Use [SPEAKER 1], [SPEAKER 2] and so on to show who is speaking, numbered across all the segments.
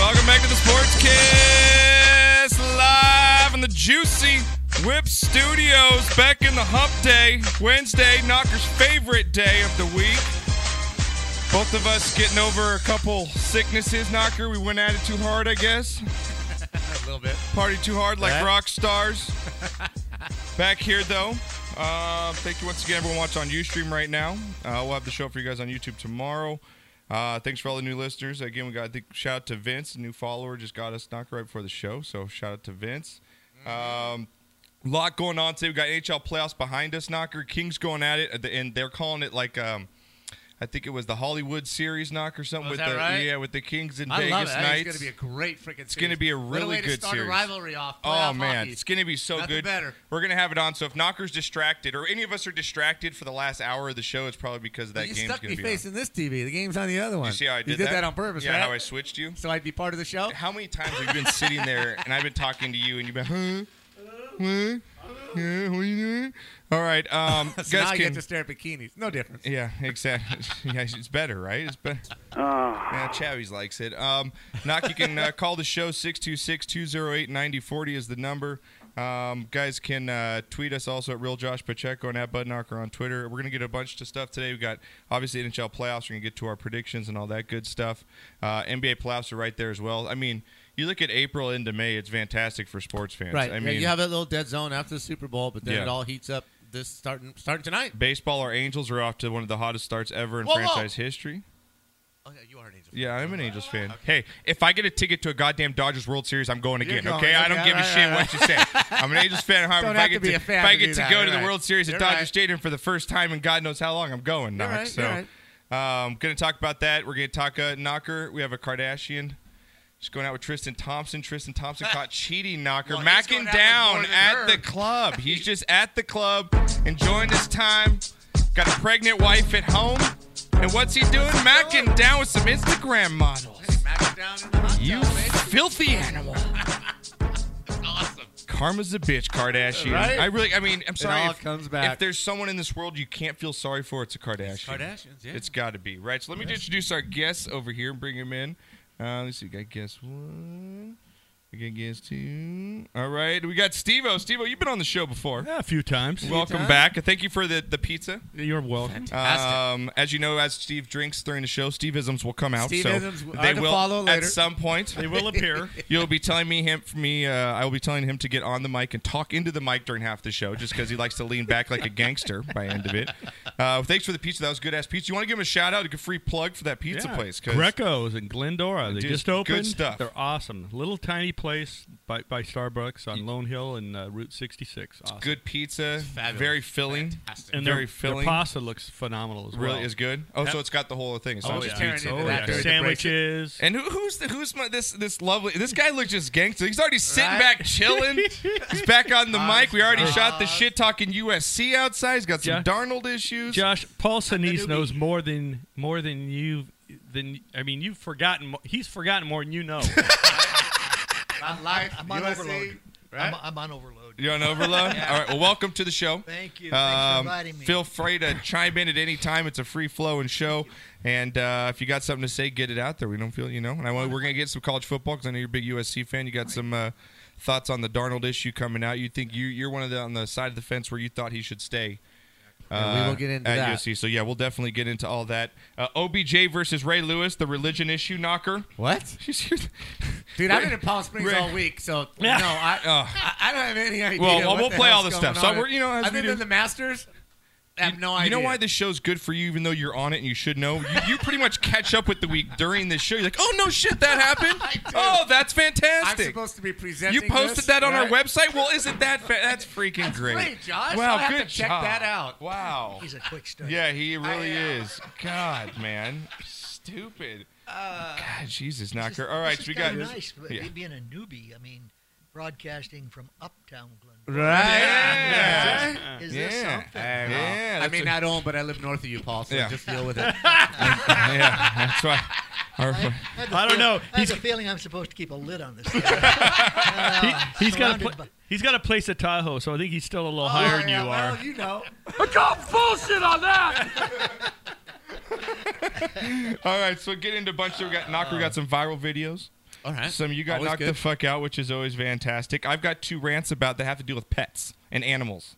[SPEAKER 1] Welcome back to the Sports Kiss live in the Juicy Whip Studios. Back in the Hump Day, Wednesday, Knocker's favorite day of the week. Both of us getting over a couple sicknesses, Knocker. We went at it too hard, I guess.
[SPEAKER 2] A little bit.
[SPEAKER 1] Party too hard like
[SPEAKER 2] Yeah.
[SPEAKER 1] rock stars. Back here though. Uh, thank you once again, everyone watching on UStream right now. Uh, we'll have the show for you guys on YouTube tomorrow. Uh, thanks for all the new listeners. Again, we got a big shout out to Vince, a new follower, just got us knocked right before the show. So shout out to Vince. Um, lot going on today. We got NHL playoffs behind us. Knocker Kings going at it, and they're calling it like um, I think it was the Hollywood series knock or something
[SPEAKER 2] Oh, is
[SPEAKER 1] with
[SPEAKER 2] that
[SPEAKER 1] the
[SPEAKER 2] right?
[SPEAKER 1] yeah with the Kings and
[SPEAKER 2] I
[SPEAKER 1] Vegas
[SPEAKER 2] love it. I think
[SPEAKER 1] Knights.
[SPEAKER 2] It's going to be a great freaking. It's
[SPEAKER 1] gonna be a really
[SPEAKER 2] way to
[SPEAKER 1] good
[SPEAKER 2] start
[SPEAKER 1] series.
[SPEAKER 2] a rivalry off.
[SPEAKER 1] Oh
[SPEAKER 2] playoff
[SPEAKER 1] man,
[SPEAKER 2] hockey.
[SPEAKER 1] it's gonna be so
[SPEAKER 2] Nothing
[SPEAKER 1] good.
[SPEAKER 2] better.
[SPEAKER 1] We're gonna have it on. So if Knocker's distracted or any of us are distracted for the last hour of the show, it's probably because that
[SPEAKER 2] you
[SPEAKER 1] game's
[SPEAKER 2] stuck
[SPEAKER 1] gonna
[SPEAKER 2] me
[SPEAKER 1] be
[SPEAKER 2] facing this TV. The game's on the other
[SPEAKER 1] on.
[SPEAKER 2] one.
[SPEAKER 1] You see how I did
[SPEAKER 2] you did that? on purpose,
[SPEAKER 1] Yeah,
[SPEAKER 2] right?
[SPEAKER 1] how I switched you.
[SPEAKER 2] so I'd be part of the show.
[SPEAKER 1] How many times have you been sitting there and I've been talking to you and you've been, huh? Huh? Yeah, what are you doing? All right, um,
[SPEAKER 2] So now
[SPEAKER 1] guys
[SPEAKER 2] I
[SPEAKER 1] can.
[SPEAKER 2] get to stare at bikinis. No difference.
[SPEAKER 1] Yeah, exactly. yeah, it's better, right? It's better. Yeah, Chavies likes it. Um, Knock, you can uh, call the show 626 208 9040 is the number. Um, guys can uh, tweet us also at Real Josh Pacheco and at Bud Knocker on Twitter. We're going to get a bunch of stuff today. we got obviously NHL playoffs. We're going to get to our predictions and all that good stuff. Uh, NBA playoffs are right there as well. I mean, you look at April into May, it's fantastic for sports fans.
[SPEAKER 3] Right.
[SPEAKER 1] I
[SPEAKER 3] Yeah,
[SPEAKER 1] mean,
[SPEAKER 3] you have that little dead zone after the Super Bowl, but then
[SPEAKER 1] Yeah.
[SPEAKER 3] it all heats up this starting starting tonight.
[SPEAKER 1] baseball, our Angels are off to one of the hottest starts ever in
[SPEAKER 3] Whoa, whoa.
[SPEAKER 1] franchise history.
[SPEAKER 3] Oh yeah, you are an angel.
[SPEAKER 1] Yeah, I'm an Angels fan. Hey, if I get a ticket to a goddamn Dodgers World Series, I'm going again.
[SPEAKER 2] going,
[SPEAKER 1] okay, I don't
[SPEAKER 2] okay,
[SPEAKER 1] give a
[SPEAKER 2] right,
[SPEAKER 1] shit what you say. I'm an Angels fan. However,
[SPEAKER 2] Don't
[SPEAKER 1] if I
[SPEAKER 2] have
[SPEAKER 1] get
[SPEAKER 2] to be a fan
[SPEAKER 1] if I
[SPEAKER 2] to
[SPEAKER 1] get
[SPEAKER 2] do
[SPEAKER 1] to
[SPEAKER 2] that,
[SPEAKER 1] go
[SPEAKER 2] you're
[SPEAKER 1] to the
[SPEAKER 2] right.
[SPEAKER 1] World Series at
[SPEAKER 2] You're
[SPEAKER 1] Dodger
[SPEAKER 2] right.
[SPEAKER 1] Stadium for the first time in God knows how long, I'm going. Knock.
[SPEAKER 2] right,
[SPEAKER 1] so,
[SPEAKER 2] you're
[SPEAKER 1] um, gonna talk about that. We're gonna talk uh, Knocker. We have a Kardashian. She's going out with Tristan Thompson. Tristan Thompson caught cheating knocker,
[SPEAKER 2] Well, he's going out with more
[SPEAKER 1] macking down
[SPEAKER 2] than
[SPEAKER 1] at
[SPEAKER 2] her.
[SPEAKER 1] the club. He's just at the club, enjoying his time. Got a pregnant wife at home. And what's he doing? Macking down with some Instagram models.
[SPEAKER 2] Smack it down in the hot
[SPEAKER 1] You
[SPEAKER 2] tub, baby.
[SPEAKER 1] filthy animal. Karma's a bitch, Kardashian.
[SPEAKER 2] Right?
[SPEAKER 1] I really, I mean, I'm sorry.
[SPEAKER 2] all
[SPEAKER 1] if,
[SPEAKER 2] comes back.
[SPEAKER 1] If there's someone in this world you can't feel sorry for, it's a Kardashian.
[SPEAKER 3] Kardashians, yeah.
[SPEAKER 1] It's got to be, right? So let me introduce our guests over here and bring him in. Uh, let's see, we got guest one. We got guest two. All right, we got Steve O. Steve O, you've been on the show before.
[SPEAKER 4] Yeah, a few times.
[SPEAKER 1] Welcome back. and Thank you for the, the pizza.
[SPEAKER 4] You're welcome.
[SPEAKER 1] Um, as you know, as Steve drinks during the show, Steveisms will come out. so
[SPEAKER 2] Steveisms are
[SPEAKER 1] they
[SPEAKER 2] to
[SPEAKER 1] will
[SPEAKER 2] follow
[SPEAKER 1] at
[SPEAKER 2] later.
[SPEAKER 1] some point.
[SPEAKER 4] They will appear.
[SPEAKER 1] You'll be telling me him me. Uh, I will be telling him to get on the mic and talk into the mic during half the show, just because he likes to lean back like a gangster by the end of it. Uh, thanks for the pizza. That was good ass pizza. You want to give him a shout out, like a free plug for that pizza
[SPEAKER 4] Yeah.
[SPEAKER 1] place? 'cause-
[SPEAKER 4] Greco's in Glendora. They
[SPEAKER 1] Dude,
[SPEAKER 4] just
[SPEAKER 1] good
[SPEAKER 4] opened.
[SPEAKER 1] stuff.
[SPEAKER 4] They're awesome. Little tiny place by, by Starbucks on Lone Hill and uh, Route 66. Awesome.
[SPEAKER 1] good pizza,
[SPEAKER 3] fabulous.
[SPEAKER 1] very filling,
[SPEAKER 3] Fantastic.
[SPEAKER 4] And
[SPEAKER 1] very
[SPEAKER 4] their,
[SPEAKER 1] filling.
[SPEAKER 4] their pasta looks phenomenal as well.
[SPEAKER 1] really is good. Oh, so it's got the whole thing. It's
[SPEAKER 4] Oh,
[SPEAKER 1] not
[SPEAKER 4] yeah.
[SPEAKER 1] just
[SPEAKER 2] tearing
[SPEAKER 1] pizza.
[SPEAKER 2] into
[SPEAKER 4] Oh,
[SPEAKER 2] that
[SPEAKER 4] yeah.
[SPEAKER 2] during the break.
[SPEAKER 4] Sandwiches.
[SPEAKER 1] And who, who's the, who's my, this this lovely this guy looks just gangster. He's already sitting back chilling. He's back on
[SPEAKER 4] Uh,
[SPEAKER 1] the mic. We already shot the shit talking USC outside. He's got some
[SPEAKER 4] Yeah.
[SPEAKER 1] Darnold issues.
[SPEAKER 4] Josh, Paul Sinise
[SPEAKER 3] newbie.
[SPEAKER 4] knows more than more than you than I mean you've forgotten mo- he's forgotten more than you know.
[SPEAKER 2] Not life.
[SPEAKER 3] I'm on
[SPEAKER 2] USA,
[SPEAKER 3] overload.
[SPEAKER 2] Right?
[SPEAKER 3] I'm, I'm on overload.
[SPEAKER 1] You're on overload. All right. Well, welcome to the show.
[SPEAKER 3] Thank you.
[SPEAKER 1] Um, Feel free to chime in at any time. It's a free flowing show, and uh, if you got something to say, get it out there. We don't feel you know. And I want, we're gonna get some college football because I know you're a big USC fan. You got some uh, thoughts on the Darnold issue coming out. You think you you're one of the on the side of the fence where you thought he should stay.
[SPEAKER 3] And we will get into
[SPEAKER 1] Uh, at
[SPEAKER 3] that.
[SPEAKER 1] USC. So yeah, we'll definitely get into all that. Uh, OBJ versus Ray Lewis, the religion issue knocker.
[SPEAKER 3] What?
[SPEAKER 1] She's here.
[SPEAKER 2] Dude, I've been in Palm Springs
[SPEAKER 1] Rick.
[SPEAKER 2] all week, so no, I,
[SPEAKER 1] Oh.
[SPEAKER 2] I I don't have any idea.
[SPEAKER 1] Well,
[SPEAKER 2] what
[SPEAKER 1] we'll
[SPEAKER 2] the
[SPEAKER 1] play all
[SPEAKER 2] hell's
[SPEAKER 1] this stuff.
[SPEAKER 2] going on.
[SPEAKER 1] So we're- you know, as we
[SPEAKER 2] other
[SPEAKER 1] do-
[SPEAKER 2] than the Masters, I have no idea.
[SPEAKER 1] You know why this show's good for you, even though you're on it and you should know? You, you pretty much catch up with the week during this show. You're like, oh, no shit, that happened. Oh, that's
[SPEAKER 2] I'm
[SPEAKER 1] fantastic.
[SPEAKER 2] supposed to be presenting.
[SPEAKER 1] You posted
[SPEAKER 2] this,
[SPEAKER 1] that on
[SPEAKER 2] right?
[SPEAKER 1] our website? Well, isn't that fa- That's freaking great.
[SPEAKER 2] great, Josh.
[SPEAKER 1] Wow,
[SPEAKER 2] I'll have
[SPEAKER 1] good
[SPEAKER 2] to check
[SPEAKER 1] job.
[SPEAKER 2] that out.
[SPEAKER 1] Wow.
[SPEAKER 3] He's a quick study.
[SPEAKER 1] Yeah, he really
[SPEAKER 2] I, uh,
[SPEAKER 1] is. God, man.
[SPEAKER 2] Uh,
[SPEAKER 1] Stupid. God, Jesus, knocker. All right, so we got.
[SPEAKER 5] nice, but
[SPEAKER 1] yeah.
[SPEAKER 5] being a newbie, I mean, broadcasting from uptown Glendale.
[SPEAKER 6] Right.
[SPEAKER 1] Yeah.
[SPEAKER 5] Is
[SPEAKER 1] Uh, yeah.
[SPEAKER 5] this something?
[SPEAKER 6] Hey, well,
[SPEAKER 1] Yeah,
[SPEAKER 6] I
[SPEAKER 1] that's
[SPEAKER 6] mean,
[SPEAKER 1] a-
[SPEAKER 6] I don't, but I live north of you, Paul, so
[SPEAKER 1] Yeah.
[SPEAKER 6] just deal with it.
[SPEAKER 1] yeah, that's right. Our-
[SPEAKER 5] I, had the
[SPEAKER 7] I don't
[SPEAKER 5] feel-
[SPEAKER 7] know.
[SPEAKER 5] I had
[SPEAKER 7] He's-
[SPEAKER 5] the feeling I'm supposed to keep a lid on this. Thing. Uh,
[SPEAKER 7] He's got a
[SPEAKER 5] surrounded
[SPEAKER 7] pla-
[SPEAKER 5] by- Oh,
[SPEAKER 7] he's got a place at Tahoe, so I think he's still a little higher than
[SPEAKER 6] yeah,
[SPEAKER 7] you
[SPEAKER 6] well,
[SPEAKER 7] are.
[SPEAKER 6] you know.
[SPEAKER 1] All right, so get into a bunch. Of, we got knocker. We got some viral videos.
[SPEAKER 3] Uh, All right.
[SPEAKER 1] Some you got
[SPEAKER 3] Always
[SPEAKER 1] knocked
[SPEAKER 3] good.
[SPEAKER 1] the fuck out, which is always fantastic. I've got two rants about that have to deal with pets and animals.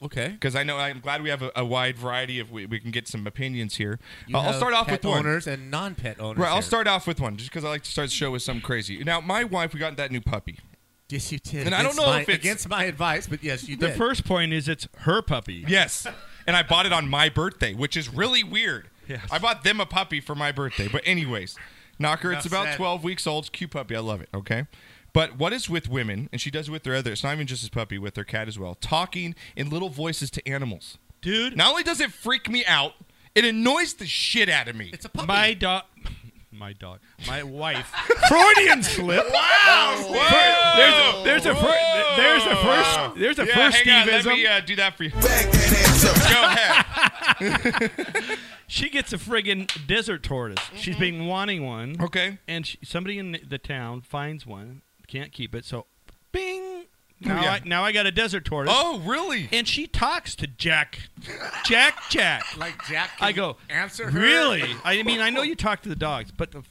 [SPEAKER 3] Okay.
[SPEAKER 1] because I know I'm glad we have a, a wide variety of we, we can get some opinions here.
[SPEAKER 3] You
[SPEAKER 1] Uh, I'll
[SPEAKER 3] have
[SPEAKER 1] start off
[SPEAKER 3] pet
[SPEAKER 1] with one.
[SPEAKER 3] owners and non-pet owners.
[SPEAKER 1] Right, I'll
[SPEAKER 3] here.
[SPEAKER 1] start off with one just because I like to start the show with something crazy. Now, my wife, we got that new puppy.
[SPEAKER 3] Yes, you did.
[SPEAKER 1] And I don't
[SPEAKER 3] Against
[SPEAKER 1] know
[SPEAKER 3] my-
[SPEAKER 1] if it's-
[SPEAKER 3] against my advice, but yes, you
[SPEAKER 7] The
[SPEAKER 3] did.
[SPEAKER 7] first point is it's her puppy.
[SPEAKER 1] Yes, and I bought it on my birthday, which is really weird.
[SPEAKER 7] Yes.
[SPEAKER 1] I bought them a puppy for my birthday, but anyways, Knocker, it's
[SPEAKER 6] Enough
[SPEAKER 1] about
[SPEAKER 6] said.
[SPEAKER 1] 12 weeks old. It's a cute puppy. I love it. Okay. But what is with women, and she does it with their other, it's not even just his puppy, with their cat as well, talking in little voices to animals.
[SPEAKER 7] Dude,
[SPEAKER 1] Not only does it freak me out, it annoys the shit out of me.
[SPEAKER 3] it's a puppy.
[SPEAKER 7] my dog my dog. My wife. Freudian slip.
[SPEAKER 1] Wow!
[SPEAKER 7] Whoa! There's a- there's a fir-
[SPEAKER 1] Whoa!
[SPEAKER 7] there's a first- there's a
[SPEAKER 1] yeah,
[SPEAKER 7] first
[SPEAKER 1] hang on, Let
[SPEAKER 7] Steveism.
[SPEAKER 1] me uh, do that for you. Go ahead.
[SPEAKER 7] She gets a friggin' desert tortoise. She's
[SPEAKER 1] Mm-hmm.
[SPEAKER 7] been wanting one.
[SPEAKER 1] Okay.
[SPEAKER 7] And she, somebody in the town finds one, can't keep it, so bing. Now,
[SPEAKER 1] Oh, yeah.
[SPEAKER 7] I, now I got a desert tortoise.
[SPEAKER 1] Oh, really?
[SPEAKER 7] And she talks to Jack. Jack, Jack.
[SPEAKER 6] Like Jack. can
[SPEAKER 7] I go,
[SPEAKER 6] you answer her?
[SPEAKER 7] Really? I mean, I know you talk to the dogs, but the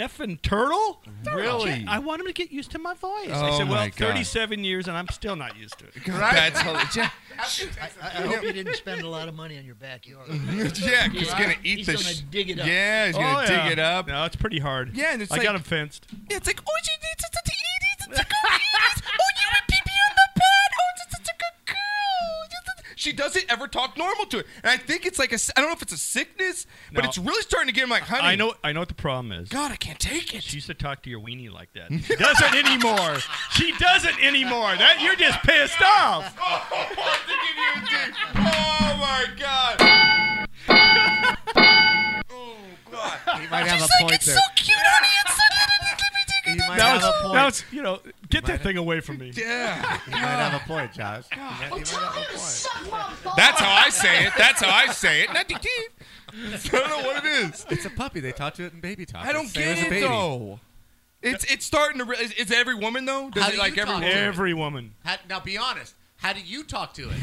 [SPEAKER 7] effing turtle?
[SPEAKER 1] Really?
[SPEAKER 7] I want him to get used to my voice.
[SPEAKER 1] Oh
[SPEAKER 7] I said, well,
[SPEAKER 1] my God.
[SPEAKER 7] 37 years and I'm still not used to it.
[SPEAKER 1] Right? That's hel- Jack,
[SPEAKER 5] I, I hope you didn't spend a lot of money on your backyard.
[SPEAKER 1] Jack is gonna eat
[SPEAKER 5] He's
[SPEAKER 1] the.
[SPEAKER 5] gonna
[SPEAKER 1] sh-
[SPEAKER 5] dig it up.
[SPEAKER 1] Yeah, he's gonna
[SPEAKER 7] Oh,
[SPEAKER 1] dig
[SPEAKER 7] yeah.
[SPEAKER 1] it up.
[SPEAKER 7] No, it's pretty hard.
[SPEAKER 1] Yeah, and it's
[SPEAKER 7] I
[SPEAKER 1] like-
[SPEAKER 7] got him fenced.
[SPEAKER 1] It's like, oh, she needs it to eat it. Oh, She doesn't ever talk normal to it, and I think it's like a. s- I don't know if it's a sickness, but
[SPEAKER 7] No.
[SPEAKER 1] it's really starting to get him like, honey.
[SPEAKER 7] I know I know what the problem is.
[SPEAKER 1] God, I can't take it.
[SPEAKER 7] She used to talk to your weenie like that. She doesn't anymore. She doesn't anymore. That you're just pissed off.
[SPEAKER 1] Oh my god!
[SPEAKER 6] He might have a point there.
[SPEAKER 1] cute, honey. It's so
[SPEAKER 6] He might
[SPEAKER 7] Now
[SPEAKER 6] have
[SPEAKER 7] it's,
[SPEAKER 6] a point.
[SPEAKER 7] now it's you know, get that thing away from me.
[SPEAKER 1] Yeah.
[SPEAKER 6] He might have a point, Josh. He might- he might have a point.
[SPEAKER 1] That's how I say it. That's how I say it. Not the kid. I don't know what it is.
[SPEAKER 3] It's a puppy. They talk to it in baby talk.
[SPEAKER 1] I don't
[SPEAKER 3] It's the same
[SPEAKER 1] get
[SPEAKER 3] as a
[SPEAKER 1] it
[SPEAKER 3] baby.
[SPEAKER 1] though. It's it's starting to. Re- is, is it every woman though? Does
[SPEAKER 3] How
[SPEAKER 1] it
[SPEAKER 3] do
[SPEAKER 1] like
[SPEAKER 3] you
[SPEAKER 1] every
[SPEAKER 3] talk?
[SPEAKER 1] woman?
[SPEAKER 7] Every woman.
[SPEAKER 3] How, now be honest. How do you talk to it?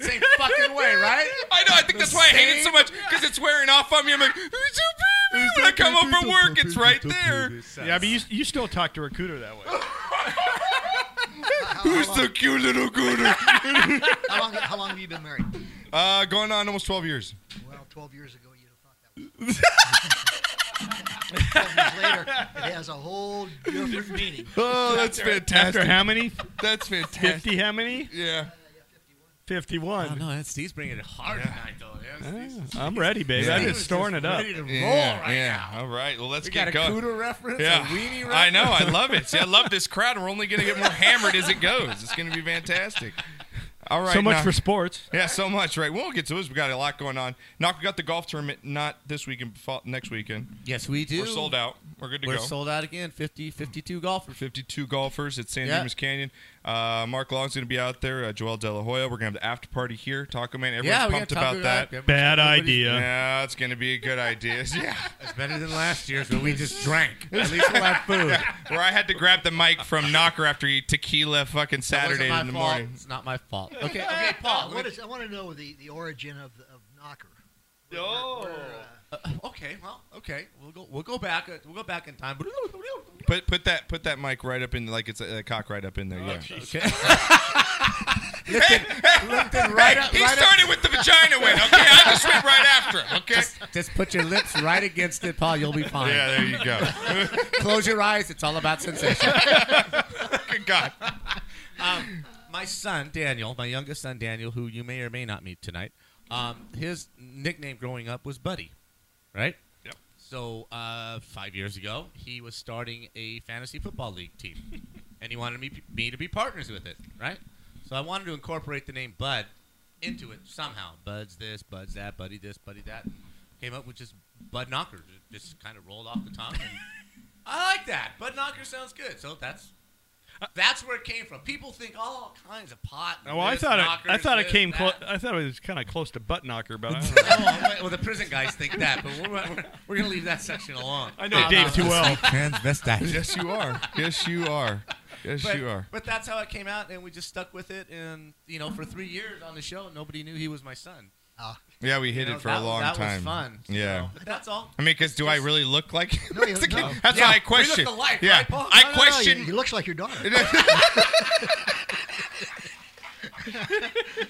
[SPEAKER 6] Same fucking way, right?
[SPEAKER 1] I know. I think that's why I hate it so much because it's wearing off on me. I'm like, who's your baby? When I come home from work, it's right there.
[SPEAKER 7] Yeah, but you, you still talk to her cooter that way.
[SPEAKER 1] Who's the cute little gooner?
[SPEAKER 5] How long, how long have you been married?
[SPEAKER 1] Uh, going on almost 12 years.
[SPEAKER 5] Well, 12 years ago, you'd have thought that was. 12 years later, it has a whole different meaning.
[SPEAKER 1] Oh, that's
[SPEAKER 7] After
[SPEAKER 1] fantastic.
[SPEAKER 7] how many?
[SPEAKER 1] That's fantastic.
[SPEAKER 7] Fifty? How many?
[SPEAKER 1] Yeah.
[SPEAKER 3] Oh,
[SPEAKER 7] Fifty-one.
[SPEAKER 3] no, that's Steve's bringing it hard tonight, though. Yeah, that's Steve's-
[SPEAKER 7] I'm ready, baby. I'm just storing it up.
[SPEAKER 3] Ready to
[SPEAKER 1] Yeah,
[SPEAKER 3] roll right
[SPEAKER 1] yeah.
[SPEAKER 3] now.
[SPEAKER 1] All right. Well, let's
[SPEAKER 3] We got
[SPEAKER 1] get
[SPEAKER 3] a
[SPEAKER 1] going.
[SPEAKER 3] cooter reference,
[SPEAKER 1] yeah.
[SPEAKER 3] a weenie reference.
[SPEAKER 1] I know. I love it. See, I love this crowd. We're only going to get more hammered as it goes. It's going to be fantastic. All right.
[SPEAKER 7] So much
[SPEAKER 1] now-
[SPEAKER 7] for sports.
[SPEAKER 1] Yeah, so much, right? We'll get to this. We got a lot going on. Knock, we got the golf tournament not this weekend, but fall- next weekend.
[SPEAKER 3] Yes, we do.
[SPEAKER 1] We're sold out. We're good to
[SPEAKER 3] We're
[SPEAKER 1] go.
[SPEAKER 3] sold out again. 50, 52 golfers.
[SPEAKER 1] 52 golfers at San
[SPEAKER 3] Yeah.
[SPEAKER 1] Dimas Canyon. Uh, Mark Long's going to be out there. Uh, Joel De La Hoya. We're going to have the after party here. Taco Man. Everyone's
[SPEAKER 3] yeah, we
[SPEAKER 1] pumped
[SPEAKER 3] got
[SPEAKER 1] about
[SPEAKER 3] Taco
[SPEAKER 1] that.
[SPEAKER 3] Guy.
[SPEAKER 7] Bad
[SPEAKER 3] Everybody's-
[SPEAKER 7] idea.
[SPEAKER 1] Yeah, it's going to be a good idea. Yeah.
[SPEAKER 6] It's better than last year's when we just drank. At least we'll have food.
[SPEAKER 1] Where I had to grab the mic from Knocker after he tequila fucking Saturday
[SPEAKER 3] It wasn't my
[SPEAKER 1] in the
[SPEAKER 3] fault.
[SPEAKER 1] morning.
[SPEAKER 3] It's not my fault. Okay, okay, Paul.
[SPEAKER 5] What is, I want to know the, the origin of, of Knocker.
[SPEAKER 3] Okay, well, okay. We'll go. We'll go back. uh, We'll go back in time.
[SPEAKER 1] Put put that put that mic right up in like it's a, a cock right up in there.
[SPEAKER 3] Oh,
[SPEAKER 1] yeah.
[SPEAKER 6] right
[SPEAKER 1] Hey,
[SPEAKER 6] up,
[SPEAKER 1] he
[SPEAKER 6] right up.
[SPEAKER 1] started with the vagina win. Okay, I just went right after him. Okay.
[SPEAKER 6] Just put your lips right against it, Paul. You'll be fine.
[SPEAKER 1] yeah, there you go.
[SPEAKER 6] Close your eyes. It's all about sensation.
[SPEAKER 1] Good God.
[SPEAKER 3] my son Daniel, my youngest son Daniel, who you may or may not meet tonight, um, his nickname growing up was Buddy, right?
[SPEAKER 7] Yep.
[SPEAKER 3] So uh, five years ago, he was starting a fantasy football league team, and he wanted me, me to be partners with it, right? So I wanted to incorporate the name Bud into it somehow. Bud's this, Bud's that, Buddy this, Buddy that. Came up with just Bud Knocker, It just kind of rolled off the tongue. And I like that. Bud Knocker sounds good. So that's
[SPEAKER 4] Uh,
[SPEAKER 3] That's where it came from. People think all kinds of pot. and
[SPEAKER 4] Well, Oh, I
[SPEAKER 3] this,
[SPEAKER 4] thought it, I
[SPEAKER 3] knockers,
[SPEAKER 4] thought it
[SPEAKER 3] this,
[SPEAKER 4] came. Clo-
[SPEAKER 3] that.
[SPEAKER 4] I thought it was kind of close to butt knocker, but I don't know.
[SPEAKER 3] oh, well, the prison guys think that, but we're, we're, we're going to leave that section alone. Uh,
[SPEAKER 4] I know Dave too well.
[SPEAKER 2] Transvestite.
[SPEAKER 1] yes, you are. Yes, you are. Yes,
[SPEAKER 3] But,
[SPEAKER 1] you are.
[SPEAKER 3] but that's how it came out, and we just stuck with it. And, you know, for three years on the show, nobody knew he was my son.
[SPEAKER 1] Yeah, we hid
[SPEAKER 3] You know,
[SPEAKER 1] it for
[SPEAKER 3] that,
[SPEAKER 1] a long
[SPEAKER 3] that
[SPEAKER 1] time.
[SPEAKER 3] was fun.
[SPEAKER 1] Yeah.
[SPEAKER 3] So, but that's all.
[SPEAKER 1] I mean, because do I really look like?
[SPEAKER 5] No, you-
[SPEAKER 1] That's the-
[SPEAKER 5] no.
[SPEAKER 1] That's
[SPEAKER 3] Yeah,
[SPEAKER 1] why
[SPEAKER 3] we
[SPEAKER 1] I
[SPEAKER 3] look
[SPEAKER 1] question.
[SPEAKER 3] alike,
[SPEAKER 1] yeah,
[SPEAKER 3] right, Paul? No, no,
[SPEAKER 1] I
[SPEAKER 3] no,
[SPEAKER 5] Oh, No,
[SPEAKER 1] question.
[SPEAKER 5] you, you looks like your daughter.
[SPEAKER 1] Oh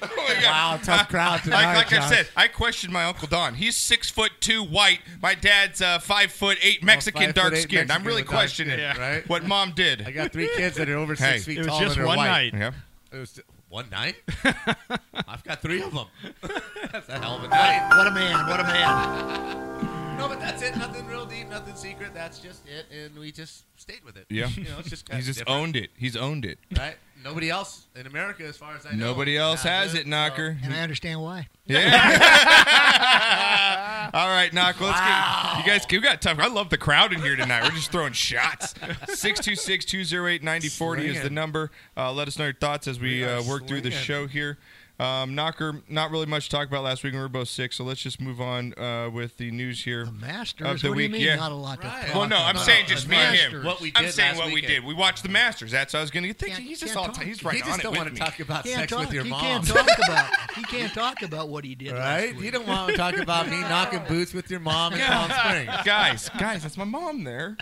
[SPEAKER 1] my God.
[SPEAKER 2] Wow, tough crowd
[SPEAKER 1] Like,
[SPEAKER 2] tonight.
[SPEAKER 1] like I
[SPEAKER 2] Josh.
[SPEAKER 1] said, I questioned my uncle Don. He's six foot two, white. My dad's uh, five foot eight, Mexican,
[SPEAKER 2] five foot
[SPEAKER 1] dark
[SPEAKER 2] eight
[SPEAKER 1] skinned. I'm
[SPEAKER 2] Mexican
[SPEAKER 1] really
[SPEAKER 2] with dark
[SPEAKER 1] questioning
[SPEAKER 2] skin, right?
[SPEAKER 1] what mom did.
[SPEAKER 2] I got three kids that are over
[SPEAKER 1] Hey.
[SPEAKER 2] six feet
[SPEAKER 4] It was
[SPEAKER 2] tall
[SPEAKER 4] just
[SPEAKER 2] and are
[SPEAKER 4] one
[SPEAKER 2] white.
[SPEAKER 4] night.
[SPEAKER 1] yeah.
[SPEAKER 3] It was just one night? I've got three of them. that's a hell of a night.
[SPEAKER 5] What a man! What a man!
[SPEAKER 3] No, but that's it. Nothing real deep, nothing secret. That's just it, and we just stayed with it.
[SPEAKER 1] Yeah.
[SPEAKER 3] you know, it's just kind
[SPEAKER 1] He's
[SPEAKER 3] of
[SPEAKER 1] just
[SPEAKER 3] different,
[SPEAKER 1] owned it. He's owned it.
[SPEAKER 3] right. Nobody else in America, as far as I know,
[SPEAKER 1] Nobody else
[SPEAKER 3] has
[SPEAKER 1] has it, Knocker.
[SPEAKER 5] And I understand why.
[SPEAKER 1] Yeah. All right, knock. Let's get you guys. You got tough. I love the crowd in here tonight. We're just throwing shots. 626-208-9040 is the
[SPEAKER 2] Swinging.
[SPEAKER 1] number. Uh, let us know your thoughts as we
[SPEAKER 2] We are
[SPEAKER 1] uh, work through the
[SPEAKER 2] swinging.
[SPEAKER 1] show here. Um, Knocker, not really much to talk about last week, and we were both sick, so let's just move on uh, with the news here.
[SPEAKER 5] The masters.
[SPEAKER 1] Of the
[SPEAKER 5] what
[SPEAKER 1] week,
[SPEAKER 5] do you mean?
[SPEAKER 1] yeah.
[SPEAKER 5] Not a lot. to
[SPEAKER 3] Right.
[SPEAKER 5] talk
[SPEAKER 1] Well, no, I'm
[SPEAKER 5] about?
[SPEAKER 1] saying just
[SPEAKER 5] The
[SPEAKER 1] me and him.
[SPEAKER 5] Masters.
[SPEAKER 3] What we
[SPEAKER 1] I'm
[SPEAKER 3] did
[SPEAKER 1] saying
[SPEAKER 3] last
[SPEAKER 1] what we
[SPEAKER 3] weekend.
[SPEAKER 1] did. We watched the Masters. That's what I was going to think.
[SPEAKER 5] Can't-
[SPEAKER 1] He's just
[SPEAKER 5] can't
[SPEAKER 1] all.
[SPEAKER 5] talk.
[SPEAKER 1] He's
[SPEAKER 3] He
[SPEAKER 1] right
[SPEAKER 3] just
[SPEAKER 1] on
[SPEAKER 3] don't
[SPEAKER 1] it
[SPEAKER 3] want
[SPEAKER 1] with
[SPEAKER 3] to
[SPEAKER 1] me.
[SPEAKER 3] talk about
[SPEAKER 5] Can't
[SPEAKER 3] sex
[SPEAKER 5] talk.
[SPEAKER 3] with your
[SPEAKER 5] he
[SPEAKER 3] mom,
[SPEAKER 5] can't talk about. He can't talk about what he did. last
[SPEAKER 2] Right?
[SPEAKER 5] week.
[SPEAKER 2] You don't want to talk about me knocking boots with your mom in Palm Springs.
[SPEAKER 1] guys, guys, that's my mom there.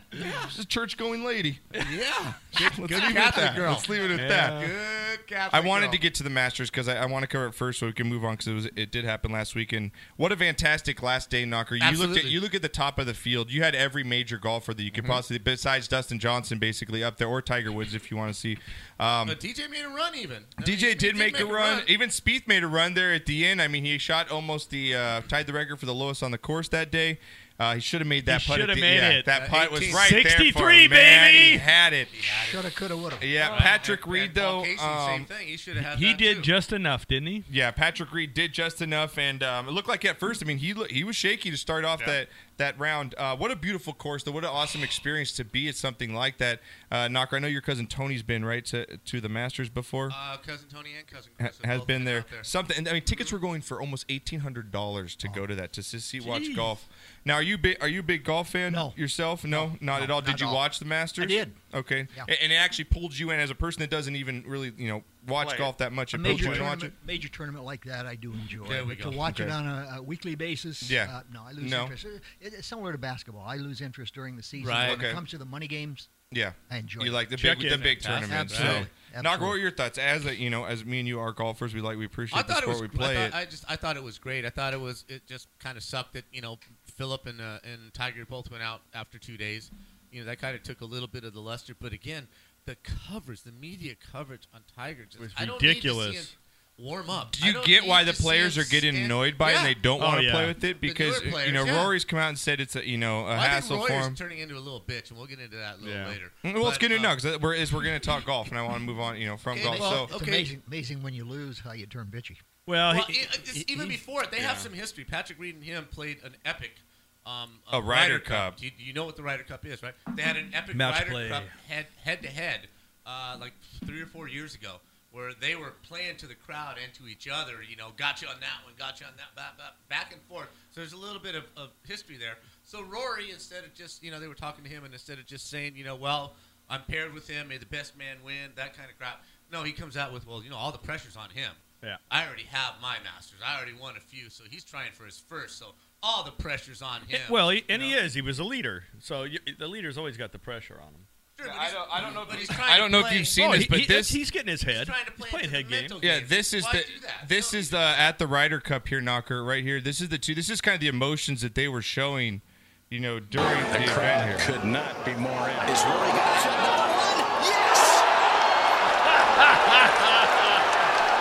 [SPEAKER 1] She's a church-going lady.
[SPEAKER 2] Yeah.
[SPEAKER 1] Let's
[SPEAKER 2] Good
[SPEAKER 1] leave it at
[SPEAKER 2] Catholic
[SPEAKER 1] that.
[SPEAKER 2] girl.
[SPEAKER 1] Let's leave it at that.
[SPEAKER 2] Good Catholic
[SPEAKER 1] I wanted
[SPEAKER 2] girl.
[SPEAKER 1] to get to the Masters because I, I want to cover it first, so we can move on because it was it did happen last week. And what a fantastic last day, Knocker! You looked at
[SPEAKER 3] Absolutely.
[SPEAKER 1] you look at the top of the field. You had every major golfer that you could possibly, besides Dustin Johnson, basically up there, or Tiger Woods, if you want to see. Um,
[SPEAKER 3] But DJ made a run, even. I mean,
[SPEAKER 1] DJ
[SPEAKER 3] he
[SPEAKER 1] did make, a run. Even Spieth made a run there at the end. I mean, he shot almost the uh, tied the record for the lowest on the course that day. Uh, he should have made that
[SPEAKER 4] He
[SPEAKER 1] putt. at
[SPEAKER 4] shoulda
[SPEAKER 1] the-
[SPEAKER 4] made
[SPEAKER 1] yeah,
[SPEAKER 4] it.
[SPEAKER 1] That
[SPEAKER 3] Uh,
[SPEAKER 1] putt was
[SPEAKER 3] 18.
[SPEAKER 1] right there for
[SPEAKER 4] 63,
[SPEAKER 1] him, man.
[SPEAKER 4] baby!
[SPEAKER 1] He had it.
[SPEAKER 5] Shoulda, coulda, woulda.
[SPEAKER 1] Yeah,
[SPEAKER 3] Oh,
[SPEAKER 1] Patrick
[SPEAKER 3] and-
[SPEAKER 1] Reed
[SPEAKER 3] and Paul
[SPEAKER 1] though.
[SPEAKER 3] Casey,
[SPEAKER 1] um,
[SPEAKER 3] same thing. He should have had.
[SPEAKER 4] He
[SPEAKER 3] that,
[SPEAKER 4] did
[SPEAKER 3] too.
[SPEAKER 4] just enough, didn't he?
[SPEAKER 1] Yeah, Patrick Reed did just enough, and um, it looked like at first. I mean, he lo- he was shaky to start off that that round. Uh, what a beautiful course, though! What an awesome experience to be at something like that. Uh, Knocker, I know your cousin Tony's been right to to the Masters before.
[SPEAKER 3] Uh, cousin Tony and cousin
[SPEAKER 1] Ha-
[SPEAKER 3] Chris have
[SPEAKER 1] has
[SPEAKER 3] both
[SPEAKER 1] been there.
[SPEAKER 3] out there.
[SPEAKER 1] Something. and, I mean, tickets were going for almost eighteen hundred dollars to go to that to see watch golf. Now, are you big, are you a big golf fan
[SPEAKER 5] No.
[SPEAKER 1] yourself? No, not at all.
[SPEAKER 5] not
[SPEAKER 1] Did
[SPEAKER 5] at
[SPEAKER 1] you
[SPEAKER 5] all.
[SPEAKER 1] watch the Masters?
[SPEAKER 5] I did.
[SPEAKER 1] Okay,
[SPEAKER 5] Yeah.
[SPEAKER 1] A- and it actually pulled you in as a person that doesn't even really you know watch
[SPEAKER 4] Play it.
[SPEAKER 1] golf that much.
[SPEAKER 5] A
[SPEAKER 1] It pulled
[SPEAKER 5] major
[SPEAKER 1] you in to watch it.
[SPEAKER 5] tournament, major tournament like that, I do enjoy.
[SPEAKER 3] There we
[SPEAKER 5] But
[SPEAKER 3] go.
[SPEAKER 5] To watch
[SPEAKER 1] Okay.
[SPEAKER 5] it on a, a weekly basis,
[SPEAKER 1] Yeah.
[SPEAKER 5] uh, no, I lose
[SPEAKER 1] No.
[SPEAKER 5] interest. It, it's similar to basketball. I lose interest during the season.
[SPEAKER 3] Right.
[SPEAKER 5] When
[SPEAKER 1] Okay.
[SPEAKER 5] it comes to the money games,
[SPEAKER 1] Yeah,
[SPEAKER 5] I enjoy
[SPEAKER 1] you
[SPEAKER 5] it.
[SPEAKER 1] like the
[SPEAKER 4] Check
[SPEAKER 1] big the
[SPEAKER 4] in.
[SPEAKER 1] big
[SPEAKER 3] Fantastic.
[SPEAKER 1] tournaments.
[SPEAKER 5] Absolutely.
[SPEAKER 1] So, Knock, what
[SPEAKER 5] Absolutely.
[SPEAKER 1] were your thoughts? As a, you know, as me and you are golfers, we like we appreciate
[SPEAKER 3] I
[SPEAKER 1] the
[SPEAKER 3] thought it
[SPEAKER 1] sport
[SPEAKER 3] was.
[SPEAKER 1] we play.
[SPEAKER 3] I,
[SPEAKER 1] it.
[SPEAKER 3] thought, I just I thought it was great. I thought it was. It just kind of sucked that you know Philip and uh, and Tiger both went out after two days. You know that kind of took a little bit of the luster. But again, the coverage, the media coverage on Tiger just
[SPEAKER 4] Was
[SPEAKER 3] I don't need to see
[SPEAKER 4] ridiculous.
[SPEAKER 3] him Warm up.
[SPEAKER 1] Do you get why the players are getting annoyed by it and they don't
[SPEAKER 4] Oh,
[SPEAKER 1] want to
[SPEAKER 4] yeah.
[SPEAKER 1] play with it?
[SPEAKER 3] The
[SPEAKER 1] Because
[SPEAKER 3] newer
[SPEAKER 1] you know
[SPEAKER 3] players, yeah.
[SPEAKER 1] Rory's come out and said it's a you know a
[SPEAKER 3] well, I
[SPEAKER 1] hassle
[SPEAKER 3] think
[SPEAKER 1] for
[SPEAKER 3] Roy's
[SPEAKER 1] him.
[SPEAKER 3] turning into a little bitch, and we'll get into that a little
[SPEAKER 4] Yeah.
[SPEAKER 3] later.
[SPEAKER 1] Well, it's
[SPEAKER 3] But,
[SPEAKER 1] good to
[SPEAKER 3] uh,
[SPEAKER 1] know because we're, is we're going to talk golf, and I want to move on. You know, from
[SPEAKER 3] Okay,
[SPEAKER 1] golf.
[SPEAKER 3] well,
[SPEAKER 1] so
[SPEAKER 5] it's
[SPEAKER 3] Okay.
[SPEAKER 5] amazing, amazing when you lose how you turn bitchy.
[SPEAKER 4] Well,
[SPEAKER 3] Well,
[SPEAKER 4] he-
[SPEAKER 3] e- just
[SPEAKER 4] he-
[SPEAKER 3] even
[SPEAKER 4] he-
[SPEAKER 3] before it, they have
[SPEAKER 1] yeah.
[SPEAKER 3] some history. Patrick Reed and him played an epic. Um,
[SPEAKER 1] A
[SPEAKER 3] um,
[SPEAKER 1] Ryder Cup.
[SPEAKER 3] You, you know what the Ryder Cup is, right? They had an epic
[SPEAKER 4] Match
[SPEAKER 3] Ryder
[SPEAKER 4] play.
[SPEAKER 3] Cup head head to head, uh, like three or four years ago, where they were playing to the crowd and to each other. You know, got you on that one, got you on that, back, back, back and forth. So there's a little bit of, of history there. So Rory, instead of just you know they were talking to him, and instead of just saying you know well I'm paired with him, may the best man win, that kind of crap. No, he comes out with well you know all the pressure's on him.
[SPEAKER 4] Yeah.
[SPEAKER 3] I already have my masters. I already won a few, so he's trying for his first. So all the pressure's on him.
[SPEAKER 4] well, he, and
[SPEAKER 3] you
[SPEAKER 4] he
[SPEAKER 3] know?
[SPEAKER 4] is. He was a leader, so you, the leader's always got the pressure on him.
[SPEAKER 3] Sure, but
[SPEAKER 1] I
[SPEAKER 3] he's-
[SPEAKER 1] don't- I don't know if
[SPEAKER 3] But
[SPEAKER 1] you-
[SPEAKER 3] he's trying
[SPEAKER 1] I don't
[SPEAKER 3] to
[SPEAKER 1] know if you've
[SPEAKER 3] play-
[SPEAKER 1] seen
[SPEAKER 4] Oh,
[SPEAKER 1] this,
[SPEAKER 4] he-
[SPEAKER 1] but
[SPEAKER 4] he-
[SPEAKER 1] this
[SPEAKER 4] he's getting his
[SPEAKER 3] He's
[SPEAKER 4] head.
[SPEAKER 3] trying to play
[SPEAKER 4] he's playing
[SPEAKER 3] into the
[SPEAKER 4] head game.
[SPEAKER 3] mental
[SPEAKER 1] yeah,
[SPEAKER 3] game.
[SPEAKER 1] this is
[SPEAKER 3] Why
[SPEAKER 1] the
[SPEAKER 3] do that?
[SPEAKER 1] this
[SPEAKER 3] No,
[SPEAKER 1] is
[SPEAKER 3] you-
[SPEAKER 1] the at the Ryder Cup here, Knocker, right here. This is the two. This is kind of the emotions that they were showing, you know, during the, event here.
[SPEAKER 8] could not be more in. Is Rory got it?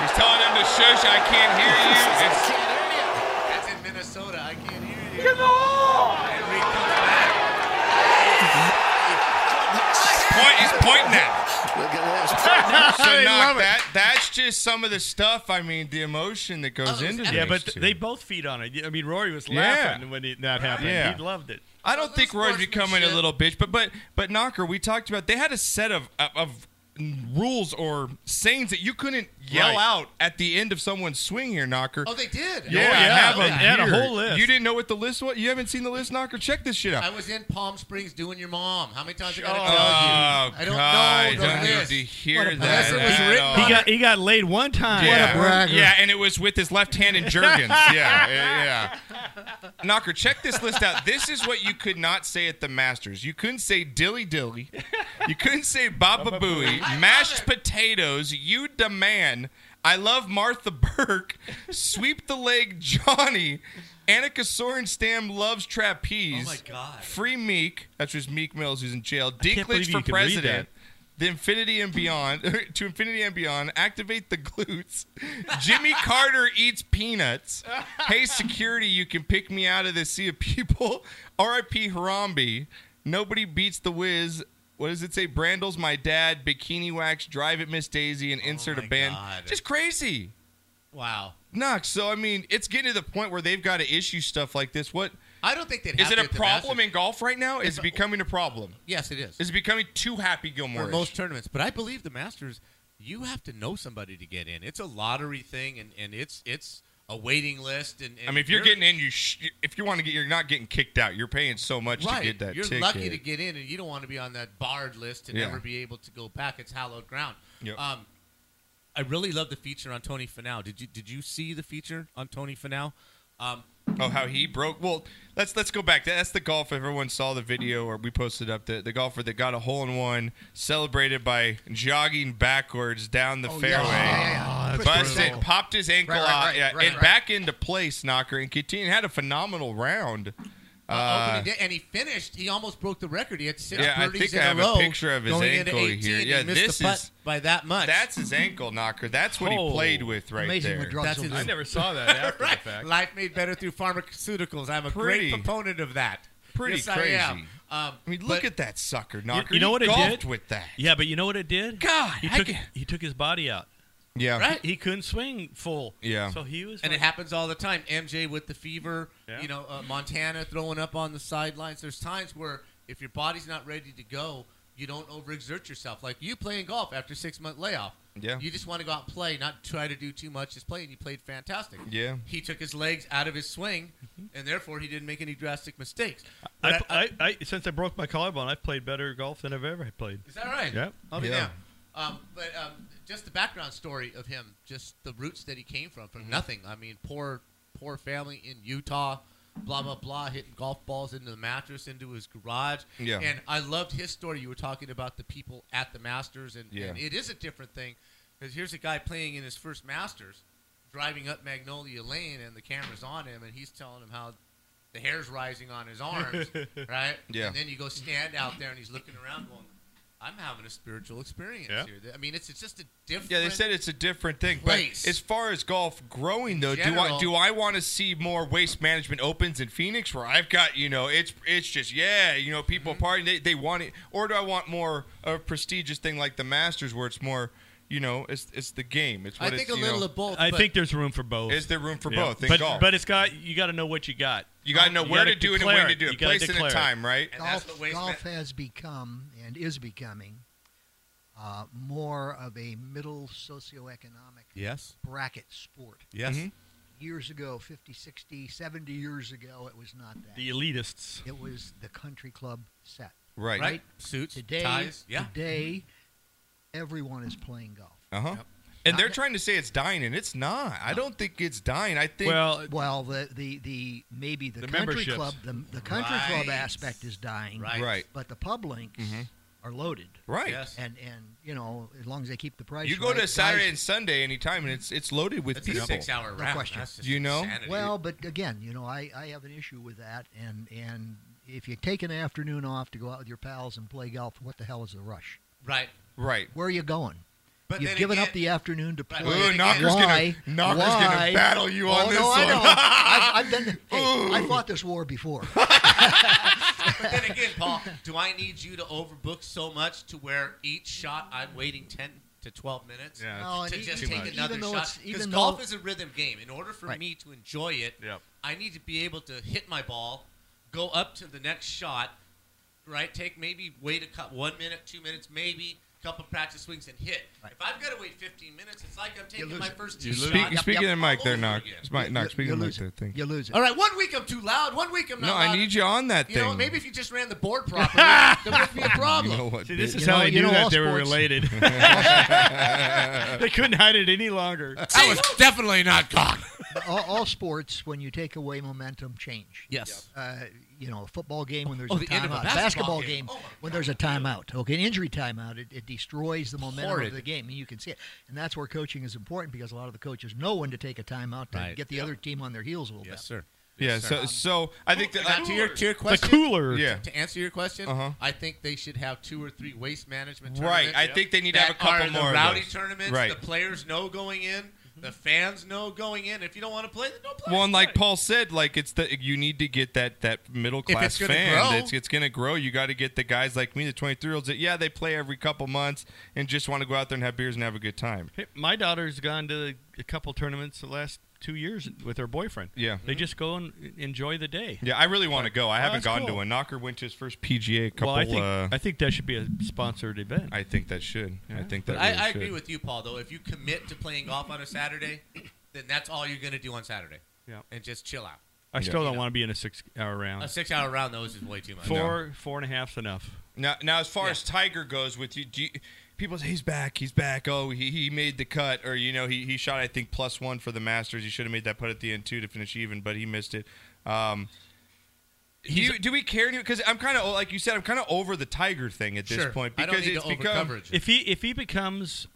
[SPEAKER 1] He's telling them to shush. I can't hear you. It's-
[SPEAKER 3] That's in Minnesota. I can't hear you. Come on! And Reed comes back.
[SPEAKER 1] point is pointing at.
[SPEAKER 8] Look at this.
[SPEAKER 1] So knock that. That's just some of the stuff. I mean, the emotion that goes
[SPEAKER 3] Oh,
[SPEAKER 1] into
[SPEAKER 3] it's
[SPEAKER 1] this.
[SPEAKER 4] Yeah, but th-
[SPEAKER 1] too.
[SPEAKER 4] they both feed on it. I mean, Rory was
[SPEAKER 1] Yeah.
[SPEAKER 4] laughing when he, that happened.
[SPEAKER 1] Yeah.
[SPEAKER 4] He loved it.
[SPEAKER 1] I don't think Roy's becoming a
[SPEAKER 3] Sportsmanship.
[SPEAKER 1] little bitch, but but but Knocker, we talked about. They had a set of of. of rules or sayings that you couldn't yell
[SPEAKER 4] Right.
[SPEAKER 1] out at the end of someone's swing here, Knocker.
[SPEAKER 3] Oh, they did.
[SPEAKER 1] yeah,
[SPEAKER 4] yeah.
[SPEAKER 1] I have
[SPEAKER 4] They
[SPEAKER 1] them
[SPEAKER 4] had a
[SPEAKER 1] here.
[SPEAKER 4] whole list.
[SPEAKER 1] You didn't know what the list was? You haven't seen the list, Knocker? Check this shit out.
[SPEAKER 3] I was in Palm Springs doing your mom. How many times I
[SPEAKER 1] oh,
[SPEAKER 3] gotta tell you? I
[SPEAKER 1] God,
[SPEAKER 3] don't know the
[SPEAKER 1] I
[SPEAKER 3] list.
[SPEAKER 1] need to hear
[SPEAKER 3] unless
[SPEAKER 1] that.
[SPEAKER 3] it was
[SPEAKER 1] at
[SPEAKER 3] written
[SPEAKER 1] all.
[SPEAKER 3] by
[SPEAKER 4] He got he got laid one time.
[SPEAKER 1] yeah.
[SPEAKER 5] bragger.
[SPEAKER 1] Yeah, and it was with his left hand in jerkins. yeah, yeah, yeah. Knocker, check this list out. This is what you could not say at the Masters. You couldn't say dilly dilly. You couldn't say baba booey. Mashed potatoes. You demand. I love Martha Burke. Sweep the leg, Johnny. Annika Sorenstam loves trapeze.
[SPEAKER 3] Oh my God.
[SPEAKER 1] Free Meek. That's just Meek Mills who's in jail.
[SPEAKER 4] can't believe
[SPEAKER 1] Dinklage
[SPEAKER 4] you
[SPEAKER 1] for
[SPEAKER 4] could read that.
[SPEAKER 1] president. The Infinity and Beyond, to Infinity and Beyond, activate the glutes. Jimmy Carter eats peanuts. Hey, security, you can pick me out of this sea of people. R.I.P. Harambe. Nobody beats the whiz. What does it say? Brandel's my dad. Bikini wax. Drive it, Miss Daisy, and insert a
[SPEAKER 3] Oh my
[SPEAKER 1] band.
[SPEAKER 3] God.
[SPEAKER 1] Just crazy.
[SPEAKER 3] Wow.
[SPEAKER 1] Knox. So I mean, it's getting to the point where they've got to issue stuff like this. What
[SPEAKER 3] I don't think they'd
[SPEAKER 1] is
[SPEAKER 3] have
[SPEAKER 1] it
[SPEAKER 3] to
[SPEAKER 1] a
[SPEAKER 3] at the
[SPEAKER 1] problem
[SPEAKER 3] Masters.
[SPEAKER 1] in golf right now? Is it becoming a problem?
[SPEAKER 3] yes, it is.
[SPEAKER 1] Is it becoming too happy Gilmore?
[SPEAKER 3] for most tournaments. But I believe the Masters, you have to know somebody to get in. It's a lottery thing, and, and it's it's a waiting list. And, and
[SPEAKER 1] I mean, if you're, getting in, you sh- if you want to get, you're not getting kicked out. You're paying so much
[SPEAKER 3] right,
[SPEAKER 1] to get that
[SPEAKER 3] you're
[SPEAKER 1] ticket.
[SPEAKER 3] lucky to get in, and you don't want to be on that barred list and
[SPEAKER 1] Yeah.
[SPEAKER 3] never be able to go back. It's hallowed ground.
[SPEAKER 1] Yep.
[SPEAKER 3] Um, I really love the feature on Tony Finau. Did you did you see the feature on Tony Finau? Um,
[SPEAKER 1] oh, how he broke. Well, let's let's go back. That's the golfer. Everyone saw the video, or we posted up the the golfer that got a hole in one, celebrated by jogging backwards down the
[SPEAKER 5] Oh, yeah,
[SPEAKER 1] fairway.
[SPEAKER 5] yeah, yeah, yeah.
[SPEAKER 3] Oh,
[SPEAKER 5] Twisted
[SPEAKER 1] Busted,
[SPEAKER 5] ankle.
[SPEAKER 1] popped his ankle
[SPEAKER 5] Right, right,
[SPEAKER 1] out,
[SPEAKER 5] right,
[SPEAKER 1] yeah,
[SPEAKER 5] right,
[SPEAKER 1] and
[SPEAKER 5] right.
[SPEAKER 1] back into place, knocker, and continued. Had a phenomenal round.
[SPEAKER 3] Uh,
[SPEAKER 1] Uh,
[SPEAKER 3] opening day, and he finished. He almost broke the record. He had six
[SPEAKER 1] Yeah, I
[SPEAKER 3] birdies
[SPEAKER 1] think
[SPEAKER 3] in
[SPEAKER 1] I have a
[SPEAKER 3] row
[SPEAKER 1] picture of his
[SPEAKER 3] going into
[SPEAKER 1] ankle
[SPEAKER 3] 18,
[SPEAKER 1] here.
[SPEAKER 3] and
[SPEAKER 1] Yeah,
[SPEAKER 3] he missed
[SPEAKER 1] this
[SPEAKER 3] the putt
[SPEAKER 1] is-
[SPEAKER 3] by that much.
[SPEAKER 1] that's his ankle, knocker. That's what
[SPEAKER 4] Oh,
[SPEAKER 1] he played with right
[SPEAKER 5] Amazing
[SPEAKER 1] there.
[SPEAKER 5] what drugs
[SPEAKER 3] That's
[SPEAKER 5] will
[SPEAKER 3] his-
[SPEAKER 5] do.
[SPEAKER 4] I never saw that after
[SPEAKER 3] right.
[SPEAKER 4] the fact.
[SPEAKER 3] Life made better through pharmaceuticals. I'm a
[SPEAKER 1] Pretty-
[SPEAKER 3] great proponent of that.
[SPEAKER 1] pretty
[SPEAKER 3] yes,
[SPEAKER 1] crazy.
[SPEAKER 3] I am. Um,
[SPEAKER 1] I mean, look
[SPEAKER 3] but-
[SPEAKER 1] at that sucker, knocker.
[SPEAKER 4] you know
[SPEAKER 1] He
[SPEAKER 4] what it
[SPEAKER 1] golfed
[SPEAKER 4] did?
[SPEAKER 1] with that.
[SPEAKER 4] Yeah, but you know what it did?
[SPEAKER 1] God,
[SPEAKER 4] he
[SPEAKER 1] I
[SPEAKER 4] took,
[SPEAKER 1] can-
[SPEAKER 4] he took his body out.
[SPEAKER 1] Yeah.
[SPEAKER 3] Right.
[SPEAKER 4] He couldn't swing full.
[SPEAKER 1] Yeah.
[SPEAKER 4] So he was.
[SPEAKER 3] and it
[SPEAKER 4] like-
[SPEAKER 3] happens all the time. MJ with the fever,
[SPEAKER 4] Yeah.
[SPEAKER 3] you know, uh, Montana throwing up on the sidelines. There's times where if your body's not ready to go, you don't overexert yourself. Like you playing golf after six month layoff.
[SPEAKER 1] Yeah.
[SPEAKER 3] You just want to go out and play, not try to do too much. Just play, and you played fantastic.
[SPEAKER 1] Yeah.
[SPEAKER 3] He took his legs out of his swing, and therefore he didn't make any drastic mistakes.
[SPEAKER 4] I,
[SPEAKER 3] But I-
[SPEAKER 4] I, I, since I broke my collarbone, I've played better golf than I've ever played.
[SPEAKER 3] Is that right?
[SPEAKER 4] Yep.
[SPEAKER 3] I'll be
[SPEAKER 1] Yeah.
[SPEAKER 3] down. Um, but um, just the background story of him, just the roots that he came from, from
[SPEAKER 1] Mm-hmm.
[SPEAKER 3] nothing. I mean, poor, poor family in Utah, blah blah blah, hitting golf balls into the mattress, into his garage.
[SPEAKER 1] Yeah.
[SPEAKER 3] And I loved his story. You were talking about the people at the Masters, and,
[SPEAKER 1] Yeah.
[SPEAKER 3] and it is a different thing. Because here's a guy playing in his first Masters, driving up Magnolia Lane, and the camera's on him, and he's telling him how the hair's rising on his arms, right?
[SPEAKER 1] Yeah.
[SPEAKER 3] And then you go stand out there, and he's looking around, going, "I'm having a spiritual experience
[SPEAKER 4] Yeah.
[SPEAKER 3] here." I mean, it's, it's just a different.
[SPEAKER 1] Yeah, they said it's a different thing.
[SPEAKER 3] Place.
[SPEAKER 1] But as far as golf growing, though, do I
[SPEAKER 3] general-
[SPEAKER 1] do I want to see more waste management opens in Phoenix, where I've got you know it's it's just yeah you know people
[SPEAKER 3] Mm-hmm.
[SPEAKER 1] partying they, they want it, or do I want more of a prestigious thing like the Masters, where it's more you know it's it's the game. It's
[SPEAKER 3] I
[SPEAKER 1] what
[SPEAKER 3] think a
[SPEAKER 1] it's, you
[SPEAKER 3] little
[SPEAKER 1] know,
[SPEAKER 3] of both.
[SPEAKER 4] I
[SPEAKER 3] but
[SPEAKER 4] think there's room for both.
[SPEAKER 1] is there room for
[SPEAKER 4] Yeah.
[SPEAKER 1] both in
[SPEAKER 4] but,
[SPEAKER 1] golf?
[SPEAKER 4] But it's got you got to know what you got.
[SPEAKER 1] you got to know
[SPEAKER 4] You
[SPEAKER 1] where
[SPEAKER 4] gotta
[SPEAKER 1] to do it and
[SPEAKER 4] declare
[SPEAKER 1] when to
[SPEAKER 4] it.
[SPEAKER 1] do
[SPEAKER 4] You
[SPEAKER 1] it,
[SPEAKER 4] gotta
[SPEAKER 1] place and a
[SPEAKER 4] declare it.
[SPEAKER 1] time, right?
[SPEAKER 3] And that's
[SPEAKER 5] golf,
[SPEAKER 3] what waste
[SPEAKER 5] golf has become and is becoming uh, more of a middle socioeconomic
[SPEAKER 3] yes,
[SPEAKER 5] bracket sport.
[SPEAKER 3] yes.
[SPEAKER 1] Mm-hmm.
[SPEAKER 5] Years ago, 50, 60, 70 years ago, it was not that.
[SPEAKER 4] The elitists.
[SPEAKER 5] it was the country club set.
[SPEAKER 1] Right.
[SPEAKER 3] Right. Suits,
[SPEAKER 5] Today,
[SPEAKER 3] ties. Yeah.
[SPEAKER 5] today, everyone is playing golf.
[SPEAKER 1] Uh huh. And they're
[SPEAKER 5] Not-
[SPEAKER 1] trying to say it's dying, and it's not. I don't think it's dying. I think
[SPEAKER 3] Uh,
[SPEAKER 4] Well,
[SPEAKER 5] Well, the, the, the maybe the,
[SPEAKER 4] The
[SPEAKER 5] country
[SPEAKER 4] memberships.
[SPEAKER 5] club the, the country club
[SPEAKER 3] Right.
[SPEAKER 5] aspect is dying,
[SPEAKER 3] Right.
[SPEAKER 1] Right.
[SPEAKER 5] But the pub links
[SPEAKER 4] Mm-hmm.
[SPEAKER 5] are loaded,
[SPEAKER 1] right.
[SPEAKER 3] Yes.
[SPEAKER 5] and and you know as long as they keep the price,
[SPEAKER 1] You go
[SPEAKER 5] right,
[SPEAKER 1] to Saturday
[SPEAKER 5] guys-
[SPEAKER 1] and Sunday anytime, and it's it's loaded with
[SPEAKER 3] That's a
[SPEAKER 1] people.
[SPEAKER 3] six-hour round.
[SPEAKER 5] question.
[SPEAKER 3] That's just
[SPEAKER 1] You know?
[SPEAKER 3] insanity.
[SPEAKER 5] Well, but again, you know, I, I have an issue with that, and and if you take an afternoon off to go out with your pals and play golf, what the hell is the rush?
[SPEAKER 3] right.
[SPEAKER 1] Right.
[SPEAKER 5] Where are you going?
[SPEAKER 3] But
[SPEAKER 5] You've
[SPEAKER 3] then
[SPEAKER 5] given up
[SPEAKER 3] again-
[SPEAKER 5] the afternoon to play.
[SPEAKER 3] Right. Ooh,
[SPEAKER 1] Knocker's gonna-
[SPEAKER 5] why?
[SPEAKER 1] Knocker's
[SPEAKER 5] why?
[SPEAKER 1] gonna battle you
[SPEAKER 5] oh,
[SPEAKER 1] on this
[SPEAKER 5] no, I
[SPEAKER 1] one.
[SPEAKER 5] don't. I've, I've been. Hey, I fought this war before.
[SPEAKER 3] But then again, Paul, do I need you to overbook so much to where each shot I'm waiting 10 to 12 minutes
[SPEAKER 4] Yeah,
[SPEAKER 5] No,
[SPEAKER 3] to
[SPEAKER 5] and
[SPEAKER 3] just
[SPEAKER 5] even-
[SPEAKER 3] take
[SPEAKER 5] even
[SPEAKER 3] another
[SPEAKER 5] though
[SPEAKER 3] shot?
[SPEAKER 5] it's-
[SPEAKER 3] Because
[SPEAKER 5] even
[SPEAKER 3] golf
[SPEAKER 5] though-
[SPEAKER 3] is a rhythm game. In order for
[SPEAKER 5] Right.
[SPEAKER 3] me to enjoy it,
[SPEAKER 4] Yep.
[SPEAKER 3] I need to be able to hit my ball, go up to the next shot, right? Take maybe wait a cut one minute, two minutes, maybe, couple practice swings and hit. If I've got to wait 15 minutes, it's like I'm taking
[SPEAKER 5] lose
[SPEAKER 3] my
[SPEAKER 5] it.
[SPEAKER 3] first
[SPEAKER 5] You
[SPEAKER 3] two
[SPEAKER 5] lose
[SPEAKER 3] shots.
[SPEAKER 5] it.
[SPEAKER 1] Speak,
[SPEAKER 5] Yep,
[SPEAKER 1] speaking
[SPEAKER 5] yep.
[SPEAKER 1] to Mike
[SPEAKER 3] All
[SPEAKER 1] there,
[SPEAKER 3] over
[SPEAKER 1] Knock.
[SPEAKER 3] again.
[SPEAKER 1] It's Mike, Knock.
[SPEAKER 5] You-
[SPEAKER 1] Speaking
[SPEAKER 5] you
[SPEAKER 1] to Mike
[SPEAKER 5] lose
[SPEAKER 1] there.
[SPEAKER 5] it.
[SPEAKER 1] Thing.
[SPEAKER 5] You lose it.
[SPEAKER 3] All right, one week I'm too loud, one week I'm not
[SPEAKER 1] No,
[SPEAKER 3] loud.
[SPEAKER 1] I need you on that
[SPEAKER 3] You know,
[SPEAKER 1] thing.
[SPEAKER 3] maybe if you just ran the board properly, there wouldn't be a problem.
[SPEAKER 1] You know what?
[SPEAKER 7] See, this
[SPEAKER 1] dude?
[SPEAKER 7] is
[SPEAKER 5] know-
[SPEAKER 7] how they
[SPEAKER 5] you
[SPEAKER 7] knew
[SPEAKER 5] know, all
[SPEAKER 7] that they were
[SPEAKER 5] sports-
[SPEAKER 7] related. they couldn't hide it any longer.
[SPEAKER 6] That was definitely not cock.
[SPEAKER 5] all, all sports, when you take away momentum, change.
[SPEAKER 3] Yes.
[SPEAKER 5] Uh, you know, a football game when there's
[SPEAKER 3] Oh,
[SPEAKER 5] a
[SPEAKER 3] the end of a
[SPEAKER 5] timeout,
[SPEAKER 3] basketball
[SPEAKER 5] basketball
[SPEAKER 3] game.
[SPEAKER 5] game,
[SPEAKER 3] Oh, my
[SPEAKER 5] when there's a timeout. Okay, an injury timeout, it, it destroys the momentum
[SPEAKER 3] Horrid.
[SPEAKER 5] of the game, and you can see it. And that's where coaching is important because a lot of the coaches know when to take a timeout to
[SPEAKER 3] Right.
[SPEAKER 5] get the other team on their heels a little
[SPEAKER 3] Yes,
[SPEAKER 5] bit.
[SPEAKER 3] sir.
[SPEAKER 1] yeah. So, so I think that
[SPEAKER 3] Now, uh, to your to your
[SPEAKER 7] The
[SPEAKER 3] question,
[SPEAKER 7] cooler.
[SPEAKER 1] Yeah.
[SPEAKER 3] to answer your question,
[SPEAKER 1] Uh-huh.
[SPEAKER 3] I think they should have two or three waste management
[SPEAKER 1] Right,
[SPEAKER 3] tournaments.
[SPEAKER 1] I think they need to have
[SPEAKER 3] that
[SPEAKER 1] a couple
[SPEAKER 3] are
[SPEAKER 1] more
[SPEAKER 3] The
[SPEAKER 1] of
[SPEAKER 3] rowdy
[SPEAKER 1] those.
[SPEAKER 3] tournaments.
[SPEAKER 1] Right.
[SPEAKER 3] The players know going in. The fans know going in. If you don't want to play, then don't play.
[SPEAKER 1] Well, and like Paul said, like it's the you need to get that that middle
[SPEAKER 3] If
[SPEAKER 1] class
[SPEAKER 3] it's gonna
[SPEAKER 1] fan.
[SPEAKER 3] grow.
[SPEAKER 1] It's it's gonna grow. You got to get the guys like me, the twenty three year olds that yeah they play every couple months and just want to go out there and have beers and have a good time.
[SPEAKER 7] Hey, My daughter's gone to a couple tournaments the last two years with her boyfriend.
[SPEAKER 1] Yeah.
[SPEAKER 7] They just go and enjoy the day.
[SPEAKER 1] Yeah, I really want to go. I
[SPEAKER 3] oh,
[SPEAKER 1] haven't
[SPEAKER 7] that's
[SPEAKER 1] gone to
[SPEAKER 7] cool.
[SPEAKER 1] one. Knocker went to his first PGA. A couple.
[SPEAKER 7] well, I think
[SPEAKER 1] uh,
[SPEAKER 7] I think that should be a sponsored event.
[SPEAKER 1] I think that should. I think that.
[SPEAKER 3] But I,
[SPEAKER 1] really
[SPEAKER 3] I
[SPEAKER 1] should.
[SPEAKER 3] agree with you, Paul. Though, if you commit to playing golf on a Saturday, then that's all you're going to do on Saturday.
[SPEAKER 7] Yeah.
[SPEAKER 3] And just chill out.
[SPEAKER 7] I
[SPEAKER 1] Yeah.
[SPEAKER 7] still don't want to be in a six-hour round.
[SPEAKER 3] A six-hour round though is just way too much.
[SPEAKER 7] four four and a half's enough.
[SPEAKER 1] Now, now as far
[SPEAKER 3] Yeah.
[SPEAKER 1] as Tiger goes, with you, do you, people say he's back, he's back. Oh, he, he made the cut, or you know, he, he shot I think plus one for the Masters. He should have made that putt at the end too to finish even, but he missed it. Um, do, you- do we care? Because I'm kind of like you said, I'm kind of over the Tiger thing at this
[SPEAKER 3] Sure.
[SPEAKER 1] point
[SPEAKER 3] I
[SPEAKER 1] because
[SPEAKER 3] don't need
[SPEAKER 1] it's
[SPEAKER 3] to
[SPEAKER 1] become
[SPEAKER 3] overcoverage.
[SPEAKER 7] If he if he becomes,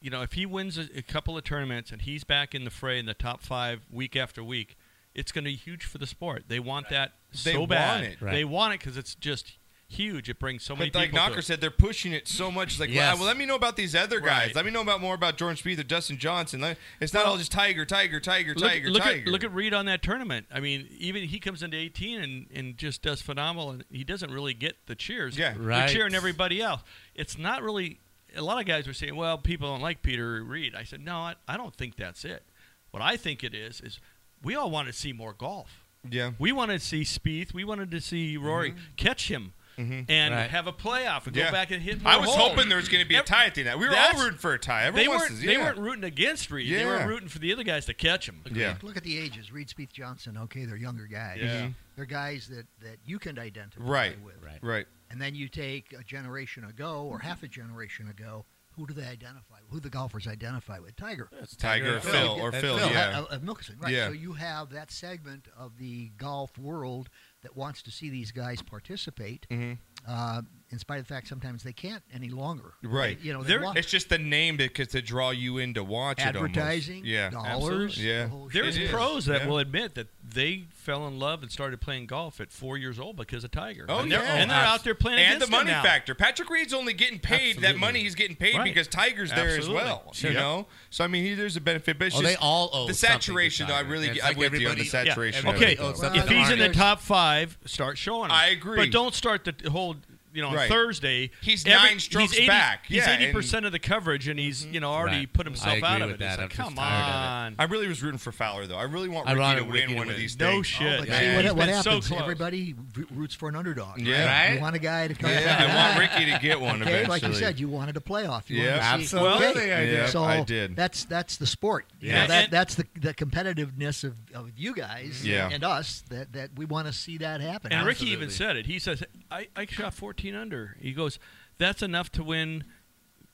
[SPEAKER 7] you know, if he wins a, a couple of tournaments and he's back in the fray in the top five week after week, it's going to be huge for the sport. They want that
[SPEAKER 1] They
[SPEAKER 7] so
[SPEAKER 1] want
[SPEAKER 7] bad.
[SPEAKER 1] it.
[SPEAKER 7] They want it because it's just huge. It brings so many
[SPEAKER 1] But like
[SPEAKER 7] people.
[SPEAKER 1] Knocker
[SPEAKER 7] to it.
[SPEAKER 1] said, they're pushing it so much. Like,
[SPEAKER 3] Yes.
[SPEAKER 1] well, well, let me know about these other guys.
[SPEAKER 7] Right.
[SPEAKER 1] Let me know about more about Jordan Spieth or Dustin Johnson. Let- It's not all just Tiger, Tiger, Tiger,
[SPEAKER 7] Look,
[SPEAKER 1] Tiger,
[SPEAKER 7] look
[SPEAKER 1] Tiger.
[SPEAKER 7] at look at Reed on that tournament. I mean, even he comes into 18 and, and just does phenomenal, and he doesn't really get the cheers.
[SPEAKER 1] Yeah.
[SPEAKER 7] They're
[SPEAKER 3] Right.
[SPEAKER 7] cheering everybody else. It's not really. A lot of guys were saying, "Well, people don't like Peter Reed." I said, "No, I, I don't think that's it. What I think it is is we all want to see more golf.
[SPEAKER 1] yeah.
[SPEAKER 7] We wanted to see Spieth. We wanted to see Rory catch him and
[SPEAKER 3] Right.
[SPEAKER 7] have a playoff and
[SPEAKER 1] Mm-hmm. Yeah.
[SPEAKER 7] go back and hit." More
[SPEAKER 1] I was
[SPEAKER 7] holes.
[SPEAKER 1] hoping there was going to be a
[SPEAKER 7] Ev-
[SPEAKER 1] tie at the end. We were all
[SPEAKER 7] That's-
[SPEAKER 1] rooting for a tie. Everyone
[SPEAKER 7] They
[SPEAKER 1] wants
[SPEAKER 7] weren't.
[SPEAKER 1] to-
[SPEAKER 7] They
[SPEAKER 1] yeah.
[SPEAKER 7] weren't rooting against Reed. They
[SPEAKER 1] Yeah.
[SPEAKER 7] were rooting for the other guys to catch him.
[SPEAKER 1] Yeah.
[SPEAKER 5] Look at the ages. Reed Spieth Johnson. Okay, they're younger guys.
[SPEAKER 7] Yeah. Mhm.
[SPEAKER 5] They're guys that, that you can identify
[SPEAKER 1] Right.
[SPEAKER 5] with.
[SPEAKER 3] Right.
[SPEAKER 1] Right.
[SPEAKER 5] And then you take a generation ago or half a generation ago, who do they identify? Who do the golfers identify with? Tiger.
[SPEAKER 1] Tiger,
[SPEAKER 3] Tiger,
[SPEAKER 1] or Phil,
[SPEAKER 3] Phil.
[SPEAKER 1] or
[SPEAKER 3] That's
[SPEAKER 1] Phil,
[SPEAKER 3] Phil.
[SPEAKER 1] yeah.
[SPEAKER 5] Uh, uh, Mickelson, right?
[SPEAKER 1] Yeah.
[SPEAKER 5] So you have that segment of the golf world that wants to see these guys participate,
[SPEAKER 1] Mm-hmm.
[SPEAKER 5] uh, in spite of the fact sometimes they can't any longer.
[SPEAKER 1] Right.
[SPEAKER 5] They- you know, they
[SPEAKER 7] There-
[SPEAKER 5] want
[SPEAKER 1] It's just the name because to draw you in to watch
[SPEAKER 5] advertising,
[SPEAKER 1] it. Almost. Yeah.
[SPEAKER 5] dollars.
[SPEAKER 1] absolutely. Yeah.
[SPEAKER 5] the whole
[SPEAKER 7] There's
[SPEAKER 1] It
[SPEAKER 5] shebang.
[SPEAKER 1] is,
[SPEAKER 7] pros that
[SPEAKER 1] yeah.
[SPEAKER 7] will admit that they fell in love and started playing golf at four years old because of Tiger.
[SPEAKER 1] Oh,
[SPEAKER 7] and they're,
[SPEAKER 1] yeah.
[SPEAKER 7] and they're out there playing
[SPEAKER 1] And the
[SPEAKER 7] against him
[SPEAKER 1] money
[SPEAKER 7] now.
[SPEAKER 1] factor. Patrick Reed's only getting paid that
[SPEAKER 3] Absolutely.
[SPEAKER 1] money he's getting paid
[SPEAKER 7] Right.
[SPEAKER 1] because Tiger's there
[SPEAKER 7] Absolutely.
[SPEAKER 1] as well.
[SPEAKER 7] Sure.
[SPEAKER 1] You know, so I mean, he, there's a benefit, but it's
[SPEAKER 3] Oh,
[SPEAKER 1] just
[SPEAKER 3] they all owe
[SPEAKER 1] the
[SPEAKER 3] something to
[SPEAKER 1] saturation. Though I
[SPEAKER 3] Tiger.
[SPEAKER 1] really,
[SPEAKER 3] It's
[SPEAKER 1] I'm
[SPEAKER 3] like
[SPEAKER 1] with you on the
[SPEAKER 3] everybody- yeah,
[SPEAKER 1] saturation. of
[SPEAKER 7] Okay,
[SPEAKER 1] it,
[SPEAKER 3] Oh,
[SPEAKER 1] though.
[SPEAKER 3] something
[SPEAKER 7] if he's in the
[SPEAKER 5] There's-
[SPEAKER 7] top five, start showing him.
[SPEAKER 1] I agree.
[SPEAKER 7] but don't start the whole. You know, on
[SPEAKER 1] Right.
[SPEAKER 7] Thursday
[SPEAKER 1] He's
[SPEAKER 7] every-
[SPEAKER 1] nine strokes
[SPEAKER 7] he's 80,
[SPEAKER 1] back.
[SPEAKER 7] He's
[SPEAKER 1] Yeah, Mm-hmm.
[SPEAKER 7] eighty percent of the coverage, and he's you know already
[SPEAKER 3] Right.
[SPEAKER 7] put himself
[SPEAKER 3] I agree
[SPEAKER 7] out of
[SPEAKER 3] with
[SPEAKER 7] it.
[SPEAKER 3] that.
[SPEAKER 7] It's like,
[SPEAKER 3] I'm just
[SPEAKER 7] come
[SPEAKER 3] tired
[SPEAKER 7] on,
[SPEAKER 1] I really was rooting for Fowler though. I really want
[SPEAKER 3] I
[SPEAKER 1] Ricky
[SPEAKER 3] wanted
[SPEAKER 1] to
[SPEAKER 3] Ricky
[SPEAKER 1] win
[SPEAKER 3] to
[SPEAKER 1] one
[SPEAKER 3] win.
[SPEAKER 1] of these
[SPEAKER 7] no
[SPEAKER 1] things.
[SPEAKER 7] shit.
[SPEAKER 5] But
[SPEAKER 7] man.
[SPEAKER 5] see
[SPEAKER 7] He's
[SPEAKER 5] what, what
[SPEAKER 7] been so
[SPEAKER 5] happens?
[SPEAKER 7] close.
[SPEAKER 5] Everybody ro- roots for an underdog.
[SPEAKER 1] Yeah.
[SPEAKER 3] Right?
[SPEAKER 5] You want a guy to come.
[SPEAKER 1] Yeah, I want
[SPEAKER 5] back.
[SPEAKER 1] Ricky to get one
[SPEAKER 5] Okay,
[SPEAKER 1] eventually.
[SPEAKER 5] like you said, you wanted a playoff. You
[SPEAKER 1] Yeah.
[SPEAKER 5] wanted to see-
[SPEAKER 6] Absolutely,
[SPEAKER 5] okay.
[SPEAKER 6] I
[SPEAKER 1] did.
[SPEAKER 5] So
[SPEAKER 1] I did.
[SPEAKER 5] That's that's the sport. You know,
[SPEAKER 7] Yeah.
[SPEAKER 5] that,
[SPEAKER 7] And-
[SPEAKER 5] that's the, the competitiveness of, of you guys
[SPEAKER 1] Yeah.
[SPEAKER 5] and us that, that we want to see that happen.
[SPEAKER 7] And Ricky
[SPEAKER 3] Absolutely.
[SPEAKER 7] even said it. He says, I, I shot 14 under. He goes, that's enough to win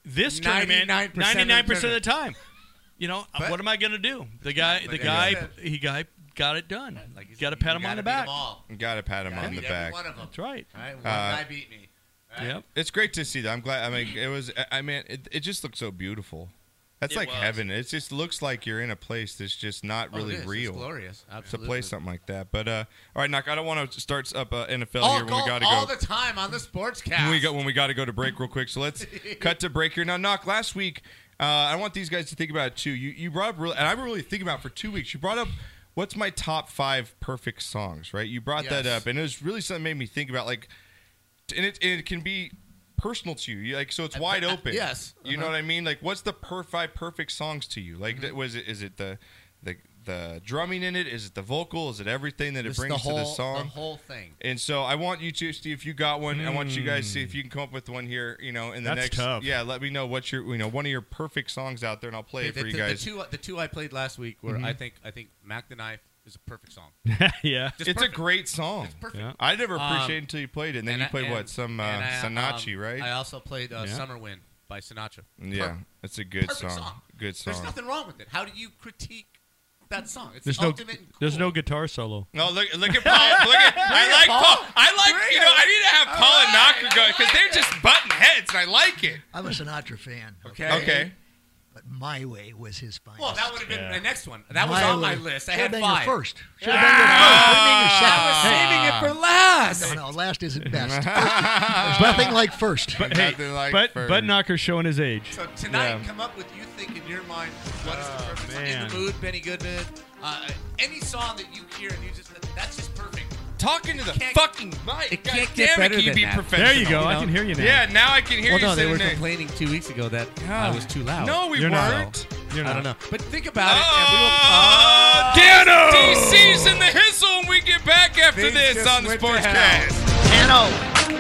[SPEAKER 7] this tournament
[SPEAKER 3] 99% of the
[SPEAKER 7] 99% of the
[SPEAKER 3] tournament.
[SPEAKER 7] time. You know, uh,
[SPEAKER 3] But-
[SPEAKER 7] what am I going to do? The guy, the
[SPEAKER 3] Like I
[SPEAKER 7] guy,
[SPEAKER 3] said.
[SPEAKER 7] he guy got it done.
[SPEAKER 3] Like you
[SPEAKER 7] got to
[SPEAKER 3] said,
[SPEAKER 7] pat
[SPEAKER 3] you
[SPEAKER 7] him on
[SPEAKER 3] gotta
[SPEAKER 7] the
[SPEAKER 3] beat
[SPEAKER 7] back.
[SPEAKER 3] them all.
[SPEAKER 1] You gotta pat him
[SPEAKER 3] Gotta
[SPEAKER 1] on the
[SPEAKER 3] beat every
[SPEAKER 1] back.
[SPEAKER 3] One of them.
[SPEAKER 7] That's right.
[SPEAKER 3] All right, one
[SPEAKER 1] Uh,
[SPEAKER 3] guy beat me. All right?
[SPEAKER 7] Yep.
[SPEAKER 1] It's great to see that. I'm glad. I mean, it was. I- I mean, it, it just looks so beautiful. That's
[SPEAKER 3] It
[SPEAKER 1] like
[SPEAKER 3] was.
[SPEAKER 1] heaven. It just looks like you're in a place that's just not
[SPEAKER 3] Oh, it
[SPEAKER 1] really
[SPEAKER 3] is. It's
[SPEAKER 1] real
[SPEAKER 3] glorious.
[SPEAKER 1] to
[SPEAKER 3] Absolutely.
[SPEAKER 1] play something like that. But uh, all right, knock. I don't want to start up uh, NFL
[SPEAKER 3] all
[SPEAKER 1] here when we
[SPEAKER 3] go-
[SPEAKER 1] got to
[SPEAKER 3] all
[SPEAKER 1] go.
[SPEAKER 3] the time on the sports
[SPEAKER 1] When
[SPEAKER 3] cast.
[SPEAKER 1] we got when we got to go to break real quick. So let's cut to break here now. Knock. Last week, uh, I want these guys to think about it too. You you brought up really, and I've been really thinking about it for two weeks. You brought up. What's my top five perfect songs, right? You brought that
[SPEAKER 3] Yes.
[SPEAKER 1] up, and it was really something that made me think about like and it, and it can be personal to you. you like so, it's
[SPEAKER 3] Uh,
[SPEAKER 1] wide
[SPEAKER 3] uh,
[SPEAKER 1] open.
[SPEAKER 3] yes.
[SPEAKER 1] you know
[SPEAKER 3] Uh-huh. Mm-hmm.
[SPEAKER 1] what I mean. Like, what's the per five perfect songs to you? Like, that was it? Is it the the the drumming in it? Is it the vocal? Is it everything that it
[SPEAKER 3] It's
[SPEAKER 1] brings
[SPEAKER 3] the whole,
[SPEAKER 1] to the song?
[SPEAKER 3] The whole thing.
[SPEAKER 1] And so I want you to see if you got one. I want you guys to see if
[SPEAKER 3] Hmm.
[SPEAKER 1] you can come up with one here. You know, in the
[SPEAKER 2] That's
[SPEAKER 1] next,
[SPEAKER 2] tough.
[SPEAKER 1] yeah. Let me know what your, you know, one of your perfect songs out there, and I'll play
[SPEAKER 3] Okay,
[SPEAKER 1] it
[SPEAKER 3] the,
[SPEAKER 1] for you
[SPEAKER 3] the- the
[SPEAKER 1] guys. Mm-hmm.
[SPEAKER 3] two, the two I played last week were I think I think Mac the Knife is a perfect song.
[SPEAKER 4] yeah.
[SPEAKER 3] Just
[SPEAKER 1] it's
[SPEAKER 3] perfect.
[SPEAKER 1] a great song.
[SPEAKER 3] It's perfect.
[SPEAKER 4] Yeah.
[SPEAKER 1] I never
[SPEAKER 3] Um,
[SPEAKER 1] appreciated it until you played it. And then you
[SPEAKER 3] I-
[SPEAKER 1] played what? Some uh,
[SPEAKER 3] and I, um,
[SPEAKER 1] Sinachi, right?
[SPEAKER 3] I also played uh,
[SPEAKER 4] Yeah.
[SPEAKER 3] Summer Wind by Sinatra.
[SPEAKER 1] yeah,
[SPEAKER 3] Per-
[SPEAKER 1] it's a good
[SPEAKER 3] perfect
[SPEAKER 1] song.
[SPEAKER 3] song.
[SPEAKER 1] Good
[SPEAKER 3] There's
[SPEAKER 1] song.
[SPEAKER 3] nothing wrong with it. How do you critique that song? It's
[SPEAKER 4] There's
[SPEAKER 3] the
[SPEAKER 4] no,
[SPEAKER 3] ultimate. and
[SPEAKER 4] there's
[SPEAKER 3] cool.
[SPEAKER 4] no guitar solo.
[SPEAKER 1] No, Oh, look, look at Paul. Look at, I like Paul. I like, you know, I need to have Paul and Knocker go because they're just button heads, and I like it.
[SPEAKER 5] I'm a Sinatra fan. Okay.
[SPEAKER 1] Okay.
[SPEAKER 5] But My Way was his finest.
[SPEAKER 3] Well, that would have been
[SPEAKER 4] Yeah.
[SPEAKER 3] the next one. That was
[SPEAKER 5] My
[SPEAKER 3] on my
[SPEAKER 5] Way.
[SPEAKER 3] list. I
[SPEAKER 5] Should've
[SPEAKER 3] had
[SPEAKER 5] been
[SPEAKER 3] five.
[SPEAKER 5] Your first. Should have been your first. Should have
[SPEAKER 3] Saving it for last.
[SPEAKER 5] been your second. No, no, last isn't best. There's nothing like first.
[SPEAKER 1] Nothing like
[SPEAKER 4] but
[SPEAKER 1] first.
[SPEAKER 4] but Knocker's showing his age.
[SPEAKER 3] So tonight,
[SPEAKER 1] Yeah.
[SPEAKER 3] come up with you think in your mind what is the perfect song?
[SPEAKER 4] man.
[SPEAKER 3] In the mood, Benny Goodman. Uh, any song that you hear and you just that's just perfect.
[SPEAKER 1] talking to the
[SPEAKER 3] Can't-
[SPEAKER 1] fucking mic.
[SPEAKER 3] It
[SPEAKER 1] God
[SPEAKER 3] can't get
[SPEAKER 1] damn
[SPEAKER 3] better
[SPEAKER 1] it, you
[SPEAKER 3] than
[SPEAKER 1] be
[SPEAKER 3] that.
[SPEAKER 1] professional.
[SPEAKER 4] There you go. I
[SPEAKER 3] know.
[SPEAKER 4] can hear you now.
[SPEAKER 1] Yeah, now I can hear you. say the name.
[SPEAKER 3] complaining two weeks ago that
[SPEAKER 1] God. No, we
[SPEAKER 4] You're not.
[SPEAKER 1] weren't.
[SPEAKER 4] You're not.
[SPEAKER 3] But think about
[SPEAKER 1] Uh, Dano! DC's in the hizzle when we get back after
[SPEAKER 3] Things
[SPEAKER 1] this
[SPEAKER 3] just
[SPEAKER 1] on the
[SPEAKER 3] went to
[SPEAKER 1] Sportscast.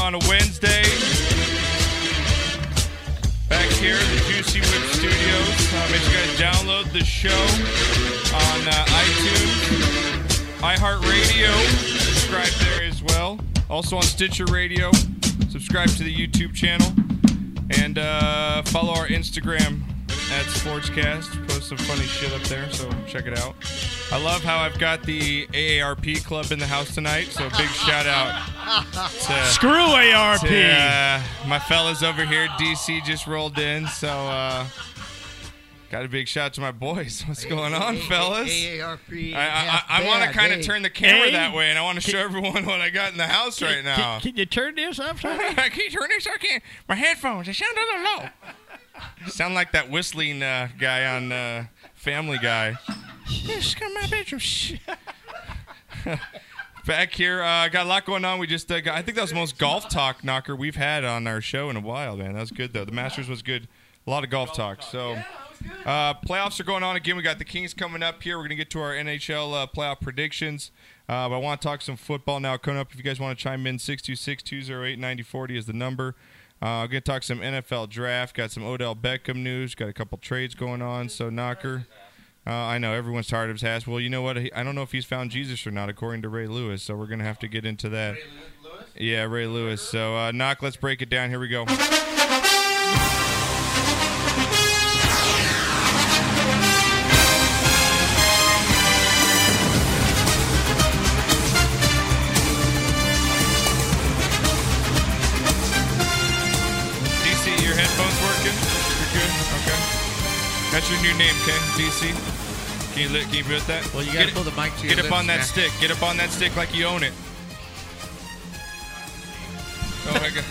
[SPEAKER 1] on a Wednesday. Back here at the Juicy Whip Studios. Uh, make sure you guys download the show on uh, iTunes, iHeartRadio. Subscribe there as well. Also on Stitcher Radio. Subscribe to the YouTube channel. And uh, follow our Instagram at Sportscast. Post some funny shit up there, so check it out. I love how I've got the AARP club in the house tonight, so big shout out to
[SPEAKER 7] Screw ARP.
[SPEAKER 1] yeah, my fellas over here, DC just rolled in, so uh, got a big shout out to my boys. What's going on, fellas?
[SPEAKER 5] AARP.
[SPEAKER 1] I, I, I want to kind of turn the camera that way, and I want to show everyone what I got in the house right now.
[SPEAKER 7] Can, can you turn this up? Sonny?
[SPEAKER 1] I keep turning this. I can't. My headphones. They sound a little low. sound like that whistling uh, guy on uh, Family Guy. Yes, come my bedroom. Shh. Back here, uh, got a lot going on. We just, uh, got, I think that was the most golf talk knocker we've had on our show in a while, man. That was good though. The Masters was good. A lot of golf, talk. So. Uh, playoffs are going on again. We got the Kings coming up here. We're going to get to our NHL uh, playoff predictions. Uh, but I want to talk some football now coming up. If you guys want to chime in, 626 208 9040 is the number. Uh, I'm going to talk some NFL draft. Got some Odell Beckham news. Got a couple trades going on. So, knocker. Uh, I know everyone's tired of his ass. Well, you know what? He- I don't know if he's found Jesus or not, according to Ray Lewis. So, we're going to have to get into that. Yeah, Ray Lewis. So, uh, knock, let's break it down. Here we go. DC, your headphones working? You're good? Okay. That's your new name, Ken. DC. Can you, li- can you put that?
[SPEAKER 2] Well, you
[SPEAKER 1] Get
[SPEAKER 2] gotta
[SPEAKER 1] it-
[SPEAKER 2] pull the mic to your
[SPEAKER 1] Get up
[SPEAKER 2] lips
[SPEAKER 1] on that
[SPEAKER 2] now.
[SPEAKER 1] stick. Get up on that stick like you own it. Oh, I got,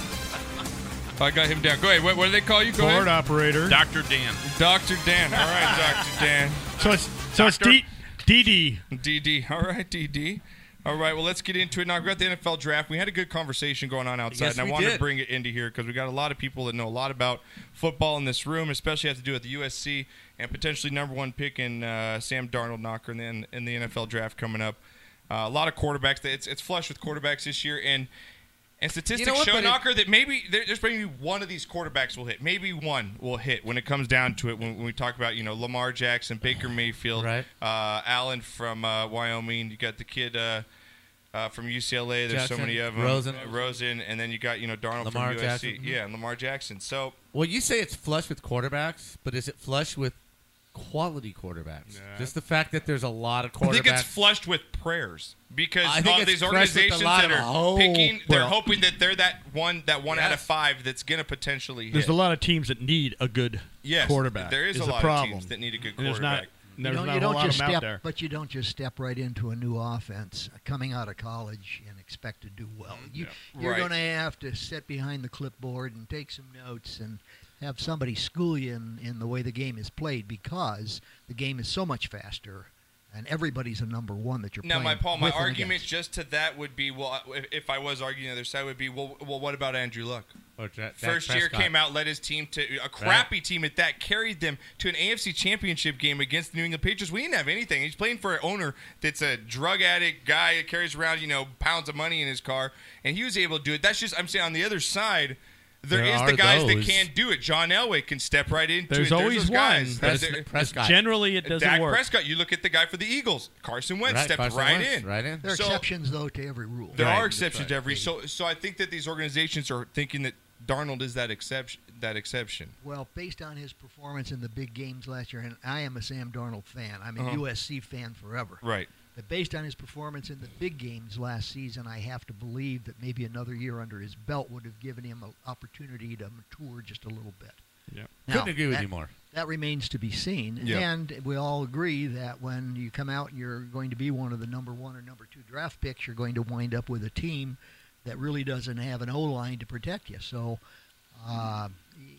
[SPEAKER 1] I got him down. Go ahead. What, what do they call you? Go
[SPEAKER 7] Board
[SPEAKER 1] ahead.
[SPEAKER 7] operator.
[SPEAKER 9] Dr. Dan.
[SPEAKER 1] Dr. Dan. All right, Dr. Dan.
[SPEAKER 7] So it's so it's D, DD.
[SPEAKER 1] DD. All right, DD. All right, well, let's get into it. Now, we've got the NFL draft. We had a good conversation going on outside,
[SPEAKER 3] Yes,
[SPEAKER 1] and I
[SPEAKER 3] we
[SPEAKER 1] wanted to
[SPEAKER 3] did.
[SPEAKER 1] bring it into here because we got a lot of people that know a lot about football in this room, especially has to do with the USC and potentially number one pick in uh, Sam Darnold knocker in the, in the NFL draft coming up. Uh, a lot of quarterbacks. It's, it's flush with quarterbacks this year, and and statistics
[SPEAKER 3] You know what,
[SPEAKER 1] show
[SPEAKER 3] but it-
[SPEAKER 1] knocker that maybe there, there's maybe one of these quarterbacks will hit. Maybe one will hit when it comes down to it. When, when we talk about you know Lamar Jackson, Baker Mayfield,
[SPEAKER 3] Right.
[SPEAKER 1] uh, Allen from uh, Wyoming. You got the kid uh, uh, from UCLA. There's
[SPEAKER 3] Jackson,
[SPEAKER 1] so many of them.
[SPEAKER 3] Rosen.
[SPEAKER 1] Rosen, and then you got you know Darnold
[SPEAKER 3] Lamar
[SPEAKER 1] from USC.
[SPEAKER 3] Jackson.
[SPEAKER 1] Yeah, and Lamar Jackson. So
[SPEAKER 3] Well, you say it's flush with quarterbacks, but is it flush with quality quarterbacks? Just the fact that there's a lot of quarterbacks.
[SPEAKER 1] I think it's flushed with prayers because
[SPEAKER 3] I think
[SPEAKER 1] all
[SPEAKER 3] it's
[SPEAKER 1] these
[SPEAKER 3] flushed with a
[SPEAKER 1] organizations
[SPEAKER 3] lot
[SPEAKER 1] that
[SPEAKER 3] of
[SPEAKER 1] are
[SPEAKER 3] hope.
[SPEAKER 1] picking, they're
[SPEAKER 3] Well-
[SPEAKER 1] hoping that they're that one, that one out of
[SPEAKER 3] Yes.
[SPEAKER 1] five that's going to potentially hit.
[SPEAKER 7] There's a lot of teams that need a good
[SPEAKER 1] yes,
[SPEAKER 7] quarterback.
[SPEAKER 1] There is a
[SPEAKER 7] the
[SPEAKER 1] lot
[SPEAKER 7] problem.
[SPEAKER 1] of teams that need a good
[SPEAKER 7] And there's not
[SPEAKER 1] quarterback.
[SPEAKER 7] there's
[SPEAKER 5] you don't,
[SPEAKER 7] not
[SPEAKER 5] you
[SPEAKER 7] a whole
[SPEAKER 5] don't
[SPEAKER 7] lot of
[SPEAKER 5] just
[SPEAKER 7] them out
[SPEAKER 5] step,
[SPEAKER 7] there.
[SPEAKER 5] but you don't just step right into a new offense uh, coming out of college and expect to do well. You, You're
[SPEAKER 1] Mm, Right.
[SPEAKER 5] going to have to sit behind the clipboard and take some notes and have somebody school you in, in the way the game is played because the game is so much faster and everybody's a number one that you're
[SPEAKER 1] Now,
[SPEAKER 5] playing.
[SPEAKER 1] my Paul, my
[SPEAKER 5] with and
[SPEAKER 1] argument
[SPEAKER 5] against.
[SPEAKER 1] just to that would be, well, if, if I was arguing the other side, would be, well, well, what about Andrew Luck?
[SPEAKER 3] Or Dra- Dak
[SPEAKER 1] First year
[SPEAKER 3] Prescott.
[SPEAKER 1] came out, led his team to a crappy team at that, carried them to an AFC championship game against the New England Patriots. We didn't have anything. He's playing for an owner that's a drug addict guy that carries around, you know, pounds of money in his car, and he was able to do it. That's just I'm saying on the other side. there
[SPEAKER 3] There
[SPEAKER 1] is the
[SPEAKER 3] are
[SPEAKER 1] guys that
[SPEAKER 3] those.
[SPEAKER 1] can do it. John Elway can step right into
[SPEAKER 7] There's
[SPEAKER 1] it.
[SPEAKER 7] always
[SPEAKER 1] those guys.
[SPEAKER 7] one.
[SPEAKER 1] That's
[SPEAKER 3] Pres-
[SPEAKER 1] it.
[SPEAKER 3] Prescott.
[SPEAKER 7] Generally, it doesn't
[SPEAKER 1] Uh, Dak
[SPEAKER 7] work.
[SPEAKER 1] Prescott, you look at the guy for the Eagles, Carson Wentz
[SPEAKER 3] Right,
[SPEAKER 1] stepped
[SPEAKER 3] Carson
[SPEAKER 1] right
[SPEAKER 3] Wentz,
[SPEAKER 1] in.
[SPEAKER 3] right in.
[SPEAKER 5] There are
[SPEAKER 1] so-
[SPEAKER 5] exceptions, though, to every rule.
[SPEAKER 1] There
[SPEAKER 3] Right,
[SPEAKER 1] are
[SPEAKER 3] that's
[SPEAKER 1] exceptions
[SPEAKER 3] right.
[SPEAKER 1] every so so I think that these organizations are thinking that Darnold is that exception that exception.
[SPEAKER 5] Well, based on his performance in the big games last year, and I am a Sam Darnold fan. I'm a USC fan forever.
[SPEAKER 1] Uh-huh. Right.
[SPEAKER 5] But based on his performance in the big games last season, I have to believe that maybe another year under his belt would have given him an opportunity to mature just a little bit.
[SPEAKER 7] Yeah.
[SPEAKER 5] Now,
[SPEAKER 3] Couldn't agree with
[SPEAKER 5] that-
[SPEAKER 3] you more.
[SPEAKER 5] That remains to be seen.
[SPEAKER 1] Yeah.
[SPEAKER 5] And we all agree that when you come out and you're going to be one of the number one or number two draft picks, you're going to wind up with a team that really doesn't have an O line to protect you. So, uh, y-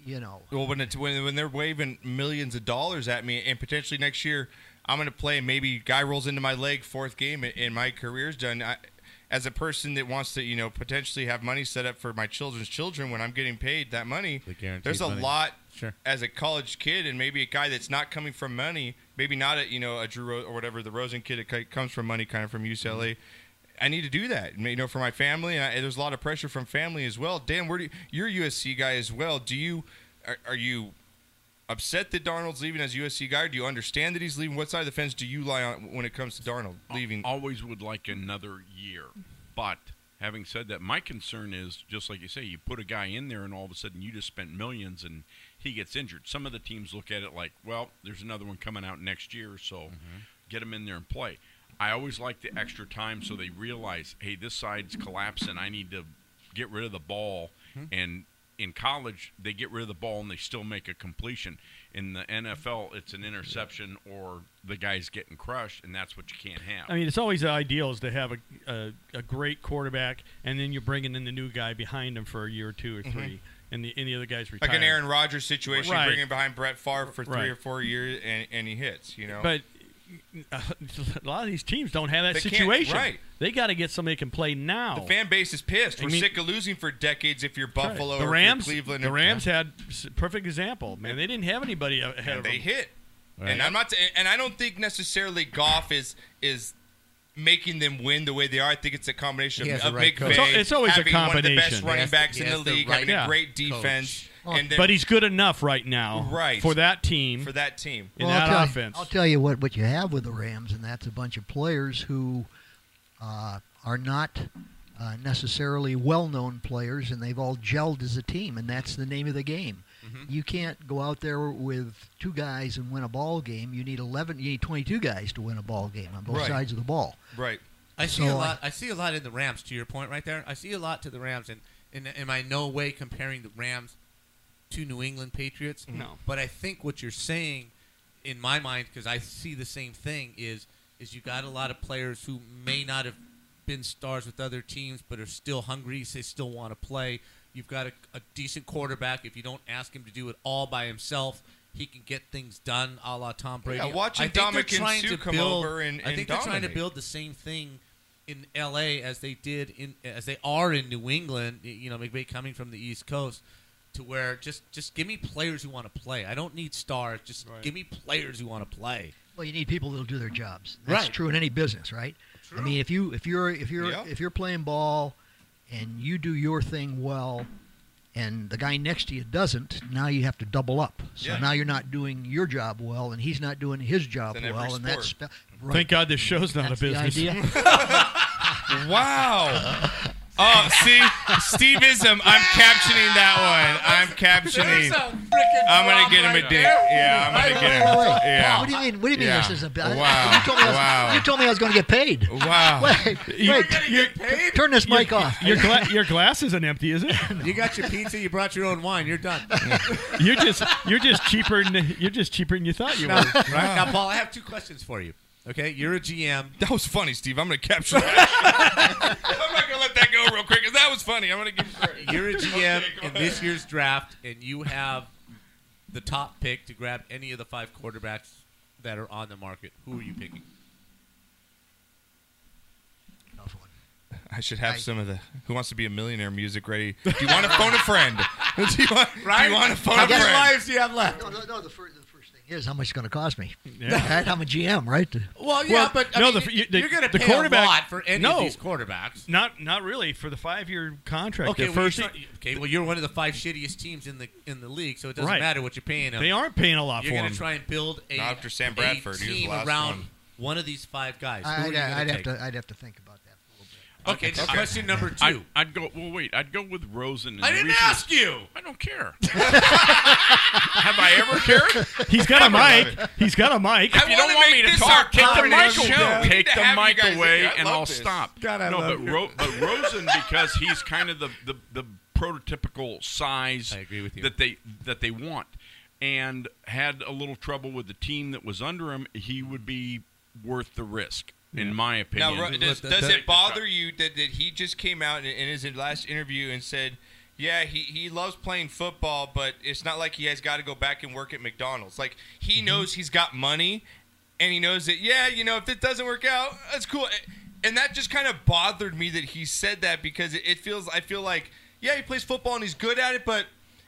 [SPEAKER 5] you know,
[SPEAKER 1] Well, when it's when, when they're waving millions of dollars at me, and potentially next year I'm going to play. Maybe guy rolls into my leg, fourth game, and- and my career's done. I, as a person that wants to, you know, potentially have money set up for my children's children when I'm getting paid that money,
[SPEAKER 3] The guaranteed
[SPEAKER 1] there's a
[SPEAKER 3] money.
[SPEAKER 1] lot.
[SPEAKER 3] Sure.
[SPEAKER 1] As a college kid, and maybe a guy that's not coming from
[SPEAKER 3] Mm-hmm.
[SPEAKER 1] money, maybe not a you know a Drew Ro- or whatever the Rosen kid that c- comes from money, kind of from UCLA. I need to do that, you know, for my family. And, I, and there's a lot of pressure from family as well. Dan, where do you, you're a USC guy as well? Do you are, are you upset that Darnold's leaving as USC guy? Or do you understand that he's leaving? What side of the fence do you lie on when it comes to Darnold leaving?
[SPEAKER 9] Always would like another year. But having said that, my concern is just like you say, you put a guy in there and all of a sudden you just spent millions and he gets injured. Some of the teams look at it like, well, there's another one coming out next year, so get him in there and play. I always like the extra time so they realize, hey, this side's collapsing. I need to get rid of the ball
[SPEAKER 7] Hmm.
[SPEAKER 9] and in college they get rid of the ball and they still make a completion in the nfl it's an interception or the guy's getting crushed and that's what you can't have
[SPEAKER 7] I mean, it's always the ideal is to have a, a, a great quarterback, and then you're bringing in the new guy behind him for a year or two or 3 and the and the other guys retired.
[SPEAKER 1] Mm-hmm. like an Aaron Rodgers situation,
[SPEAKER 7] Right.
[SPEAKER 1] bringing behind Brett Favre for three
[SPEAKER 7] Right.
[SPEAKER 1] or four years, and, and he hits. You know,
[SPEAKER 7] But uh, a lot of these teams don't have that
[SPEAKER 1] They can't-
[SPEAKER 7] situation.
[SPEAKER 1] right.
[SPEAKER 7] They got to get somebody who can play now.
[SPEAKER 1] the fan base is pissed.
[SPEAKER 7] I
[SPEAKER 1] We're
[SPEAKER 7] mean-
[SPEAKER 1] sick of losing for decades. If you're
[SPEAKER 7] Right.
[SPEAKER 1] Buffalo,
[SPEAKER 7] the
[SPEAKER 1] or
[SPEAKER 7] Rams,
[SPEAKER 1] if you're Cleveland,
[SPEAKER 7] the
[SPEAKER 1] or-
[SPEAKER 7] Rams had s- perfect example. Man, they didn't have anybody ahead
[SPEAKER 1] and
[SPEAKER 7] of
[SPEAKER 1] they
[SPEAKER 7] them.
[SPEAKER 1] hit. And I'm not, and I don't think necessarily golf is is making them win the way they are. I think it's a combination
[SPEAKER 2] He
[SPEAKER 1] of,
[SPEAKER 2] has the
[SPEAKER 1] of
[SPEAKER 2] right
[SPEAKER 1] McVay
[SPEAKER 2] coach.
[SPEAKER 7] It's al- it's always a
[SPEAKER 1] having one of the best
[SPEAKER 7] combination.
[SPEAKER 1] running
[SPEAKER 7] He
[SPEAKER 2] has-
[SPEAKER 1] backs
[SPEAKER 2] he
[SPEAKER 1] in the
[SPEAKER 2] has the
[SPEAKER 1] league,
[SPEAKER 2] right
[SPEAKER 1] having a
[SPEAKER 7] Yeah.
[SPEAKER 1] great defense, and then
[SPEAKER 7] But he's good enough right now,
[SPEAKER 1] Right.
[SPEAKER 7] for that team
[SPEAKER 1] for that team.
[SPEAKER 7] in
[SPEAKER 5] Well,
[SPEAKER 7] that
[SPEAKER 5] I'll tell you-
[SPEAKER 7] offense.
[SPEAKER 5] I'll tell you what, what you have with the Rams, and that's a bunch of players who uh, are not uh, necessarily well-known players, and they've all gelled as a team, and that's the name of the game.
[SPEAKER 7] Mm-hmm.
[SPEAKER 5] You can't go out there with two guys and win a ball game. You need 11, you need 22 guys to win a ball game on both
[SPEAKER 1] Right.
[SPEAKER 5] sides of the ball.
[SPEAKER 1] Right.
[SPEAKER 3] I see a
[SPEAKER 5] So I-
[SPEAKER 3] lot. I see a lot in the Rams. To your point, right there, I see a lot to the Rams, and and am I no way comparing the Rams to New England Patriots?
[SPEAKER 7] No.
[SPEAKER 3] But I think what you're saying, in my mind, because I see the same thing, is is you got a lot of players who may not have been stars with other teams, but are still hungry. They still want to play. You've got a, a decent quarterback. If you don't ask him to do it all by himself, he can get things done, a la Tom Brady.
[SPEAKER 1] Yeah, watching
[SPEAKER 3] I think they're
[SPEAKER 1] Dominican
[SPEAKER 3] trying
[SPEAKER 1] Sue
[SPEAKER 3] to
[SPEAKER 1] come
[SPEAKER 3] build-
[SPEAKER 1] over and-
[SPEAKER 3] I
[SPEAKER 1] and
[SPEAKER 3] think they're trying to
[SPEAKER 1] dominate.
[SPEAKER 3] build build the same thing in LA as they did in as they are in New England. y- You know, McVay coming from the East Coast to where just just give me players who want to play. I don't need stars. Just give me players who want to play.
[SPEAKER 5] Well, you need people that'll do their jobs. That's
[SPEAKER 3] Right.
[SPEAKER 5] true in any business, right? I mean, if you if you're if you're
[SPEAKER 1] Yeah.
[SPEAKER 5] if you're playing ball and you do your thing well and the guy next to you doesn't, now you have to double up. So
[SPEAKER 1] Yeah.
[SPEAKER 5] now you're not doing your job well and he's not doing his job
[SPEAKER 1] It's in every
[SPEAKER 5] well and that's
[SPEAKER 1] sport.
[SPEAKER 5] spe- right.
[SPEAKER 7] Thank God this show's not
[SPEAKER 5] That's
[SPEAKER 7] a
[SPEAKER 5] the
[SPEAKER 7] business.
[SPEAKER 5] idea.
[SPEAKER 1] Wow. Oh, see, Steveism. I'm captioning that one. I'm captioning. I'm gonna get him a dick. Yeah, I'm gonna get him.
[SPEAKER 5] Wait, wait.
[SPEAKER 1] Yeah.
[SPEAKER 5] What do you mean? What do you mean
[SPEAKER 1] Yeah.
[SPEAKER 5] this is a business?
[SPEAKER 1] Wow.
[SPEAKER 5] You told me I was,
[SPEAKER 1] Wow.
[SPEAKER 5] you told me I was going to get paid.
[SPEAKER 1] Wow.
[SPEAKER 5] Wait, wait. T- turn this mic off.
[SPEAKER 7] Your gla- your glass isn't empty, is it?
[SPEAKER 3] You got your pizza. You brought your own wine. You're done.
[SPEAKER 7] You're just you're just cheaper than you're just cheaper than you thought you were.
[SPEAKER 3] Now, Paul, I have two questions for you. Okay, you're a GM.
[SPEAKER 1] That was funny, Steve. I'm gonna capture that. I'm not gonna let that go real quick 'cause that was funny. I'm gonna give you credit.
[SPEAKER 3] You're a GM
[SPEAKER 1] Okay, go
[SPEAKER 3] in this year's draft, and you have the top pick to grab any of the five quarterbacks that are on the market. Who are you picking?
[SPEAKER 5] Tough one.
[SPEAKER 1] I should have some of the "Who Wants to Be a Millionaire" music ready. Do you want to phone a friend? Do you want, do you want to phone a
[SPEAKER 3] How many
[SPEAKER 1] friend?
[SPEAKER 3] lives do you have left?
[SPEAKER 5] No, no, no. The first, the first thing is how much it's going to cost me. Right? I'm a GM, right?
[SPEAKER 3] Well, yeah,
[SPEAKER 7] Well,
[SPEAKER 3] but I
[SPEAKER 7] no,
[SPEAKER 3] mean,
[SPEAKER 7] the f- you- the-
[SPEAKER 3] you're going to
[SPEAKER 7] the
[SPEAKER 3] pay
[SPEAKER 7] quarterback-
[SPEAKER 3] a lot for any
[SPEAKER 7] No.
[SPEAKER 3] of these quarterbacks.
[SPEAKER 7] Not not really for the five year contract.
[SPEAKER 3] Okay,
[SPEAKER 7] the
[SPEAKER 3] well,
[SPEAKER 7] first
[SPEAKER 3] you're, not- okay, well, you're one of the five shittiest teams in the in the league, so it doesn't
[SPEAKER 7] Right.
[SPEAKER 3] matter what you're paying them.
[SPEAKER 7] they aren't paying a lot
[SPEAKER 3] you're
[SPEAKER 7] for
[SPEAKER 3] going
[SPEAKER 7] him.
[SPEAKER 3] to try and build a,
[SPEAKER 1] Not after Sam
[SPEAKER 3] a
[SPEAKER 1] Bradford. He was the
[SPEAKER 3] team
[SPEAKER 1] last
[SPEAKER 3] around
[SPEAKER 1] one.
[SPEAKER 3] of these five guys. Who are
[SPEAKER 5] I'd,
[SPEAKER 3] you gonna
[SPEAKER 5] I'd have
[SPEAKER 3] take?
[SPEAKER 5] to. I'd have to think about that. for a little bit.
[SPEAKER 3] Okay, now question number two.
[SPEAKER 9] I, i'd go well wait i'd go with rosen and
[SPEAKER 3] I
[SPEAKER 9] the
[SPEAKER 3] didn't
[SPEAKER 9] reason is-
[SPEAKER 3] ask you.
[SPEAKER 9] i don't care
[SPEAKER 1] Have I ever cared?
[SPEAKER 7] He's got a mic. He's got a mic.
[SPEAKER 1] I
[SPEAKER 9] you don't want me to talk, take the mic
[SPEAKER 1] show.
[SPEAKER 9] away. Take the mic away, and I'll
[SPEAKER 1] stop.
[SPEAKER 9] stop. no, but, Ro- but Rosen because he's kind of the the, the prototypical size
[SPEAKER 3] I agree with you.
[SPEAKER 9] that they that they want, and had a little trouble with the team that was under him. He would be worth the risk, in my opinion.
[SPEAKER 1] Now, Ro- does,
[SPEAKER 3] that-
[SPEAKER 1] does
[SPEAKER 3] that-
[SPEAKER 1] it bother you that, that he just came out in, in his last interview and said, yeah, he, he loves playing football, but it's not like he has got to go back and work at McDonald's. Like, he
[SPEAKER 3] Mm-hmm.
[SPEAKER 1] knows he's got money, and he knows that, yeah, you know, if it doesn't work out, that's cool. And that just kind of bothered me that he said that because it, it feels, I feel like, yeah, he plays football and he's good at it, but.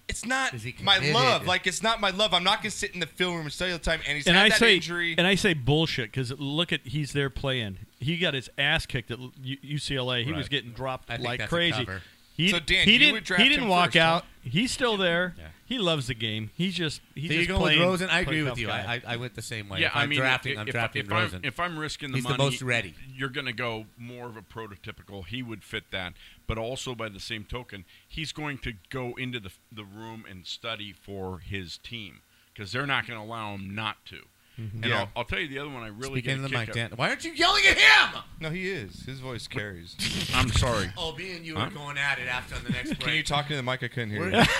[SPEAKER 1] It's not
[SPEAKER 3] Is he
[SPEAKER 1] my
[SPEAKER 3] committed?
[SPEAKER 1] love. Like it's not my love. I'm not gonna sit in the film room and study all the time. And he's
[SPEAKER 7] and
[SPEAKER 1] had
[SPEAKER 7] I
[SPEAKER 1] that
[SPEAKER 7] say
[SPEAKER 1] injury.
[SPEAKER 7] and I say bullshit because look at he's there playing. he got his ass kicked at L- U- UCLA. He was
[SPEAKER 3] Right.
[SPEAKER 7] getting dropped
[SPEAKER 3] I think
[SPEAKER 7] like
[SPEAKER 3] that's a
[SPEAKER 7] crazy.
[SPEAKER 3] cover.
[SPEAKER 7] He,
[SPEAKER 1] So, Dan,
[SPEAKER 7] he
[SPEAKER 1] you
[SPEAKER 7] didn't,
[SPEAKER 1] would draft
[SPEAKER 7] he didn't
[SPEAKER 1] him
[SPEAKER 7] walk
[SPEAKER 1] first, huh?
[SPEAKER 7] out. He's still there.
[SPEAKER 3] Yeah.
[SPEAKER 7] He loves the game. He's just he's
[SPEAKER 3] So you're
[SPEAKER 7] just
[SPEAKER 3] going with
[SPEAKER 7] playing.
[SPEAKER 3] Rosen? I agree
[SPEAKER 7] playing
[SPEAKER 3] with
[SPEAKER 7] tough
[SPEAKER 3] you.
[SPEAKER 7] guy.
[SPEAKER 3] I, I, I went the same way.
[SPEAKER 9] yeah,
[SPEAKER 3] if
[SPEAKER 9] I
[SPEAKER 3] I'm
[SPEAKER 9] mean,
[SPEAKER 3] drafting,
[SPEAKER 9] if,
[SPEAKER 3] I'm
[SPEAKER 9] if,
[SPEAKER 3] drafting
[SPEAKER 9] if
[SPEAKER 3] Rosen.
[SPEAKER 9] I'm, if I'm risking the
[SPEAKER 3] He's the
[SPEAKER 9] money,
[SPEAKER 3] most ready.
[SPEAKER 9] You're going to go more of a prototypical. He would fit that, but also by the same token, he's going to go into the the room and study for his team because they're not going to allow him not to. And
[SPEAKER 1] Yeah.
[SPEAKER 9] I'll, I'll tell you the other one I really
[SPEAKER 3] Speaking
[SPEAKER 9] get
[SPEAKER 3] of
[SPEAKER 9] a
[SPEAKER 3] the
[SPEAKER 9] kick
[SPEAKER 3] mic,
[SPEAKER 9] out-
[SPEAKER 3] Dan, why aren't you yelling at him?
[SPEAKER 1] No, he is. His voice carries.
[SPEAKER 9] I'm sorry.
[SPEAKER 3] Oh, me and you
[SPEAKER 9] Huh?
[SPEAKER 3] are going at it after on the next break.
[SPEAKER 1] Can you talk into the mic? I couldn't hear you.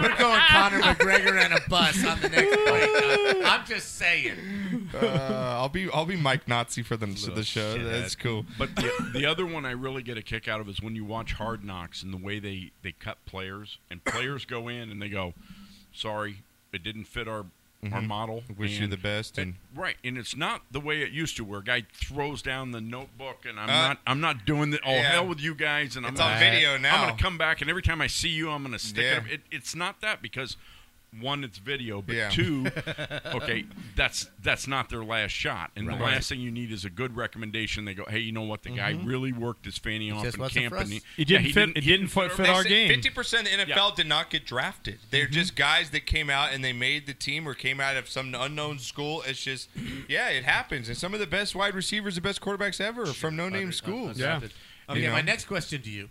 [SPEAKER 3] We're going Conor McGregor and a bus on the next break. I'm just saying.
[SPEAKER 1] Uh, I'll be I'll be Mike Nazi for the, the show.
[SPEAKER 9] Shithead.
[SPEAKER 1] That's cool.
[SPEAKER 9] But the, the other one I really get a kick out of is when you watch Hard Knocks and the way they, they cut players, and players go in and they go, "Sorry, it didn't fit our our
[SPEAKER 3] Mm-hmm.
[SPEAKER 9] model."
[SPEAKER 1] Wish you
[SPEAKER 9] and-
[SPEAKER 1] the best. And
[SPEAKER 9] Right, and it's not the way it used to, where a guy throws down the notebook, and I'm
[SPEAKER 1] Uh,
[SPEAKER 9] not, I'm not doing the oh
[SPEAKER 1] yeah.
[SPEAKER 9] hell with you guys, and I'm
[SPEAKER 1] It's on
[SPEAKER 9] gonna-
[SPEAKER 1] video now.
[SPEAKER 9] I'm gonna come back, and every time I see you, I'm gonna stick
[SPEAKER 1] Yeah.
[SPEAKER 9] it, up. it. It's not that because one, it's video, but
[SPEAKER 1] Yeah.
[SPEAKER 9] two, okay, that's that's not their last shot, and the last thing you need is a good recommendation. They go, hey, you know what? The guy
[SPEAKER 1] Mm-hmm.
[SPEAKER 9] really worked his fanny off
[SPEAKER 3] just
[SPEAKER 9] in
[SPEAKER 3] wasn't
[SPEAKER 9] camp,
[SPEAKER 3] for us.
[SPEAKER 9] and he,
[SPEAKER 7] It didn't
[SPEAKER 9] yeah, he
[SPEAKER 7] fit. it didn't fit, fit our game.
[SPEAKER 1] Fifty percent of the NFL did not get drafted. They're just guys that came out and they made the team or came out of some unknown school. It's just, yeah, it happens. And some of the best wide receivers, the best quarterbacks ever, are from no-name schools.
[SPEAKER 7] Yeah.
[SPEAKER 3] Okay,
[SPEAKER 1] You know?
[SPEAKER 3] my next question to you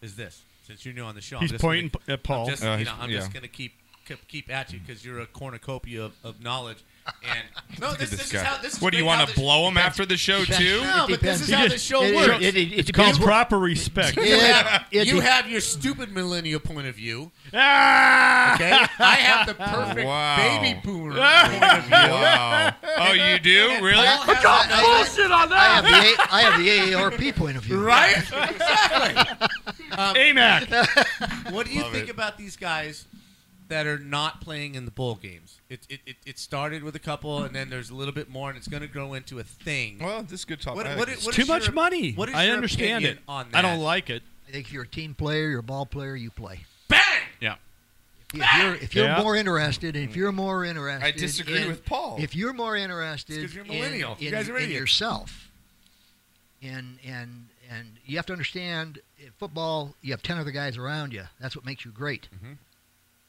[SPEAKER 3] is this: Since you're new on the show, I'm
[SPEAKER 7] He's
[SPEAKER 3] just gonna-
[SPEAKER 7] pointing p- at Paul.
[SPEAKER 3] I'm just,
[SPEAKER 1] Uh,
[SPEAKER 3] you
[SPEAKER 1] he's-
[SPEAKER 3] know, I'm
[SPEAKER 1] yeah.
[SPEAKER 3] just going to keep keep- keep at you because you're a cornucopia of, of knowledge. And no,
[SPEAKER 1] Look at
[SPEAKER 3] this,
[SPEAKER 1] this
[SPEAKER 3] this
[SPEAKER 1] guy.
[SPEAKER 3] is how this is.
[SPEAKER 1] what do you
[SPEAKER 3] want
[SPEAKER 1] to blow him after the show too?
[SPEAKER 3] No, but this is how the show
[SPEAKER 5] It- it-
[SPEAKER 3] works.
[SPEAKER 5] It, it, it
[SPEAKER 7] It's called
[SPEAKER 5] depends what-
[SPEAKER 7] proper respect.
[SPEAKER 5] it-
[SPEAKER 3] You have,
[SPEAKER 5] it- it
[SPEAKER 3] you
[SPEAKER 5] de-
[SPEAKER 3] have your stupid millennial point of view.
[SPEAKER 7] Ah!
[SPEAKER 3] Okay, I have the perfect
[SPEAKER 1] Wow.
[SPEAKER 3] baby boomer point of view.
[SPEAKER 1] Wow. Oh, you do really?
[SPEAKER 3] Paul has that-
[SPEAKER 5] I have the A- I have the AARP point of view.
[SPEAKER 3] right? exactly.
[SPEAKER 7] AMAC.
[SPEAKER 3] What do you
[SPEAKER 1] Love
[SPEAKER 3] think
[SPEAKER 1] it.
[SPEAKER 3] about these guys that are not playing in the bowl games? It, it, it, it started with a couple, and then there's a little bit more, and it's going to grow into a thing.
[SPEAKER 1] Well, this is good talk.
[SPEAKER 3] What-
[SPEAKER 1] I
[SPEAKER 3] what-
[SPEAKER 1] like this.
[SPEAKER 3] what-
[SPEAKER 7] Too
[SPEAKER 3] is
[SPEAKER 7] much
[SPEAKER 3] your-
[SPEAKER 7] money.
[SPEAKER 3] what is
[SPEAKER 7] I
[SPEAKER 3] your
[SPEAKER 7] understand it.
[SPEAKER 3] opinion on
[SPEAKER 7] I don't
[SPEAKER 3] that?
[SPEAKER 7] like it.
[SPEAKER 5] I think if you're a team player, you're a ball player, you play.
[SPEAKER 9] yeah,
[SPEAKER 5] If you're, if you're
[SPEAKER 7] Yeah.
[SPEAKER 5] more interested, if you're more interested,
[SPEAKER 1] I disagree
[SPEAKER 5] in-
[SPEAKER 1] with Paul.
[SPEAKER 5] If you're more interested,
[SPEAKER 3] 'cause you're millennial.
[SPEAKER 5] In,
[SPEAKER 3] You guys
[SPEAKER 5] in-
[SPEAKER 3] are
[SPEAKER 5] in
[SPEAKER 3] idiots.
[SPEAKER 5] yourself, and and and you have to understand, in football, you have ten other guys around you. That's what makes you great.
[SPEAKER 3] Mm-hmm.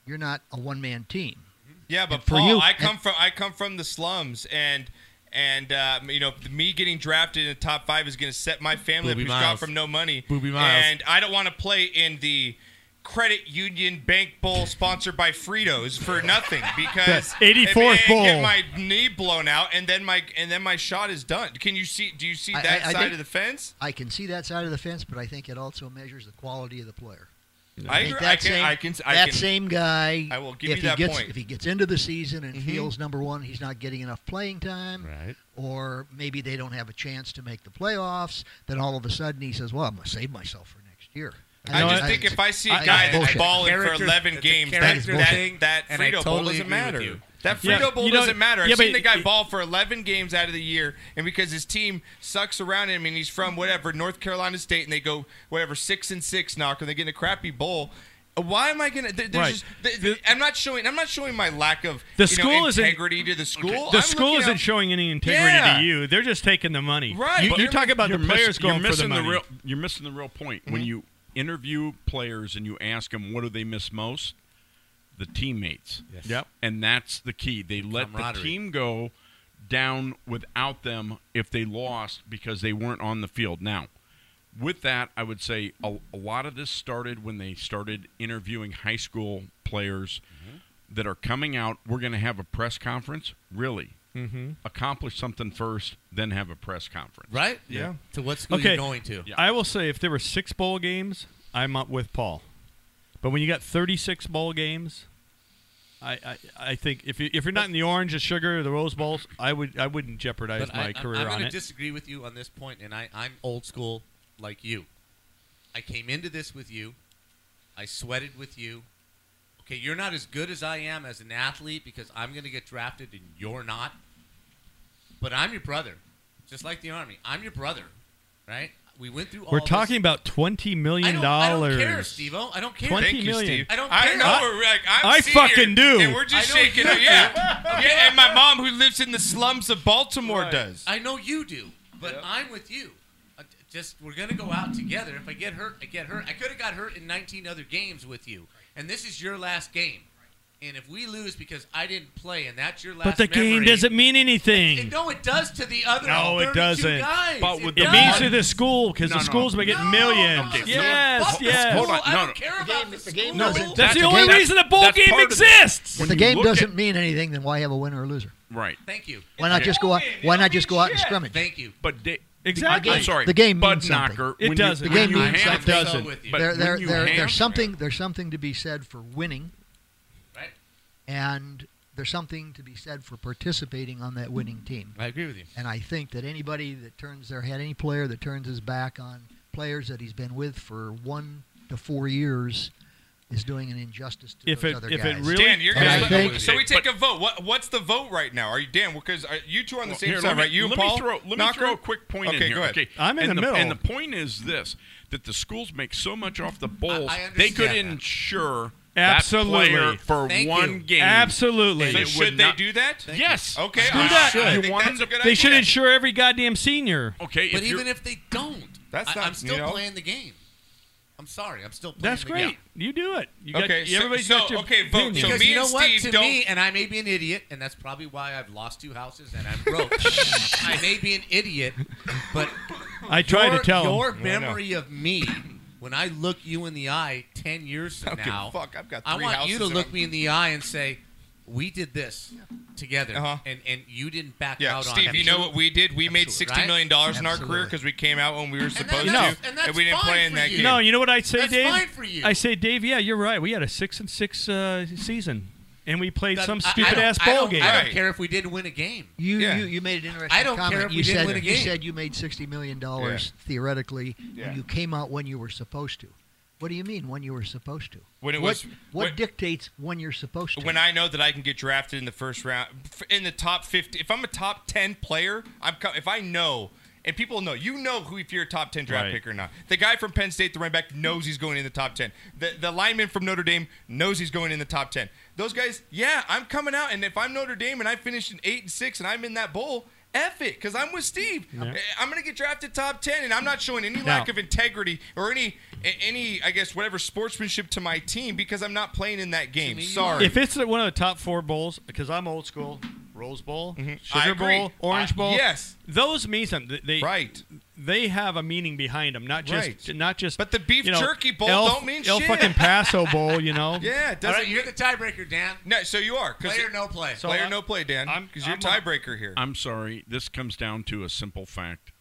[SPEAKER 5] You're not a one man team.
[SPEAKER 1] Yeah, but
[SPEAKER 5] for
[SPEAKER 1] Paul,
[SPEAKER 5] you-
[SPEAKER 1] I come from I come from the slums, and and uh, you know me getting drafted in the top five is going to set my family
[SPEAKER 3] Booby
[SPEAKER 1] up who's got
[SPEAKER 3] Miles.
[SPEAKER 1] from no money.
[SPEAKER 3] Booby Miles.
[SPEAKER 1] and I don't want to play in the credit union bank bowl sponsored by Fritos for nothing because
[SPEAKER 7] The 84th
[SPEAKER 1] if I Get
[SPEAKER 7] bowl.
[SPEAKER 1] my knee blown out, and then my and then my shot is done. Can you see? Do you see
[SPEAKER 5] I-
[SPEAKER 1] that
[SPEAKER 5] I- I
[SPEAKER 1] side
[SPEAKER 5] think-
[SPEAKER 1] of the fence?
[SPEAKER 5] I can see that side of the fence, but I think it also measures the quality of the player.
[SPEAKER 1] I
[SPEAKER 5] think
[SPEAKER 1] agree.
[SPEAKER 5] that
[SPEAKER 1] I can.
[SPEAKER 5] same-
[SPEAKER 1] I can. I
[SPEAKER 5] that
[SPEAKER 1] can.
[SPEAKER 5] same guy.
[SPEAKER 1] I will give
[SPEAKER 5] if
[SPEAKER 1] you
[SPEAKER 5] he
[SPEAKER 1] that
[SPEAKER 5] gets,
[SPEAKER 1] point. Mm-hmm.
[SPEAKER 5] If he gets into the season and feels number one, he's not getting enough playing time,
[SPEAKER 3] Right.
[SPEAKER 5] or maybe they don't have a chance to make the playoffs. Then all of a sudden he says, "Well, I'm going to save myself for next year."
[SPEAKER 1] I just think if I see a
[SPEAKER 5] I-
[SPEAKER 1] guy
[SPEAKER 5] I-
[SPEAKER 1] that's
[SPEAKER 5] bullshit.
[SPEAKER 1] balling for
[SPEAKER 3] Character-
[SPEAKER 1] 11
[SPEAKER 3] it's a
[SPEAKER 1] games,
[SPEAKER 3] character
[SPEAKER 1] that,
[SPEAKER 3] thing,
[SPEAKER 1] that, that
[SPEAKER 3] and I
[SPEAKER 1] Frito Bowl
[SPEAKER 3] totally
[SPEAKER 1] doesn't
[SPEAKER 3] agree
[SPEAKER 1] matter.
[SPEAKER 3] with you.
[SPEAKER 1] That Frito
[SPEAKER 7] Yeah,
[SPEAKER 1] Bowl
[SPEAKER 7] you know-
[SPEAKER 1] doesn't matter. I've
[SPEAKER 7] yeah,
[SPEAKER 1] seen
[SPEAKER 7] but
[SPEAKER 1] the guy
[SPEAKER 7] it-
[SPEAKER 1] ball for 11 games out of the year, and because his team sucks around him, and he's from whatever, North Carolina State, and they go, whatever, 6 and 6 knock, and they get in a crappy bowl. Why am I gonna? There, there's
[SPEAKER 7] Right.
[SPEAKER 1] just, th- th- I'm not showing. I'm not showing my lack of
[SPEAKER 7] The
[SPEAKER 1] you
[SPEAKER 7] school
[SPEAKER 1] know,
[SPEAKER 7] isn't-
[SPEAKER 1] integrity to the school.
[SPEAKER 7] The
[SPEAKER 1] I'm
[SPEAKER 7] school
[SPEAKER 1] looking
[SPEAKER 7] isn't
[SPEAKER 1] out-
[SPEAKER 7] showing any integrity
[SPEAKER 1] Yeah.
[SPEAKER 7] to you. They're just taking the money.
[SPEAKER 1] Right.
[SPEAKER 7] You,
[SPEAKER 1] But
[SPEAKER 7] you talk about
[SPEAKER 9] You're
[SPEAKER 7] the
[SPEAKER 9] miss-
[SPEAKER 7] players
[SPEAKER 9] you're
[SPEAKER 7] going for the
[SPEAKER 9] missing
[SPEAKER 7] money.
[SPEAKER 9] real, you're missing the real point
[SPEAKER 3] Mm-hmm.
[SPEAKER 9] when you interview players and you ask them what do they miss most. The teammates.
[SPEAKER 7] Yep.
[SPEAKER 9] and that's the key. They let the
[SPEAKER 3] Camaraderie.
[SPEAKER 9] team go down without them if they lost because they weren't on the field. Now, with that, I would say a, a lot of this started when they started interviewing high school players
[SPEAKER 3] Mm-hmm.
[SPEAKER 9] that are coming out. We're going to have a press conference. Really, mm-hmm. accomplish something first, then have a press conference.
[SPEAKER 3] Right?
[SPEAKER 1] Yeah.
[SPEAKER 3] To what school
[SPEAKER 7] Okay.
[SPEAKER 3] you're going to?
[SPEAKER 9] Yeah.
[SPEAKER 7] I will say if there were six bowl games, I'm up with Paul. But when you got 36 bowl games, I, I, I think if you if you're not in the orange, the sugar, or the rose bowls, I would I wouldn't jeopardize
[SPEAKER 3] But
[SPEAKER 7] my
[SPEAKER 3] I,
[SPEAKER 7] career
[SPEAKER 3] am
[SPEAKER 7] on
[SPEAKER 3] to
[SPEAKER 7] it.
[SPEAKER 3] disagree with you on this point, and I, I'm old school like you. I came into this with you. I sweated with you. Okay, you're not as good as I am as an athlete because I'm going to get drafted and you're not. But I'm your brother, just like the Army. I'm your brother, right? We went through.
[SPEAKER 7] We're
[SPEAKER 3] all
[SPEAKER 7] talking about twenty
[SPEAKER 3] This. I
[SPEAKER 7] million
[SPEAKER 3] don't, I don't
[SPEAKER 7] dollars.
[SPEAKER 3] care, Steve-O. I don't care.
[SPEAKER 7] Twenty
[SPEAKER 1] Thank you,
[SPEAKER 7] million.
[SPEAKER 1] Steve.
[SPEAKER 3] I don't
[SPEAKER 1] I
[SPEAKER 3] care.
[SPEAKER 1] know.
[SPEAKER 3] I-
[SPEAKER 1] we're like, I'm
[SPEAKER 7] I
[SPEAKER 1] sitting
[SPEAKER 7] fucking
[SPEAKER 1] here,
[SPEAKER 7] do.
[SPEAKER 1] And we're just
[SPEAKER 3] I know
[SPEAKER 1] shaking
[SPEAKER 3] you
[SPEAKER 1] our
[SPEAKER 3] do.
[SPEAKER 1] yeah. yeah. And my mom, who lives in the slums of Baltimore, does.
[SPEAKER 3] I know you do, but I'm with you. Uh, j- Just we're gonna go out together. If I get hurt, I get hurt. I could have got hurt in 19 other games with you, and this is your last game. And if we lose because I didn't play, and that's your last,
[SPEAKER 7] But the game
[SPEAKER 3] memory-
[SPEAKER 7] doesn't mean
[SPEAKER 3] And
[SPEAKER 7] anything.
[SPEAKER 3] no, it does to the other.
[SPEAKER 7] No, it
[SPEAKER 3] 32
[SPEAKER 7] doesn't.
[SPEAKER 3] Guys.
[SPEAKER 9] But with
[SPEAKER 7] It
[SPEAKER 9] the
[SPEAKER 3] does.
[SPEAKER 7] means to the school because
[SPEAKER 9] No,
[SPEAKER 7] the
[SPEAKER 9] no,
[SPEAKER 7] school's been
[SPEAKER 3] No,
[SPEAKER 7] getting millions.
[SPEAKER 3] no,
[SPEAKER 7] yes,
[SPEAKER 3] fuck
[SPEAKER 7] yes.
[SPEAKER 9] Hold on.
[SPEAKER 3] I
[SPEAKER 9] No,
[SPEAKER 3] don't
[SPEAKER 9] no.
[SPEAKER 3] care
[SPEAKER 5] The
[SPEAKER 3] about
[SPEAKER 5] game-
[SPEAKER 3] the
[SPEAKER 5] the game
[SPEAKER 3] school.
[SPEAKER 5] doesn't-
[SPEAKER 7] That's the
[SPEAKER 9] That's
[SPEAKER 7] only
[SPEAKER 9] part-
[SPEAKER 7] reason a bowl
[SPEAKER 9] that's
[SPEAKER 7] game
[SPEAKER 9] part of the-
[SPEAKER 7] exists.
[SPEAKER 5] If
[SPEAKER 9] When
[SPEAKER 5] the
[SPEAKER 9] you
[SPEAKER 5] game
[SPEAKER 9] look at-
[SPEAKER 5] doesn't mean anything, then why have a winner or loser?
[SPEAKER 9] Right.
[SPEAKER 3] Thank you.
[SPEAKER 5] Why not just go out? Why not just go out and scrimmage?
[SPEAKER 3] Thank you.
[SPEAKER 9] But da-
[SPEAKER 7] Exactly.
[SPEAKER 9] I'm sorry.
[SPEAKER 5] The game
[SPEAKER 9] Bud
[SPEAKER 5] means something.
[SPEAKER 9] knocker.
[SPEAKER 7] It
[SPEAKER 9] when you-
[SPEAKER 7] doesn't.
[SPEAKER 5] The game
[SPEAKER 9] when you
[SPEAKER 5] means
[SPEAKER 9] have-
[SPEAKER 5] something.
[SPEAKER 3] I'm so
[SPEAKER 7] doesn't.
[SPEAKER 3] With you.
[SPEAKER 9] But
[SPEAKER 5] There, there,
[SPEAKER 9] when you
[SPEAKER 5] there,
[SPEAKER 9] have-
[SPEAKER 5] there's something. There's something to be said for winning,
[SPEAKER 3] right?
[SPEAKER 5] and there's something to be said for participating on that winning team.
[SPEAKER 3] I agree with you.
[SPEAKER 5] And I think that anybody that turns their head, any player that turns his back on players that he's been with for one to four years, is doing an injustice to
[SPEAKER 7] If
[SPEAKER 5] those
[SPEAKER 7] it-
[SPEAKER 5] other
[SPEAKER 7] if
[SPEAKER 5] guys.
[SPEAKER 7] it really-
[SPEAKER 1] Dan, you're
[SPEAKER 5] And
[SPEAKER 1] gonna
[SPEAKER 5] I think-
[SPEAKER 1] so we take a vote. What what's the vote right now? Are you Dan? Because uh, you two are on the
[SPEAKER 9] Well,
[SPEAKER 1] same
[SPEAKER 9] here,
[SPEAKER 1] side,
[SPEAKER 9] let me-
[SPEAKER 1] right? You and
[SPEAKER 9] let
[SPEAKER 1] Paul.
[SPEAKER 9] Me throw, let me
[SPEAKER 1] Knocker?
[SPEAKER 9] throw a quick point
[SPEAKER 1] okay,
[SPEAKER 9] in here.
[SPEAKER 1] Go ahead.
[SPEAKER 9] Okay,
[SPEAKER 7] I'm in
[SPEAKER 9] and
[SPEAKER 7] the middle.
[SPEAKER 9] And the point is this: that the schools make so much off the bowls,
[SPEAKER 3] I- I
[SPEAKER 9] they could
[SPEAKER 3] understand that.
[SPEAKER 9] insure that
[SPEAKER 7] Absolutely.
[SPEAKER 9] player for
[SPEAKER 3] Thank
[SPEAKER 9] one
[SPEAKER 3] you.
[SPEAKER 9] game.
[SPEAKER 7] Absolutely.
[SPEAKER 9] And
[SPEAKER 1] So
[SPEAKER 9] it
[SPEAKER 1] should
[SPEAKER 9] would
[SPEAKER 1] they
[SPEAKER 9] not-
[SPEAKER 1] do that?
[SPEAKER 9] Yes.
[SPEAKER 1] Okay.
[SPEAKER 9] Do
[SPEAKER 1] I-
[SPEAKER 9] that.
[SPEAKER 1] I
[SPEAKER 9] You
[SPEAKER 1] think
[SPEAKER 9] want
[SPEAKER 1] that's a
[SPEAKER 9] them-
[SPEAKER 1] good
[SPEAKER 7] They should
[SPEAKER 1] idea.
[SPEAKER 7] insure every goddamn senior.
[SPEAKER 9] Okay.
[SPEAKER 3] But
[SPEAKER 9] if you're-
[SPEAKER 3] even if they don't,
[SPEAKER 1] That's
[SPEAKER 3] I,
[SPEAKER 1] not-
[SPEAKER 3] I'm still
[SPEAKER 1] you know?
[SPEAKER 3] playing the game. I'm sorry, I'm still playing
[SPEAKER 7] That's
[SPEAKER 3] the
[SPEAKER 7] great.
[SPEAKER 3] game.
[SPEAKER 7] You do it. You got,
[SPEAKER 1] Okay, so-
[SPEAKER 7] everybody's
[SPEAKER 1] so,
[SPEAKER 7] got your
[SPEAKER 1] okay, vote. So
[SPEAKER 7] opinion.
[SPEAKER 1] me
[SPEAKER 3] Because you know
[SPEAKER 1] and
[SPEAKER 3] what?
[SPEAKER 1] Steve
[SPEAKER 3] to
[SPEAKER 1] don't-
[SPEAKER 3] me, and I may be an idiot, and that's probably why I've lost two houses and I'm broke. I may be an idiot, but
[SPEAKER 7] I tried
[SPEAKER 3] your,
[SPEAKER 7] to tell
[SPEAKER 3] your
[SPEAKER 7] him.
[SPEAKER 3] memory of me when I look you in the eye ten years from
[SPEAKER 1] I don't give a
[SPEAKER 3] now.
[SPEAKER 1] fuck. I've got
[SPEAKER 3] I
[SPEAKER 1] three
[SPEAKER 3] want you to
[SPEAKER 1] houses
[SPEAKER 3] look
[SPEAKER 1] and
[SPEAKER 3] me in the eye and say, "We did this together,
[SPEAKER 1] Uh-huh.
[SPEAKER 3] and and you didn't back
[SPEAKER 1] Yeah,
[SPEAKER 3] out on
[SPEAKER 1] Steve,
[SPEAKER 3] it."
[SPEAKER 1] you know what we did? We made
[SPEAKER 3] Absolutely,
[SPEAKER 1] sixty million dollars in our
[SPEAKER 5] Absolutely.
[SPEAKER 1] career because we came out when we were
[SPEAKER 3] that-
[SPEAKER 1] supposed
[SPEAKER 3] that's-
[SPEAKER 1] to,
[SPEAKER 3] and that's
[SPEAKER 1] we didn't
[SPEAKER 3] fine
[SPEAKER 1] play in
[SPEAKER 3] for
[SPEAKER 1] that
[SPEAKER 3] you.
[SPEAKER 1] game.
[SPEAKER 7] No, you know what I say,
[SPEAKER 3] That's
[SPEAKER 7] Dave?
[SPEAKER 3] fine for you.
[SPEAKER 7] I say, Dave, yeah, you're right. We had a six and six uh, season, and we played
[SPEAKER 3] That-
[SPEAKER 7] some
[SPEAKER 3] I- I
[SPEAKER 7] stupid
[SPEAKER 3] don't-
[SPEAKER 7] ass
[SPEAKER 3] I
[SPEAKER 7] ball
[SPEAKER 3] don't-
[SPEAKER 7] game.
[SPEAKER 3] I don't
[SPEAKER 1] Right.
[SPEAKER 3] care if we didn't win a game.
[SPEAKER 5] You,
[SPEAKER 1] Yeah.
[SPEAKER 5] you you made an interesting
[SPEAKER 3] I don't care
[SPEAKER 5] comment.
[SPEAKER 3] if
[SPEAKER 5] you
[SPEAKER 3] we didn't
[SPEAKER 5] said
[SPEAKER 3] win a
[SPEAKER 5] you
[SPEAKER 3] game.
[SPEAKER 5] said you made sixty million dollars theoretically
[SPEAKER 1] Yeah.
[SPEAKER 5] when you came out when you were supposed to. What do you mean when you were supposed to?
[SPEAKER 1] When it
[SPEAKER 5] what,
[SPEAKER 1] was-
[SPEAKER 5] what
[SPEAKER 1] when-
[SPEAKER 5] dictates when you're supposed to?
[SPEAKER 1] when I know that I can get drafted in the first round, f- in the top 50, if I'm a top 10 player, I'm co- if I know, and people know, you know who if you're a top 10 draft
[SPEAKER 7] Right.
[SPEAKER 1] pick or not. The guy from Penn State, the running back, knows he's going in the top 10. The, the lineman from Notre Dame knows he's going in the top 10. Those guys, yeah, I'm coming out, and if I'm Notre Dame and I finish in 8 and 6 and I'm in that bowl, F it, because I'm with Steve. Eh, I'm going to get drafted top 10, and I'm not showing any lack of integrity or any, a- any, I guess, whatever sportsmanship to my team because I'm not playing in that game. Sorry.
[SPEAKER 7] If it's one of the top four bowls, because I'm old school, Rose Bowl,
[SPEAKER 1] Mm-hmm. I
[SPEAKER 7] Sugar
[SPEAKER 1] agree.
[SPEAKER 7] Bowl, Orange
[SPEAKER 1] I-
[SPEAKER 7] Bowl,
[SPEAKER 1] yes.
[SPEAKER 7] those mean something. They, they-
[SPEAKER 1] Right.
[SPEAKER 7] They have a meaning behind them, not just
[SPEAKER 1] Right.
[SPEAKER 7] not just.
[SPEAKER 1] But the beef
[SPEAKER 7] you know,
[SPEAKER 1] jerky bowl
[SPEAKER 7] El,
[SPEAKER 1] don't mean
[SPEAKER 7] El
[SPEAKER 1] shit.
[SPEAKER 7] fucking Paso Bowl, you know.
[SPEAKER 1] Yeah, it
[SPEAKER 3] All
[SPEAKER 1] doesn't.
[SPEAKER 3] right, you're the tiebreaker, Dan.
[SPEAKER 1] no, so you are. 'cause
[SPEAKER 3] Play or
[SPEAKER 1] it-
[SPEAKER 3] no play.
[SPEAKER 7] So
[SPEAKER 1] player
[SPEAKER 7] I'm-
[SPEAKER 1] no play, Dan.
[SPEAKER 7] I'm-
[SPEAKER 1] Because you're
[SPEAKER 7] I'm a-
[SPEAKER 1] tiebreaker here.
[SPEAKER 9] I'm sorry. This comes down to a simple fact: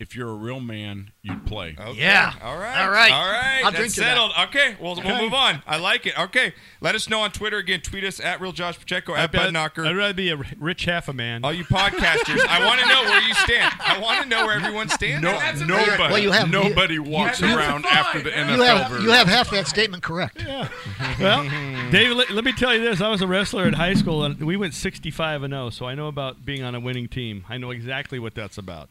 [SPEAKER 9] if you're a real man, you'd play.
[SPEAKER 1] Okay.
[SPEAKER 5] Yeah.
[SPEAKER 1] All right.
[SPEAKER 5] All right.
[SPEAKER 1] All right.
[SPEAKER 5] I'll
[SPEAKER 1] That's
[SPEAKER 5] drink to that.
[SPEAKER 1] settled. Okay. Well, we'll move on. I like it. Okay. Let us know on Twitter again. Tweet us at real Josh Pacheco
[SPEAKER 7] I
[SPEAKER 1] at Bud Knocker.
[SPEAKER 7] would rather be a r- rich half a man.
[SPEAKER 1] All you podcasters, I want to know where you stand. I want to know where everyone stands.
[SPEAKER 9] No,
[SPEAKER 1] on this.
[SPEAKER 9] nobody,
[SPEAKER 5] Well, you have-
[SPEAKER 9] nobody walks
[SPEAKER 3] you-
[SPEAKER 9] around
[SPEAKER 3] That's
[SPEAKER 9] after
[SPEAKER 3] fine.
[SPEAKER 9] the
[SPEAKER 3] You
[SPEAKER 9] NFL.
[SPEAKER 5] you have
[SPEAKER 9] version.
[SPEAKER 5] you have half that statement correct.
[SPEAKER 7] Well, David, let, let me tell you this. I was a wrestler in high school, and we went 65 and 0, so I know about being on a winning team. I know exactly what that's about.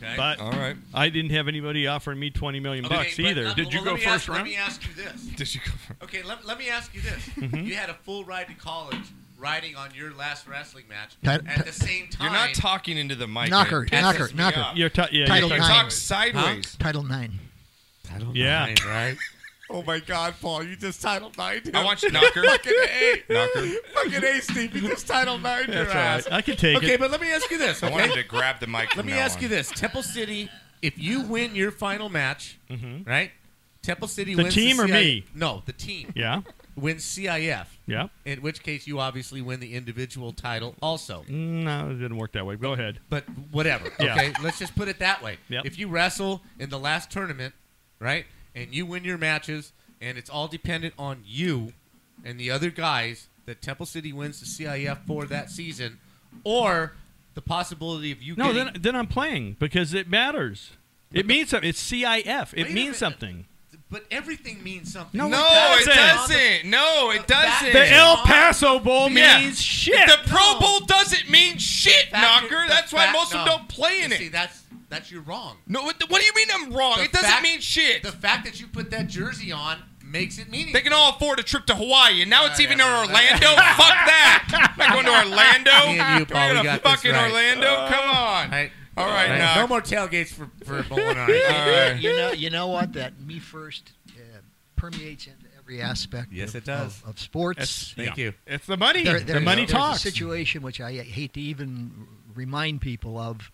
[SPEAKER 3] Okay.
[SPEAKER 7] But
[SPEAKER 1] All right.
[SPEAKER 7] I didn't have anybody offering me 20 million
[SPEAKER 3] Okay,
[SPEAKER 7] bucks
[SPEAKER 3] but
[SPEAKER 7] either.
[SPEAKER 3] let-
[SPEAKER 9] Did you
[SPEAKER 3] well, let
[SPEAKER 9] go
[SPEAKER 3] me
[SPEAKER 9] first
[SPEAKER 3] ask- Let
[SPEAKER 9] round?
[SPEAKER 3] me ask you this.
[SPEAKER 1] Did you go for
[SPEAKER 3] Okay, let, let me ask you this. You had a full ride to college, riding on your last wrestling match
[SPEAKER 5] Ti-
[SPEAKER 3] at
[SPEAKER 5] ti-
[SPEAKER 3] the same time.
[SPEAKER 1] You're not talking into the mic.
[SPEAKER 5] Knocker,
[SPEAKER 1] It pisses
[SPEAKER 5] knocker,
[SPEAKER 1] me
[SPEAKER 5] knocker.
[SPEAKER 1] off.
[SPEAKER 7] You're ti- yeah,
[SPEAKER 5] Title
[SPEAKER 7] you're
[SPEAKER 1] You
[SPEAKER 7] ti-
[SPEAKER 5] nine.
[SPEAKER 1] talk sideways.
[SPEAKER 5] Title nine.
[SPEAKER 7] yeah.
[SPEAKER 3] right?
[SPEAKER 2] Oh my God, Paul! You just title nine.
[SPEAKER 1] I want you, knocker. knocker.
[SPEAKER 2] fucking A, Steve. You just title nine. your
[SPEAKER 7] That's all right.
[SPEAKER 2] ass.
[SPEAKER 7] I can take
[SPEAKER 2] Okay,
[SPEAKER 7] it.
[SPEAKER 2] but let me ask you this.
[SPEAKER 1] I wanted
[SPEAKER 2] Okay,
[SPEAKER 1] to grab the mic.
[SPEAKER 3] Let me ask you this: Temple City, if you win your final match, right? Temple City
[SPEAKER 7] Mm-hmm. The
[SPEAKER 3] wins
[SPEAKER 7] team or
[SPEAKER 3] CIF
[SPEAKER 7] me?
[SPEAKER 3] No, the team
[SPEAKER 7] Yeah.
[SPEAKER 3] wins CIF.
[SPEAKER 7] Yeah.
[SPEAKER 3] In which case, you obviously win the individual title also.
[SPEAKER 7] No, it didn't work that way. Go ahead.
[SPEAKER 3] But whatever.
[SPEAKER 7] Yeah.
[SPEAKER 3] Okay, let's just put it that way.
[SPEAKER 7] Yep.
[SPEAKER 3] If you wrestle in the last tournament, right, and you win your matches, and it's all dependent on you and the other guys that Temple City wins the CIF for that season, or the possibility of you
[SPEAKER 7] No,
[SPEAKER 3] getting
[SPEAKER 7] then, then I'm playing because it matters. It means something. It's CIF.
[SPEAKER 3] Wait
[SPEAKER 7] It
[SPEAKER 3] a
[SPEAKER 7] means
[SPEAKER 3] minute.
[SPEAKER 7] something.
[SPEAKER 3] But everything means something.
[SPEAKER 7] No,
[SPEAKER 1] No, it
[SPEAKER 7] It doesn't.
[SPEAKER 1] doesn't. No, it doesn't.
[SPEAKER 7] The El Paso Bowl
[SPEAKER 1] Yeah.
[SPEAKER 7] means shit.
[SPEAKER 1] The Pro Bowl doesn't mean shit,
[SPEAKER 3] Factor-
[SPEAKER 1] Knocker. That's why
[SPEAKER 3] fact-
[SPEAKER 1] most
[SPEAKER 3] no.
[SPEAKER 1] of them don't play in
[SPEAKER 3] You See,
[SPEAKER 1] it.
[SPEAKER 3] that's That's you're wrong.
[SPEAKER 10] No, what, what do you mean I'm wrong?
[SPEAKER 3] The
[SPEAKER 10] it doesn't
[SPEAKER 3] fact-
[SPEAKER 10] mean shit.
[SPEAKER 3] The fact that you put that jersey on makes it meaningful.
[SPEAKER 10] they can all afford a trip to Hawaii, and
[SPEAKER 3] Oh,
[SPEAKER 10] now it's even in
[SPEAKER 3] Whatever.
[SPEAKER 10] Orlando. Fuck that! I'm not going to Orlando.
[SPEAKER 3] Me and you, Paul,
[SPEAKER 10] We're
[SPEAKER 3] we got
[SPEAKER 10] gonna
[SPEAKER 3] this
[SPEAKER 10] fucking
[SPEAKER 3] right.
[SPEAKER 10] Orlando.
[SPEAKER 3] Uh,
[SPEAKER 10] Come on.
[SPEAKER 3] Right?
[SPEAKER 10] all right,
[SPEAKER 3] Right?
[SPEAKER 10] now.
[SPEAKER 3] No more tailgates for for bowling alley.
[SPEAKER 10] All right.
[SPEAKER 5] you know, you know what? That me first uh, permeates into every aspect.
[SPEAKER 3] Yes,
[SPEAKER 5] of,
[SPEAKER 3] it does.
[SPEAKER 5] of, of sports.
[SPEAKER 3] Thank you.
[SPEAKER 7] It's the money.
[SPEAKER 5] There-
[SPEAKER 7] the
[SPEAKER 5] there's-
[SPEAKER 7] money
[SPEAKER 5] there's
[SPEAKER 7] talks.
[SPEAKER 5] A situation which I hate to even remind people of,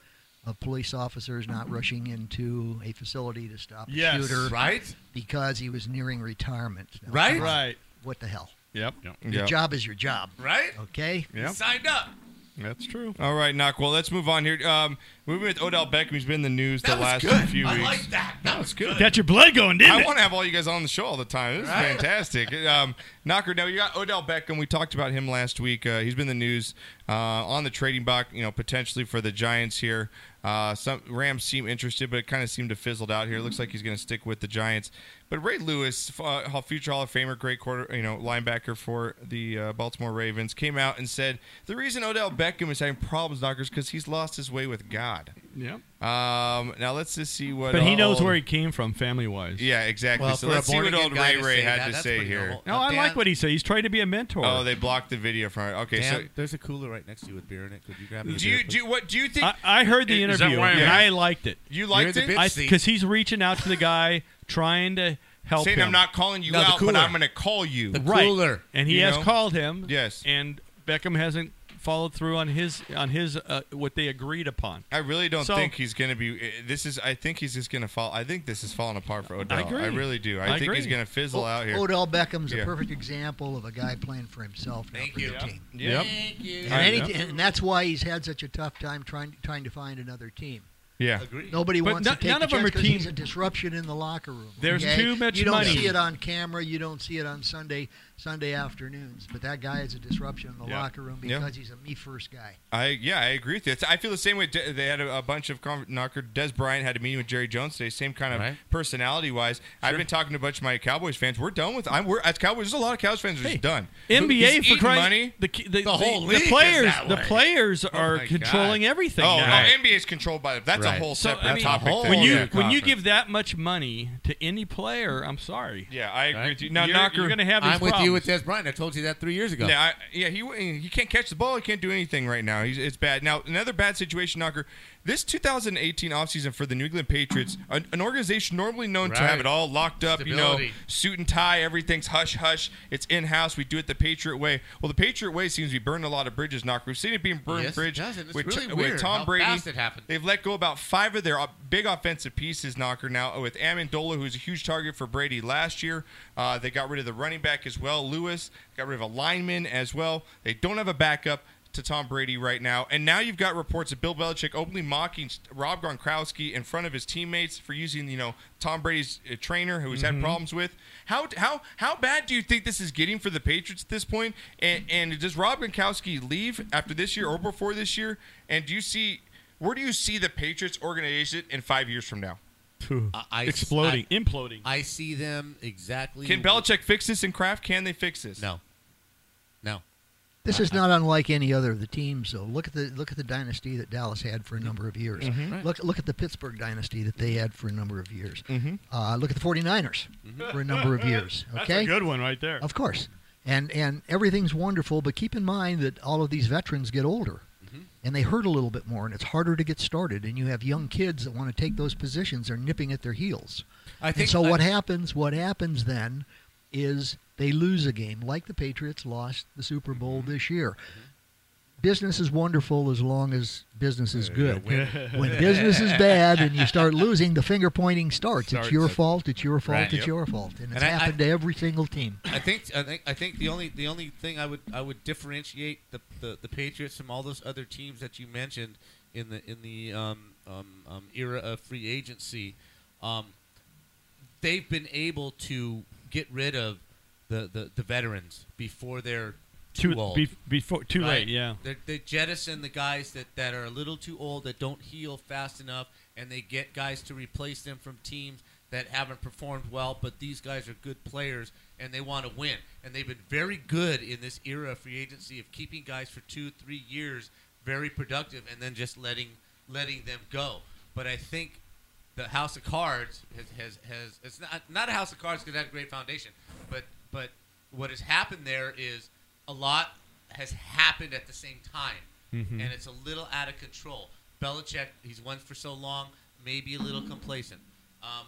[SPEAKER 5] of police officers not rushing into a facility to stop a
[SPEAKER 7] Yes.
[SPEAKER 5] shooter
[SPEAKER 3] Right?
[SPEAKER 5] because he was nearing retirement. Now,
[SPEAKER 3] Right?
[SPEAKER 5] come on,
[SPEAKER 7] Right.
[SPEAKER 5] What the hell?
[SPEAKER 7] Yep.
[SPEAKER 5] Your
[SPEAKER 1] Yeah.
[SPEAKER 5] job is your job.
[SPEAKER 3] Right?
[SPEAKER 5] Okay.
[SPEAKER 7] Yep.
[SPEAKER 3] Signed up.
[SPEAKER 7] That's true.
[SPEAKER 1] All right, knock. Well, let's move on here. Um, moving with Odell Beckham, he's been in the news
[SPEAKER 3] That
[SPEAKER 1] the
[SPEAKER 3] was
[SPEAKER 1] last
[SPEAKER 3] good.
[SPEAKER 1] few
[SPEAKER 3] I
[SPEAKER 1] weeks.
[SPEAKER 3] like that. That was good.
[SPEAKER 7] Got your blood going, didn't
[SPEAKER 1] I
[SPEAKER 7] it?
[SPEAKER 1] want to have all you guys on the show all the time. This is fantastic. Um, Knocker, now you got Odell Beckham. We talked about him last week. Uh, he's been in the news uh, on the trading block, you know, potentially for the Giants here. Uh, some Rams seem interested, but it kind of seemed to fizzled out here. It looks like he's going to stick with the Giants. But Ray Lewis, uh, ho- future Hall of Famer, great quarter, you know, linebacker for the uh, Baltimore Ravens, came out and said the reason Odell Beckham is having problems, Knocker, is because he's lost his way with God.
[SPEAKER 7] Yep.
[SPEAKER 1] Um, now let's just see what.
[SPEAKER 7] But he knows
[SPEAKER 1] all-
[SPEAKER 7] where he came from, family wise.
[SPEAKER 1] yeah, exactly.
[SPEAKER 3] Well,
[SPEAKER 1] so
[SPEAKER 3] for a
[SPEAKER 1] let's see what
[SPEAKER 3] born-again
[SPEAKER 1] old
[SPEAKER 3] guy
[SPEAKER 1] Ray
[SPEAKER 3] to
[SPEAKER 1] Ray
[SPEAKER 3] say
[SPEAKER 1] had
[SPEAKER 3] that,
[SPEAKER 1] to
[SPEAKER 3] that's
[SPEAKER 1] say
[SPEAKER 3] pretty
[SPEAKER 1] here.
[SPEAKER 3] normal.
[SPEAKER 7] No,
[SPEAKER 3] Uh,
[SPEAKER 7] I
[SPEAKER 3] Dan-
[SPEAKER 7] like what he said. He's trying to be a mentor.
[SPEAKER 1] Oh, they blocked the video from it. Okay,
[SPEAKER 3] Dan, there's a cooler right next to you with beer in it. Could you grab me? a
[SPEAKER 1] so do
[SPEAKER 3] beer,
[SPEAKER 1] you
[SPEAKER 3] please?
[SPEAKER 1] do what? Do you think
[SPEAKER 7] I, I heard the
[SPEAKER 9] Is that
[SPEAKER 7] interview
[SPEAKER 9] why I'm-
[SPEAKER 7] and I liked it.
[SPEAKER 1] you
[SPEAKER 3] You're
[SPEAKER 1] liked
[SPEAKER 3] the
[SPEAKER 1] it?
[SPEAKER 3] bitch.
[SPEAKER 1] I-
[SPEAKER 7] I
[SPEAKER 3] See.
[SPEAKER 7] because he's reaching out to the guy, trying to help
[SPEAKER 1] saying
[SPEAKER 7] him.
[SPEAKER 1] I'm not calling you
[SPEAKER 3] No, the
[SPEAKER 1] out, but
[SPEAKER 3] cooler.
[SPEAKER 1] I'm going to call you.
[SPEAKER 3] The
[SPEAKER 7] right.
[SPEAKER 3] cooler.
[SPEAKER 7] and he
[SPEAKER 1] you
[SPEAKER 7] has
[SPEAKER 1] know?
[SPEAKER 7] called him.
[SPEAKER 1] Yes.
[SPEAKER 7] and Beckham hasn't followed through on his on his uh, what they agreed upon.
[SPEAKER 1] I really don't
[SPEAKER 7] So-
[SPEAKER 1] think he's going to be. eh, This is. I think he's just going to fall. I think this is falling apart for Odell.
[SPEAKER 7] agree.
[SPEAKER 1] really do. I, Oh,
[SPEAKER 7] I
[SPEAKER 1] think
[SPEAKER 7] agree.
[SPEAKER 1] he's going to fizzle out here.
[SPEAKER 5] Odell Beckham's
[SPEAKER 1] Yeah.
[SPEAKER 5] a perfect example of a guy playing for himself, not
[SPEAKER 3] Thank
[SPEAKER 5] for
[SPEAKER 3] you.
[SPEAKER 5] the team.
[SPEAKER 7] Yep.
[SPEAKER 3] Thank you.
[SPEAKER 5] And,
[SPEAKER 7] Right,
[SPEAKER 5] any, and that's why he's had such a tough time trying trying to find another team.
[SPEAKER 1] Yeah.
[SPEAKER 3] Agreed.
[SPEAKER 5] Nobody
[SPEAKER 7] But
[SPEAKER 5] wants
[SPEAKER 7] no-
[SPEAKER 5] to take
[SPEAKER 7] none
[SPEAKER 5] the
[SPEAKER 7] of 'em
[SPEAKER 5] chance
[SPEAKER 7] are
[SPEAKER 5] 'cause
[SPEAKER 7] team-
[SPEAKER 5] he's a disruption in the locker room.
[SPEAKER 7] There's
[SPEAKER 5] okay?
[SPEAKER 7] too much
[SPEAKER 5] You don't
[SPEAKER 7] money.
[SPEAKER 5] see it on camera. You don't see it on Sunday Sunday afternoons. But that guy is a disruption in the
[SPEAKER 7] Yeah.
[SPEAKER 5] locker room
[SPEAKER 1] Yeah.
[SPEAKER 5] because he's a me first guy.
[SPEAKER 1] I yeah, I agree with you. It's- I feel the same way. De- they had a, a bunch of con- knocker. Des Bryant had a meeting with Jerry Jones today. Same kind of
[SPEAKER 3] Right.
[SPEAKER 1] personality wise. I've been talking to a bunch of my Cowboys fans. We're done with. I'm. We're as Cowboys. There's a lot of Cowboys fans. who are just done. He's
[SPEAKER 7] NBA for
[SPEAKER 1] eating
[SPEAKER 7] Christ,
[SPEAKER 1] money.
[SPEAKER 7] The, ki- the,
[SPEAKER 3] The whole league is
[SPEAKER 7] players,
[SPEAKER 3] that
[SPEAKER 7] the
[SPEAKER 3] way.
[SPEAKER 7] players are
[SPEAKER 3] my
[SPEAKER 7] controlling everything.
[SPEAKER 1] Oh,
[SPEAKER 7] now.
[SPEAKER 1] oh, NBA is controlled by them. That's
[SPEAKER 3] Right.
[SPEAKER 1] a whole
[SPEAKER 7] So,
[SPEAKER 1] separate
[SPEAKER 7] I mean,
[SPEAKER 3] That's a
[SPEAKER 1] topic. there.
[SPEAKER 3] whole
[SPEAKER 7] when you
[SPEAKER 3] Yeah,
[SPEAKER 7] when you
[SPEAKER 3] conference.
[SPEAKER 7] give that much money to any player, I'm sorry.
[SPEAKER 1] yeah, I agree
[SPEAKER 3] Right.
[SPEAKER 1] with you. Now,
[SPEAKER 7] you're,
[SPEAKER 1] Knocker,
[SPEAKER 7] you're going to have these
[SPEAKER 3] I'm with you with
[SPEAKER 7] problems.
[SPEAKER 3] Des Bryant. I told you that three years ago.
[SPEAKER 1] Yeah, I, yeah, he he can't catch the ball. He can't do anything right now. He's it's bad. Now another bad situation, Knocker. This 2018 offseason for the New England Patriots, an, an organization normally known to
[SPEAKER 3] Right.
[SPEAKER 1] have it all locked up, you know,
[SPEAKER 3] Stability.
[SPEAKER 1] suit and tie, everything's hush hush. It's in house. We do it the Patriot way. Well, the Patriot way seems to be burning a lot of bridges, Knocker. We've seen it being burned
[SPEAKER 3] Yes, it
[SPEAKER 1] bridge
[SPEAKER 3] does, and it's
[SPEAKER 1] with,
[SPEAKER 3] really
[SPEAKER 1] with
[SPEAKER 3] weird
[SPEAKER 1] Tom
[SPEAKER 3] how
[SPEAKER 1] Brady.
[SPEAKER 3] fast it happened.
[SPEAKER 1] They've let go about five of their uh, big offensive pieces, Knocker, now with Amendola, who's a huge target for Brady last year. Uh, they got rid of the running back as well, Lewis. Got rid of a lineman as well. They don't have a backup to Tom Brady right now. And now you've got reports of Bill Belichick openly mocking Rob Gronkowski in front of his teammates for using, you know, Tom Brady's uh, trainer who he's had problems with. How how how bad do you think this is getting for the Patriots at this point? And and does Rob Gronkowski leave after this year or before this year? And do you see where do you see the Patriots organization in five years from now?
[SPEAKER 3] I- I-
[SPEAKER 7] exploding, imploding.
[SPEAKER 3] I see them exactly.
[SPEAKER 1] Can Belichick fix this in Kraft? Can they fix this?
[SPEAKER 3] No. No.
[SPEAKER 5] This is not unlike any other of the teams, though. Look at the look at the dynasty that Dallas had for a number of years.
[SPEAKER 7] Mm-hmm.
[SPEAKER 5] Look look at the Pittsburgh dynasty that they had for a number of years. Uh, look at the 49ers for a number of years. Okay,
[SPEAKER 7] Mm-hmm. That's a good one right there.
[SPEAKER 5] of course, and and everything's wonderful. But keep in mind that all of these veterans get older,
[SPEAKER 3] Mm-hmm.
[SPEAKER 5] and they hurt a little bit more, and it's harder to get started. And you have young kids that want to take those positions. They're nipping at their heels.
[SPEAKER 3] I
[SPEAKER 5] And
[SPEAKER 3] think
[SPEAKER 5] so
[SPEAKER 3] I-
[SPEAKER 5] what happens? What happens then is they lose a game, like the Patriots lost the Super Bowl
[SPEAKER 3] Mm-hmm.
[SPEAKER 5] this year. Business is wonderful as long as business
[SPEAKER 3] Uh,
[SPEAKER 5] is good. when business is bad and you start losing, the finger pointing starts.
[SPEAKER 3] Starts.
[SPEAKER 5] It's your fault. It's your fault.
[SPEAKER 3] Right.
[SPEAKER 5] It's
[SPEAKER 3] Yep.
[SPEAKER 5] your fault, and it's
[SPEAKER 3] And I- I-
[SPEAKER 5] happened to every single team.
[SPEAKER 3] I think I think I think the only the only thing I would I would differentiate the, the, the Patriots from all those other teams that you mentioned in the in the um, um, um, era of free agency, um, they've been able to get rid of the, the, the veterans before they're too, old.
[SPEAKER 7] be- before too
[SPEAKER 3] right?
[SPEAKER 7] late. Yeah.
[SPEAKER 3] They're, they jettison the guys that, that are a little too old, that don't heal fast enough, and they get guys to replace them from teams that haven't performed well, but these guys are good players and they want to win. And they've been very good in this era of free agency of keeping guys for two, three years very productive and then just letting letting them go. But I think the House of Cards has has, has it's not not a House of Cards because it had a great foundation, but but what has happened there is a lot has happened at the same time,
[SPEAKER 7] Mm-hmm.
[SPEAKER 11] Mhm.
[SPEAKER 3] and it's a little out of control. Belichick, he's won for so long, maybe a little complacent. Um,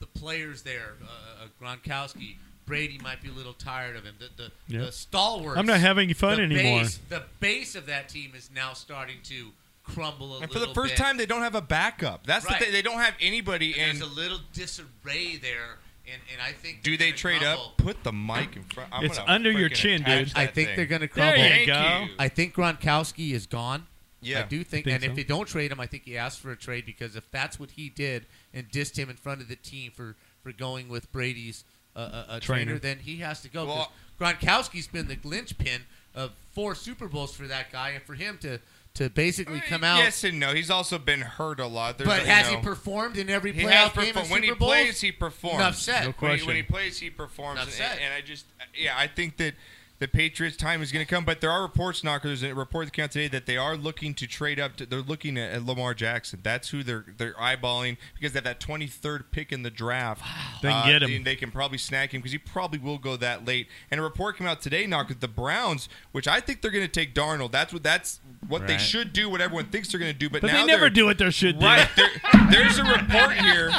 [SPEAKER 3] the players there, uh, uh, Gronkowski, Brady might be a little tired of him. The the,
[SPEAKER 7] Yeah.
[SPEAKER 3] the stalwarts.
[SPEAKER 7] I'm not having fun
[SPEAKER 3] the
[SPEAKER 7] anymore.
[SPEAKER 3] Base, the base of that team is now starting to crumble a
[SPEAKER 1] And for
[SPEAKER 3] little
[SPEAKER 1] the first
[SPEAKER 3] bit.
[SPEAKER 1] time, they don't have a backup. That's
[SPEAKER 3] Right.
[SPEAKER 1] the thing. They don't have anybody
[SPEAKER 3] And
[SPEAKER 1] in.
[SPEAKER 3] There's a little disarray there, and, and I think
[SPEAKER 1] Do
[SPEAKER 3] they're
[SPEAKER 1] they
[SPEAKER 3] gonna
[SPEAKER 1] trade
[SPEAKER 3] crumble.
[SPEAKER 1] up? Put the mic in front. I'm
[SPEAKER 7] It's
[SPEAKER 1] gonna
[SPEAKER 7] under your
[SPEAKER 1] freaking
[SPEAKER 7] chin,
[SPEAKER 1] attack
[SPEAKER 7] dude.
[SPEAKER 3] I
[SPEAKER 1] that
[SPEAKER 3] think
[SPEAKER 1] thing.
[SPEAKER 3] they're going to
[SPEAKER 1] There
[SPEAKER 3] crumble.
[SPEAKER 1] you go.
[SPEAKER 3] I think Gronkowski is gone.
[SPEAKER 1] Yeah.
[SPEAKER 3] I do think,
[SPEAKER 1] Think
[SPEAKER 3] and
[SPEAKER 1] so.
[SPEAKER 3] if they don't trade him, I think he asked for a trade because if that's what he did and dissed him in front of the team for, for going with Brady's uh, uh, uh, trainer.
[SPEAKER 7] Trainer.
[SPEAKER 3] then he has to go. 'cause
[SPEAKER 7] Well-
[SPEAKER 3] Gronkowski's been the linchpin of four Super Bowls for that guy, and for him to, to basically come out.
[SPEAKER 1] Yes and no. He's also been hurt a lot. There's
[SPEAKER 3] But
[SPEAKER 1] a-
[SPEAKER 3] has
[SPEAKER 1] you
[SPEAKER 3] he
[SPEAKER 1] know-
[SPEAKER 3] performed in every
[SPEAKER 1] He
[SPEAKER 3] playoff
[SPEAKER 1] has
[SPEAKER 3] game?
[SPEAKER 1] performed.
[SPEAKER 3] and
[SPEAKER 1] When he
[SPEAKER 3] Super Bowls?
[SPEAKER 1] plays, he performs.
[SPEAKER 3] Enough said.
[SPEAKER 1] When he, when he plays, he performs.
[SPEAKER 3] Enough
[SPEAKER 1] And,
[SPEAKER 3] said.
[SPEAKER 1] and I just, yeah, I think that the Patriots' time is going to come. But there are reports, Knocker. There's a report that came out today that they are looking to trade up. To, they're looking at, at Lamar Jackson. That's who they're they're eyeballing because they have that 23rd pick in the draft. Uh,
[SPEAKER 7] Then get him.
[SPEAKER 1] They, they can probably snag him because he probably will go that late. And a report came out today, Knocker, that the Browns, which I think they're going to take Darnold. That's what that's what they
[SPEAKER 7] Right.
[SPEAKER 1] should do. What everyone thinks they're going to do, but,
[SPEAKER 7] But they
[SPEAKER 1] now
[SPEAKER 7] never
[SPEAKER 1] they're-
[SPEAKER 7] do what they should do.
[SPEAKER 1] Right. There- there's a report here.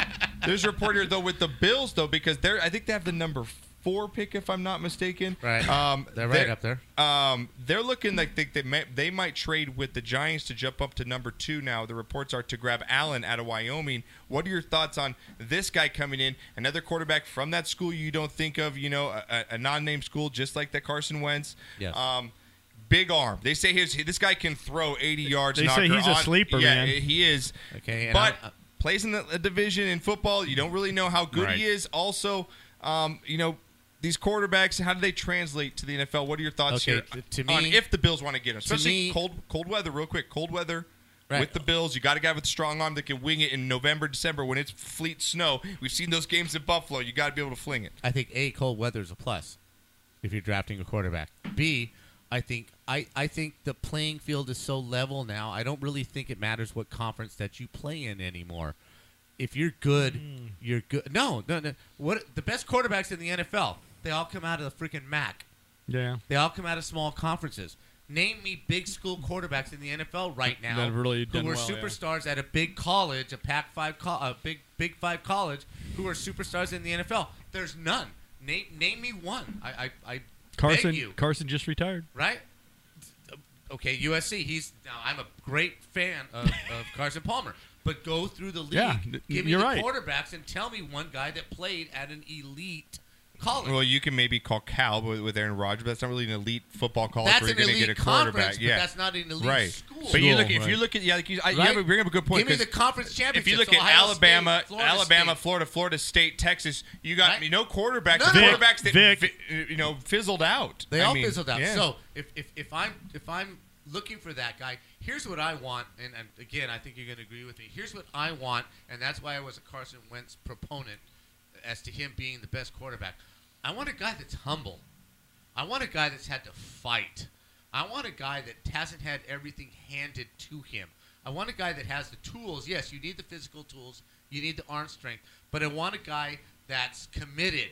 [SPEAKER 1] There's a report here though with the Bills though because they're I think they have the number four pick if I'm not mistaken.
[SPEAKER 3] Right.
[SPEAKER 1] Um,
[SPEAKER 3] They're right up there.
[SPEAKER 1] Um, they're looking like they they, may, they might trade with the Giants to jump up to number two now. The reports are to grab Allen out of Wyoming. What are your thoughts on this guy coming in? Another quarterback from that school you don't think of, you know, a, a- a non-name school just like that Carson Wentz.
[SPEAKER 3] Yes.
[SPEAKER 1] Um, big arm. They say his this guy can throw 80 yards.
[SPEAKER 7] They say
[SPEAKER 1] knocker
[SPEAKER 7] he's a
[SPEAKER 1] on-
[SPEAKER 7] sleeper,
[SPEAKER 1] yeah,
[SPEAKER 7] man.
[SPEAKER 1] he is.
[SPEAKER 3] Okay, and uh,
[SPEAKER 1] but
[SPEAKER 3] I-
[SPEAKER 1] plays in the a division in football. You don't really know how good he
[SPEAKER 7] Right.
[SPEAKER 1] is. Also, um, you know these quarterbacks. How do they translate to the NFL? What are your thoughts
[SPEAKER 3] Okay,
[SPEAKER 1] here
[SPEAKER 3] t- to
[SPEAKER 1] on
[SPEAKER 3] me-
[SPEAKER 1] if the Bills want to get him?
[SPEAKER 3] to
[SPEAKER 1] Especially
[SPEAKER 3] me-
[SPEAKER 1] cold cold weather. Real quick, cold weather.
[SPEAKER 3] Right.
[SPEAKER 1] With the Bills, you got a guy with a strong arm that can wing it in November, December when it's fleet snow. We've seen those games in Buffalo. You got to be able to fling it.
[SPEAKER 3] I think a cold weather is a plus if you're drafting a quarterback. B, I think I, I think the playing field is so level now. I don't really think it matters what conference that you play in anymore. If you're good, you're good. No, no, no. What the best quarterbacks in the NFL? They all come out of the freaking MAC.
[SPEAKER 7] Yeah.
[SPEAKER 3] They all come out of small conferences. Name me big school quarterbacks in the NFL right now
[SPEAKER 7] That have really
[SPEAKER 3] who
[SPEAKER 7] done
[SPEAKER 3] were
[SPEAKER 7] well, yeah.
[SPEAKER 3] superstars at a big college, a Pac five, co- a big Big Five college, who are superstars in the NFL. There's none. Name name me one. I I, I
[SPEAKER 7] Carson
[SPEAKER 3] beg you,
[SPEAKER 7] Carson just retired.
[SPEAKER 3] right? Okay, USC. He's now. I'm a great fan of, of Carson Palmer, but go through the league.
[SPEAKER 7] Yeah, th-
[SPEAKER 3] give me
[SPEAKER 7] you're
[SPEAKER 3] the
[SPEAKER 7] right.
[SPEAKER 3] quarterbacks and tell me one guy that played at an elite college.
[SPEAKER 1] Well, you can maybe call Cal with, with Aaron Rodgers, but that's not really an elite football college
[SPEAKER 3] That's
[SPEAKER 1] where you're
[SPEAKER 3] an
[SPEAKER 1] going to get a
[SPEAKER 3] elite conference,
[SPEAKER 1] quarterback.
[SPEAKER 3] but
[SPEAKER 1] Yeah,
[SPEAKER 3] that's not an elite
[SPEAKER 1] right.
[SPEAKER 3] school.
[SPEAKER 1] But you
[SPEAKER 3] School,
[SPEAKER 1] look if you
[SPEAKER 3] right.
[SPEAKER 1] look at yeah, like you, I, you
[SPEAKER 3] Right?
[SPEAKER 1] have a, bring up a good point.
[SPEAKER 3] Give me
[SPEAKER 1] 'cause
[SPEAKER 3] the conference
[SPEAKER 1] If you
[SPEAKER 3] championships,
[SPEAKER 1] look at
[SPEAKER 3] Ohio
[SPEAKER 1] Alabama,
[SPEAKER 3] State, Florida
[SPEAKER 1] Alabama, Florida, Florida State, Texas, you got no quarterbacks.
[SPEAKER 3] None.
[SPEAKER 1] The
[SPEAKER 3] Vic,
[SPEAKER 1] quarterbacks that vi- you know fizzled out.
[SPEAKER 3] They
[SPEAKER 1] I
[SPEAKER 3] all
[SPEAKER 1] mean,
[SPEAKER 3] fizzled out.
[SPEAKER 1] yeah.
[SPEAKER 3] So if, if, if I'm if I'm looking for that guy, here's what I want, and, and again, I think you're going to agree with me. Here's what I want, and that's why I was a Carson Wentz proponent as to him being the best quarterback. I want a guy that's humble. I want a guy that's had to fight. I want a guy that hasn't had everything handed to him. I want a guy that has the tools. Yes, you need the physical tools. You need the arm strength. But I want a guy that's committed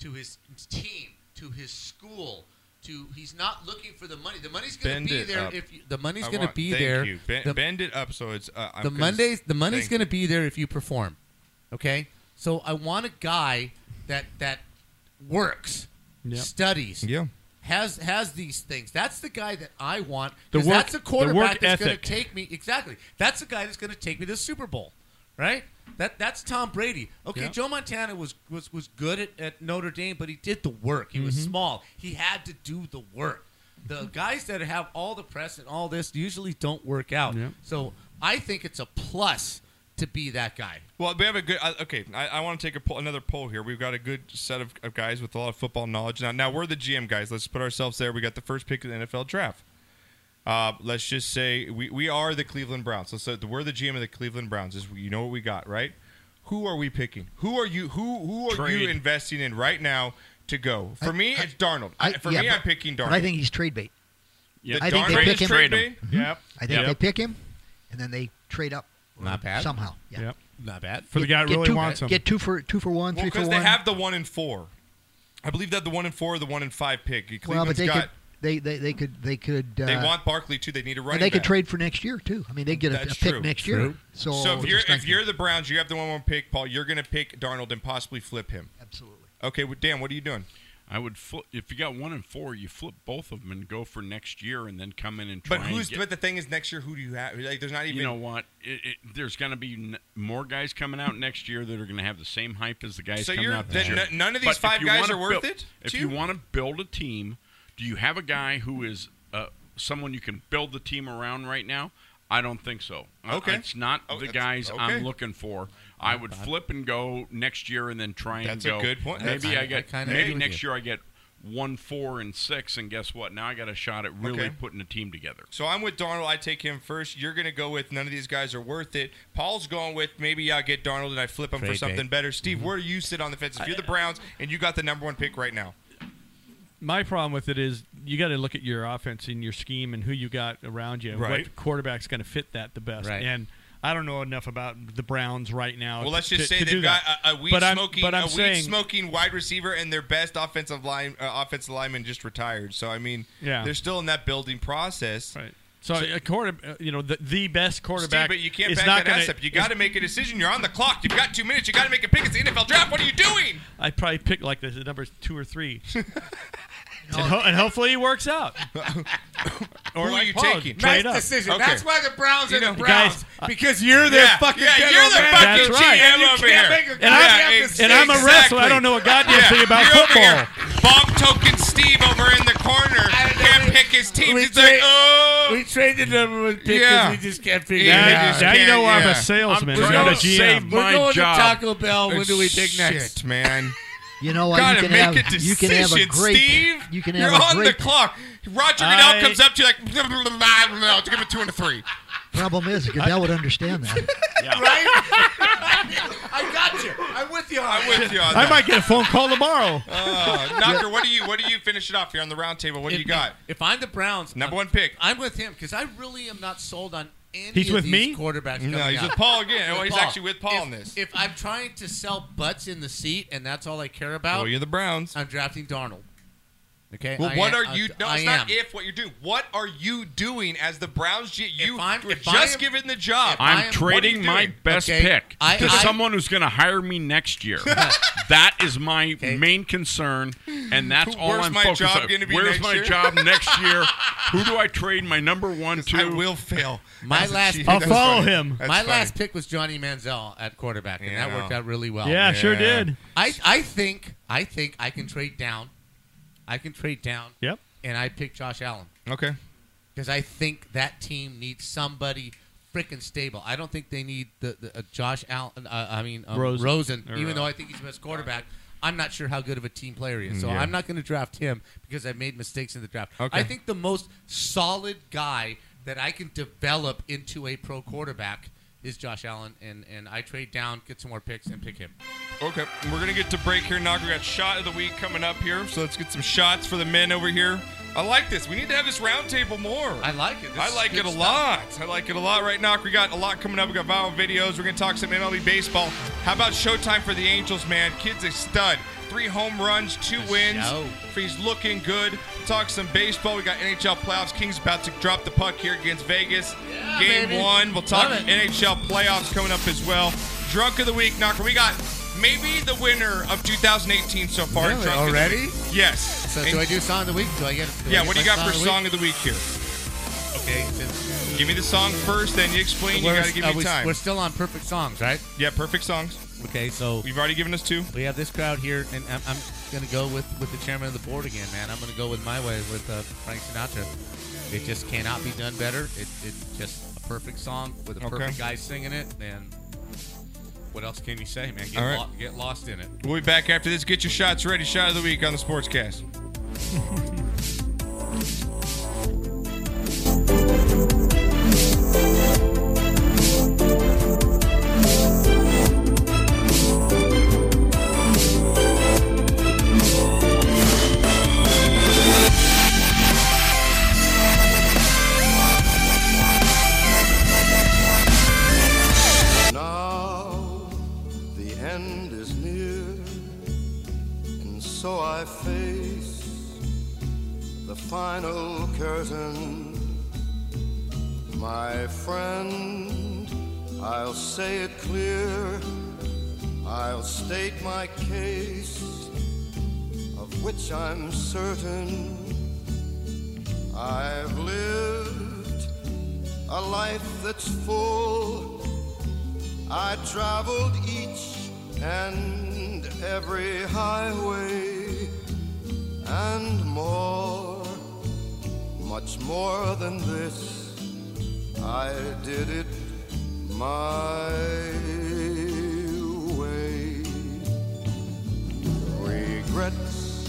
[SPEAKER 3] to his team, to his school. To he's not looking for the money. The money's going
[SPEAKER 1] Bend
[SPEAKER 3] to be
[SPEAKER 1] it
[SPEAKER 3] there
[SPEAKER 1] up.
[SPEAKER 3] if you, the money's
[SPEAKER 1] I
[SPEAKER 3] going to
[SPEAKER 1] want-
[SPEAKER 3] be
[SPEAKER 1] thank
[SPEAKER 3] there.
[SPEAKER 1] you. Ben-
[SPEAKER 3] The-
[SPEAKER 1] bend it up so it's uh, I'm
[SPEAKER 3] the
[SPEAKER 1] gonna-
[SPEAKER 3] Mondays the money's
[SPEAKER 1] thank
[SPEAKER 3] going to be there if you perform. Okay? So I want a guy that that works,
[SPEAKER 1] Yep.
[SPEAKER 3] studies,
[SPEAKER 1] Yeah.
[SPEAKER 3] has has these things. That's the guy that I want.
[SPEAKER 7] The
[SPEAKER 3] 'cause
[SPEAKER 7] work-
[SPEAKER 3] that's a
[SPEAKER 7] the
[SPEAKER 3] quarterback
[SPEAKER 7] work
[SPEAKER 3] that's going
[SPEAKER 7] ethic.
[SPEAKER 3] to take me exactly. That's the guy that's going to take me to the Super Bowl, right? That that's Tom Brady. Okay,
[SPEAKER 7] Yep.
[SPEAKER 3] Joe Montana was was was good at, at Notre Dame, but he did the work. He was
[SPEAKER 7] Mhm.
[SPEAKER 3] small. He had to do the work. The guys that have all the press and all this usually don't work out. So I think it's a plus to be that guy.
[SPEAKER 1] Well, we have a good. Uh, okay, I, I want to take a poll, another poll here. We've got a good set of, of guys with a lot of football knowledge. Now, now we're the GM guys. Let's put ourselves there. We got the first pick of the NFL draft. Uh, let's just say we, we are the Cleveland Browns. Let's say that we're the GM of the Cleveland Browns. Is you know what we got right? Who are we picking? Who are you? Who who are you
[SPEAKER 5] Trade.
[SPEAKER 1] investing in right now to go? For me, it's Darnold. I, for
[SPEAKER 5] yeah,
[SPEAKER 1] me,
[SPEAKER 5] but-
[SPEAKER 1] I'm picking
[SPEAKER 5] but
[SPEAKER 1] Darnold.
[SPEAKER 5] I think he's trade bait.
[SPEAKER 1] Yeah,
[SPEAKER 5] I think
[SPEAKER 1] Darnold
[SPEAKER 5] they pick
[SPEAKER 1] is
[SPEAKER 5] him.
[SPEAKER 1] trade bait?
[SPEAKER 5] Mhm.
[SPEAKER 1] Yep.
[SPEAKER 5] I think
[SPEAKER 1] Yep.
[SPEAKER 5] they pick him, and then they trade up
[SPEAKER 3] Not bad.
[SPEAKER 5] Somehow, yeah.
[SPEAKER 7] Yep.
[SPEAKER 3] Not bad.
[SPEAKER 7] For the guy that
[SPEAKER 5] Get
[SPEAKER 7] really
[SPEAKER 5] two-
[SPEAKER 7] wants him.
[SPEAKER 5] Get two for two for one,
[SPEAKER 1] Well,
[SPEAKER 5] three for
[SPEAKER 1] because
[SPEAKER 5] one.
[SPEAKER 1] they have the one in four. I believe that the one in four, the one in five pick.
[SPEAKER 5] well, but
[SPEAKER 1] Cleveland's
[SPEAKER 5] they
[SPEAKER 1] got.
[SPEAKER 5] could they, they they could they could uh,
[SPEAKER 1] they want Barkley too. They need a
[SPEAKER 5] and
[SPEAKER 1] running.
[SPEAKER 5] they could
[SPEAKER 1] back.
[SPEAKER 5] trade for next year too. I mean, they get a, a
[SPEAKER 1] That's
[SPEAKER 5] pick
[SPEAKER 1] true.
[SPEAKER 5] next year. So,
[SPEAKER 1] if you're
[SPEAKER 5] just
[SPEAKER 1] if
[SPEAKER 5] think-
[SPEAKER 1] you're the Browns, you have the one one pick, Paul. You're going to pick Darnold and possibly flip him.
[SPEAKER 5] Absolutely.
[SPEAKER 1] Okay, well, Dan, what are you doing?
[SPEAKER 9] I would flip if you got one and four, you flip both of them and go for next year, and then come in and try.
[SPEAKER 1] But who's?
[SPEAKER 9] and get,
[SPEAKER 1] but the thing is, next year, who do you have? Like, there's not even.
[SPEAKER 9] you know what? It, it, there's going to be n- more guys coming out next year that are going to have the same hype as the guys
[SPEAKER 1] So
[SPEAKER 9] coming
[SPEAKER 1] you're-
[SPEAKER 9] out.
[SPEAKER 1] then
[SPEAKER 9] this year.
[SPEAKER 1] n- none of these
[SPEAKER 9] But if
[SPEAKER 1] five
[SPEAKER 9] you
[SPEAKER 1] guys
[SPEAKER 9] wanna
[SPEAKER 1] are worth
[SPEAKER 9] buil-
[SPEAKER 1] it
[SPEAKER 9] If
[SPEAKER 1] to
[SPEAKER 9] you
[SPEAKER 1] you?
[SPEAKER 9] want to build a team, do you have a guy who is uh, someone you can build the team around right now? I don't think so. I-
[SPEAKER 1] Okay.
[SPEAKER 9] it's not
[SPEAKER 1] Oh,
[SPEAKER 9] the
[SPEAKER 1] that's-
[SPEAKER 9] guys
[SPEAKER 1] okay.
[SPEAKER 9] I'm looking for. I would flip and go next year, and then try and
[SPEAKER 1] That's a
[SPEAKER 9] go.
[SPEAKER 1] good point. That's-
[SPEAKER 9] Maybe
[SPEAKER 1] I-
[SPEAKER 9] I,
[SPEAKER 1] I
[SPEAKER 9] get
[SPEAKER 1] kinda agree
[SPEAKER 9] maybe
[SPEAKER 1] with
[SPEAKER 9] next
[SPEAKER 1] you.
[SPEAKER 9] year I get one, four, and six, and guess what? Now I got a shot at really
[SPEAKER 1] Okay.
[SPEAKER 9] putting a team together.
[SPEAKER 1] So I'm with Darnold. I take him first. You're going to go with none of these guys are worth it. Paul's going with maybe I get Darnold and I flip him for
[SPEAKER 9] Trade
[SPEAKER 1] something
[SPEAKER 9] bait. Mm-hmm.
[SPEAKER 1] better. Steve, where do you sit on the fence? If you're the Browns and you got the number one pick right now,
[SPEAKER 7] My problem with it is you got to look at your offense and your scheme and who you got around you. and
[SPEAKER 1] Right.
[SPEAKER 7] What quarterback's going to fit that the best?
[SPEAKER 1] Right.
[SPEAKER 7] And I don't know enough about the Browns right now.
[SPEAKER 1] well, let's
[SPEAKER 7] Uh, to-
[SPEAKER 1] just
[SPEAKER 7] to-
[SPEAKER 1] say
[SPEAKER 7] to do
[SPEAKER 1] they've got
[SPEAKER 7] that.
[SPEAKER 1] a, a weed
[SPEAKER 7] but I'm,
[SPEAKER 1] smoking,
[SPEAKER 7] but I'm
[SPEAKER 1] a weed
[SPEAKER 7] saying,
[SPEAKER 1] smoking wide receiver and their best offensive line, uh, offensive lineman just retired. So I mean,
[SPEAKER 7] Yeah.
[SPEAKER 1] they're still in that building process.
[SPEAKER 7] Right. So, a quarter, uh, you know, the, the best quarterback.
[SPEAKER 1] Steve, but you can't
[SPEAKER 7] is
[SPEAKER 1] back
[SPEAKER 7] not
[SPEAKER 1] that
[SPEAKER 7] gonna,
[SPEAKER 1] ass up. You
[SPEAKER 7] is-
[SPEAKER 1] got to make a decision. You're on the clock. You've got two minutes. You got to make a pick. It's the NFL draft. What are you doing?
[SPEAKER 7] I probably pick like the, the number two or three. and, ho- and hopefully it works out. or
[SPEAKER 1] Who are
[SPEAKER 7] like
[SPEAKER 1] you
[SPEAKER 7] Paul,
[SPEAKER 1] taking?
[SPEAKER 2] Nice
[SPEAKER 7] trade up.
[SPEAKER 2] decision. That's why the Browns
[SPEAKER 1] You
[SPEAKER 2] are the
[SPEAKER 1] know-
[SPEAKER 2] Browns
[SPEAKER 7] Guys, I-
[SPEAKER 2] because you're their
[SPEAKER 1] Yeah,
[SPEAKER 2] fucking.
[SPEAKER 1] yeah,
[SPEAKER 2] general
[SPEAKER 1] you're the
[SPEAKER 2] manager.
[SPEAKER 1] fucking
[SPEAKER 7] That's right.
[SPEAKER 1] GM
[SPEAKER 2] You
[SPEAKER 1] over
[SPEAKER 2] can't
[SPEAKER 1] here.
[SPEAKER 2] make a
[SPEAKER 7] And I'm-
[SPEAKER 2] goddamn
[SPEAKER 1] Yeah,
[SPEAKER 2] decision.
[SPEAKER 7] And I'm a wrestler. I
[SPEAKER 1] Exactly.
[SPEAKER 7] don't know a goddamn
[SPEAKER 1] Yeah,
[SPEAKER 7] thing about
[SPEAKER 1] you're over
[SPEAKER 7] football.
[SPEAKER 1] here. Bob Token Steve over in the corner can't pick his team.
[SPEAKER 2] we
[SPEAKER 1] He's like,
[SPEAKER 2] trade-
[SPEAKER 1] oh.
[SPEAKER 2] We traded number one pick because
[SPEAKER 1] Yeah.
[SPEAKER 2] we just can't figure it
[SPEAKER 1] Yeah, you
[SPEAKER 7] Now,
[SPEAKER 2] out.
[SPEAKER 1] just-
[SPEAKER 7] now you know why I'm
[SPEAKER 1] yeah.
[SPEAKER 7] a salesman,
[SPEAKER 9] I'm
[SPEAKER 7] and not a
[SPEAKER 9] trying to
[SPEAKER 7] GM.
[SPEAKER 9] save
[SPEAKER 2] We're
[SPEAKER 9] my
[SPEAKER 2] going
[SPEAKER 9] job.
[SPEAKER 2] to Taco Bell. When do we pick
[SPEAKER 1] Shit,
[SPEAKER 2] next?
[SPEAKER 1] man.
[SPEAKER 5] you know what?
[SPEAKER 1] Gotta
[SPEAKER 5] You can
[SPEAKER 1] make
[SPEAKER 5] have
[SPEAKER 1] a decision,
[SPEAKER 5] you can have a great
[SPEAKER 1] Steve.
[SPEAKER 5] you can
[SPEAKER 1] You're
[SPEAKER 5] have a
[SPEAKER 1] on the
[SPEAKER 5] great
[SPEAKER 1] clock. Roger Goodell
[SPEAKER 7] I-
[SPEAKER 1] comes up to you like, blah, blah, blah, blah, blah, give it two and a three.
[SPEAKER 5] problem is Goodell would understand that.
[SPEAKER 2] I got you. I'm with you.
[SPEAKER 1] I'm with you on
[SPEAKER 7] I
[SPEAKER 1] that.
[SPEAKER 7] might get a phone call tomorrow.
[SPEAKER 1] Uh, Knocker, what do you what do you finish it off here on the round table? What do you got?
[SPEAKER 3] If I'm the Browns,
[SPEAKER 1] Number
[SPEAKER 3] I'm-
[SPEAKER 1] one pick.
[SPEAKER 3] I'm with him because I really am not sold on any
[SPEAKER 7] He's
[SPEAKER 3] of
[SPEAKER 7] with
[SPEAKER 3] these
[SPEAKER 7] me?
[SPEAKER 3] quarterbacks.
[SPEAKER 1] No,
[SPEAKER 3] coming
[SPEAKER 1] he's
[SPEAKER 3] out.
[SPEAKER 1] with Paul again.
[SPEAKER 3] With
[SPEAKER 1] Oh, he's
[SPEAKER 3] Paul.
[SPEAKER 1] actually with Paul
[SPEAKER 3] if,
[SPEAKER 1] on this.
[SPEAKER 3] If I'm trying to sell butts in the seat and that's all I care about,
[SPEAKER 1] Oh, you're the Browns.
[SPEAKER 3] I'm drafting Darnold. Okay.
[SPEAKER 1] Well,
[SPEAKER 3] I
[SPEAKER 1] what
[SPEAKER 3] am-
[SPEAKER 1] are you?
[SPEAKER 3] I-
[SPEAKER 1] No,
[SPEAKER 3] I
[SPEAKER 1] it's not
[SPEAKER 3] am.
[SPEAKER 1] if what you're doing. What are you doing as the Browns? G- You
[SPEAKER 3] I'm-
[SPEAKER 1] were
[SPEAKER 3] if I
[SPEAKER 1] just
[SPEAKER 3] am-
[SPEAKER 1] given the job.
[SPEAKER 3] I
[SPEAKER 9] I'm
[SPEAKER 3] am-
[SPEAKER 9] trading
[SPEAKER 1] What are you
[SPEAKER 9] my
[SPEAKER 1] doing?
[SPEAKER 9] best
[SPEAKER 3] Okay,
[SPEAKER 9] pick
[SPEAKER 3] I-
[SPEAKER 9] to
[SPEAKER 3] I-
[SPEAKER 9] someone who's going to hire me next year. that is my main concern, and that's
[SPEAKER 1] Who-
[SPEAKER 9] all
[SPEAKER 1] where's
[SPEAKER 9] I'm
[SPEAKER 1] my
[SPEAKER 9] focused
[SPEAKER 1] job
[SPEAKER 9] on.
[SPEAKER 1] gonna be
[SPEAKER 9] where's
[SPEAKER 1] next
[SPEAKER 9] my
[SPEAKER 1] year?
[SPEAKER 9] job next year? Who do I trade my number one to?
[SPEAKER 1] I will fail.
[SPEAKER 3] My
[SPEAKER 1] That's a
[SPEAKER 3] last
[SPEAKER 1] cheat.
[SPEAKER 7] I'll
[SPEAKER 1] That's
[SPEAKER 7] follow
[SPEAKER 1] funny.
[SPEAKER 7] him.
[SPEAKER 1] That's
[SPEAKER 3] My
[SPEAKER 1] funny.
[SPEAKER 3] last pick was Johnny Manziel at quarterback, and
[SPEAKER 1] Yeah, I
[SPEAKER 3] that worked
[SPEAKER 1] know.
[SPEAKER 3] out really well.
[SPEAKER 7] yeah, sure
[SPEAKER 1] yeah.
[SPEAKER 7] did.
[SPEAKER 3] I, I think I think I can trade down. I can trade down.
[SPEAKER 7] Yep.
[SPEAKER 3] And I pick Josh Allen
[SPEAKER 1] Okay.
[SPEAKER 3] because I think that team needs somebody freaking stable. I don't think they need the, the uh, Josh Allen. Uh, I mean um,
[SPEAKER 7] Rosen.
[SPEAKER 3] Rosen.
[SPEAKER 7] Or,
[SPEAKER 3] even
[SPEAKER 7] uh,
[SPEAKER 3] though I think he's the best quarterback. I'm not sure how good of a team player he is, so I'm not going to draft him because I've made mistakes in the draft.
[SPEAKER 1] Okay.
[SPEAKER 3] I think the most solid guy that I can develop into a pro quarterback is Josh Allen, and, and I trade down, get some more picks, and pick him.
[SPEAKER 1] Okay. We're gonna get to break here. Knocker got shot of the week coming up here, so let's get some shots for the men over here. I like this. We need to have this roundtable more.
[SPEAKER 3] I like it. This
[SPEAKER 1] I
[SPEAKER 3] is
[SPEAKER 1] like
[SPEAKER 3] good
[SPEAKER 1] it a
[SPEAKER 3] stuff.
[SPEAKER 1] lot. I like it a lot right now. We got a lot coming up. We got viral videos. We're going to talk some MLB baseball. How about Showtime for the Angels, man? Kid's a stud. Three home runs, two wins.
[SPEAKER 3] show.
[SPEAKER 1] He's looking good. Talk some baseball. We got NHL playoffs. Kings about to drop the puck here against Vegas. Game
[SPEAKER 3] baby.
[SPEAKER 1] one. We'll talk
[SPEAKER 3] Love it.
[SPEAKER 1] NHL playoffs coming up as well. Drunk of the week, Knocker. We got maybe the winner of 2018 so far. in
[SPEAKER 2] Really?
[SPEAKER 1] Drunk of the
[SPEAKER 2] Already?
[SPEAKER 1] Week. Yes.
[SPEAKER 3] So
[SPEAKER 1] And-
[SPEAKER 3] do I do song of the week? Do I get? do I
[SPEAKER 1] yeah,
[SPEAKER 3] get
[SPEAKER 1] what do you
[SPEAKER 3] my
[SPEAKER 1] got for
[SPEAKER 3] of the
[SPEAKER 1] song of the week here?
[SPEAKER 3] week? Okay, since
[SPEAKER 1] Give me the song first, then you explain. You
[SPEAKER 3] we're-
[SPEAKER 1] got to give
[SPEAKER 3] uh,
[SPEAKER 1] me
[SPEAKER 3] we,
[SPEAKER 1] time.
[SPEAKER 3] We're still on perfect songs, right?
[SPEAKER 1] Yeah, perfect songs.
[SPEAKER 3] Okay, so
[SPEAKER 1] You've already given us two.
[SPEAKER 3] we have this crowd here, and I'm, I'm gonna go with with the chairman of the board again, man. I'm gonna go with my way with uh, Frank Sinatra. It just cannot be done better. It, it's just a perfect song with a
[SPEAKER 1] Okay.
[SPEAKER 3] perfect guy singing it, and what else can you say, man? Get,
[SPEAKER 1] All right.
[SPEAKER 3] lo- get lost in it.
[SPEAKER 1] We'll be back after this. Get your shots ready. Shot of the week on the Sportscast.
[SPEAKER 11] place the final curtain. My friend, I'll say it clear, I'll state my case, of which I'm certain. I've lived a life that's full. I traveled each and every highway and more, much more than this. I did it my way. Regrets,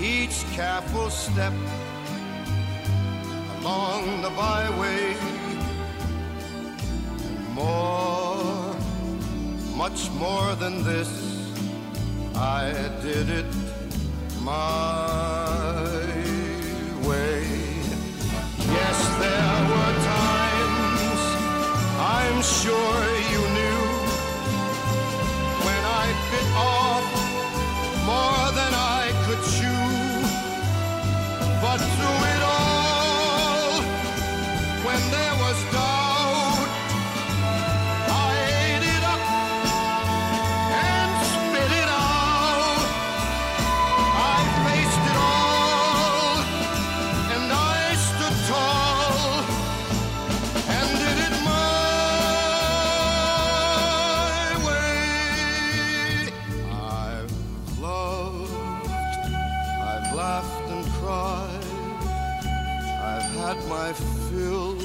[SPEAKER 11] each careful step along the byway, and more, much more than this. I did it my way. Yes, there were times I'm sure you knew when I bit off more than I could chew. But through it all, when there was doubt, I ate it up and spit it out. I faced it all, and I stood tall, and did it my way. I've loved, I've laughed and cried, I've had my fill,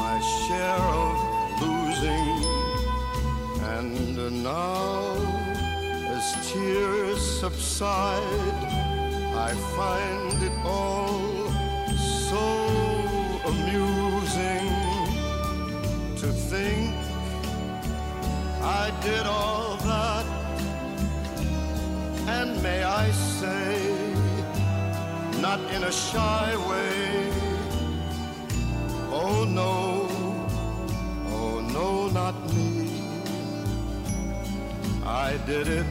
[SPEAKER 11] my share of losing. And now, as tears subside, I find it all so amusing to think I did all that. And may I say, not in a shy way, oh no, oh no, not me. I did it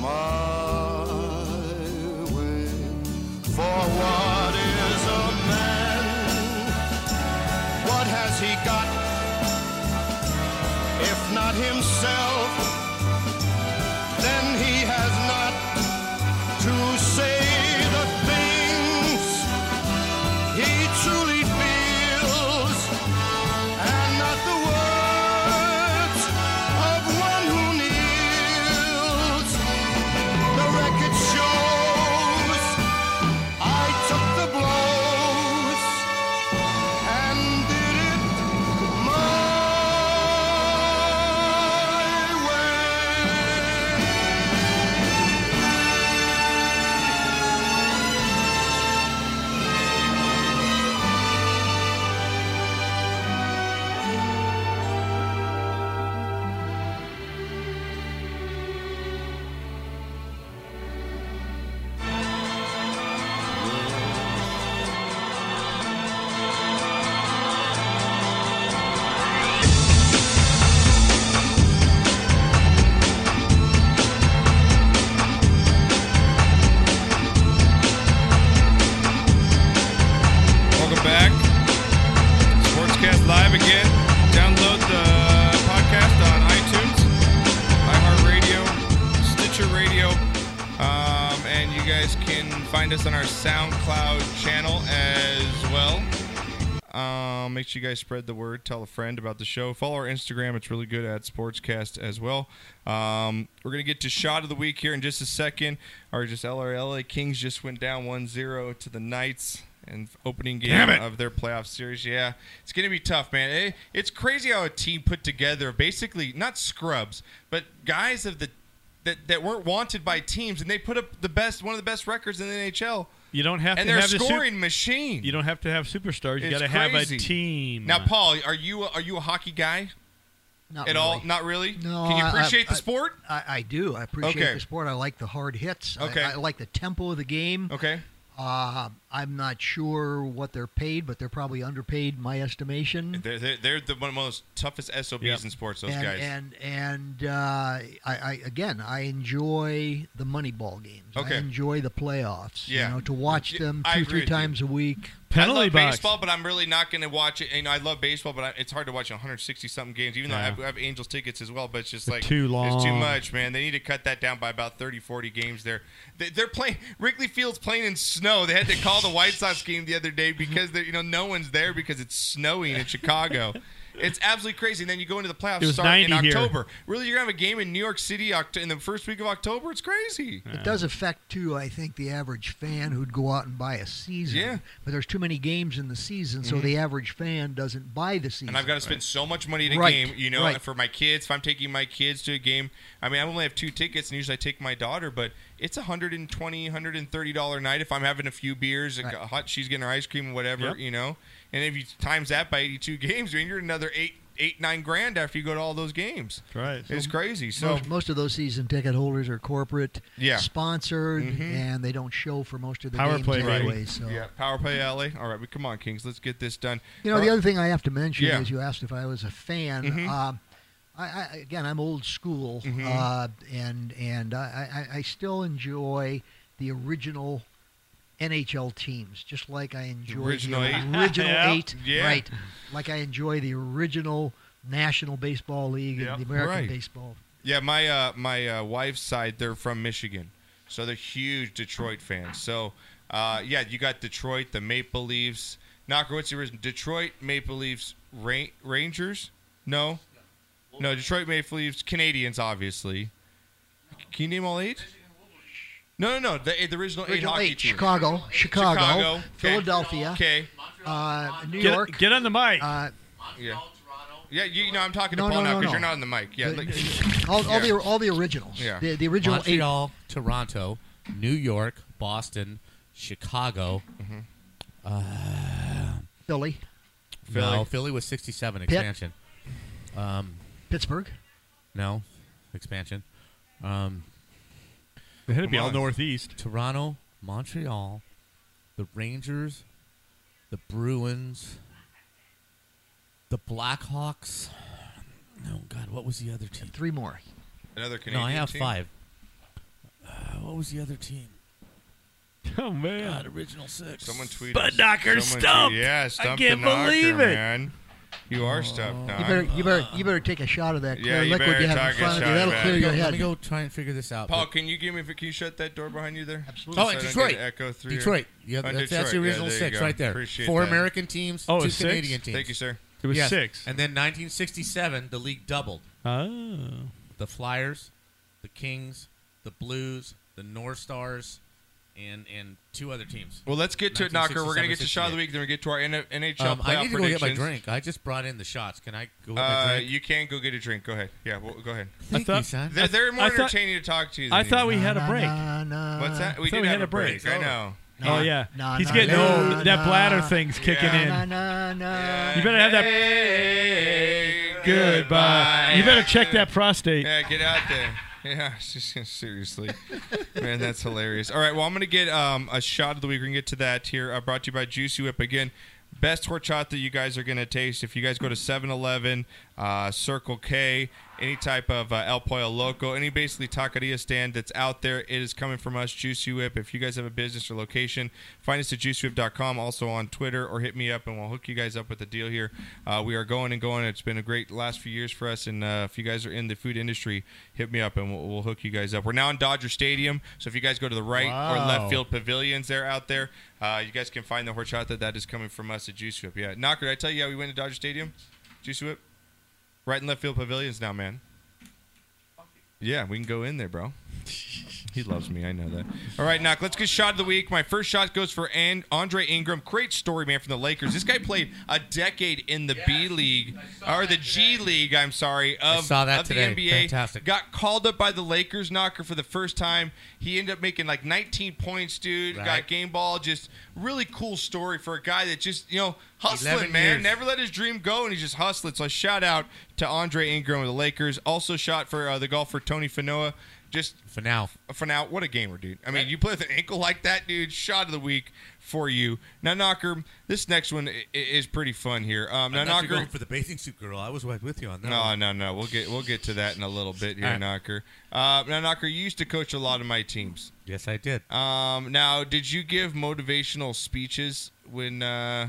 [SPEAKER 11] my way. For what is a man? What has he got? If not himself, then he has not to say the things he truly feels, and not the words of one who kneels. The record shows I took the blows and did it my
[SPEAKER 1] Welcome back. Sportscast Live again. Download the podcast on iTunes, iHeartRadio, Stitcher Radio, um, and you guys can find us on our SoundCloud channel as well. Um, make sure you guys spread the word, tell a friend about the show. Follow our Instagram; it's really good at Sportscast as well. Um, we're gonna get to shot of the week here in just a second. Our just LRLA Kings just went down 1-0 to the Knights and opening game
[SPEAKER 10] Damn it.
[SPEAKER 1] of their playoff series. Yeah, it's gonna be tough, man. It- it's crazy how a team put together of basically not scrubs, but guys of the that, that weren't wanted by teams, and they put up the best, one of the best records in the NHL.
[SPEAKER 7] You don't have
[SPEAKER 1] and
[SPEAKER 7] to
[SPEAKER 1] they're
[SPEAKER 7] have the sup-
[SPEAKER 1] scoring machine.
[SPEAKER 7] You don't have to have superstars. You
[SPEAKER 1] It's
[SPEAKER 7] got to have a
[SPEAKER 1] crazy.
[SPEAKER 7] team.
[SPEAKER 1] Now, Paul, are you a, are you a hockey guy?
[SPEAKER 5] Not
[SPEAKER 1] at all?
[SPEAKER 5] really.
[SPEAKER 1] Not really.
[SPEAKER 5] No,
[SPEAKER 1] Can you
[SPEAKER 5] I-
[SPEAKER 1] appreciate
[SPEAKER 5] I-
[SPEAKER 1] the sport?
[SPEAKER 5] I, I do. I appreciate
[SPEAKER 1] Okay.
[SPEAKER 5] the sport. I like the hard hits. I-
[SPEAKER 1] Okay.
[SPEAKER 5] I, like the tempo of the game.
[SPEAKER 1] Okay.
[SPEAKER 5] Uh, I'm not sure what they're paid, but they're probably underpaid, in my estimation.
[SPEAKER 1] They're, they're, they're the one of the most toughest SOBs in sports. Those
[SPEAKER 5] Mm. and,
[SPEAKER 1] guys.
[SPEAKER 5] And and uh, I, I again I enjoy the Moneyball games.
[SPEAKER 1] Okay.
[SPEAKER 5] I enjoy the playoffs.
[SPEAKER 1] Yeah.
[SPEAKER 5] You know, to watch
[SPEAKER 1] Yeah,
[SPEAKER 5] them
[SPEAKER 1] I
[SPEAKER 5] two
[SPEAKER 1] agree
[SPEAKER 5] three
[SPEAKER 1] with you.
[SPEAKER 5] times a week.
[SPEAKER 1] I love baseball, but I'm really not going to watch it. You know, I love baseball, but I, it's hard to watch 160 something games, even
[SPEAKER 7] Yeah.
[SPEAKER 1] though I have, I have Angels tickets as well. But it's just like
[SPEAKER 7] too
[SPEAKER 1] It's too
[SPEAKER 7] long.
[SPEAKER 1] much, man. They need to cut that down by about 30, 40 games. There, they, they're playing Wrigley Field's playing in snow. They had to call the White Sox game the other day because they- you know no one's there because it's snowing in Chicago. It's absolutely crazy. And then you go into the playoffs
[SPEAKER 7] It was
[SPEAKER 1] start in
[SPEAKER 7] 90 here.
[SPEAKER 1] October. Really, you're gonna have a game in New York City Oct- in the first week of October. It's crazy.
[SPEAKER 5] It does affect too, I think, the average fan who'd go out and buy a season.
[SPEAKER 1] Yeah.
[SPEAKER 5] But there's too many games in the season, so
[SPEAKER 1] Mhm.
[SPEAKER 5] the average fan doesn't buy the season.
[SPEAKER 1] and I've got to spend so much money at a
[SPEAKER 5] Right,
[SPEAKER 1] game. You know,
[SPEAKER 5] right.
[SPEAKER 1] for my kids, if I'm taking my kids to a game, I mean, I only have two tickets, and usually I take my daughter, but it's a hundred and twenty, hundred and thirty dollar night if I'm having a few beers, and a hot, she's getting her ice cream and whatever,
[SPEAKER 7] Yep.
[SPEAKER 1] you know. And if you times that by 82 games, I mean, you're another eight, eight, nine grand after you go to all those games.
[SPEAKER 7] Right,
[SPEAKER 1] it's crazy. So
[SPEAKER 5] most, most of those season ticket holders are corporate,
[SPEAKER 1] Yeah.
[SPEAKER 5] sponsored,
[SPEAKER 1] Mhm.
[SPEAKER 5] and they don't show for most of the games
[SPEAKER 1] baby.
[SPEAKER 5] anyway. So.
[SPEAKER 1] Yeah, power play alley. All right, but come on, Kings, let's get this done.
[SPEAKER 5] You know,
[SPEAKER 1] All
[SPEAKER 5] the
[SPEAKER 1] right.
[SPEAKER 5] other thing I have to mention
[SPEAKER 1] Yeah.
[SPEAKER 5] is you asked if I was a fan.
[SPEAKER 1] Mhm.
[SPEAKER 5] Um, I, I, again, I'm old school,
[SPEAKER 1] Mhm.
[SPEAKER 5] uh, and and I, I, I still enjoy the original NHL teams, just like I enjoy
[SPEAKER 1] Original eight.
[SPEAKER 5] the original
[SPEAKER 1] Yeah.
[SPEAKER 5] eight,
[SPEAKER 1] Yeah.
[SPEAKER 5] right? Like I enjoy the original National Baseball League
[SPEAKER 1] Yep.
[SPEAKER 5] and the American
[SPEAKER 1] Right.
[SPEAKER 5] Baseball.
[SPEAKER 1] Yeah, my uh, my uh, wife's side, they're from Michigan, so they're huge Detroit fans. So uh, yeah, you got Detroit, the Maple Leafs. Knocker, what's your Detroit Maple Leafs Ra- Rangers? No, no, Detroit Maple Leafs Canadians, obviously. Can you name all eight? No, no, no. The, the original, eight
[SPEAKER 5] Original
[SPEAKER 1] hockey
[SPEAKER 5] eight,
[SPEAKER 1] team.
[SPEAKER 5] Chicago, Chicago,
[SPEAKER 1] Chicago, okay.
[SPEAKER 5] Philadelphia,
[SPEAKER 1] Okay.
[SPEAKER 5] uh, New
[SPEAKER 1] Get-
[SPEAKER 5] York.
[SPEAKER 7] Get on the mic.
[SPEAKER 5] Uh,
[SPEAKER 1] Yeah. Yeah, you, you know I'm talking
[SPEAKER 5] No,
[SPEAKER 1] to Paul
[SPEAKER 5] no,
[SPEAKER 1] now
[SPEAKER 5] no,
[SPEAKER 1] because
[SPEAKER 5] no.
[SPEAKER 1] you're not on the mic. Yeah.
[SPEAKER 5] The-
[SPEAKER 1] like-
[SPEAKER 5] all, all
[SPEAKER 1] Yeah.
[SPEAKER 5] the all the originals.
[SPEAKER 1] Yeah.
[SPEAKER 5] The, the original eight.
[SPEAKER 3] Montreal, Toronto, New York, Boston, Chicago, uh,
[SPEAKER 5] Philly.
[SPEAKER 3] No,
[SPEAKER 5] Philly.
[SPEAKER 3] Philly was sixty-seven
[SPEAKER 5] Pitt.
[SPEAKER 3] expansion. Um,
[SPEAKER 5] Pittsburgh.
[SPEAKER 3] No, expansion. Um,
[SPEAKER 7] it had to be
[SPEAKER 3] come
[SPEAKER 7] all
[SPEAKER 3] on.
[SPEAKER 7] northeast.
[SPEAKER 3] Toronto, Montreal, the Rangers, the Bruins, the Blackhawks. Oh God, what was the other team?
[SPEAKER 5] Three more.
[SPEAKER 1] Another
[SPEAKER 3] No,
[SPEAKER 1] Canadian
[SPEAKER 3] I have
[SPEAKER 1] team?
[SPEAKER 3] five. Uh, what was the other team?
[SPEAKER 7] Oh man,
[SPEAKER 3] God, original six.
[SPEAKER 1] Someone tweeted.
[SPEAKER 3] But Knocker
[SPEAKER 1] someone
[SPEAKER 3] stumped.
[SPEAKER 1] tweeted- yeah,
[SPEAKER 3] I
[SPEAKER 1] stumped
[SPEAKER 3] can't
[SPEAKER 1] the knocker,
[SPEAKER 3] believe it.
[SPEAKER 1] Man. You are stumped.
[SPEAKER 5] You
[SPEAKER 1] Knock.
[SPEAKER 5] better, you better, you better take a shot of that
[SPEAKER 1] Uh, Yeah,
[SPEAKER 5] clear
[SPEAKER 1] you
[SPEAKER 5] liquid
[SPEAKER 1] better
[SPEAKER 5] you have
[SPEAKER 1] take
[SPEAKER 5] in
[SPEAKER 1] a
[SPEAKER 5] front of
[SPEAKER 1] shot
[SPEAKER 5] you.
[SPEAKER 1] of
[SPEAKER 5] That'll
[SPEAKER 1] that.
[SPEAKER 5] clear your
[SPEAKER 1] Let me
[SPEAKER 5] head.
[SPEAKER 3] Let me go try and figure this out.
[SPEAKER 1] Paul, can you give me? Can you shut that door behind you there?
[SPEAKER 5] Absolutely.
[SPEAKER 3] Oh, and Detroit. Detroit. Yeah,
[SPEAKER 1] Oh,
[SPEAKER 3] that's, that's the
[SPEAKER 1] Detroit. Yeah,
[SPEAKER 3] original
[SPEAKER 1] there you
[SPEAKER 3] six
[SPEAKER 1] go.
[SPEAKER 3] right there.
[SPEAKER 1] Appreciate
[SPEAKER 3] Four
[SPEAKER 1] that.
[SPEAKER 3] American teams,
[SPEAKER 1] Oh,
[SPEAKER 3] two
[SPEAKER 1] it's six?
[SPEAKER 3] Canadian teams.
[SPEAKER 1] Thank you, sir.
[SPEAKER 7] It was six.
[SPEAKER 3] And then 1967, the league doubled.
[SPEAKER 7] Oh.
[SPEAKER 3] The Flyers, the Kings, the Blues, the North Stars, and and two other teams.
[SPEAKER 1] Well, let's get to it, Knocker. We're gonna get to shot of the week, then we get to our N- NHL
[SPEAKER 3] Um, I
[SPEAKER 1] playoff
[SPEAKER 3] need to go get my
[SPEAKER 1] predictions.
[SPEAKER 3] drink. I just brought in the shots. Can I go get my
[SPEAKER 1] Uh,
[SPEAKER 3] drink?
[SPEAKER 1] you can go get a drink. Go ahead. Yeah, well, go ahead.
[SPEAKER 3] Thank I thought- you, son.
[SPEAKER 1] They're, they're more
[SPEAKER 7] I thought-
[SPEAKER 1] entertaining to talk to you. Than
[SPEAKER 7] I thought we had a
[SPEAKER 1] you.
[SPEAKER 7] break.
[SPEAKER 1] What's that? We
[SPEAKER 7] I thought
[SPEAKER 1] did
[SPEAKER 7] we
[SPEAKER 1] have
[SPEAKER 7] had a break.
[SPEAKER 1] I know.
[SPEAKER 7] Oh
[SPEAKER 1] Yeah.
[SPEAKER 7] yeah,
[SPEAKER 5] na,
[SPEAKER 7] he's
[SPEAKER 5] na,
[SPEAKER 7] getting
[SPEAKER 5] na,
[SPEAKER 7] old.
[SPEAKER 5] na,
[SPEAKER 7] that bladder
[SPEAKER 5] na.
[SPEAKER 7] thing's kicking in.
[SPEAKER 5] Na, na, na.
[SPEAKER 7] You better have that. goodbye. You better check that prostate.
[SPEAKER 1] Yeah, get out there. Yeah, seriously, man, that's hilarious. All right, well, I'm gonna get um, a shot of the week. We're gonna get to that here. Uh, brought to you by Juicy Whip again. Best horchata you guys are gonna taste if you guys go to 7-Eleven, uh, Circle K, any type of uh, El Pollo Loco, any basically taqueria stand that's out there. It is coming from us, Juicy Whip. If you guys have a business or location, find us at juicywhip.com, also on Twitter, or hit me up and we'll hook you guys up with a deal here. Uh, we are going and going. It's been a great last few years for us. And uh, if you guys are in the food industry, hit me up and we'll, we'll hook you guys up. We're now in Dodger Stadium. So if you guys go to the right or left
[SPEAKER 7] Wow.
[SPEAKER 1] field pavilions there out there, uh, you guys can find the horchata that is coming from us at Juicy Whip. Yeah. Knocker, did I tell you how we went to Dodger Stadium? Juicy Whip? Right and left field pavilions now, man. Yeah, we can go in there, bro. He loves me. I know that. All right, knock. Let's get shot of the week. My first shot goes for and- Andre Ingram. Great story, man, from the Lakers. This guy played a decade in the B League or the G League. I'm sorry. Of,
[SPEAKER 3] saw that
[SPEAKER 1] of
[SPEAKER 3] today.
[SPEAKER 1] the NBA.
[SPEAKER 3] Fantastic.
[SPEAKER 1] Got called up by the Lakers knocker for the first time. He ended up making like 19 points, dude. Got
[SPEAKER 3] Right.
[SPEAKER 1] game ball. Just really cool story for a guy that just you know
[SPEAKER 3] 11
[SPEAKER 1] hustling, man.
[SPEAKER 3] years.
[SPEAKER 1] Never let his dream go, and he's just hustling. So shout out to Andre Ingram of the Lakers. Also shot for uh, the golfer Tony Fanoa. Just
[SPEAKER 3] for now.
[SPEAKER 1] For now, what a gamer, dude. I mean, you play with an ankle like that, dude. Shot of the week for you. Now, Knocker, this next one i- i- is pretty fun here. Um, now,
[SPEAKER 3] I thought you were
[SPEAKER 1] Knocker,
[SPEAKER 3] going for the bathing suit girl. I was right with you on that.
[SPEAKER 1] no,
[SPEAKER 3] one.
[SPEAKER 1] no, no. We'll get we'll get to that in a little bit here,
[SPEAKER 3] All right.
[SPEAKER 1] Knocker. Uh, now, Knocker, you used to coach a lot of my teams.
[SPEAKER 3] Yes, I did.
[SPEAKER 1] Um, now, did you give motivational speeches when? Uh,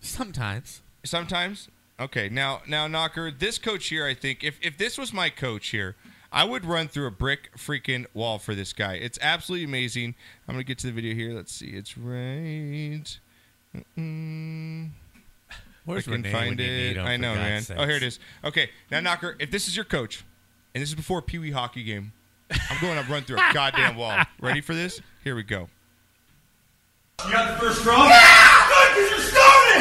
[SPEAKER 3] Sometimes.
[SPEAKER 1] Sometimes. Okay. Now, now, Knocker, this coach here, I think, if if this was my coach here. I would run through a brick freaking wall for this guy. It's absolutely amazing. I'm gonna get to the video here. Let's see. It's right. Mm-mm.
[SPEAKER 3] Where's
[SPEAKER 1] I can
[SPEAKER 3] Renee
[SPEAKER 1] find
[SPEAKER 3] when you
[SPEAKER 1] it.
[SPEAKER 3] need him,
[SPEAKER 1] I
[SPEAKER 3] for
[SPEAKER 1] know, man.
[SPEAKER 3] God's
[SPEAKER 1] Oh, here it
[SPEAKER 3] sakes?
[SPEAKER 1] is. Okay, now Knocker, if this is your coach, and this is before Pee Wee hockey game, I'm going to run through a goddamn wall. Ready for this? Here we go.
[SPEAKER 12] You got the first throw? Yeah! Good, because you started!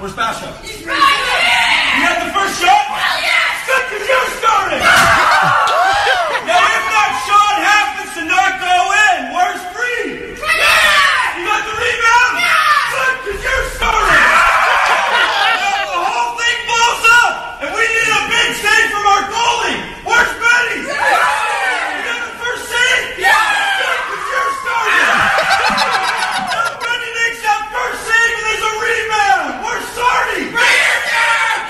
[SPEAKER 12] Where's Basho? He's right You got the first shot? Hell yes! Good, because you started! now, if that shot happens to not go in, where's three? Yeah! You got the rebound? Yeah! Good, because you started! Now the whole thing blows up, and we need a big save from our goalie! Where's Benny? You got the first save? Yeah! Good, because you started! Everybody makes that first save and there's a rebound. Where's Sardi? Right here,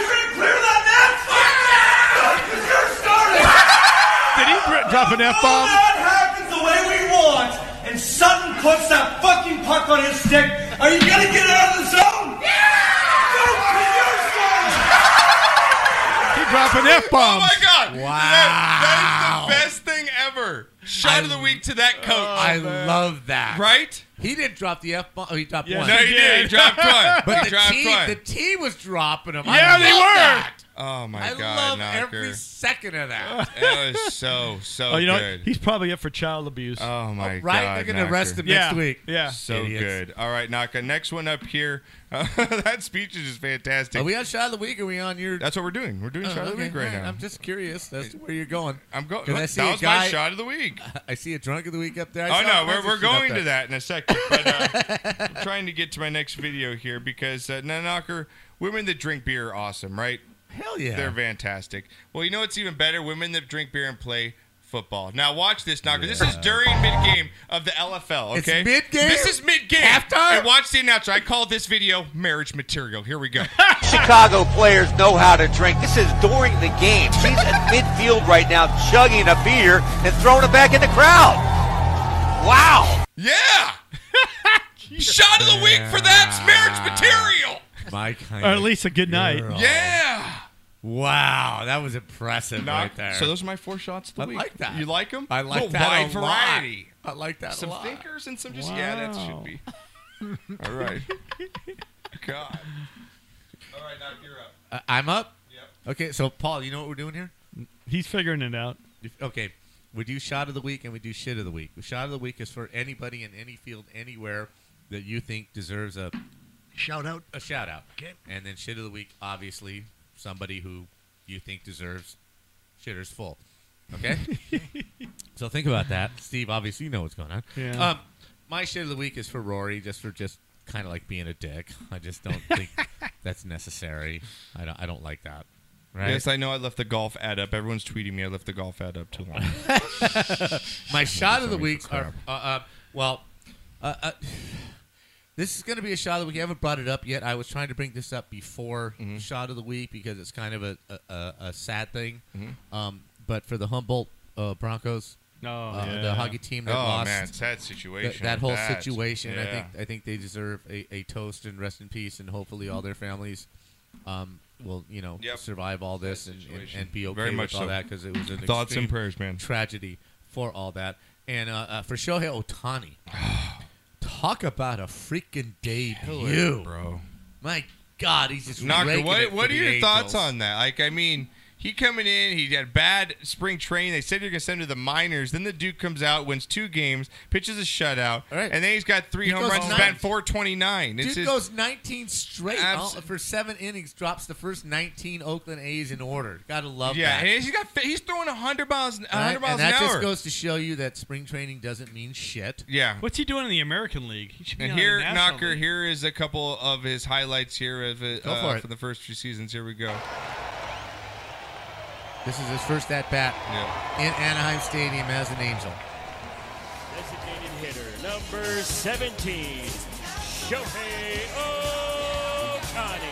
[SPEAKER 12] You're gonna clear that net? Because you're starting.
[SPEAKER 7] Did he drop an F bomb?
[SPEAKER 12] That happens the way we want, and Sutton puts that fucking puck on his stick. Are you gonna get it out of the zone?
[SPEAKER 7] He dropped an F bomb.
[SPEAKER 1] Oh my god!
[SPEAKER 7] Wow.
[SPEAKER 1] That- that is the best thing ever. Shot of the week to that coach.
[SPEAKER 3] I love that.
[SPEAKER 1] Oh, Right?
[SPEAKER 3] He didn't drop the F bomb. Oh, he dropped
[SPEAKER 1] Yes,
[SPEAKER 3] one.
[SPEAKER 1] No, he he did. did. He dropped one.
[SPEAKER 3] But
[SPEAKER 1] He
[SPEAKER 3] the,
[SPEAKER 1] dropped
[SPEAKER 3] team,
[SPEAKER 1] one.
[SPEAKER 3] the team was dropping them.
[SPEAKER 1] Yeah,
[SPEAKER 3] I
[SPEAKER 1] they
[SPEAKER 3] love
[SPEAKER 1] were.
[SPEAKER 3] that.
[SPEAKER 1] Oh my
[SPEAKER 3] I
[SPEAKER 1] god,
[SPEAKER 3] love
[SPEAKER 1] Knocker.
[SPEAKER 3] every second of that.
[SPEAKER 1] That was so so
[SPEAKER 7] oh, you know, what?
[SPEAKER 1] good.
[SPEAKER 7] he's probably up for child abuse.
[SPEAKER 1] Oh my god! Knocker.
[SPEAKER 7] yeah. Yeah,
[SPEAKER 1] So good. All right, Naka. Next one up here. that speech is just fantastic.
[SPEAKER 3] Are we on shot of the week? Or are we on your?
[SPEAKER 1] That's what we're doing. We're doing
[SPEAKER 3] Oh,
[SPEAKER 1] shot of the
[SPEAKER 3] okay,
[SPEAKER 1] week right
[SPEAKER 3] all
[SPEAKER 1] now.
[SPEAKER 3] I'm just curious as to where you're going.
[SPEAKER 1] I'm going.
[SPEAKER 3] I
[SPEAKER 1] That
[SPEAKER 3] see a
[SPEAKER 1] was my
[SPEAKER 3] guy-
[SPEAKER 1] shot of the week.
[SPEAKER 3] I see a drunk of the week up there. I
[SPEAKER 1] oh
[SPEAKER 3] saw all
[SPEAKER 1] no,
[SPEAKER 3] kinds
[SPEAKER 1] we're,
[SPEAKER 3] of
[SPEAKER 1] we're
[SPEAKER 3] shit up
[SPEAKER 1] going to
[SPEAKER 3] there.
[SPEAKER 1] that in a second. But uh, I'm trying to get to my next video here because uh, no, knocker women that drink beer are awesome, right?
[SPEAKER 3] Hell yeah.
[SPEAKER 1] they're fantastic. Well, you know what's even better? Women that drink beer and play football. Now watch this, knocker. This is during mid game of the LFL.
[SPEAKER 3] It's
[SPEAKER 1] Okay,
[SPEAKER 3] mid-game?
[SPEAKER 1] This is mid game.
[SPEAKER 3] Halftime?
[SPEAKER 1] And watch the announcer. I call this video marriage material. Here we go.
[SPEAKER 13] Chicago players know how to drink. This is during the game. She's in midfield right now, chugging a beer and throwing it back in the crowd. Wow.
[SPEAKER 1] Yeah. Shot of the week for that's marriage material.
[SPEAKER 3] My kind
[SPEAKER 7] Or at
[SPEAKER 3] of
[SPEAKER 7] least a good night.
[SPEAKER 3] girl.
[SPEAKER 1] Yeah.
[SPEAKER 3] Wow, that was impressive right there.
[SPEAKER 1] So those are my four shots of the
[SPEAKER 3] I
[SPEAKER 1] week.
[SPEAKER 3] like that.
[SPEAKER 1] You like them?
[SPEAKER 3] I like
[SPEAKER 1] Little
[SPEAKER 3] that
[SPEAKER 1] wide
[SPEAKER 3] a lot.
[SPEAKER 1] variety.
[SPEAKER 3] I like that a
[SPEAKER 1] Some
[SPEAKER 3] lot.
[SPEAKER 1] thinkers and some just yeah. That should be. All right. God. All right, knock you're up.
[SPEAKER 3] Uh, I'm up.
[SPEAKER 1] Yep.
[SPEAKER 3] Okay, so Paul, you know what we're doing here?
[SPEAKER 7] He's figuring it out.
[SPEAKER 3] Okay, we do shot of the week and we do shit of the week. Shot of the week is for anybody in any field, anywhere that you think deserves a
[SPEAKER 5] Shout out.
[SPEAKER 3] a shout out. Okay. And then shit of the week, obviously, somebody who you think deserves shitters full. Okay. so think about that, Steve. Obviously, you know what's going on.
[SPEAKER 7] Yeah.
[SPEAKER 3] Um, my shit of the week is for Rory, just for just kind of like being a dick. I just don't think that's necessary. I don't. I don't like that. Right.
[SPEAKER 1] Yes, I know. I left the golf ad up. Everyone's tweeting me. I left the golf ad up too long.
[SPEAKER 3] My shot of the
[SPEAKER 1] Something
[SPEAKER 3] week
[SPEAKER 1] for
[SPEAKER 3] are uh, uh, well. Uh, uh, this is going to be a shot of the week. I haven't brought it up yet. I was trying to bring this up before shot of the week because it's kind of a a, a, a sad thing.
[SPEAKER 1] Mhm.
[SPEAKER 3] Um, but for the Humboldt uh, Broncos,
[SPEAKER 7] Oh,
[SPEAKER 3] uh,
[SPEAKER 7] yeah.
[SPEAKER 3] the hockey team that
[SPEAKER 1] Oh,
[SPEAKER 3] lost,
[SPEAKER 1] man, sad
[SPEAKER 3] th-
[SPEAKER 1] situation.
[SPEAKER 3] that whole
[SPEAKER 1] Bad.
[SPEAKER 3] situation, I
[SPEAKER 1] Yeah.
[SPEAKER 3] think I think they deserve a, a toast and rest in peace, and hopefully all their families. Um, will you know survive all this and, and,
[SPEAKER 1] situation.
[SPEAKER 3] and be okay
[SPEAKER 1] Very
[SPEAKER 3] with
[SPEAKER 1] much
[SPEAKER 3] all
[SPEAKER 1] so.
[SPEAKER 3] that because it was an
[SPEAKER 1] Thoughts and
[SPEAKER 3] extreme
[SPEAKER 1] prayers, man.
[SPEAKER 3] tragedy for all that and uh, uh, for Shohei Otani. talk about a freaking debut,
[SPEAKER 1] bro.
[SPEAKER 3] My God, he's just
[SPEAKER 1] Knocker,
[SPEAKER 3] raking it
[SPEAKER 1] what
[SPEAKER 3] for
[SPEAKER 1] what
[SPEAKER 3] the
[SPEAKER 1] are your thoughts
[SPEAKER 3] Angels.
[SPEAKER 1] on that? Like, I mean, He coming in, he had bad spring training. They said you're gonna send him to the minors. Then the Duke comes out, wins two games, pitches a shutout, and then he's got three
[SPEAKER 3] He
[SPEAKER 1] home
[SPEAKER 3] goes
[SPEAKER 1] runs,
[SPEAKER 3] nine.
[SPEAKER 1] batting 429. It's
[SPEAKER 3] Dude
[SPEAKER 1] his-
[SPEAKER 3] goes 19 straight
[SPEAKER 1] Abs-
[SPEAKER 3] all- for seven innings, drops the first 19 Oakland A's in order. Gotta love
[SPEAKER 1] yeah,
[SPEAKER 3] that.
[SPEAKER 1] and he's got he's throwing 100 miles, 100
[SPEAKER 3] Right? and
[SPEAKER 1] miles
[SPEAKER 3] that
[SPEAKER 1] an
[SPEAKER 3] just
[SPEAKER 1] hour.
[SPEAKER 3] goes to show you that spring training doesn't mean shit.
[SPEAKER 1] Yeah.
[SPEAKER 7] What's he doing in the American League? He should be
[SPEAKER 1] And
[SPEAKER 7] on the
[SPEAKER 1] here,
[SPEAKER 7] National
[SPEAKER 1] Knocker,
[SPEAKER 7] League.
[SPEAKER 1] here is a couple of his highlights here of it,
[SPEAKER 3] Go
[SPEAKER 1] uh,
[SPEAKER 3] for it.
[SPEAKER 1] for the first few seasons. Here we go.
[SPEAKER 3] This is his first at bat in Anaheim Stadium as an Angel.
[SPEAKER 12] Designated hitter number 17, Shohei Ohtani.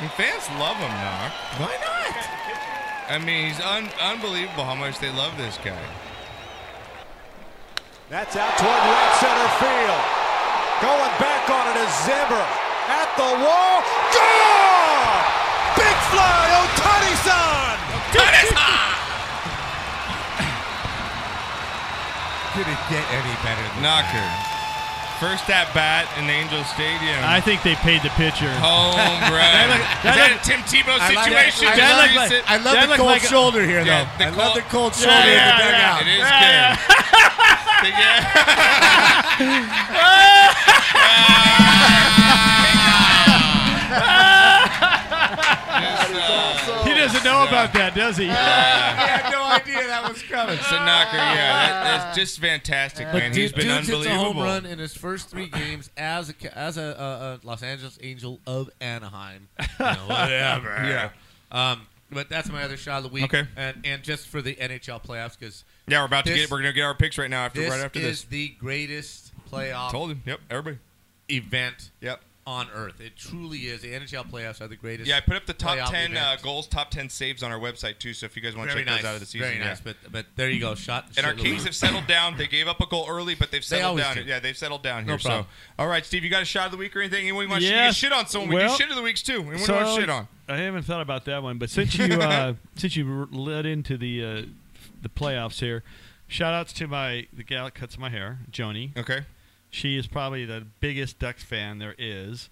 [SPEAKER 1] And fans love him, Knock.
[SPEAKER 3] Why not?
[SPEAKER 1] I mean, he's un- unbelievable how much they love this guy.
[SPEAKER 6] That's out toward right center field. Going back on it is Zimmer. At the wall. Gone! Big fly, Otani-san!
[SPEAKER 3] Could it get any better than
[SPEAKER 1] Knocker. First at bat in the Angel Stadium.
[SPEAKER 7] I think they paid the pitcher.
[SPEAKER 1] Home run. Is that a Tim Tebow
[SPEAKER 7] I like-
[SPEAKER 1] situation?
[SPEAKER 7] I
[SPEAKER 1] Just
[SPEAKER 7] like-
[SPEAKER 1] recent?
[SPEAKER 7] I love That the looked cold like a- shoulder here, though.
[SPEAKER 1] the
[SPEAKER 7] I love the cold
[SPEAKER 1] Yeah,
[SPEAKER 7] shoulder at the
[SPEAKER 1] yeah, yeah.
[SPEAKER 7] dugout.
[SPEAKER 1] It is
[SPEAKER 7] Yeah, yeah.
[SPEAKER 1] good.
[SPEAKER 7] he doesn't know about that, does he?
[SPEAKER 3] had no idea that was coming.
[SPEAKER 1] It's a knocker, yeah. That, that's just fantastic,
[SPEAKER 3] But
[SPEAKER 1] man. He's
[SPEAKER 3] dude-
[SPEAKER 1] been
[SPEAKER 3] dude's hits
[SPEAKER 1] unbelievable.
[SPEAKER 3] a home run in his first three games as a ca- as a, uh, a Los Angeles Angel of Anaheim. You know, whatever. yeah. Um, but that's my other shot of the week.
[SPEAKER 1] Okay.
[SPEAKER 3] And and just for the NHL playoffs because
[SPEAKER 1] Yeah, we're about to get- we're gonna get our picks right now after- right after
[SPEAKER 3] is
[SPEAKER 1] this.
[SPEAKER 3] the greatest playoff.
[SPEAKER 1] Told him. Yep. Everybody.
[SPEAKER 3] Event.
[SPEAKER 1] Yep.
[SPEAKER 3] On Earth, it truly is. The NHL playoffs are the greatest.
[SPEAKER 1] Yeah, I put up the top
[SPEAKER 3] playoff
[SPEAKER 1] ten
[SPEAKER 3] event.
[SPEAKER 1] uh, goals, top ten saves on our website too. So if you guys want to
[SPEAKER 3] Very
[SPEAKER 1] check
[SPEAKER 3] nice.
[SPEAKER 1] those out of the season,
[SPEAKER 3] Very
[SPEAKER 1] yeah.
[SPEAKER 3] nice, but- but there you go. Shot- shot
[SPEAKER 1] And our
[SPEAKER 3] of the
[SPEAKER 1] Kings
[SPEAKER 3] week.
[SPEAKER 1] have settled down. They gave up a goal early, but they've settled
[SPEAKER 3] always
[SPEAKER 1] down.
[SPEAKER 3] do.
[SPEAKER 1] Yeah, they've settled down
[SPEAKER 3] No
[SPEAKER 1] here. so,
[SPEAKER 3] problem.
[SPEAKER 1] all right, Steve, you got a shot of the week or anything? Anyone you want to
[SPEAKER 7] Yeah.
[SPEAKER 1] shit shit on someone? we
[SPEAKER 7] Well,
[SPEAKER 1] do shit of the weeks too. And we do want
[SPEAKER 7] so,
[SPEAKER 1] shit on.
[SPEAKER 7] I haven't thought about that one, but since you uh, since you r- led into the uh, the playoffs here, shout outs to my the gal that cuts my hair, Joni.
[SPEAKER 1] Okay,
[SPEAKER 7] she is probably the biggest Ducks fan there is.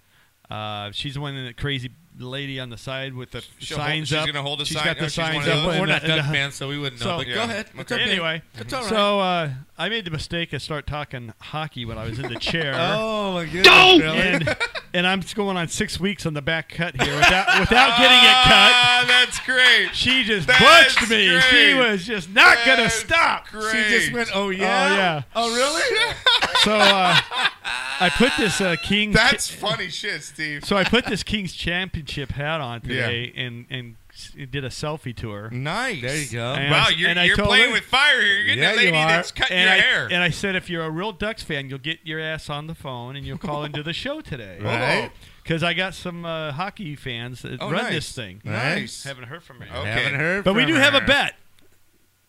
[SPEAKER 7] Uh, she's the one that crazy lady on the side with the
[SPEAKER 1] She'll hold-
[SPEAKER 7] signs
[SPEAKER 1] she's
[SPEAKER 7] up.
[SPEAKER 1] gonna hold a
[SPEAKER 7] She's
[SPEAKER 1] sign-
[SPEAKER 7] got
[SPEAKER 1] oh,
[SPEAKER 7] the
[SPEAKER 1] she's
[SPEAKER 7] signs
[SPEAKER 1] one of
[SPEAKER 7] up.
[SPEAKER 1] those.
[SPEAKER 7] in
[SPEAKER 1] We're not
[SPEAKER 7] the-
[SPEAKER 1] Duck
[SPEAKER 7] in the-
[SPEAKER 1] fans, so we wouldn't know,
[SPEAKER 7] So-
[SPEAKER 1] but go Yeah. ahead. It's okay.
[SPEAKER 7] Anyway,
[SPEAKER 1] It's all right.
[SPEAKER 7] so uh, I made the mistake of start talking hockey when I was in the chair.
[SPEAKER 3] Oh, my goodness,
[SPEAKER 7] Don't!
[SPEAKER 3] really?
[SPEAKER 7] And, and I'm just going on six weeks on the back cut here without without getting it cut.
[SPEAKER 1] Ah, that's great.
[SPEAKER 7] She just
[SPEAKER 1] That's
[SPEAKER 7] butched me.
[SPEAKER 1] great.
[SPEAKER 7] She was just not gonna
[SPEAKER 1] That's
[SPEAKER 7] stop.
[SPEAKER 1] great. She just went, "Oh,
[SPEAKER 7] Oh
[SPEAKER 1] yeah?"
[SPEAKER 7] yeah.
[SPEAKER 3] Oh really?
[SPEAKER 7] So uh, I put this uh, Kings.
[SPEAKER 1] That's funny shit, Steve.
[SPEAKER 7] So I put this Kings championship hat on
[SPEAKER 1] Yeah.
[SPEAKER 7] today and and s- did a selfie to her.
[SPEAKER 1] Nice. There you go.
[SPEAKER 7] And
[SPEAKER 1] Wow,
[SPEAKER 7] I-
[SPEAKER 1] you're-
[SPEAKER 7] and I
[SPEAKER 1] you're
[SPEAKER 7] told
[SPEAKER 1] playing
[SPEAKER 7] her-
[SPEAKER 1] with fire here. You're getting Yeah, that lady you are. that's cutting
[SPEAKER 7] and
[SPEAKER 1] your
[SPEAKER 7] I-
[SPEAKER 1] hair.
[SPEAKER 7] And I said, if you're a real Ducks fan, you'll get your ass on the phone and you'll call into the show today,
[SPEAKER 1] Right.
[SPEAKER 7] Because I got some uh, hockey fans that
[SPEAKER 1] Oh,
[SPEAKER 7] run
[SPEAKER 1] nice.
[SPEAKER 7] this thing.
[SPEAKER 1] Nice.
[SPEAKER 7] Haven't heard from her.
[SPEAKER 1] Okay. Haven't heard
[SPEAKER 7] But we
[SPEAKER 1] from
[SPEAKER 7] do have a
[SPEAKER 1] her.
[SPEAKER 7] bet.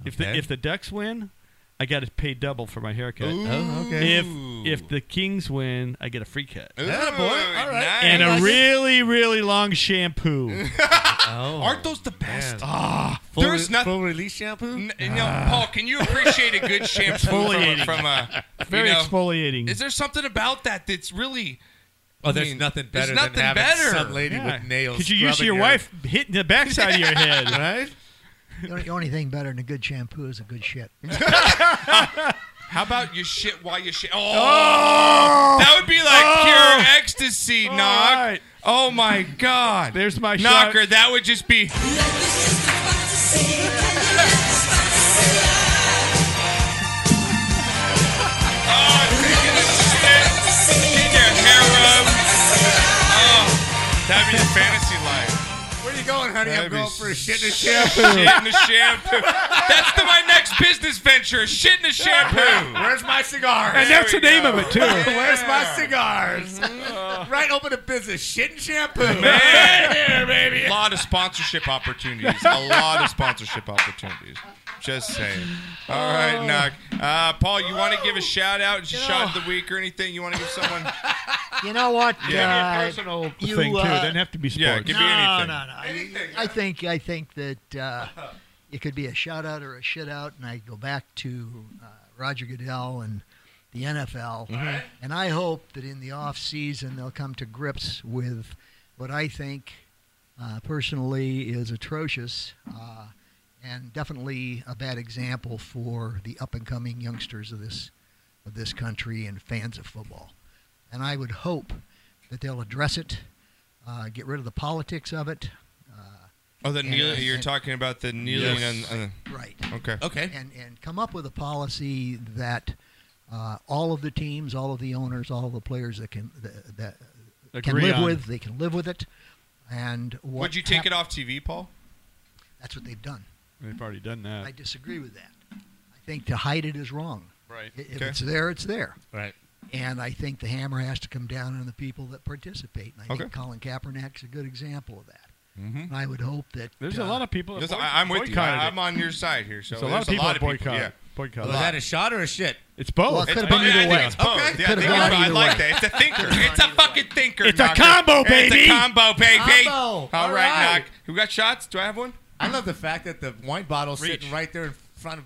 [SPEAKER 7] If the
[SPEAKER 1] Okay.
[SPEAKER 7] if the Ducks win, I got to pay double for my haircut.
[SPEAKER 1] Ooh. Oh, okay.
[SPEAKER 7] If if the Kings win, I get a free cut.
[SPEAKER 1] Ooh, Yeah, boy. All right. nice.
[SPEAKER 7] And
[SPEAKER 1] I
[SPEAKER 7] a
[SPEAKER 1] like it.
[SPEAKER 7] really really long shampoo.
[SPEAKER 1] Aren't those the best?
[SPEAKER 7] Ah.
[SPEAKER 3] Full
[SPEAKER 1] There's
[SPEAKER 3] re-
[SPEAKER 1] nothing.
[SPEAKER 3] Full release shampoo.
[SPEAKER 1] no, Paul, can you appreciate a good shampoo from, a-
[SPEAKER 3] Exfoliating.
[SPEAKER 1] from a you
[SPEAKER 3] Very
[SPEAKER 1] know,
[SPEAKER 7] exfoliating.
[SPEAKER 1] Is there something about that that's really?
[SPEAKER 3] Oh, there's
[SPEAKER 1] I mean,
[SPEAKER 3] nothing
[SPEAKER 1] there's
[SPEAKER 3] better
[SPEAKER 1] nothing
[SPEAKER 3] than having
[SPEAKER 1] better.
[SPEAKER 3] some lady
[SPEAKER 7] Yeah.
[SPEAKER 3] with nails.
[SPEAKER 7] Could you use
[SPEAKER 3] scrubbing
[SPEAKER 7] your
[SPEAKER 3] your
[SPEAKER 7] wife hitting the backside of your head?
[SPEAKER 3] Right?
[SPEAKER 5] The only, the only thing better than a good shampoo is a good shit.
[SPEAKER 1] How about you shit while you shit? Oh,
[SPEAKER 5] Oh!
[SPEAKER 1] that would be like
[SPEAKER 5] Oh!
[SPEAKER 1] pure ecstasy, knock. Oh my God!
[SPEAKER 7] There's my
[SPEAKER 1] knocker. That would just be. Oh, Get your hair rubbed. Oh, that'd be your fantasy life.
[SPEAKER 3] Where are you going, honey? I'm going for a shit in a shampoo.
[SPEAKER 1] Shit in the shampoo. That's the, my next business venture. Shit in the shampoo.
[SPEAKER 3] Where's my cigar?
[SPEAKER 1] And that's the name of it, too.
[SPEAKER 3] Where's my cigars? right, open a business. Shit and shampoo. Here, baby.
[SPEAKER 1] A lot of sponsorship opportunities. A lot of sponsorship opportunities. Just saying. All right,
[SPEAKER 14] Oh.
[SPEAKER 1] knock. Uh, Paul, you want to give a shout out,
[SPEAKER 5] You
[SPEAKER 1] shot
[SPEAKER 5] know-
[SPEAKER 1] of the week, or anything? You want to give someone?
[SPEAKER 5] You know what?
[SPEAKER 1] Yeah.
[SPEAKER 5] uh,
[SPEAKER 1] Give me a personal
[SPEAKER 5] you,
[SPEAKER 1] thing, too. It
[SPEAKER 5] uh,
[SPEAKER 1] doesn't have to be Yeah, sports. it could be
[SPEAKER 5] no,
[SPEAKER 1] anything.
[SPEAKER 5] No, no, I think I think that uh, it could be a shout out or a shit out, and I go back to uh, Roger Goodell and the NFL,
[SPEAKER 15] Mhm.
[SPEAKER 5] and I hope that in the off season they'll come to grips with what I think uh, personally is atrocious uh, and definitely a bad example for the up and coming youngsters of this of this country and fans of football. And I would hope that they'll address it, uh, get rid of the politics of it.
[SPEAKER 1] Oh, the
[SPEAKER 5] And-
[SPEAKER 1] kneel-
[SPEAKER 5] and-
[SPEAKER 1] you're
[SPEAKER 5] and-
[SPEAKER 1] talking about the kneeling on, on the,
[SPEAKER 5] right.
[SPEAKER 1] Okay.
[SPEAKER 5] And and come up with a policy that uh, all of the teams, all of the owners, all of the players that can that, that can
[SPEAKER 1] Agree
[SPEAKER 5] live
[SPEAKER 1] on.
[SPEAKER 5] with, they can live with it. And what
[SPEAKER 1] Would you take
[SPEAKER 5] hap-
[SPEAKER 1] it off TV, Paul?
[SPEAKER 5] That's what they've done.
[SPEAKER 7] They've already done that.
[SPEAKER 5] I disagree with that. I think to hide it is wrong.
[SPEAKER 7] Right.
[SPEAKER 5] I- If
[SPEAKER 7] Okay.
[SPEAKER 5] it's there, it's there.
[SPEAKER 16] Right.
[SPEAKER 5] And I think the hammer has to come down on the people that participate. And I
[SPEAKER 1] Okay.
[SPEAKER 5] think Colin Kaepernick's a good example of that.
[SPEAKER 1] Mhm.
[SPEAKER 5] And I would hope that
[SPEAKER 7] There's
[SPEAKER 5] uh,
[SPEAKER 7] a lot of people. that
[SPEAKER 1] There's-
[SPEAKER 7] boy-
[SPEAKER 1] I- I'm with you.
[SPEAKER 7] boycotted
[SPEAKER 1] I-
[SPEAKER 7] it.
[SPEAKER 1] I'm on your side here, so
[SPEAKER 7] There's a
[SPEAKER 1] there's
[SPEAKER 7] lot of
[SPEAKER 1] a
[SPEAKER 7] people
[SPEAKER 1] lot
[SPEAKER 7] that
[SPEAKER 1] of people,
[SPEAKER 7] boycott.
[SPEAKER 1] yeah.
[SPEAKER 7] Boycott.
[SPEAKER 1] Was that
[SPEAKER 16] a shot or a shit?
[SPEAKER 7] It's both.
[SPEAKER 1] Well, it could've been either way. both. Yeah, I
[SPEAKER 7] Could've gone
[SPEAKER 1] think it's- I
[SPEAKER 7] either
[SPEAKER 1] like
[SPEAKER 7] way.
[SPEAKER 1] that. It's a thinker. It's a fucking thinker.
[SPEAKER 7] It's a
[SPEAKER 1] Knocker.
[SPEAKER 7] combo, baby.
[SPEAKER 1] It's a combo, baby.
[SPEAKER 16] Combo.
[SPEAKER 1] All
[SPEAKER 16] All
[SPEAKER 1] right,
[SPEAKER 16] right.
[SPEAKER 1] Knock. We got shots. Do I have one?
[SPEAKER 16] I love the fact that the wine bottle's
[SPEAKER 1] Reach.
[SPEAKER 16] sitting right there in front of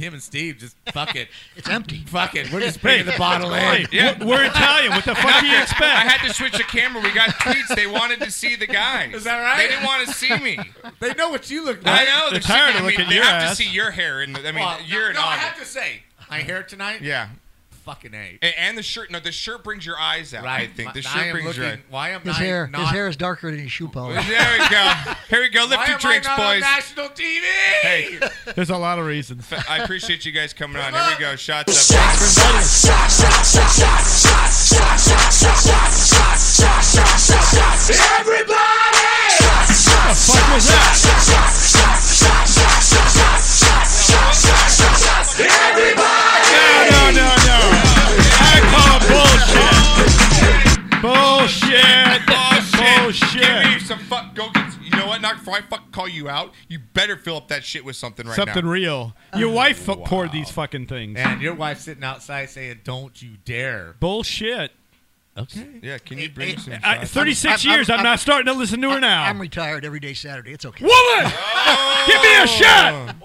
[SPEAKER 16] him and Steve. Just fuck it.
[SPEAKER 5] it's empty.
[SPEAKER 16] Fuck it. We're just bringing the bottle in.
[SPEAKER 1] Right, yeah. Knocker, I had
[SPEAKER 16] to.
[SPEAKER 1] to switch the camera. We got tweets. They wanted to see the guys.
[SPEAKER 16] Is that right?
[SPEAKER 1] They didn't want to see me.
[SPEAKER 16] They know what you look
[SPEAKER 1] I
[SPEAKER 16] like.
[SPEAKER 1] know.
[SPEAKER 16] They're
[SPEAKER 1] seeing-
[SPEAKER 16] tired
[SPEAKER 1] I
[SPEAKER 16] of
[SPEAKER 1] mean,
[SPEAKER 16] looking at
[SPEAKER 1] they
[SPEAKER 16] your
[SPEAKER 1] have to
[SPEAKER 16] ass.
[SPEAKER 1] see your hair. In the, I mean,
[SPEAKER 16] Well, no-
[SPEAKER 1] you're an
[SPEAKER 16] no, I
[SPEAKER 1] honor.
[SPEAKER 16] have to say, my hair tonight.
[SPEAKER 1] Yeah.
[SPEAKER 16] Fucking a.
[SPEAKER 1] And, and the shirt. No, the shirt brings your eyes out. I
[SPEAKER 16] Right.
[SPEAKER 1] think the
[SPEAKER 16] My-
[SPEAKER 1] shirt
[SPEAKER 16] I am
[SPEAKER 1] brings your
[SPEAKER 16] looking-
[SPEAKER 1] eyes.
[SPEAKER 16] why am
[SPEAKER 5] his hair his hair is darker than his shoe polish.
[SPEAKER 1] There we go. Here we go. Lift
[SPEAKER 16] Why
[SPEAKER 1] your
[SPEAKER 16] am
[SPEAKER 1] drinks,
[SPEAKER 16] I not on
[SPEAKER 1] boys.
[SPEAKER 16] national TV.
[SPEAKER 1] Hey.
[SPEAKER 7] There's a lot of reasons.
[SPEAKER 1] I appreciate you guys coming on. Here we go. Shots up.
[SPEAKER 7] Oh, Bullshit.
[SPEAKER 1] Bullshit. Give me some fuck. Go get. You know what, Knock? Before I fuck call you out, you better fill up that shit with something right
[SPEAKER 7] Something
[SPEAKER 1] now.
[SPEAKER 7] real. Your wife fu- poured these fucking things.
[SPEAKER 16] And your wife's sitting outside saying, "Don't you dare." Eh,
[SPEAKER 7] Bullshit. Okay.
[SPEAKER 1] Yeah, can you bring some?
[SPEAKER 16] uh,
[SPEAKER 7] I, 36 years. I'm, not starting to listen to her now.
[SPEAKER 5] I'm retired every day Saturday. It's okay.
[SPEAKER 7] Woman!
[SPEAKER 1] Oh!
[SPEAKER 7] Give me a shot!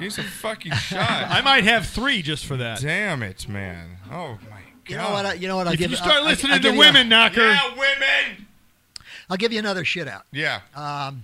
[SPEAKER 1] Give us a fucking shot.
[SPEAKER 7] I might have three just for that.
[SPEAKER 1] Damn it, man. Oh my god.
[SPEAKER 5] You know what? I, you know what? I'll
[SPEAKER 7] If
[SPEAKER 5] give
[SPEAKER 7] you start
[SPEAKER 5] I'll-
[SPEAKER 7] listening
[SPEAKER 5] I'll
[SPEAKER 7] to
[SPEAKER 5] give you
[SPEAKER 7] women, knocker.
[SPEAKER 1] Yeah, women.
[SPEAKER 5] Uh, I'll give you another shit out.
[SPEAKER 1] Yeah.
[SPEAKER 5] Um,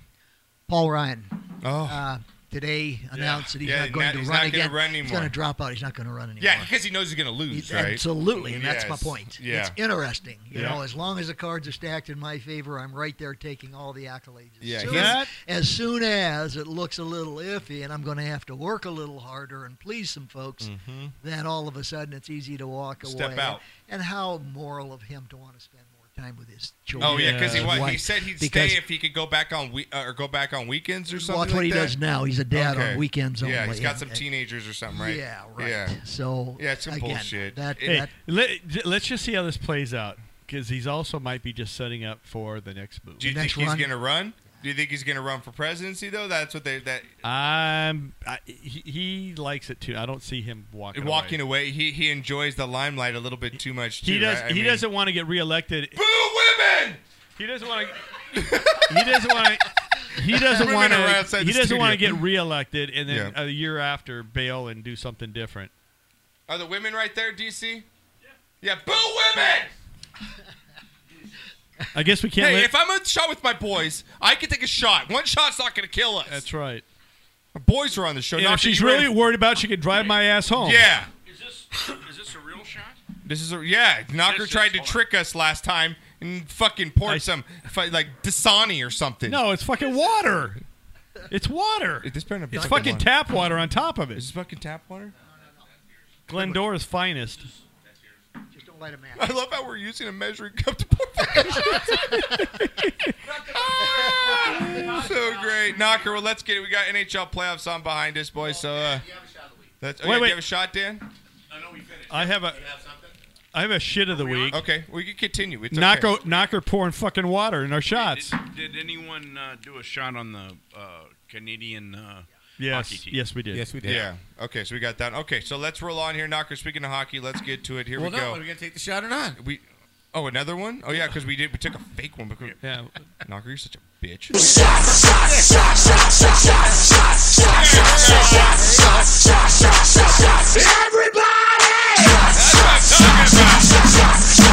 [SPEAKER 5] Paul Ryan.
[SPEAKER 1] Oh.
[SPEAKER 5] Uh, today announced that he's
[SPEAKER 1] Yeah,
[SPEAKER 5] not going
[SPEAKER 1] now
[SPEAKER 5] to
[SPEAKER 1] he's
[SPEAKER 5] run
[SPEAKER 1] not gonna
[SPEAKER 5] again.
[SPEAKER 1] run
[SPEAKER 5] He's
[SPEAKER 1] anymore.
[SPEAKER 5] going to drop out. He's not going to run anymore.
[SPEAKER 1] Yeah, because he knows he's gonna lose, right?
[SPEAKER 5] Absolutely, and that's my
[SPEAKER 1] Yes.
[SPEAKER 5] point.
[SPEAKER 1] Yeah.
[SPEAKER 5] It's interesting. You
[SPEAKER 1] Yeah.
[SPEAKER 5] know, as long as the cards are stacked in my favor, I'm right there taking all the accolades. As
[SPEAKER 1] Yeah,
[SPEAKER 5] soon,
[SPEAKER 1] he's- That-
[SPEAKER 5] as soon as it looks a little iffy and I'm going to have to work a little harder and please some folks,
[SPEAKER 1] Mhm.
[SPEAKER 5] then all of a sudden it's easy to walk
[SPEAKER 1] Step
[SPEAKER 5] away.
[SPEAKER 1] out.
[SPEAKER 5] And how moral of him to want to spend more time with his children.
[SPEAKER 1] Oh yeah, because he
[SPEAKER 5] his
[SPEAKER 1] wa- he
[SPEAKER 5] wife,
[SPEAKER 1] said he'd
[SPEAKER 5] because
[SPEAKER 1] stay if he could go back on we- uh, or go back on weekends or something.
[SPEAKER 5] that's what
[SPEAKER 1] like
[SPEAKER 5] he
[SPEAKER 1] that?
[SPEAKER 5] does now. He's a dad on
[SPEAKER 1] Okay.
[SPEAKER 5] weekends
[SPEAKER 1] Yeah,
[SPEAKER 5] only,
[SPEAKER 1] he's got
[SPEAKER 5] and-
[SPEAKER 1] some
[SPEAKER 5] and-
[SPEAKER 1] teenagers or something, right?
[SPEAKER 5] Yeah, right.
[SPEAKER 1] Yeah.
[SPEAKER 5] So,
[SPEAKER 1] yeah, it's some
[SPEAKER 5] again,
[SPEAKER 1] bullshit.
[SPEAKER 5] that-
[SPEAKER 1] It-
[SPEAKER 7] Hey, let, j- let's just see how this plays out because he's also might be just setting up for the next move.
[SPEAKER 1] do you think he's gonna run? Do you think he's gonna run for presidency though? That's what they that
[SPEAKER 7] I'm. I, he, he likes it too. I don't see him walking.
[SPEAKER 1] walking
[SPEAKER 7] Away.
[SPEAKER 1] away. He he enjoys the limelight a little bit too much.
[SPEAKER 7] He
[SPEAKER 1] too,
[SPEAKER 7] does.
[SPEAKER 1] I- I
[SPEAKER 7] he
[SPEAKER 1] mean-
[SPEAKER 7] doesn't want to get reelected.
[SPEAKER 1] He doesn't want to.
[SPEAKER 7] He doesn't want to. He doesn't
[SPEAKER 1] Women
[SPEAKER 7] want
[SPEAKER 1] are
[SPEAKER 7] to.
[SPEAKER 1] outside
[SPEAKER 7] He
[SPEAKER 1] the
[SPEAKER 7] doesn't want to
[SPEAKER 1] studio.
[SPEAKER 7] get reelected and then a year after bail and do something different.
[SPEAKER 1] Are the women right there, DC? Yeah, boo women!
[SPEAKER 7] I guess we can't.
[SPEAKER 1] hey,
[SPEAKER 7] let-
[SPEAKER 1] if I'm a shot with my boys, I can take a shot. One shot's not going to kill us.
[SPEAKER 7] that's right.
[SPEAKER 1] My boys are on the show.
[SPEAKER 7] And
[SPEAKER 1] Knock
[SPEAKER 7] if
[SPEAKER 1] it,
[SPEAKER 7] she's
[SPEAKER 1] you
[SPEAKER 7] really
[SPEAKER 1] ready?
[SPEAKER 7] worried about, she can drive my ass home.
[SPEAKER 1] Yeah.
[SPEAKER 10] Is this a real shot?
[SPEAKER 1] This is a yeah. Knocker tried to trick us last time and fucking poured some fi- like Dasani or something.
[SPEAKER 7] No, it's fucking water. It's water.
[SPEAKER 1] It's been a
[SPEAKER 7] It's
[SPEAKER 1] bucket
[SPEAKER 7] fucking
[SPEAKER 1] water.
[SPEAKER 7] tap water on top of it. It's
[SPEAKER 1] fucking tap water.
[SPEAKER 7] Glendora's finest.
[SPEAKER 5] Just don't light a match.
[SPEAKER 1] I love how we're using a measuring cup to pour Ah, so great, Knocker. Well, let's get it. We got NHL playoffs on behind us, boys. So uh, that's, oh,
[SPEAKER 7] Wait,
[SPEAKER 1] yeah, do
[SPEAKER 7] wait.
[SPEAKER 1] you have a shot, Dan?
[SPEAKER 7] I have a. I have a shit of the week.
[SPEAKER 1] Okay, we can continue. It's
[SPEAKER 7] knocker,
[SPEAKER 1] okay.
[SPEAKER 7] knocker pouring fucking water in our shots.
[SPEAKER 9] Did anyone uh, do a shot on the uh, Canadian uh,
[SPEAKER 7] Yes,
[SPEAKER 9] hockey team?
[SPEAKER 7] yes, we did.
[SPEAKER 1] Yeah. Okay, so we got that. Okay, so let's roll on here, Knocker. Speaking of hockey, let's get to it. Here
[SPEAKER 16] well,
[SPEAKER 1] we
[SPEAKER 16] no,
[SPEAKER 1] go.
[SPEAKER 16] are we gonna take the shot or not?
[SPEAKER 1] We. Oh, another one? Oh yeah, because we did. We took a fake one. Because, yeah. Knocker, you're such a bitch.
[SPEAKER 12] Everybody! That's what I'm talking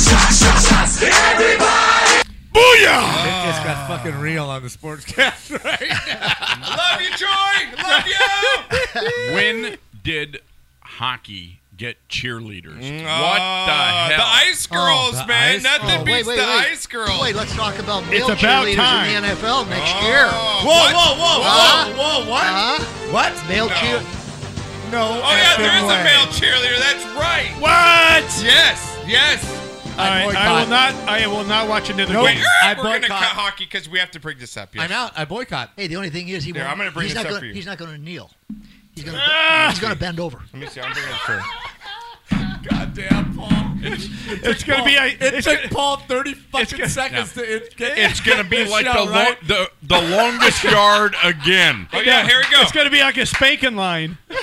[SPEAKER 12] about.
[SPEAKER 9] hockey get cheerleaders.
[SPEAKER 1] Mm,
[SPEAKER 9] what
[SPEAKER 1] oh,
[SPEAKER 9] the hell?
[SPEAKER 1] the Ice Girls,
[SPEAKER 9] the
[SPEAKER 1] man.
[SPEAKER 9] Ice
[SPEAKER 1] Nothing
[SPEAKER 9] Girls.
[SPEAKER 1] beats the
[SPEAKER 5] Oh, wait.
[SPEAKER 1] Ice Girls.
[SPEAKER 5] Wait, let's talk about male
[SPEAKER 9] It's about
[SPEAKER 5] cheerleaders
[SPEAKER 9] time.
[SPEAKER 5] in the NFL next year.
[SPEAKER 1] Whoa,
[SPEAKER 6] what? whoa, whoa,
[SPEAKER 5] Huh?
[SPEAKER 6] whoa, whoa, what?
[SPEAKER 5] Huh?
[SPEAKER 3] What?
[SPEAKER 5] Male cheer?
[SPEAKER 3] No.
[SPEAKER 1] Oh yeah, there is
[SPEAKER 3] way.
[SPEAKER 1] a male cheerleader. That's right.
[SPEAKER 7] What?
[SPEAKER 1] Yes, yes.
[SPEAKER 7] All right, I will not. I will not watch another
[SPEAKER 1] Nope.
[SPEAKER 7] game.
[SPEAKER 1] I We're gonna cut hockey because we have to bring this up. Yes.
[SPEAKER 5] I'm
[SPEAKER 3] out. I boycott.
[SPEAKER 5] Hey, the only thing is, he
[SPEAKER 1] Here,
[SPEAKER 5] won't.
[SPEAKER 1] I'm gonna bring
[SPEAKER 5] he's
[SPEAKER 1] this
[SPEAKER 5] not
[SPEAKER 1] up
[SPEAKER 5] gonna,
[SPEAKER 1] for you.
[SPEAKER 5] He's not going to kneel. He's going
[SPEAKER 1] Ah!
[SPEAKER 5] to. He's going to bend over.
[SPEAKER 1] Let me see. I'm bringing it for.
[SPEAKER 3] Goddamn, Paul. It's,
[SPEAKER 7] It's gonna be a-
[SPEAKER 3] It
[SPEAKER 7] it's
[SPEAKER 3] took
[SPEAKER 7] gonna-
[SPEAKER 3] Paul 30 fucking seconds
[SPEAKER 9] no.
[SPEAKER 3] to it, get
[SPEAKER 9] It's gonna be
[SPEAKER 3] the
[SPEAKER 9] like
[SPEAKER 3] show,
[SPEAKER 9] the,
[SPEAKER 3] right?
[SPEAKER 9] lo- the the longest yard again.
[SPEAKER 1] Oh yeah, here we go.
[SPEAKER 7] It's gonna be like a spanking line.
[SPEAKER 1] Here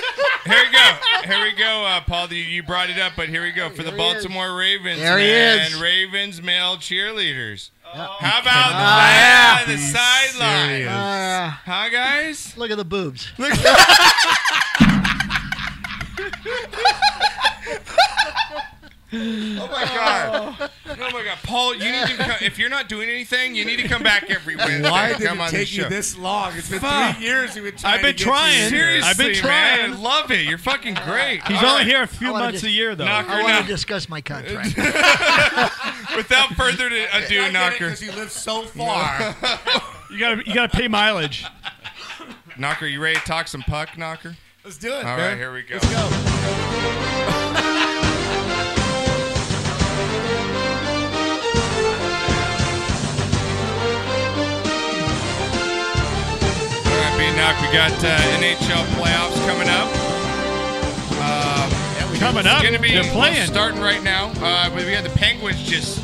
[SPEAKER 1] we go. Here we go, uh, Paul. You, you brought it up, but here we go for the Baltimore Ravens.
[SPEAKER 7] There he
[SPEAKER 1] man.
[SPEAKER 7] is.
[SPEAKER 1] Ravens male cheerleaders.
[SPEAKER 5] How
[SPEAKER 1] about that? The sideline. Huh, guys?
[SPEAKER 5] Ah, Look at the boobs.
[SPEAKER 1] Oh my god! Oh my god, Paul! You need to come, if you're not doing anything, you need to come back every Wednesday.
[SPEAKER 3] Why
[SPEAKER 1] and
[SPEAKER 3] did
[SPEAKER 1] come
[SPEAKER 3] it
[SPEAKER 1] on
[SPEAKER 3] take
[SPEAKER 1] the
[SPEAKER 3] you
[SPEAKER 1] show.
[SPEAKER 3] this long? It's been
[SPEAKER 1] Fuck.
[SPEAKER 3] three years we've been trying.
[SPEAKER 7] I've been
[SPEAKER 3] to get
[SPEAKER 7] trying.
[SPEAKER 3] You here.
[SPEAKER 1] Seriously,
[SPEAKER 7] I've been
[SPEAKER 1] man.
[SPEAKER 7] trying.
[SPEAKER 1] I love it. You're fucking great.
[SPEAKER 7] He's
[SPEAKER 1] All
[SPEAKER 7] only
[SPEAKER 1] right.
[SPEAKER 7] here a few
[SPEAKER 5] I wanna
[SPEAKER 7] months
[SPEAKER 5] dis-
[SPEAKER 7] a year, though.
[SPEAKER 1] Knock her
[SPEAKER 5] I want
[SPEAKER 1] down.
[SPEAKER 5] to discuss my contract.
[SPEAKER 1] Without further ado, Knocker.
[SPEAKER 3] Because you live so far.
[SPEAKER 7] You gotta, you gotta pay mileage.
[SPEAKER 1] Knocker, you ready to talk some puck, Knocker?
[SPEAKER 3] Let's do it.
[SPEAKER 1] All
[SPEAKER 3] man.
[SPEAKER 1] right, here we go.
[SPEAKER 3] Let's go.
[SPEAKER 1] All right, being knocked. We got uh, NHL playoffs coming up. Uh,
[SPEAKER 7] Coming
[SPEAKER 1] it's
[SPEAKER 7] up?
[SPEAKER 1] gonna be
[SPEAKER 7] They're playing.
[SPEAKER 1] starting right now. Uh, we we had the Penguins just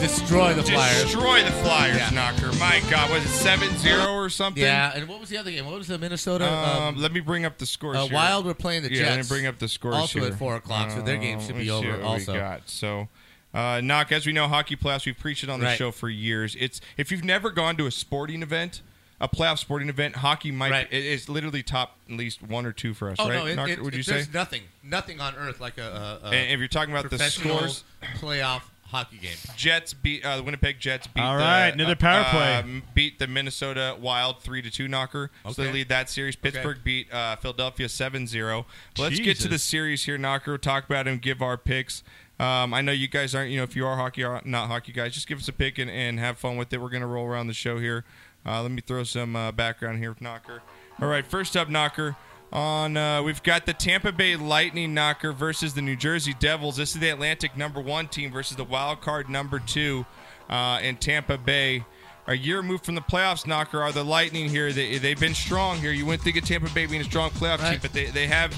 [SPEAKER 3] Destroy the Flyers.
[SPEAKER 1] Destroy the Flyers,
[SPEAKER 3] Yeah.
[SPEAKER 1] Knocker. My God, was it 7-0 or something?
[SPEAKER 3] Yeah, and what was the other game? What was the Minnesota?
[SPEAKER 1] Um,
[SPEAKER 3] Um,
[SPEAKER 1] let me bring up the scores.
[SPEAKER 3] uh,
[SPEAKER 1] here.
[SPEAKER 3] Wild were playing the
[SPEAKER 1] yeah,
[SPEAKER 3] Jets.
[SPEAKER 1] Let me bring up the scores
[SPEAKER 3] Also
[SPEAKER 1] here.
[SPEAKER 3] at four o'clock, so their game
[SPEAKER 1] Uh,
[SPEAKER 3] should
[SPEAKER 1] let
[SPEAKER 3] be
[SPEAKER 1] me see
[SPEAKER 3] over
[SPEAKER 1] what we
[SPEAKER 3] also.
[SPEAKER 1] got. So, uh, knock. As we know, hockey playoffs. We've preached it on the
[SPEAKER 3] Right.
[SPEAKER 1] show for years. It's if you've never gone to a sporting event. A playoff sporting event, hockey might it is literally top at least one or two for us,
[SPEAKER 3] Oh
[SPEAKER 1] right?
[SPEAKER 3] no! It,
[SPEAKER 1] Knocker,
[SPEAKER 3] it,
[SPEAKER 1] would you say
[SPEAKER 3] there's nothing, nothing on earth like a. a, a
[SPEAKER 1] And if you're talking about the
[SPEAKER 3] professional
[SPEAKER 1] scores-
[SPEAKER 3] playoff hockey game.
[SPEAKER 1] Jets beat uh, the Winnipeg Jets beat.
[SPEAKER 7] All
[SPEAKER 1] the,
[SPEAKER 7] right, another power
[SPEAKER 1] uh,
[SPEAKER 7] play.
[SPEAKER 1] um, beat the Minnesota Wild three to two knocker. So they
[SPEAKER 7] Okay.
[SPEAKER 1] lead that series.
[SPEAKER 7] Okay.
[SPEAKER 1] Pittsburgh beat uh, Philadelphia 7-0. Let's get to
[SPEAKER 7] Jesus.
[SPEAKER 1] the series here, knocker. We'll talk about them. Give our picks. Um, I know you guys aren't. You know, if you are hockey or not hockey guys, just give us a pick and, and have fun with it. We're gonna roll around the show here. Uh, let me throw some uh, background here, knocker. All right, first up, knocker. On uh, we've got the Tampa Bay Lightning knocker versus the New Jersey Devils. This is the Atlantic number one team versus the wild card number two uh, in Tampa Bay. A year removed from the playoffs, knocker are the Lightning here. They, they've been strong here. You wouldn't think of Tampa Bay being a strong playoff team,
[SPEAKER 3] Right.
[SPEAKER 1] but they, they have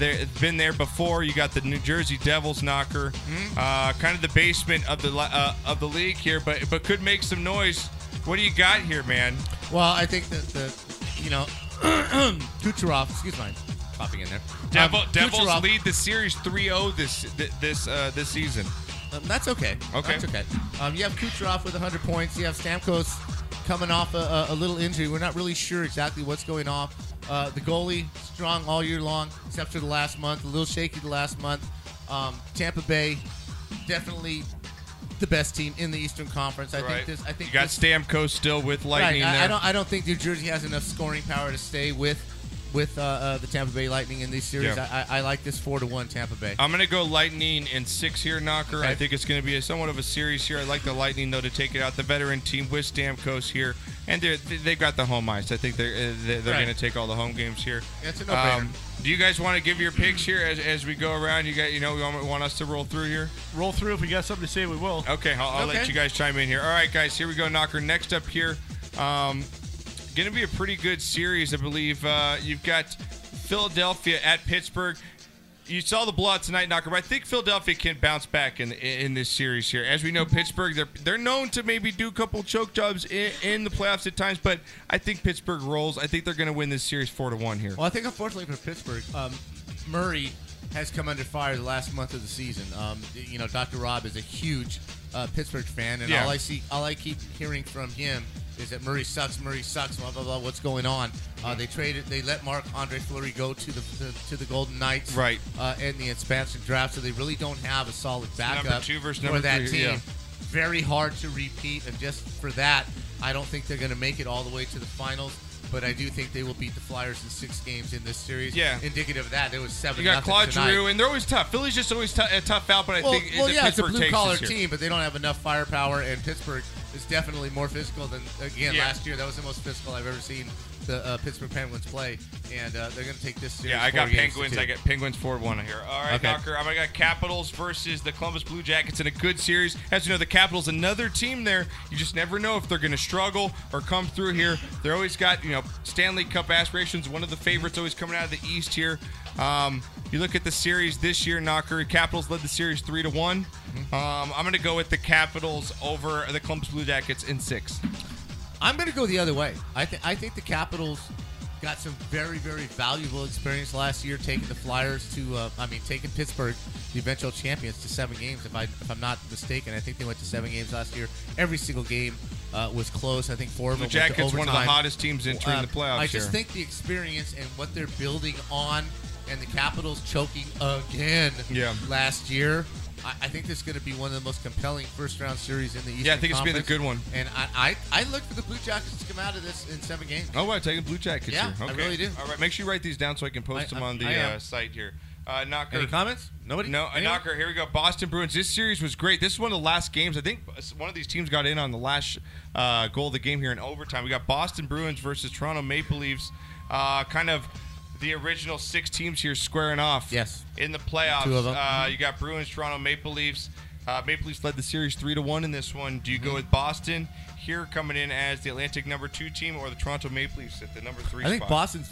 [SPEAKER 1] they been there before. You got the New Jersey Devils knocker,
[SPEAKER 3] Mm-hmm.
[SPEAKER 1] uh, kind of the basement of the li- uh, of the league here, but but could make some noise. What do you got here, man?
[SPEAKER 3] Well, I think that the, you know, Kucherov. Excuse my popping in there.
[SPEAKER 1] Devil,
[SPEAKER 3] Um,
[SPEAKER 1] Devils
[SPEAKER 3] Kucherov-
[SPEAKER 1] lead the series 3-0 this th- this uh, this season.
[SPEAKER 3] Um, that's okay.
[SPEAKER 1] Okay.
[SPEAKER 3] That's okay. Um, you have Kucherov with 100 points. You have Stamkos coming off a, a, a little injury. We're not really sure exactly what's going on. Uh, the goalie, strong all year long, except for the last month. A little shaky the last month. Um, Tampa Bay, definitely the best team in the Eastern Conference. I
[SPEAKER 1] Right.
[SPEAKER 3] think this. I think
[SPEAKER 1] you got
[SPEAKER 3] this-
[SPEAKER 1] Stamkos still with Lightning
[SPEAKER 3] Right. I-
[SPEAKER 1] there.
[SPEAKER 3] I, don't. I don't think New Jersey has enough scoring power to stay with with uh, uh, the Tampa Bay Lightning in these series.
[SPEAKER 1] Yeah. Um,
[SPEAKER 3] I, I, I like this four to one Tampa Bay.
[SPEAKER 1] I'm going to go Lightning and six here, Knocker. I
[SPEAKER 3] Okay.
[SPEAKER 1] think it's going to be a somewhat of a series here. I like the Lightning, though, to take it out. The veteran team with Stamkos here. And they're, they've got the home ice. I think they're, uh, they're
[SPEAKER 3] Right.
[SPEAKER 1] going to take all the home games here. Um,
[SPEAKER 3] That's a no-brainer.
[SPEAKER 1] do you guys want to give your picks here as, as we go around? You got you know, you want want us to roll through here?
[SPEAKER 7] Roll through if we got something to say. We will.
[SPEAKER 1] Okay, I'll, I'll let
[SPEAKER 7] Okay.
[SPEAKER 1] you guys chime in here. All right, guys, here we go. Knocker. Next up here, um, going to be a pretty good series, I believe. Uh, you've got Philadelphia at Pittsburgh. You saw the blowout tonight, Knocker, but I think Philadelphia can bounce back in in this series here. As we know, Pittsburgh they're they're known to maybe do a couple choke jobs in, in the playoffs at times, but I think Pittsburgh rolls. I think they're going to win this series four to one here.
[SPEAKER 3] Well, I think unfortunately for Pittsburgh, um, Murray has come under fire the last month of the season. Um, you know, Dr. Rob is a huge uh, Pittsburgh fan, and
[SPEAKER 12] Yeah.
[SPEAKER 3] all I see, all I keep hearing from him is that Murray sucks, Murray sucks, blah blah blah. What's going on? Uh, they traded, they let Mark Andre Fleury go to the to, to the Golden Knights,
[SPEAKER 1] Right.
[SPEAKER 3] Uh, in the expansion draft, so they really don't have a solid backup
[SPEAKER 1] number two versus
[SPEAKER 3] for
[SPEAKER 1] number
[SPEAKER 3] that
[SPEAKER 1] three,
[SPEAKER 3] team
[SPEAKER 1] yeah.
[SPEAKER 3] very hard to repeat, and just for that, I don't think they're going to make it all the way to the finals. but I do think they will beat the Flyers in six games in this series.
[SPEAKER 1] Yeah.
[SPEAKER 3] indicative of that, there was seven.
[SPEAKER 1] You got
[SPEAKER 3] nothing
[SPEAKER 1] Claude
[SPEAKER 3] tonight.
[SPEAKER 1] Giroux, and they're always tough. Philly's just always tou- a tough out, but I
[SPEAKER 3] well,
[SPEAKER 1] think
[SPEAKER 3] well
[SPEAKER 1] the
[SPEAKER 3] yeah, it's a
[SPEAKER 1] Pittsburgh
[SPEAKER 3] blue
[SPEAKER 1] takes
[SPEAKER 3] collar
[SPEAKER 1] this year.
[SPEAKER 3] team, but they don't have enough firepower. And Pittsburgh is definitely more physical than again
[SPEAKER 1] Yeah.
[SPEAKER 3] last year. That was the most physical I've ever seen the uh, Pittsburgh Penguins play, and uh, they're going to take this series.
[SPEAKER 1] Yeah, I
[SPEAKER 3] four
[SPEAKER 1] got
[SPEAKER 3] games to
[SPEAKER 1] Penguins.
[SPEAKER 3] two.
[SPEAKER 1] I got Penguins four one here. All right,
[SPEAKER 3] Okay.
[SPEAKER 1] Knocker. I got Capitals versus the Columbus Blue Jackets in a good series. As you know, the Capitals, another team there. You just never know if they're going to struggle or come through here. They're always got you know Stanley Cup aspirations. One of the favorites always coming out of the East here. Um, you look at the series this year, Knocker. Capitals led the series three to one.
[SPEAKER 3] Mm-hmm.
[SPEAKER 1] Um, I'm going to go with the Capitals over the Columbus Blue Jackets in six.
[SPEAKER 3] I'm going to go the other way. I think I think the Capitals got some very very valuable experience last year, taking the Flyers to uh, I mean taking Pittsburgh, the eventual champions, to seven games. If I if I'm not mistaken, I think they went to seven games last year. Every single game uh, was close. I think four of
[SPEAKER 1] Blue
[SPEAKER 3] them. went to
[SPEAKER 1] Jackets, one of the
[SPEAKER 3] overtime. Uh,
[SPEAKER 1] hottest teams entering the playoffs
[SPEAKER 3] I just
[SPEAKER 1] here.
[SPEAKER 3] think the experience and what they're building on, and the Capitals choking again
[SPEAKER 1] Yeah.
[SPEAKER 3] last year. I I think this is going to be one of the most compelling first-round series in the Eastern
[SPEAKER 1] Yeah, I think it's gonna be the
[SPEAKER 3] Conference.
[SPEAKER 1] good one.
[SPEAKER 3] And I, I, I look for the Blue Jackets to come out of this in seven games.
[SPEAKER 1] Oh, I take a blue jacket.
[SPEAKER 3] Yeah,
[SPEAKER 1] here.
[SPEAKER 3] I
[SPEAKER 1] Okay.
[SPEAKER 3] really do.
[SPEAKER 1] All right, make sure you write these down so I can post
[SPEAKER 3] I-
[SPEAKER 1] them
[SPEAKER 3] I-
[SPEAKER 1] on the
[SPEAKER 3] I am.
[SPEAKER 1] uh, site here. Uh, knocker.
[SPEAKER 3] Any comments? Nobody?
[SPEAKER 1] No, a
[SPEAKER 3] Anyone?
[SPEAKER 1] knocker. Here we go. Boston Bruins. This series was great. This is one of the last games. I think one of these teams got in on the last uh, goal of the game here in overtime. We got Boston Bruins versus Toronto Maple Leafs. Uh, kind of the original six teams here squaring off.
[SPEAKER 3] Yes.
[SPEAKER 1] In the playoffs.
[SPEAKER 3] Two of them.
[SPEAKER 1] Uh, you got Bruins, Toronto Maple Leafs. Uh, Maple Leafs led the series three to one in this one. Do you
[SPEAKER 3] Mm-hmm.
[SPEAKER 1] go with Boston here coming in as the Atlantic number two team, or the Toronto Maple Leafs at the number three?
[SPEAKER 3] I think
[SPEAKER 1] spot?
[SPEAKER 3] Boston's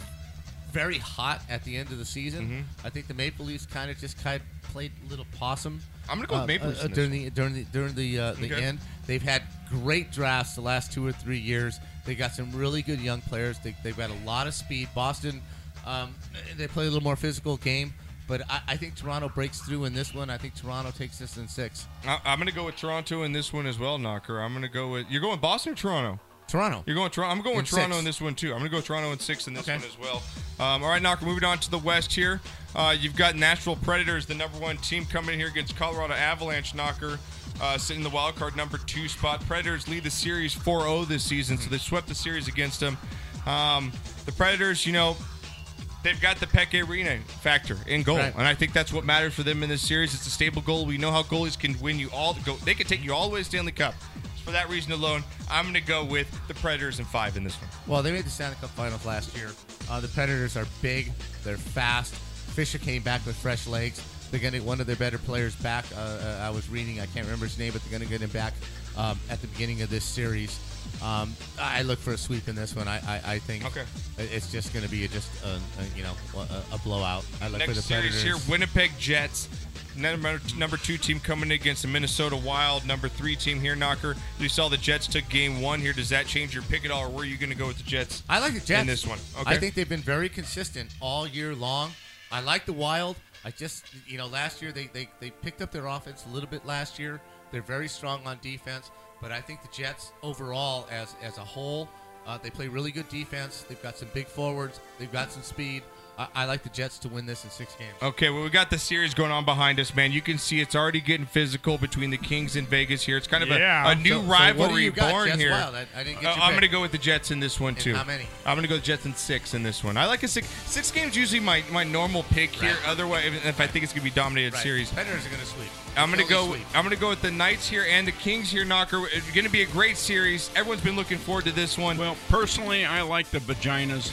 [SPEAKER 3] very hot at the end of the season.
[SPEAKER 1] Mm-hmm.
[SPEAKER 3] I think the Maple Leafs kind of just kind of played little possum.
[SPEAKER 1] I'm gonna go with
[SPEAKER 3] uh,
[SPEAKER 1] Maple
[SPEAKER 3] uh,
[SPEAKER 1] Leafs in this
[SPEAKER 3] during the during the during the uh, the
[SPEAKER 1] Okay.
[SPEAKER 3] end. They've had great drafts the last two or three years. They got some really good young players. They, they've got a lot of speed. Boston, um, they play a little more physical game, but I, I think Toronto breaks through in this one. I think Toronto takes this in six.
[SPEAKER 1] I, I'm going to go with Toronto in this one as well, Knocker. I'm going to go with you're going Boston or Toronto.
[SPEAKER 3] Toronto.
[SPEAKER 1] You're going Toronto. I'm going
[SPEAKER 3] In
[SPEAKER 1] Toronto
[SPEAKER 3] six.
[SPEAKER 1] in this one too. I'm going to go Toronto in six in this one as well. Um, all right, Knocker. Moving on to the West here. Uh, you've got Nashville Predators, the number one team, coming in here against Colorado Avalanche. Knocker. Uh, sitting in the wild card number two spot. Predators lead the series 4-0 this season, so they swept the series against them. Um, the Predators, you know, they've got the Peke Arena factor in goal,
[SPEAKER 3] Right.
[SPEAKER 1] and I think that's what matters for them in this series. It's a stable goal. We know how goalies can win you all. Go, they can take you all the way to Stanley Cup. For that reason alone, I'm going to go with the Predators in five in this one.
[SPEAKER 3] Well, they made the Stanley Cup Finals last year. Uh, the Predators are big. They're fast. Fisher came back with fresh legs. They're going to get one of their better players back. Uh, uh, I was reading, I can't remember his name, but they're going to get him back um, at the beginning of this series. Um, I I look for a sweep in this one. I, I, I think
[SPEAKER 1] Okay.
[SPEAKER 3] it- it's just going to be a, just a, a, you know a, a blowout. I look for
[SPEAKER 1] Next
[SPEAKER 3] the
[SPEAKER 1] series
[SPEAKER 3] Predators.
[SPEAKER 1] here, Winnipeg Jets. Number, number two team coming in against the Minnesota Wild. Number three team here, Knocker. You saw the Jets took game one here. Does that change your pick at all, or were you going to go with the Jets?
[SPEAKER 3] I like the Jets
[SPEAKER 1] in this one. Okay.
[SPEAKER 3] I think they've been very consistent all year long. I like the Wild. I just you know last year they they, they picked up their offense a little bit last year. They're very strong on defense, but I think the Jets overall as as a whole, uh, they play really good defense. They've got some big forwards. They've got some speed. I, I like the Jets to win this in six games.
[SPEAKER 1] Okay, well, we got the series going on behind us, man. You can see it's already getting physical between the Kings and Vegas here. It's kind of a-
[SPEAKER 3] Yeah.
[SPEAKER 1] a,
[SPEAKER 3] So-
[SPEAKER 1] new
[SPEAKER 3] so what do
[SPEAKER 1] rivalry
[SPEAKER 3] you got,
[SPEAKER 1] born
[SPEAKER 3] Jets
[SPEAKER 1] here.
[SPEAKER 3] Wild? I- I didn't get
[SPEAKER 1] Uh,
[SPEAKER 3] your
[SPEAKER 1] I'm
[SPEAKER 3] pick.
[SPEAKER 1] going to go with the Jets in this one,
[SPEAKER 3] And
[SPEAKER 1] too.
[SPEAKER 3] how many?
[SPEAKER 1] I'm going to go with Jets in six in this one. I like a six. Six games usually my, my normal pick here. Otherwise, if- if I think it's going to be dominated
[SPEAKER 3] Right.
[SPEAKER 1] series.
[SPEAKER 3] Predators are going to sweep.
[SPEAKER 1] I'm gonna
[SPEAKER 3] Totally
[SPEAKER 1] go.
[SPEAKER 3] sweep.
[SPEAKER 1] I'm gonna go with the Knights here and the Kings here. Knocker. It's gonna be a great series. Everyone's been looking forward to this one. Well,
[SPEAKER 9] personally, I like the vaginas.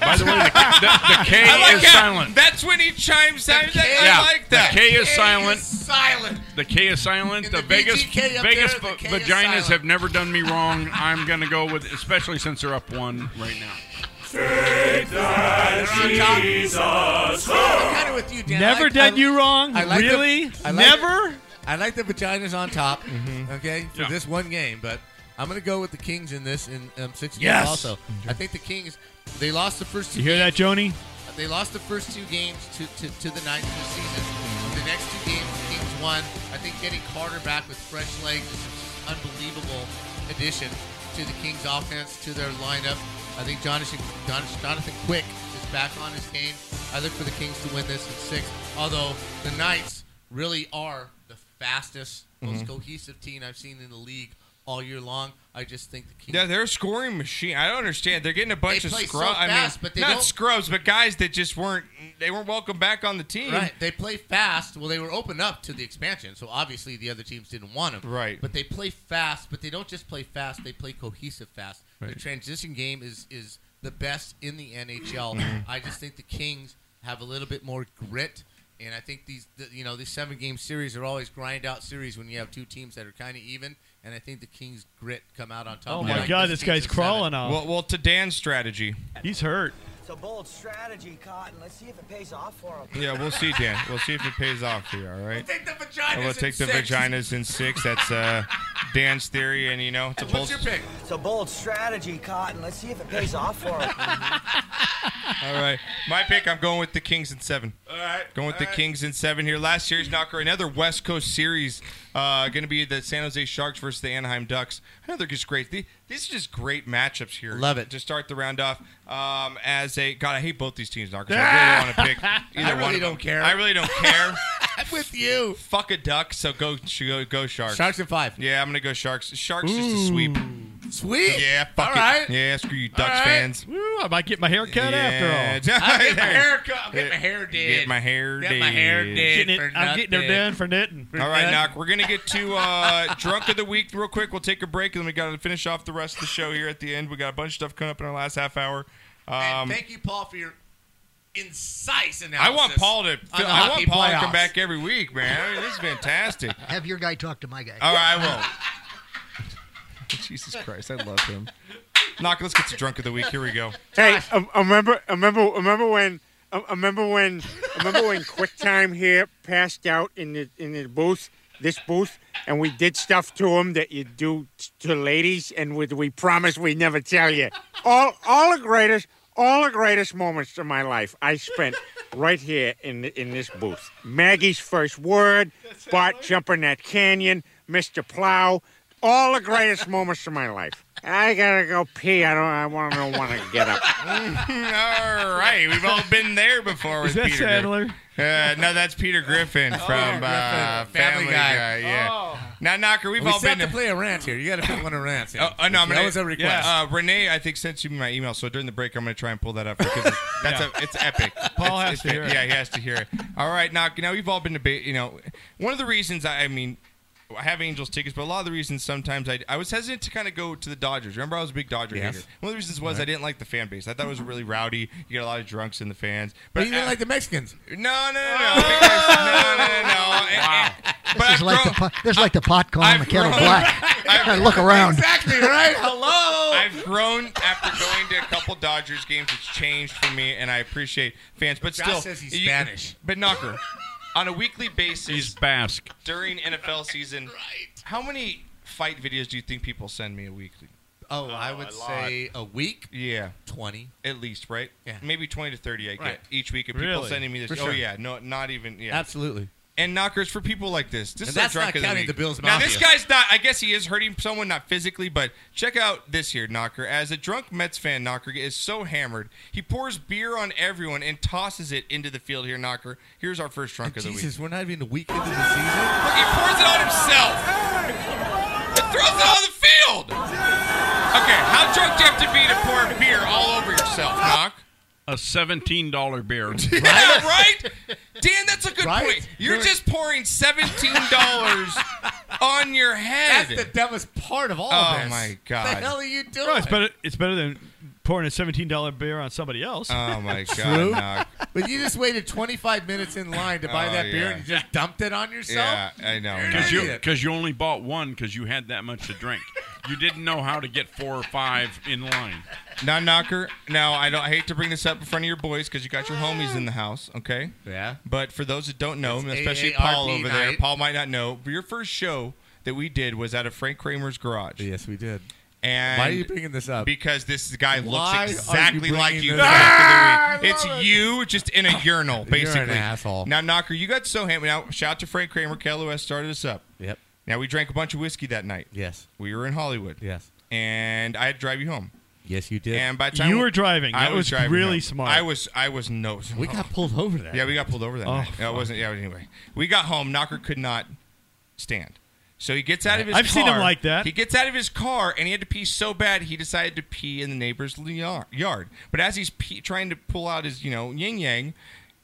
[SPEAKER 9] By the way, the, the, the K
[SPEAKER 1] I like
[SPEAKER 9] is
[SPEAKER 1] how-
[SPEAKER 9] silent.
[SPEAKER 1] That's when he chimes. I, I
[SPEAKER 9] yeah,
[SPEAKER 1] like that.
[SPEAKER 9] The K is silent.
[SPEAKER 3] silent.
[SPEAKER 9] The K is silent.
[SPEAKER 3] In
[SPEAKER 9] the,
[SPEAKER 3] the
[SPEAKER 9] Vegas
[SPEAKER 3] VGK up
[SPEAKER 9] Vegas
[SPEAKER 3] there, the
[SPEAKER 9] va-
[SPEAKER 3] K is
[SPEAKER 9] vaginas
[SPEAKER 3] silent.
[SPEAKER 9] have never done me wrong. I'm gonna go with, especially since they're up one right now.
[SPEAKER 3] I'm kind of with you, Dan.
[SPEAKER 7] Never
[SPEAKER 3] I like-
[SPEAKER 7] did
[SPEAKER 3] I-
[SPEAKER 7] you wrong?
[SPEAKER 3] I like the-
[SPEAKER 7] Really?
[SPEAKER 3] I like the-
[SPEAKER 7] Never?
[SPEAKER 3] I like the vaginas on top.
[SPEAKER 7] Mm-hmm.
[SPEAKER 3] Okay, for
[SPEAKER 7] Yeah.
[SPEAKER 3] this one game, but I'm gonna go with the Kings in this in um, six games.
[SPEAKER 7] Yes.
[SPEAKER 3] Also, I think the Kings they lost the first two.
[SPEAKER 7] You hear that,
[SPEAKER 3] games-
[SPEAKER 7] Joni?
[SPEAKER 3] They lost the first two games to, to, to the Knights this season. The next two games, the Kings won. I think getting Carter back with fresh legs is an unbelievable addition to the Kings offense, to their lineup. I think Jonathan, Jon- Jonathan Quick is back on his game. I look for the Kings to win this in six, although the Knights really are the fastest, most
[SPEAKER 1] Mhm.
[SPEAKER 3] cohesive team I've seen in the league all year long. I just think the Kings.
[SPEAKER 1] Yeah, they're a scoring machine. I don't understand. They're getting a bunch
[SPEAKER 3] They
[SPEAKER 1] of
[SPEAKER 3] play so
[SPEAKER 1] scrubs. I mean,
[SPEAKER 3] fast, but they
[SPEAKER 1] not
[SPEAKER 3] don't-
[SPEAKER 1] scrubs, but guys that just weren't. They weren't welcome back on the team.
[SPEAKER 3] Right. They play fast. Well, they were open up to the expansion, so obviously the other teams didn't want them.
[SPEAKER 1] Right.
[SPEAKER 3] But they play fast, but they don't just play fast, they play cohesive fast. Their
[SPEAKER 1] Right.
[SPEAKER 3] transition game is is the best in the NHL.
[SPEAKER 1] Mhm.
[SPEAKER 3] I just think the Kings have a little bit more grit and I think these the, you know, these seven game series are always grind out series when you have two teams that are kind of even and I think the Kings grit come out on top. I like team's at seven.
[SPEAKER 1] Well, well, to Dan's strategy.
[SPEAKER 7] He's hurt.
[SPEAKER 17] It's a bold strategy, Cotton. Let's see if it pays off for him.
[SPEAKER 1] Yeah, we'll see, Dan. We'll see if it pays off for you. All right.
[SPEAKER 17] We'll take the vaginas
[SPEAKER 1] We'll
[SPEAKER 17] in
[SPEAKER 1] take the
[SPEAKER 17] six.
[SPEAKER 1] vaginas in six. That's uh, Dan's theory, and you know, it's a bold.
[SPEAKER 17] It's a bold strategy, Cotton. Let's see if it pays off for him.
[SPEAKER 1] All right, my pick. I'm going with the Kings in seven. All right, going with the Kings in seven here. Last series knocker, another West Coast series. Uh, going to be the San Jose Sharks versus the Anaheim Ducks. Another just great. the- These are just great matchups here.
[SPEAKER 16] Love it.
[SPEAKER 1] to start the round off. Um, as a God, I hate both these teams, knockers. I really want to pick either
[SPEAKER 16] I really
[SPEAKER 1] one. of them.
[SPEAKER 16] don't care.
[SPEAKER 1] I really don't care.
[SPEAKER 16] I'm with you.
[SPEAKER 1] Fuck a duck. So go, sh- go, go Sharks.
[SPEAKER 16] Sharks in five.
[SPEAKER 1] Yeah, I'm gonna go Sharks. Sharks just a sweep.
[SPEAKER 16] Sweet.
[SPEAKER 1] Yeah, fuck
[SPEAKER 16] All
[SPEAKER 1] it.
[SPEAKER 16] right.
[SPEAKER 1] Yeah, screw you, Ducks
[SPEAKER 16] right.
[SPEAKER 1] fans.
[SPEAKER 7] Woo, I might get my hair cut after
[SPEAKER 1] Yeah.
[SPEAKER 7] all.
[SPEAKER 1] I'll get my hair
[SPEAKER 16] cut. I'll get my hair
[SPEAKER 1] Get my hair
[SPEAKER 16] Get my hair did
[SPEAKER 7] Getting it-
[SPEAKER 16] for
[SPEAKER 7] I'm getting her
[SPEAKER 16] nothing.
[SPEAKER 7] done for knitting.
[SPEAKER 1] All right, knock. We're gonna get to uh, drunk of the week real quick. We'll take a break, and then we got to finish off the rest of the show here at the end. We got a bunch of stuff coming up in our last half hour. Um,
[SPEAKER 3] Thank you, Paul, for your incisive
[SPEAKER 1] I
[SPEAKER 3] analysis.
[SPEAKER 1] want Paul to.
[SPEAKER 3] on the
[SPEAKER 1] I
[SPEAKER 3] hockey
[SPEAKER 1] want Paul to
[SPEAKER 3] playoffs.
[SPEAKER 1] come back every week, man. I mean, this is fantastic.
[SPEAKER 5] Have your guy talk to my guy.
[SPEAKER 1] All right, I won't. Jesus Christ, I love him. Knock. Let's get to drunk of the week. Here we go.
[SPEAKER 18] Hey, I, I remember, I remember, I remember when, I I remember when, I remember when QuickTime here passed out in the in the booth, this booth, and we did stuff to him that you do t- to ladies, and we, we promise we never tell you. All, all the greatest, all the greatest moments of my life I spent right here in the, in this booth. Maggie's first word, Bart jumping that canyon, Mr. Plow, all the greatest moments of my life. I gotta go pee. I don't. I want to want to get up.
[SPEAKER 1] All right, we've all been there before.
[SPEAKER 18] Is
[SPEAKER 1] with
[SPEAKER 18] that
[SPEAKER 1] Peter
[SPEAKER 18] Sadler?
[SPEAKER 1] Gri- Uh, no, that's Oh, Peter Griffin from uh,
[SPEAKER 16] Griffin.
[SPEAKER 1] Family,
[SPEAKER 16] Family
[SPEAKER 1] Guy.
[SPEAKER 16] Guy.
[SPEAKER 1] yeah.
[SPEAKER 16] Oh.
[SPEAKER 1] Now, Knocker, we've
[SPEAKER 16] we
[SPEAKER 1] all
[SPEAKER 16] still
[SPEAKER 1] been
[SPEAKER 16] have to play a rant here. You got to pick one of rants.
[SPEAKER 1] Oh, oh, no, I'm
[SPEAKER 16] that
[SPEAKER 1] gonna,
[SPEAKER 16] was a request.
[SPEAKER 1] Yeah, uh, Renee, I think sent you my email, so during the break, I'm going to try and pull that up because it's- that's a, it's epic.
[SPEAKER 7] Paul
[SPEAKER 1] It's-
[SPEAKER 7] has
[SPEAKER 1] it's
[SPEAKER 7] to hear it.
[SPEAKER 1] Yeah, he has to hear it. All right, now, now you've all been debate. You know, one of the reasons I, I mean, I have Angels tickets, but a lot of the reasons sometimes I, I was hesitant to kind of go to the Dodgers. Remember, I was a big Dodger
[SPEAKER 16] Yes.
[SPEAKER 1] hater. One of the reasons was I didn't like the fan base. I thought it was really rowdy. You got a lot of drunks in the fans.
[SPEAKER 16] But you
[SPEAKER 1] I-
[SPEAKER 16] didn't like the Mexicans.
[SPEAKER 1] No, no, no, no. no, no, no, no. Wow.
[SPEAKER 5] Oh. This is like the pot, this is like the pot calling the kettle black. I look around.
[SPEAKER 1] Hello. I've grown after going to a couple Dodgers games. It's changed for me, and I appreciate fans. But
[SPEAKER 16] Josh
[SPEAKER 1] still,
[SPEAKER 16] says he's
[SPEAKER 1] you-
[SPEAKER 16] Spanish.
[SPEAKER 1] But knocker, on a weekly basis,
[SPEAKER 9] He's Basque.
[SPEAKER 1] during NFL season. How many fight videos do you think people send me a weekly?
[SPEAKER 3] Oh, I would say a week.
[SPEAKER 1] Yeah,
[SPEAKER 3] twenty
[SPEAKER 1] at least, right?
[SPEAKER 3] Yeah.
[SPEAKER 1] maybe twenty to thirty. I get
[SPEAKER 3] Right.
[SPEAKER 1] each week of people
[SPEAKER 3] Really?
[SPEAKER 1] sending me this.
[SPEAKER 3] For
[SPEAKER 1] Oh
[SPEAKER 3] sure.
[SPEAKER 1] yeah, no, not even. Yeah,
[SPEAKER 16] Absolutely.
[SPEAKER 1] And knockers for people like this.
[SPEAKER 16] And
[SPEAKER 1] This is our
[SPEAKER 16] that's
[SPEAKER 1] drunk
[SPEAKER 16] not
[SPEAKER 1] of the
[SPEAKER 16] counting
[SPEAKER 1] week.
[SPEAKER 16] the Bills
[SPEAKER 1] Now this
[SPEAKER 16] Mafia.
[SPEAKER 1] guy's not. I guess he is hurting someone, not physically, but check out this here knocker. As a drunk Mets fan, knocker is so hammered, he pours beer on everyone and tosses it into the field here. Knocker. Here's our first drunk of the week.
[SPEAKER 16] Jesus, we're not even a week into the season.
[SPEAKER 1] Look, he pours it on himself. It throws it on the field. Okay, how drunk do you have to be to pour beer all over yourself, knock?
[SPEAKER 9] A seventeen dollar beer.
[SPEAKER 1] Yeah, right? Dan, that's a good
[SPEAKER 9] Right?
[SPEAKER 1] point. You're
[SPEAKER 9] You're-
[SPEAKER 1] just pouring seventeen dollars on your head.
[SPEAKER 16] That's the dumbest part of all
[SPEAKER 1] oh
[SPEAKER 16] of this.
[SPEAKER 1] my god.
[SPEAKER 16] The hell are you doing?
[SPEAKER 7] No, it's better. It's better than pouring a seventeen dollar beer on somebody else.
[SPEAKER 1] Oh my god!
[SPEAKER 16] True.
[SPEAKER 1] knock.
[SPEAKER 16] But you just waited 25 minutes in line to buy
[SPEAKER 1] Oh,
[SPEAKER 16] that beer
[SPEAKER 1] yeah.
[SPEAKER 16] and you just dumped it on yourself?
[SPEAKER 1] I know.
[SPEAKER 9] Because
[SPEAKER 16] You're
[SPEAKER 9] you
[SPEAKER 16] an
[SPEAKER 9] because you only bought one because you had that much to drink. You didn't know how to get four or five in line.
[SPEAKER 1] Now, knocker. Now, I don't. I hate to bring this up in front of your boys because you got your homies in the house. Okay.
[SPEAKER 3] Yeah.
[SPEAKER 1] But for those that don't know,
[SPEAKER 3] It's
[SPEAKER 1] especially
[SPEAKER 3] AARP
[SPEAKER 1] Paul over there,
[SPEAKER 3] night.
[SPEAKER 1] Paul might not know. But your first show that we did was out of Frank Kramer's garage.
[SPEAKER 16] Yes, we did.
[SPEAKER 1] And
[SPEAKER 16] Why are you bringing this up?
[SPEAKER 1] Because this guy
[SPEAKER 16] Uh, Why are
[SPEAKER 1] looks
[SPEAKER 16] you
[SPEAKER 1] exactly like
[SPEAKER 16] bringing
[SPEAKER 1] you.
[SPEAKER 16] this up?
[SPEAKER 1] Jack of the
[SPEAKER 16] Ah,
[SPEAKER 1] Week.
[SPEAKER 16] I love
[SPEAKER 1] It's you just in a urinal,
[SPEAKER 16] You're an
[SPEAKER 1] basically.
[SPEAKER 16] asshole.
[SPEAKER 1] Now, knocker, you got so hammered. Now, shout out to Frank Kramer. KLOS started us up.
[SPEAKER 16] Yep.
[SPEAKER 1] Now we drank a bunch of whiskey that night.
[SPEAKER 16] Yes.
[SPEAKER 1] We were in Hollywood.
[SPEAKER 16] Yes.
[SPEAKER 1] And I had to drive you home.
[SPEAKER 16] Yes, you did.
[SPEAKER 1] And by the time
[SPEAKER 7] You were driving.
[SPEAKER 1] I
[SPEAKER 7] That was
[SPEAKER 1] driving
[SPEAKER 7] really
[SPEAKER 1] home.
[SPEAKER 7] smart.
[SPEAKER 1] I was. I was no.
[SPEAKER 16] We got pulled over that.
[SPEAKER 1] Yeah, we got pulled over that
[SPEAKER 16] Oh,
[SPEAKER 1] night. No, it wasn't. Yeah, anyway, we got home. Knocker could not stand. So he gets out of his
[SPEAKER 7] I've seen him
[SPEAKER 1] car-
[SPEAKER 7] like that.
[SPEAKER 1] He gets out of his car and he had to pee so bad he decided to pee in the neighbor's lia- yard. But as he's pee- trying to pull out his, you know, yin yang,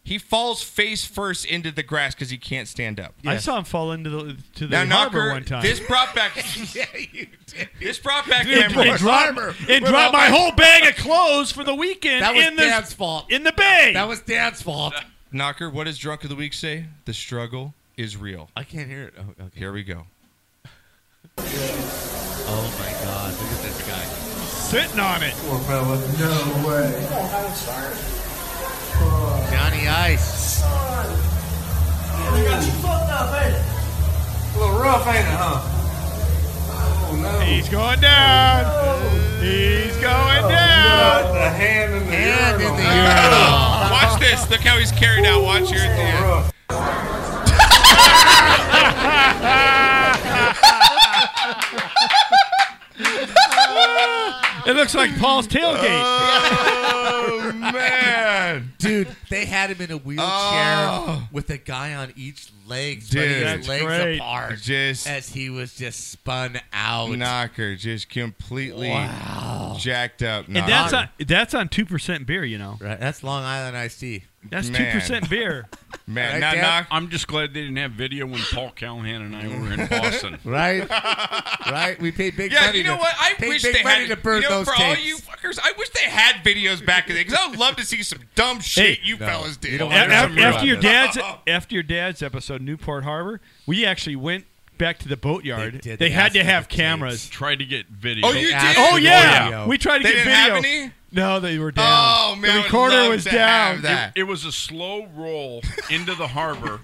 [SPEAKER 1] he falls face first into the grass because he can't stand up.
[SPEAKER 7] I saw him fall into the to the
[SPEAKER 1] Now,
[SPEAKER 7] harbor
[SPEAKER 1] Knocker,
[SPEAKER 7] one time.
[SPEAKER 1] This brought back. yeah, you did. This brought back
[SPEAKER 7] It-
[SPEAKER 1] memories.
[SPEAKER 7] it dropped- it dropped my whole bag of clothes for the weekend.
[SPEAKER 1] That was
[SPEAKER 7] in the,
[SPEAKER 1] Dad's
[SPEAKER 16] fault.
[SPEAKER 7] In the bag.
[SPEAKER 16] That was Dad's fault.
[SPEAKER 1] Knocker, what does drunk of the week say? The struggle is real.
[SPEAKER 3] I can't hear it. Oh,
[SPEAKER 1] Here we go.
[SPEAKER 3] Oh my God! Look at this guy.
[SPEAKER 7] Sitting on it.
[SPEAKER 16] No way. Johnny Ice.
[SPEAKER 12] A little rough, ain't it, huh?
[SPEAKER 7] He's going down. He's going down.
[SPEAKER 12] Oh, The hand in the urinal.
[SPEAKER 1] Watch this. Look how he's carried out. Watch here at the end.
[SPEAKER 7] It looks like Paul's tailgate.
[SPEAKER 9] Uh,
[SPEAKER 1] Oh man,
[SPEAKER 16] dude, they had him in a wheelchair with a guy on each leg, spreading
[SPEAKER 1] Oh. Dude.
[SPEAKER 16] his
[SPEAKER 1] That's
[SPEAKER 16] legs
[SPEAKER 1] great.
[SPEAKER 16] apart,
[SPEAKER 1] Just-
[SPEAKER 16] as he was just spun out.
[SPEAKER 1] Knocker just completely
[SPEAKER 16] Wow.
[SPEAKER 1] jacked up.
[SPEAKER 7] And that's on that's on two percent beer, you know.
[SPEAKER 16] Right. That's Long Island iced tea.
[SPEAKER 7] That's two
[SPEAKER 9] Man.
[SPEAKER 7] percent beer.
[SPEAKER 9] Right, Dad? I'm just glad they didn't have video when Paul Callahan and I were in Boston.
[SPEAKER 16] right? right? We paid big
[SPEAKER 1] yeah,
[SPEAKER 16] money.
[SPEAKER 1] you know
[SPEAKER 16] to,
[SPEAKER 1] what? I
[SPEAKER 16] paid
[SPEAKER 1] wish
[SPEAKER 16] big
[SPEAKER 1] they
[SPEAKER 16] money
[SPEAKER 1] had
[SPEAKER 16] to burn
[SPEAKER 1] you know,
[SPEAKER 16] those
[SPEAKER 1] for all
[SPEAKER 16] tapes.
[SPEAKER 1] you fuckers. I wish they had videos back in the day because I would love to see some dumb shit you fellas did.
[SPEAKER 7] A- a- after, your dad's after your dad's episode, Newport Harbor, we actually went back to the boatyard. They,
[SPEAKER 9] did. They
[SPEAKER 7] had
[SPEAKER 9] asked
[SPEAKER 7] to
[SPEAKER 9] for
[SPEAKER 7] have
[SPEAKER 9] the
[SPEAKER 7] cameras.
[SPEAKER 9] Tried to get video.
[SPEAKER 7] Oh, you They asked did? for Oh, yeah. video. We tried to
[SPEAKER 9] They
[SPEAKER 7] get
[SPEAKER 9] didn't have
[SPEAKER 7] video.
[SPEAKER 9] any?
[SPEAKER 7] No, they were down.
[SPEAKER 9] Oh man,
[SPEAKER 7] the recorder was down.
[SPEAKER 9] It, it was a slow roll into the harbor,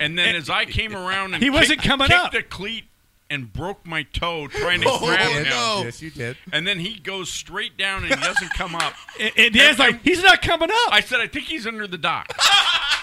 [SPEAKER 9] and then as I came around, and
[SPEAKER 7] He wasn't
[SPEAKER 9] kicked,
[SPEAKER 7] coming
[SPEAKER 9] kicked
[SPEAKER 7] up.
[SPEAKER 9] a cleat and broke my toe trying to
[SPEAKER 7] Oh,
[SPEAKER 9] grab
[SPEAKER 7] yes,
[SPEAKER 9] him.
[SPEAKER 7] yes, you
[SPEAKER 16] did.
[SPEAKER 9] And then he goes straight down and he doesn't come up.
[SPEAKER 7] And, and Dan's like, he's not coming up.
[SPEAKER 9] I said, I think he's under the dock.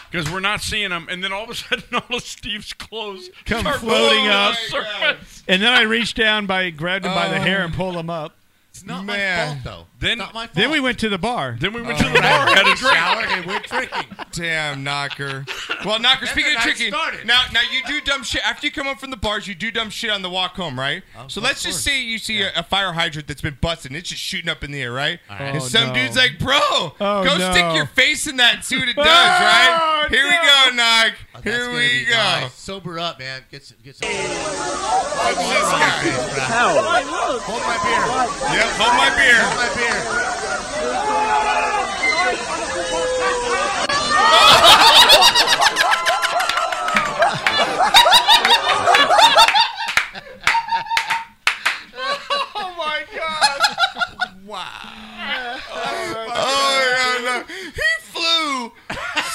[SPEAKER 9] Because we're not seeing him, and then all of a sudden, all of Steve's clothes
[SPEAKER 7] Come
[SPEAKER 9] start
[SPEAKER 7] floating
[SPEAKER 9] blowing
[SPEAKER 7] up.
[SPEAKER 9] on the surface.
[SPEAKER 7] And then I reached down by grabbed him by the hair and pulled him up.
[SPEAKER 16] It's not my fault, though.
[SPEAKER 9] Then,
[SPEAKER 16] not my fault.
[SPEAKER 7] Then we went to the bar.
[SPEAKER 12] Uh,
[SPEAKER 9] Then we
[SPEAKER 7] went
[SPEAKER 1] to the bar, had a drink.
[SPEAKER 16] Shower and went drinking.
[SPEAKER 1] Damn, Knocker. Well, Knocker,
[SPEAKER 16] That's
[SPEAKER 1] speaking of
[SPEAKER 16] how I
[SPEAKER 1] tricking,
[SPEAKER 16] started.
[SPEAKER 1] now now you do dumb shit. After you come up from the bars, you do dumb shit on the walk home, right? so let's just say you see a, a fire hydrant that's been busted and it's just shooting up in the air, right?
[SPEAKER 12] right.
[SPEAKER 1] And
[SPEAKER 12] Oh,
[SPEAKER 1] some
[SPEAKER 12] no.
[SPEAKER 1] dude's like, bro,
[SPEAKER 12] Oh,
[SPEAKER 1] go
[SPEAKER 12] no.
[SPEAKER 1] stick your face in that and see what it does,
[SPEAKER 12] Oh,
[SPEAKER 1] right? Here
[SPEAKER 12] no.
[SPEAKER 1] we go, Knock.
[SPEAKER 16] Oh, that's
[SPEAKER 1] Here
[SPEAKER 16] gonna
[SPEAKER 1] we
[SPEAKER 16] be-
[SPEAKER 1] go.
[SPEAKER 16] all right, sober up, man. Get some. Get some. Hold my beer.
[SPEAKER 1] Yep, hold my beer.
[SPEAKER 16] Hold my beer.
[SPEAKER 12] Oh my god! wow.
[SPEAKER 1] Oh, no, no. Oh, He flew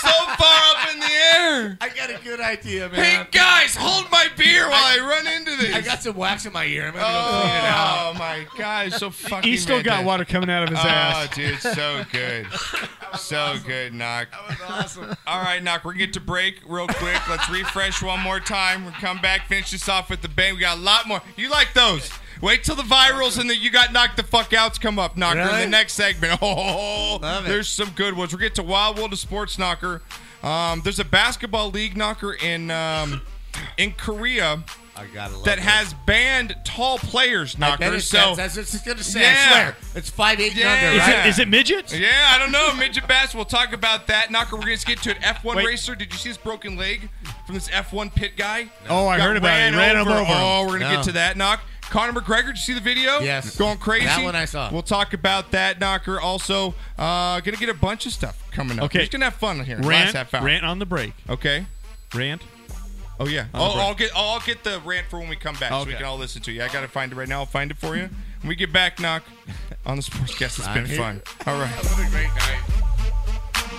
[SPEAKER 1] so far up in the air.
[SPEAKER 16] I got a good idea, man.
[SPEAKER 1] Hey, guys, hold my beer while I, run into this.
[SPEAKER 16] I got some wax in my ear. I'm gonna go clean it out.
[SPEAKER 1] Oh, my God. So fucking
[SPEAKER 7] He still got
[SPEAKER 1] fantastic.
[SPEAKER 7] water coming out of his
[SPEAKER 9] Uh,
[SPEAKER 1] oh,
[SPEAKER 7] ass.
[SPEAKER 1] dude, so good. so good, Knock. That was awesome. All right, Knock, we're going to get to break real quick. Let's refresh one more time. We'll come back, finish this off with the bang. We got a lot more. You like those. Wait till the virals and the you got knocked the fuck outs come up, Knocker, in
[SPEAKER 12] Really?
[SPEAKER 1] the next segment. Oh,
[SPEAKER 12] Love it.
[SPEAKER 1] there's some good ones. We'll get to Wild World of Sports Knocker. Um, there's a basketball league knocker in um, in Korea
[SPEAKER 3] I gotta love
[SPEAKER 1] that
[SPEAKER 3] it.
[SPEAKER 1] has banned tall players,
[SPEAKER 16] I bet
[SPEAKER 1] Knocker.
[SPEAKER 16] it's-
[SPEAKER 1] So
[SPEAKER 16] that's what it's gonna say.
[SPEAKER 1] Yeah.
[SPEAKER 16] I swear, it's five eight
[SPEAKER 1] Yeah.
[SPEAKER 16] and under.
[SPEAKER 1] Is
[SPEAKER 16] Right?
[SPEAKER 1] it- is it
[SPEAKER 7] midgets?
[SPEAKER 1] Yeah, I don't know. Midget Bass, we'll talk about that. Knocker, we're going to get to an F1
[SPEAKER 7] Wait.
[SPEAKER 1] racer. Did you see this broken leg from this F1 pit guy?
[SPEAKER 7] Oh, I
[SPEAKER 1] Got
[SPEAKER 7] heard about it. He ran him over.
[SPEAKER 1] Oh, we're going to
[SPEAKER 7] No.
[SPEAKER 1] get to that, Knock. Conor McGregor, did you see the video?
[SPEAKER 16] Yes.
[SPEAKER 1] Going crazy?
[SPEAKER 16] That one I saw.
[SPEAKER 1] We'll talk about that, Knocker. Also, uh, going to get a bunch of stuff coming up.
[SPEAKER 7] Okay.
[SPEAKER 1] We're just going to have fun here.
[SPEAKER 7] Rant,
[SPEAKER 1] Last half hour.
[SPEAKER 7] rant on the break.
[SPEAKER 1] Okay.
[SPEAKER 7] Rant.
[SPEAKER 1] Oh yeah.
[SPEAKER 7] On the
[SPEAKER 1] I'll,
[SPEAKER 7] break.
[SPEAKER 1] I'll get I'll get the rant for when we come back, so we
[SPEAKER 7] Okay.
[SPEAKER 1] can all listen to you. I gotta find it right now. I'll find it for you. When we get back, knock on the sports guest. It's been
[SPEAKER 12] I'm here.
[SPEAKER 1] fun. All right.
[SPEAKER 12] What a great night.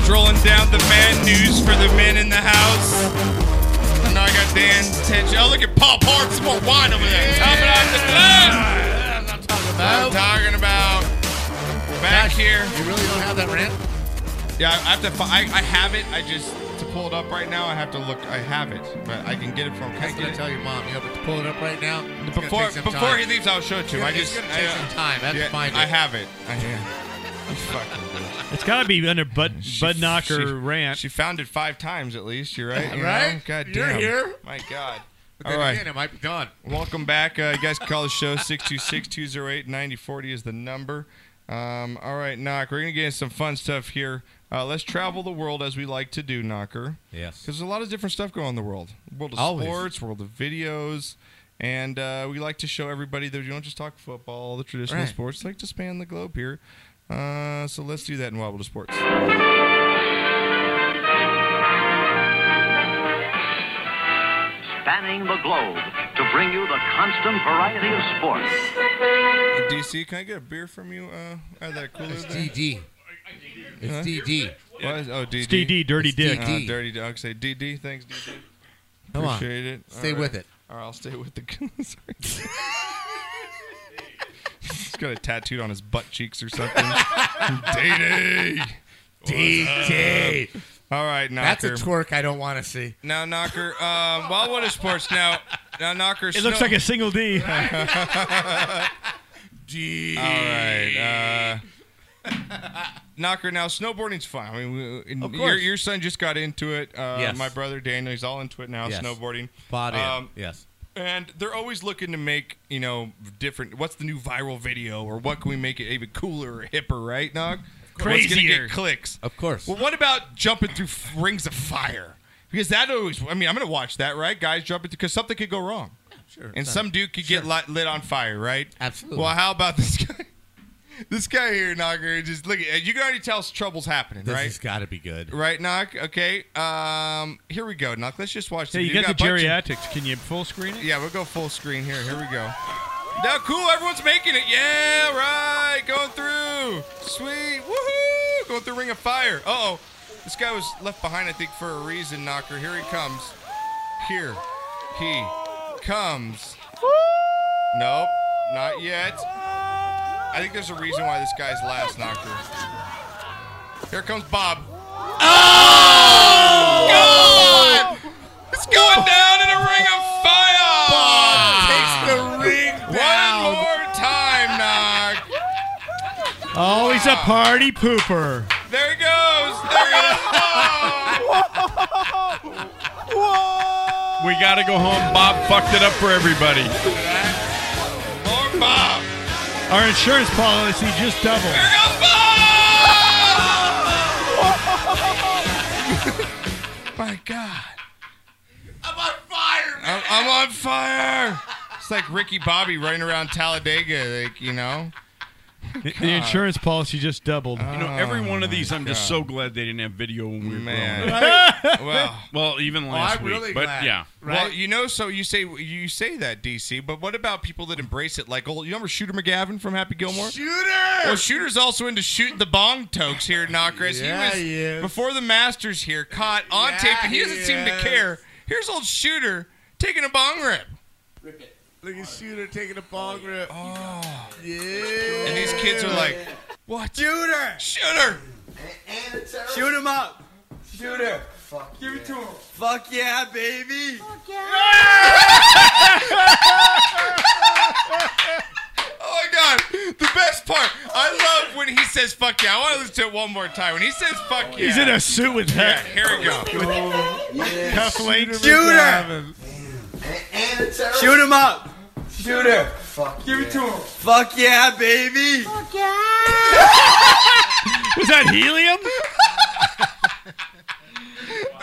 [SPEAKER 1] Strolling down the man news for the men in the house. Now I got Dan Tench. Oh, look at Paul pouring some more wine over there. Topping off the glass. I'm talking about back here.
[SPEAKER 16] You really don't have that rant?
[SPEAKER 1] Yeah, I have to. fi- I, I have it. I just to pull it up right now. I have to look. I have it, but I can get it from. Can I
[SPEAKER 16] That's what I
[SPEAKER 1] get
[SPEAKER 16] tell your mom. You know, but to pull it up right now. it's gonna
[SPEAKER 1] Before
[SPEAKER 16] take some
[SPEAKER 1] before
[SPEAKER 16] time.
[SPEAKER 1] he leaves, I'll show it to him.
[SPEAKER 16] It's
[SPEAKER 1] I
[SPEAKER 16] gonna-
[SPEAKER 1] just
[SPEAKER 16] it's gonna take
[SPEAKER 1] I,
[SPEAKER 16] some time. I have to
[SPEAKER 1] yeah,
[SPEAKER 16] find
[SPEAKER 1] I
[SPEAKER 16] it.
[SPEAKER 1] have it. I, yeah. You fucking dude.
[SPEAKER 7] It's got to be under Bud, Bud Knocker
[SPEAKER 1] she-
[SPEAKER 7] rant.
[SPEAKER 1] She found it five times at least. You're right. you know?
[SPEAKER 16] right?
[SPEAKER 1] God
[SPEAKER 16] You're
[SPEAKER 1] damn.
[SPEAKER 16] here.
[SPEAKER 1] My God.
[SPEAKER 16] But then
[SPEAKER 1] All right.
[SPEAKER 16] again, it might be gone.
[SPEAKER 1] Welcome back. Uh, you guys can call the show 626 208 9040 is the number. Um, all right, Knock. We're going to get into some fun stuff here. Uh, let's travel the world as we like to do, Knocker.
[SPEAKER 16] Yes.
[SPEAKER 1] Because there's a lot of different stuff going on in the world. World of
[SPEAKER 16] Always.
[SPEAKER 1] sports, world of videos. And uh, we like to show everybody that we don't just talk football, the traditional
[SPEAKER 16] Right.
[SPEAKER 1] sports, like to span the globe here. Uh, so let's do that in Wobble to Sports.
[SPEAKER 19] Spanning the globe to bring you the constant variety of sports.
[SPEAKER 1] DC, can I get a beer from you uh, out of that cooler? It's
[SPEAKER 16] DD. It's DD.
[SPEAKER 1] What is, oh, DD.
[SPEAKER 7] It's DD, Dirty
[SPEAKER 1] It's
[SPEAKER 7] Dick.
[SPEAKER 1] DD. Uh, dirty Dog. Say DD. Thanks, DD.
[SPEAKER 16] Come on.
[SPEAKER 1] Appreciate it.
[SPEAKER 16] Stay
[SPEAKER 1] All
[SPEAKER 16] with
[SPEAKER 1] right.
[SPEAKER 16] it.
[SPEAKER 1] All right, I'll stay with the. Sorry. He's got a tattooed on his butt cheeks or something. DD. What's
[SPEAKER 16] DD.
[SPEAKER 1] up? All right,
[SPEAKER 16] That's
[SPEAKER 1] Knocker.
[SPEAKER 16] a twerk I don't want to see.
[SPEAKER 1] Now, Knocker, um, well, what is sports now? Now, Knocker.
[SPEAKER 7] It looks
[SPEAKER 1] snow-
[SPEAKER 7] like a single D.
[SPEAKER 1] All right. Uh, Knocker, now snowboarding's fun. I mean, we- and
[SPEAKER 16] Of
[SPEAKER 1] your,
[SPEAKER 16] course.
[SPEAKER 1] your son just got into it. Uh,
[SPEAKER 16] Yes.
[SPEAKER 1] My brother Daniel, he's all into it now,
[SPEAKER 16] Yes.
[SPEAKER 1] snowboarding. Um,
[SPEAKER 16] Body. yes.
[SPEAKER 1] And they're always looking to make, you know, different. What's the new viral video or what can we make it even cooler or hipper, right, Nog? What's going to
[SPEAKER 16] Crazier.
[SPEAKER 1] get clicks?
[SPEAKER 16] Of course.
[SPEAKER 1] Well, what about jumping through f- rings of fire? Because that always, I mean, I'm going to watch that, right? Guys jumping because something could go wrong.
[SPEAKER 16] sure.
[SPEAKER 1] And some dude could get lit, lit on fire, right?
[SPEAKER 16] Absolutely.
[SPEAKER 1] Well, how about this guy? This guy here, Knocker, just look at you can already tell trouble's happening,
[SPEAKER 3] This
[SPEAKER 1] right?
[SPEAKER 3] has
[SPEAKER 16] got to be good.
[SPEAKER 1] Right, Knock? Okay. Um here we go, Knock. Let's just watch
[SPEAKER 7] Hey,
[SPEAKER 1] the-
[SPEAKER 7] you got,
[SPEAKER 1] a
[SPEAKER 7] the
[SPEAKER 1] bunch of-
[SPEAKER 7] geriatrics. Can you full screen it?
[SPEAKER 1] Yeah, we'll go full screen here. Here we go. Now cool, everyone's making it. Yeah, right. Going through. Sweet. Woohoo! Going through Ring of Fire. Uh oh. This guy was left behind, I think, for a reason, Knocker. Here he comes. Here he comes. Nope, not yet. I think there's a reason why this guy's last, Knocker. Here comes Bob. Oh! God! It's going down in a ring of fire! Bob takes the ring down. One more time, Knock.
[SPEAKER 7] Oh, he's a party pooper.
[SPEAKER 1] There he goes. There he
[SPEAKER 12] Whoa!
[SPEAKER 9] We got to go home. Bob fucked it up for everybody.
[SPEAKER 1] More Bob.
[SPEAKER 7] Our insurance policy just doubled.
[SPEAKER 1] My God. I'm, I'm on fire. It's like Ricky Bobby running around Talladega, like, you know?
[SPEAKER 7] The, the insurance policy just doubled.
[SPEAKER 9] You
[SPEAKER 11] Uh,
[SPEAKER 9] know, every
[SPEAKER 18] Oh
[SPEAKER 9] one of these, I'm just so glad they didn't have video when we were
[SPEAKER 1] Man.
[SPEAKER 9] growing up.
[SPEAKER 1] well,
[SPEAKER 9] well,
[SPEAKER 18] Oh,
[SPEAKER 9] even last week. but yeah,
[SPEAKER 1] Well, you know, so you say you say that DC, but what about people that embrace it? Like, old, you remember Shooter McGavin from Happy Gilmore?
[SPEAKER 16] Shooter.
[SPEAKER 1] Well, Shooter's also into shooting the bong tokes here at Knockers.
[SPEAKER 16] Yeah,
[SPEAKER 1] he was
[SPEAKER 16] he is.
[SPEAKER 1] before the Masters here, caught on tape, and he
[SPEAKER 16] he
[SPEAKER 1] doesn't seem to
[SPEAKER 16] is.
[SPEAKER 1] care. Here's old Shooter taking a bong rip.
[SPEAKER 16] Look at Shooter taking a ball grip.
[SPEAKER 1] Oh.
[SPEAKER 16] Yeah.
[SPEAKER 1] And these kids are like, What?
[SPEAKER 16] Shooter.
[SPEAKER 1] Shooter.
[SPEAKER 12] Shoot him up. Shoot her. Fuck Give it to him. Fuck yeah, baby. Fuck yeah.
[SPEAKER 1] Oh my god! The best part, I love when he says "fuck yeah." I want to listen to it one more time. When he says "fuck yeah,"
[SPEAKER 7] He's in a suit with
[SPEAKER 1] Yeah,
[SPEAKER 7] hat.
[SPEAKER 1] here we go.
[SPEAKER 7] Cufflinks.
[SPEAKER 12] Shoot him up. Shoot her. Fuck Give it to him. Fuck yeah, baby. Fuck yeah.
[SPEAKER 7] Was that helium?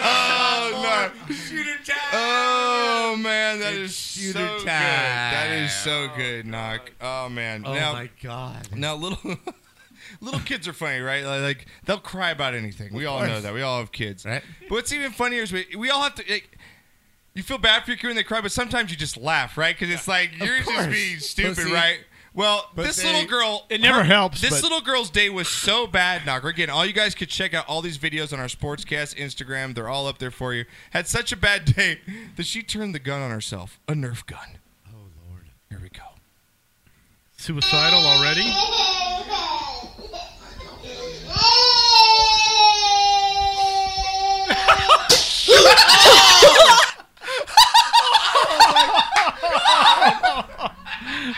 [SPEAKER 1] Oh no! Shooter time! Oh man, that is so
[SPEAKER 16] shooter
[SPEAKER 1] good. That is so good, knock. Oh man!
[SPEAKER 16] Oh,
[SPEAKER 1] now,
[SPEAKER 16] my God.
[SPEAKER 1] Now little little kids are funny, right? Like, like, they'll cry about anything. We all know
[SPEAKER 16] course.
[SPEAKER 1] that. We all have kids, right? But what's even funnier is we we all have to. Like, you feel bad for your crew and they cry, but sometimes you just laugh, right? Because it's like
[SPEAKER 9] Of
[SPEAKER 1] you're just
[SPEAKER 9] course.
[SPEAKER 1] being stupid,
[SPEAKER 9] Pussy.
[SPEAKER 1] right? Well,
[SPEAKER 9] But
[SPEAKER 1] this
[SPEAKER 9] they-
[SPEAKER 1] little girl.
[SPEAKER 9] It never helps,
[SPEAKER 1] This
[SPEAKER 9] but-
[SPEAKER 1] little girl's day was so bad, Knocker. Again, all you guys could check out all these videos on our Sportscast Instagram. They're all up there for you. Had such a bad day that she turned the gun on herself a Nerf gun. Oh, Lord. Here we go.
[SPEAKER 7] Suicidal already?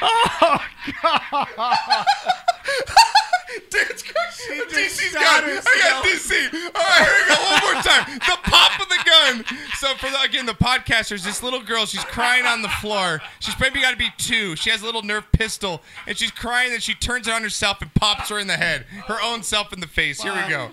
[SPEAKER 6] Oh, God.
[SPEAKER 1] Dude's
[SPEAKER 6] she
[SPEAKER 1] DC's got it. I got DC. All right, here we go. One more time. The pop of the gun. So for the, again, the podcasters, this little girl, she's crying on the floor. She's maybe got to be two. She has a little Nerf pistol, and she's crying. Then she turns it on herself and pops her in the head, her own self in the face. Here we go.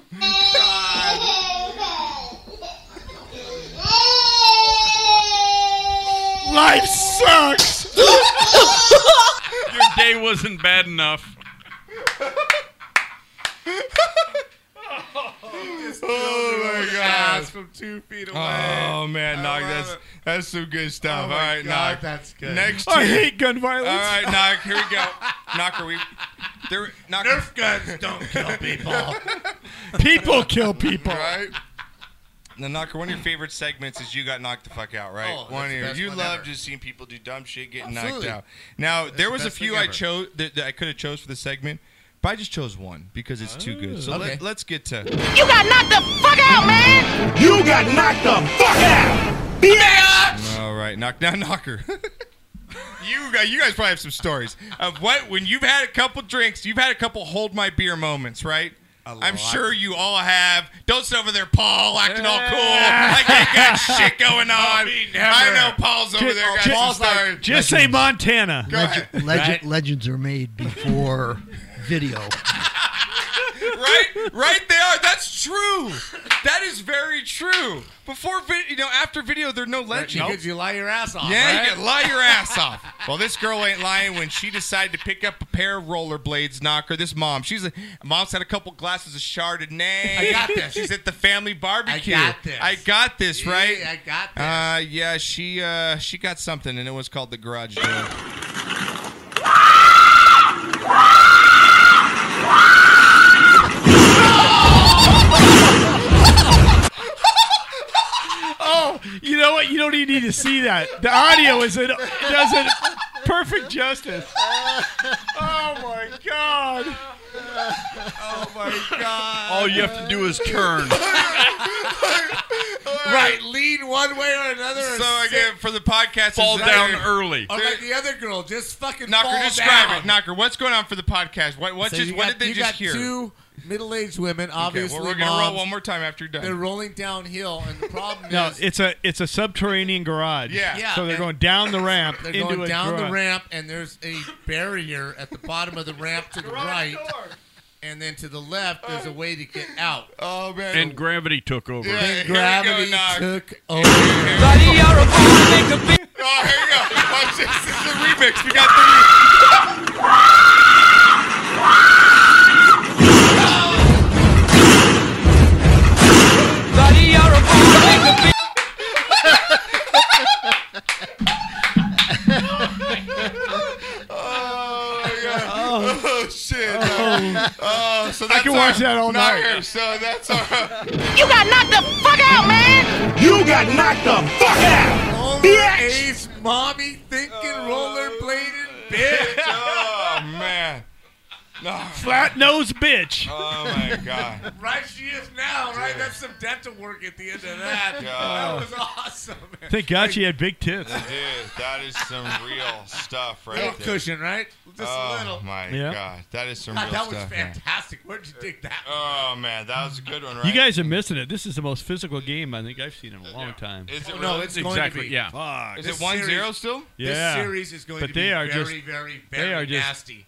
[SPEAKER 6] Life sucks.
[SPEAKER 9] Your day wasn't bad enough.
[SPEAKER 1] Oh my
[SPEAKER 6] ass
[SPEAKER 1] God!
[SPEAKER 6] from two feet away.
[SPEAKER 1] Oh man, Nog, that's that's some good stuff.
[SPEAKER 6] my
[SPEAKER 1] All right,
[SPEAKER 6] God,
[SPEAKER 1] Nog,
[SPEAKER 6] that's good.
[SPEAKER 1] Next,
[SPEAKER 7] Oh,
[SPEAKER 6] I
[SPEAKER 1] year-
[SPEAKER 6] hate gun violence.
[SPEAKER 1] All right, Nog, here we go. Knocker, we there. Knocker. Nerf guns don't kill people.
[SPEAKER 20] People kill people.
[SPEAKER 1] Right? Now, Knocker, one of your favorite segments is You Got Knocked the Fuck Out, right?
[SPEAKER 9] Oh, that's
[SPEAKER 1] One of
[SPEAKER 9] the
[SPEAKER 1] your-
[SPEAKER 9] best
[SPEAKER 1] You
[SPEAKER 9] one
[SPEAKER 1] love
[SPEAKER 9] ever.
[SPEAKER 1] just seeing people do dumb shit getting knocked
[SPEAKER 9] Absolutely.
[SPEAKER 1] out. Now,
[SPEAKER 9] That's
[SPEAKER 1] there
[SPEAKER 9] the
[SPEAKER 1] was a
[SPEAKER 9] best
[SPEAKER 1] few
[SPEAKER 9] thing
[SPEAKER 1] I
[SPEAKER 9] ever.
[SPEAKER 1] chose that, that I could have chose for the segment, but I just chose one because it's too good. So
[SPEAKER 6] Okay.
[SPEAKER 1] let, let's get to.
[SPEAKER 6] You got knocked the fuck out, man. You got knocked the fuck out, bitch.
[SPEAKER 1] All right, knock down knocker. you guys, you guys probably have some stories of what when you've had a couple drinks, you've had a couple hold my beer moments, right? I'm
[SPEAKER 6] lot.
[SPEAKER 1] sure you all have. Don't sit over there, Paul, acting all cool. Like you got shit going on. I know Paul's over there. Got some stories.
[SPEAKER 7] just say Montana.
[SPEAKER 1] Legend-
[SPEAKER 7] Right?
[SPEAKER 5] Legend, legends are made before video.
[SPEAKER 1] right, right. They are. That's true. That is very true. Before, vi- you know, after video, there are no legends.
[SPEAKER 3] Because you lie your ass off.
[SPEAKER 1] Yeah,
[SPEAKER 3] right?
[SPEAKER 1] you can lie your ass off. Well, this girl ain't lying when she decided to pick up a pair of rollerblades, knocker. This mom, she's a, mom's had a couple glasses of Chardonnay.
[SPEAKER 3] I got this.
[SPEAKER 1] She's at the family barbecue.
[SPEAKER 3] I got this.
[SPEAKER 1] I got this,
[SPEAKER 3] Yeah,
[SPEAKER 1] right?
[SPEAKER 3] I got
[SPEAKER 1] this. Uh, yeah, she uh, she got something, and it was called the garage door.
[SPEAKER 7] Oh, you know what? You don't even need to see that. The audio is it does it perfect justice.
[SPEAKER 6] Oh my god. Oh my god.
[SPEAKER 9] All you have to do is turn.
[SPEAKER 3] Right, lean one way or another. or
[SPEAKER 1] So
[SPEAKER 3] sit-
[SPEAKER 1] again, for the podcast,
[SPEAKER 9] Fall
[SPEAKER 1] is-
[SPEAKER 9] down early.
[SPEAKER 3] Or like the other girl, just fucking
[SPEAKER 1] Knocker,
[SPEAKER 3] fall
[SPEAKER 1] describe
[SPEAKER 3] down.
[SPEAKER 1] it. Knocker, what's going on for the podcast? What what
[SPEAKER 3] So
[SPEAKER 1] just
[SPEAKER 3] you
[SPEAKER 1] what
[SPEAKER 3] got-
[SPEAKER 1] did they
[SPEAKER 3] you
[SPEAKER 1] just
[SPEAKER 3] got
[SPEAKER 1] hear?
[SPEAKER 3] Two middle-aged women, obviously.
[SPEAKER 1] okay, well, we're gonna roll
[SPEAKER 3] moms.
[SPEAKER 1] one more time after you're done.
[SPEAKER 3] They're rolling downhill, and the problem
[SPEAKER 7] No,
[SPEAKER 3] is
[SPEAKER 7] it's a it's a subterranean garage.
[SPEAKER 3] Yeah. Yeah,
[SPEAKER 7] So they're
[SPEAKER 3] and-
[SPEAKER 7] going down the ramp
[SPEAKER 3] they're
[SPEAKER 7] into
[SPEAKER 3] going
[SPEAKER 7] a
[SPEAKER 3] down the
[SPEAKER 7] garage.
[SPEAKER 3] ramp, and there's a barrier at the bottom of the ramp to the right, and then to the left there's a way to get out.
[SPEAKER 1] Oh man!
[SPEAKER 9] And gravity took over.
[SPEAKER 3] Yeah, Then here we go, gravity Nog. took over.
[SPEAKER 1] Oh, here you go. Watch this. This is a remix. We got the. Oh, oh shit! Oh, so
[SPEAKER 6] I
[SPEAKER 1] that's
[SPEAKER 6] can watch
[SPEAKER 1] our
[SPEAKER 6] that all night.
[SPEAKER 1] knocker. So that's our.
[SPEAKER 6] You got knocked the fuck out, man. You got knocked the fuck out.
[SPEAKER 3] Bitch, mommy thinking rollerblading bitch.
[SPEAKER 1] Oh man.
[SPEAKER 7] Flat nose bitch.
[SPEAKER 3] Uh,
[SPEAKER 1] Oh my god.
[SPEAKER 3] Right, she is now. Right, that's some dental work at the end of that.
[SPEAKER 1] God.
[SPEAKER 3] That was awesome. man.
[SPEAKER 7] Thank God she had big tits.
[SPEAKER 1] Dude, that is some real stuff right
[SPEAKER 3] Little
[SPEAKER 1] there.
[SPEAKER 3] cushion, right? Just a
[SPEAKER 1] oh,
[SPEAKER 3] little.
[SPEAKER 1] my
[SPEAKER 7] Yeah.
[SPEAKER 1] God. That is some
[SPEAKER 3] God,
[SPEAKER 1] real
[SPEAKER 3] that was
[SPEAKER 1] stuff. man.
[SPEAKER 3] fantastic. Where'd you dig that?
[SPEAKER 1] Oh, man. That was a good one, right?
[SPEAKER 7] You guys are missing it. This is the most physical game I think I've seen in a long time.
[SPEAKER 1] Is it
[SPEAKER 3] No,
[SPEAKER 1] really?
[SPEAKER 3] it's
[SPEAKER 7] Exactly,
[SPEAKER 3] going to be.
[SPEAKER 7] yeah. Fuck.
[SPEAKER 1] Is
[SPEAKER 3] This
[SPEAKER 1] it 1-0
[SPEAKER 3] series-
[SPEAKER 1] still?
[SPEAKER 7] Yeah.
[SPEAKER 3] This series is going
[SPEAKER 7] But
[SPEAKER 3] to
[SPEAKER 7] they
[SPEAKER 3] be
[SPEAKER 7] are
[SPEAKER 3] very,
[SPEAKER 7] just-
[SPEAKER 3] very,
[SPEAKER 7] they
[SPEAKER 3] very
[SPEAKER 7] are just-
[SPEAKER 3] nasty.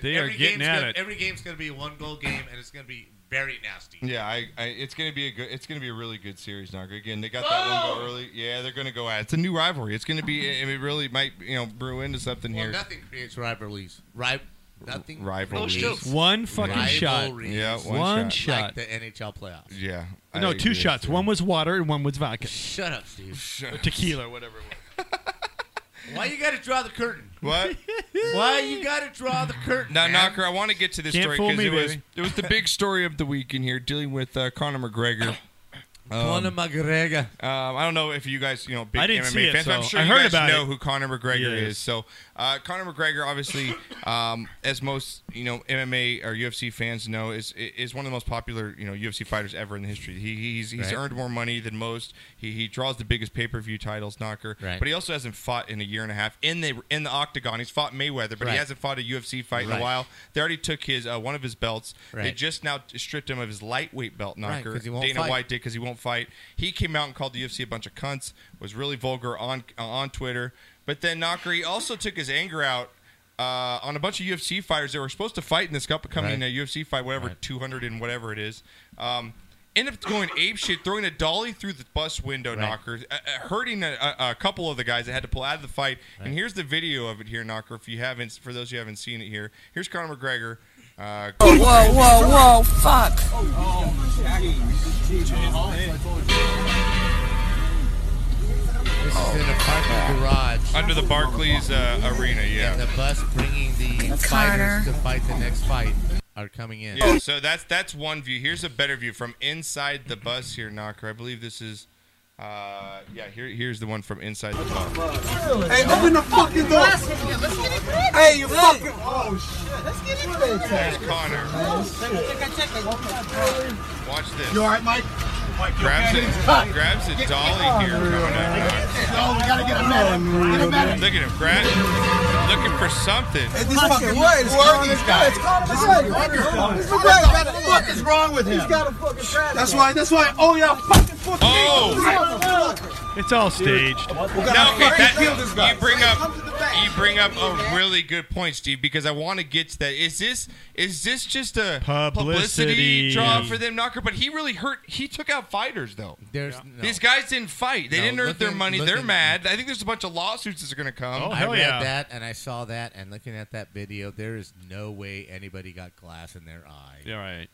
[SPEAKER 7] they are
[SPEAKER 3] every
[SPEAKER 7] getting
[SPEAKER 3] game's
[SPEAKER 7] at
[SPEAKER 3] gonna,
[SPEAKER 7] it.
[SPEAKER 3] Every game's going to be a one goal game, and it's going to be very nasty.
[SPEAKER 1] Yeah, I, I, it's gonna be a good. It's gonna be a really good series, Nagar. Again, they got that
[SPEAKER 3] Oh!
[SPEAKER 1] one goal early. Yeah, they're gonna go at. it. It's a new rivalry. It's gonna be. It, it really might, you know, brew into something
[SPEAKER 3] Well,
[SPEAKER 1] here.
[SPEAKER 3] nothing creates rivalries. Ri- Nothing.
[SPEAKER 1] Rivalries.
[SPEAKER 7] One fucking shot.
[SPEAKER 3] Rivalries.
[SPEAKER 1] Yeah,
[SPEAKER 7] one,
[SPEAKER 1] one
[SPEAKER 7] shot.
[SPEAKER 3] Like the NHL playoffs.
[SPEAKER 1] Yeah. I
[SPEAKER 7] no, two
[SPEAKER 1] agree.
[SPEAKER 7] shots. One was water and one was vodka.
[SPEAKER 3] Shut up, Steve.
[SPEAKER 7] Or tequila, whatever. it was.
[SPEAKER 21] Why you got to draw the curtain?
[SPEAKER 1] What?
[SPEAKER 21] Why you got to draw the curtain?
[SPEAKER 1] Now,
[SPEAKER 21] man?
[SPEAKER 1] Knocker, I want to get to this
[SPEAKER 21] Can't
[SPEAKER 1] story
[SPEAKER 21] fool me,
[SPEAKER 1] it was
[SPEAKER 21] baby.
[SPEAKER 1] it was the big story of the week in here, dealing with uh, Conor McGregor.
[SPEAKER 3] Conor McGregor.
[SPEAKER 1] Um, I don't know if you guys, you know, big
[SPEAKER 7] I didn't
[SPEAKER 1] MMA
[SPEAKER 7] see it,
[SPEAKER 1] fans. I'm
[SPEAKER 7] so
[SPEAKER 1] sure
[SPEAKER 7] I
[SPEAKER 1] you
[SPEAKER 7] heard
[SPEAKER 1] guys
[SPEAKER 7] about
[SPEAKER 1] know
[SPEAKER 7] it.
[SPEAKER 1] who Conor McGregor
[SPEAKER 7] Yes.
[SPEAKER 1] is. So, uh, Conor McGregor, obviously, um, as most you know, MMA or UFC fans know, is is one of the most popular you know UFC fighters ever in the history. He, he's he's
[SPEAKER 9] Right.
[SPEAKER 1] earned more money than most. He, he draws the biggest pay per view titles, Knocker.
[SPEAKER 9] Right.
[SPEAKER 1] But he also hasn't fought in a year and a half in the in the octagon. He's fought Mayweather, but
[SPEAKER 9] Right.
[SPEAKER 1] he hasn't fought a UFC fight in
[SPEAKER 9] Right.
[SPEAKER 1] a while. They already took his uh, one of his belts. They
[SPEAKER 9] Right.
[SPEAKER 1] just now stripped him of his lightweight belt,
[SPEAKER 9] Right,
[SPEAKER 1] Knocker.
[SPEAKER 9] 'cause he won't
[SPEAKER 1] Dana
[SPEAKER 9] fight.
[SPEAKER 1] White did because he won't fight. He came out and called the UFC a bunch of cunts. Was really vulgar on uh, on Twitter. But then Knocker he also took his anger out uh, on a bunch of UFC fighters that were supposed to fight in this upcoming
[SPEAKER 9] Right.
[SPEAKER 1] uh, UFC fight, whatever two hundred and whatever it is. Um, end up going ape shit, throwing a dolly through the bus window, Knocker, uh, uh, hurting a, a, a couple of the guys that had to pull out of the fight. And here's the video of it here, Knocker. If you haven't, for those who haven't seen it here, here's Conor McGregor. Uh,
[SPEAKER 6] Whoa, whoa, whoa, fuck.
[SPEAKER 3] This is in a parking garage.
[SPEAKER 1] Under the Barclays uh, Arena, yeah.
[SPEAKER 3] And the bus bringing the fighters to fight the next fight are coming in.
[SPEAKER 1] Yeah, so that's that's one view. Here's a better view from inside the bus here, Knocker. I believe this is, uh, yeah. Here, here's the one from inside the bus.
[SPEAKER 6] Hey, open the fucking door. Hey, you fucking. Oh, shit. Let's get into it.
[SPEAKER 1] There's Connor. Watch this.
[SPEAKER 6] You alright, Mike?
[SPEAKER 1] Grabs it. Grabs a dolly here. Coming out.
[SPEAKER 6] No, we gotta get a medic. Get a medic.
[SPEAKER 1] Look at him. Grab, looking for something.
[SPEAKER 6] Hey, this fucking what is wrong with this guy? This is What the fuck is wrong with him? He's got a fucking tragedy. That's why. That's why. Oh yeah, fucking fucking. Oh.
[SPEAKER 7] It's all staged. Now,
[SPEAKER 1] No, okay, that- you bring up you bring up a really good point, Steve, because I want to get to that. Is this is this just a
[SPEAKER 7] Publicity.
[SPEAKER 1] draw for them, Knocker? But he really hurt. He took out fighters though.
[SPEAKER 3] There's no-
[SPEAKER 1] These guys didn't fight. They
[SPEAKER 3] No,
[SPEAKER 1] didn't earn
[SPEAKER 3] look
[SPEAKER 1] their
[SPEAKER 3] in-
[SPEAKER 1] money.
[SPEAKER 3] look
[SPEAKER 1] They're
[SPEAKER 3] in-
[SPEAKER 1] mad. I think there's a bunch of lawsuits that's going to come.
[SPEAKER 3] I read that and I saw that, and looking at that video, there is no way anybody got glass in their eye.
[SPEAKER 7] Yeah, right.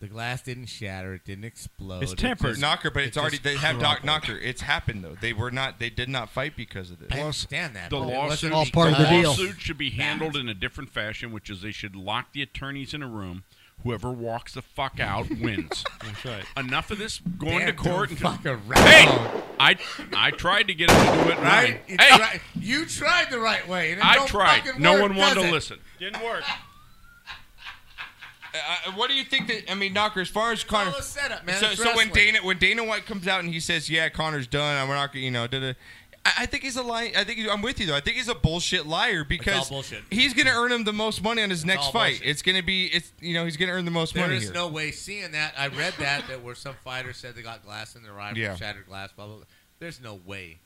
[SPEAKER 3] The glass didn't shatter. It didn't explode.
[SPEAKER 1] It's
[SPEAKER 3] it
[SPEAKER 1] tempered
[SPEAKER 3] just-
[SPEAKER 1] knocker, but
[SPEAKER 3] it
[SPEAKER 1] it's already
[SPEAKER 3] just
[SPEAKER 1] they have doc
[SPEAKER 3] crumpled.
[SPEAKER 1] knocker. It's happened though. They were not. They did not fight because of this.
[SPEAKER 3] I understand that,
[SPEAKER 9] The
[SPEAKER 3] but it
[SPEAKER 9] lawsuit,
[SPEAKER 3] wasn't All part of the deal.
[SPEAKER 9] lawsuit should be handled in a different fashion, which is they should lock the attorneys in a room. Whoever walks the fuck out wins.
[SPEAKER 7] That's right.
[SPEAKER 9] Enough of this going
[SPEAKER 3] Damn,
[SPEAKER 9] to court
[SPEAKER 3] don't
[SPEAKER 9] and
[SPEAKER 3] fuck around.
[SPEAKER 9] Hey, I I tried to get him to do it
[SPEAKER 3] Right?
[SPEAKER 9] right.
[SPEAKER 3] You,
[SPEAKER 9] hey,
[SPEAKER 3] tried, you tried the right way. And it
[SPEAKER 9] I
[SPEAKER 3] don't
[SPEAKER 9] tried.
[SPEAKER 3] fucking
[SPEAKER 9] No
[SPEAKER 3] work,
[SPEAKER 9] one wanted
[SPEAKER 3] does
[SPEAKER 9] to
[SPEAKER 3] it?
[SPEAKER 9] listen.
[SPEAKER 7] Didn't work.
[SPEAKER 1] Uh, what do you think that I mean, Knocker? As far as Connor,
[SPEAKER 3] all a setup, man.
[SPEAKER 1] So,
[SPEAKER 3] It's
[SPEAKER 1] so when
[SPEAKER 3] wrestling.
[SPEAKER 1] Dana when Dana White comes out and he says, "Yeah, Connor's done. I'm not gonna," you know, da-da. I, I think he's a lie. I think he, I'm with you though. I think he's a bullshit liar because
[SPEAKER 3] bullshit.
[SPEAKER 1] he's gonna earn him the most money on his next
[SPEAKER 3] all
[SPEAKER 1] fight.
[SPEAKER 3] bullshit.
[SPEAKER 1] It's gonna be it's you know he's gonna earn the most
[SPEAKER 3] There
[SPEAKER 1] money
[SPEAKER 3] is
[SPEAKER 1] here.
[SPEAKER 3] no way seeing that. I read that that where some fighters said they got glass in their eye,
[SPEAKER 1] Yeah.
[SPEAKER 3] shattered glass, blah, blah blah. There's no way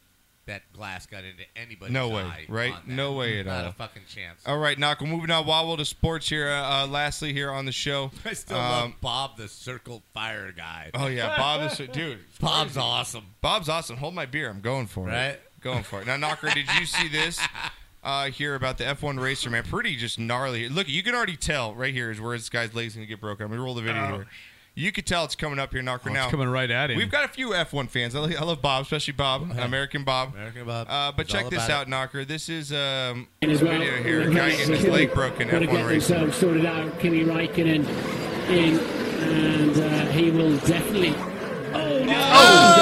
[SPEAKER 3] that glass got into anybody's
[SPEAKER 1] No
[SPEAKER 3] eye
[SPEAKER 1] way, right?
[SPEAKER 3] on that.
[SPEAKER 1] No way at all. Uh,
[SPEAKER 3] Not a fucking chance.
[SPEAKER 1] All right, knock. We're moving on. While we'll to sports here. Uh, uh, lastly, here on the show,
[SPEAKER 3] I still love Bob the Circle Fire guy.
[SPEAKER 1] um, Oh yeah, Bob is dude.
[SPEAKER 3] Bob's awesome.
[SPEAKER 1] Bob's awesome. Hold my beer. I'm going for
[SPEAKER 3] Right?
[SPEAKER 1] it. Going for it. Now, Knocker, did you see this? Uh, here about the F1 racer man, pretty just gnarly. Look, you can already tell right here is where this guy's legs gonna get broken. I'm gonna roll the video here. You can tell it's coming up here, Knocker.
[SPEAKER 7] Oh, it's
[SPEAKER 1] now
[SPEAKER 7] coming right at him.
[SPEAKER 1] We've got a few F1 fans. I, li- I love Bob, especially Bob, American Bob.
[SPEAKER 3] American Bob.
[SPEAKER 1] Uh, but
[SPEAKER 3] It's
[SPEAKER 1] check
[SPEAKER 3] all
[SPEAKER 1] this
[SPEAKER 3] about
[SPEAKER 1] out, Knocker. This is um,
[SPEAKER 18] And
[SPEAKER 1] this
[SPEAKER 18] as well,
[SPEAKER 1] video here. A guy getting his leg broken
[SPEAKER 18] Got to
[SPEAKER 1] F1
[SPEAKER 18] get
[SPEAKER 1] racer.
[SPEAKER 18] themselves sorted out. Kimi Raikkonen in, and uh, he will definitely. Oh no!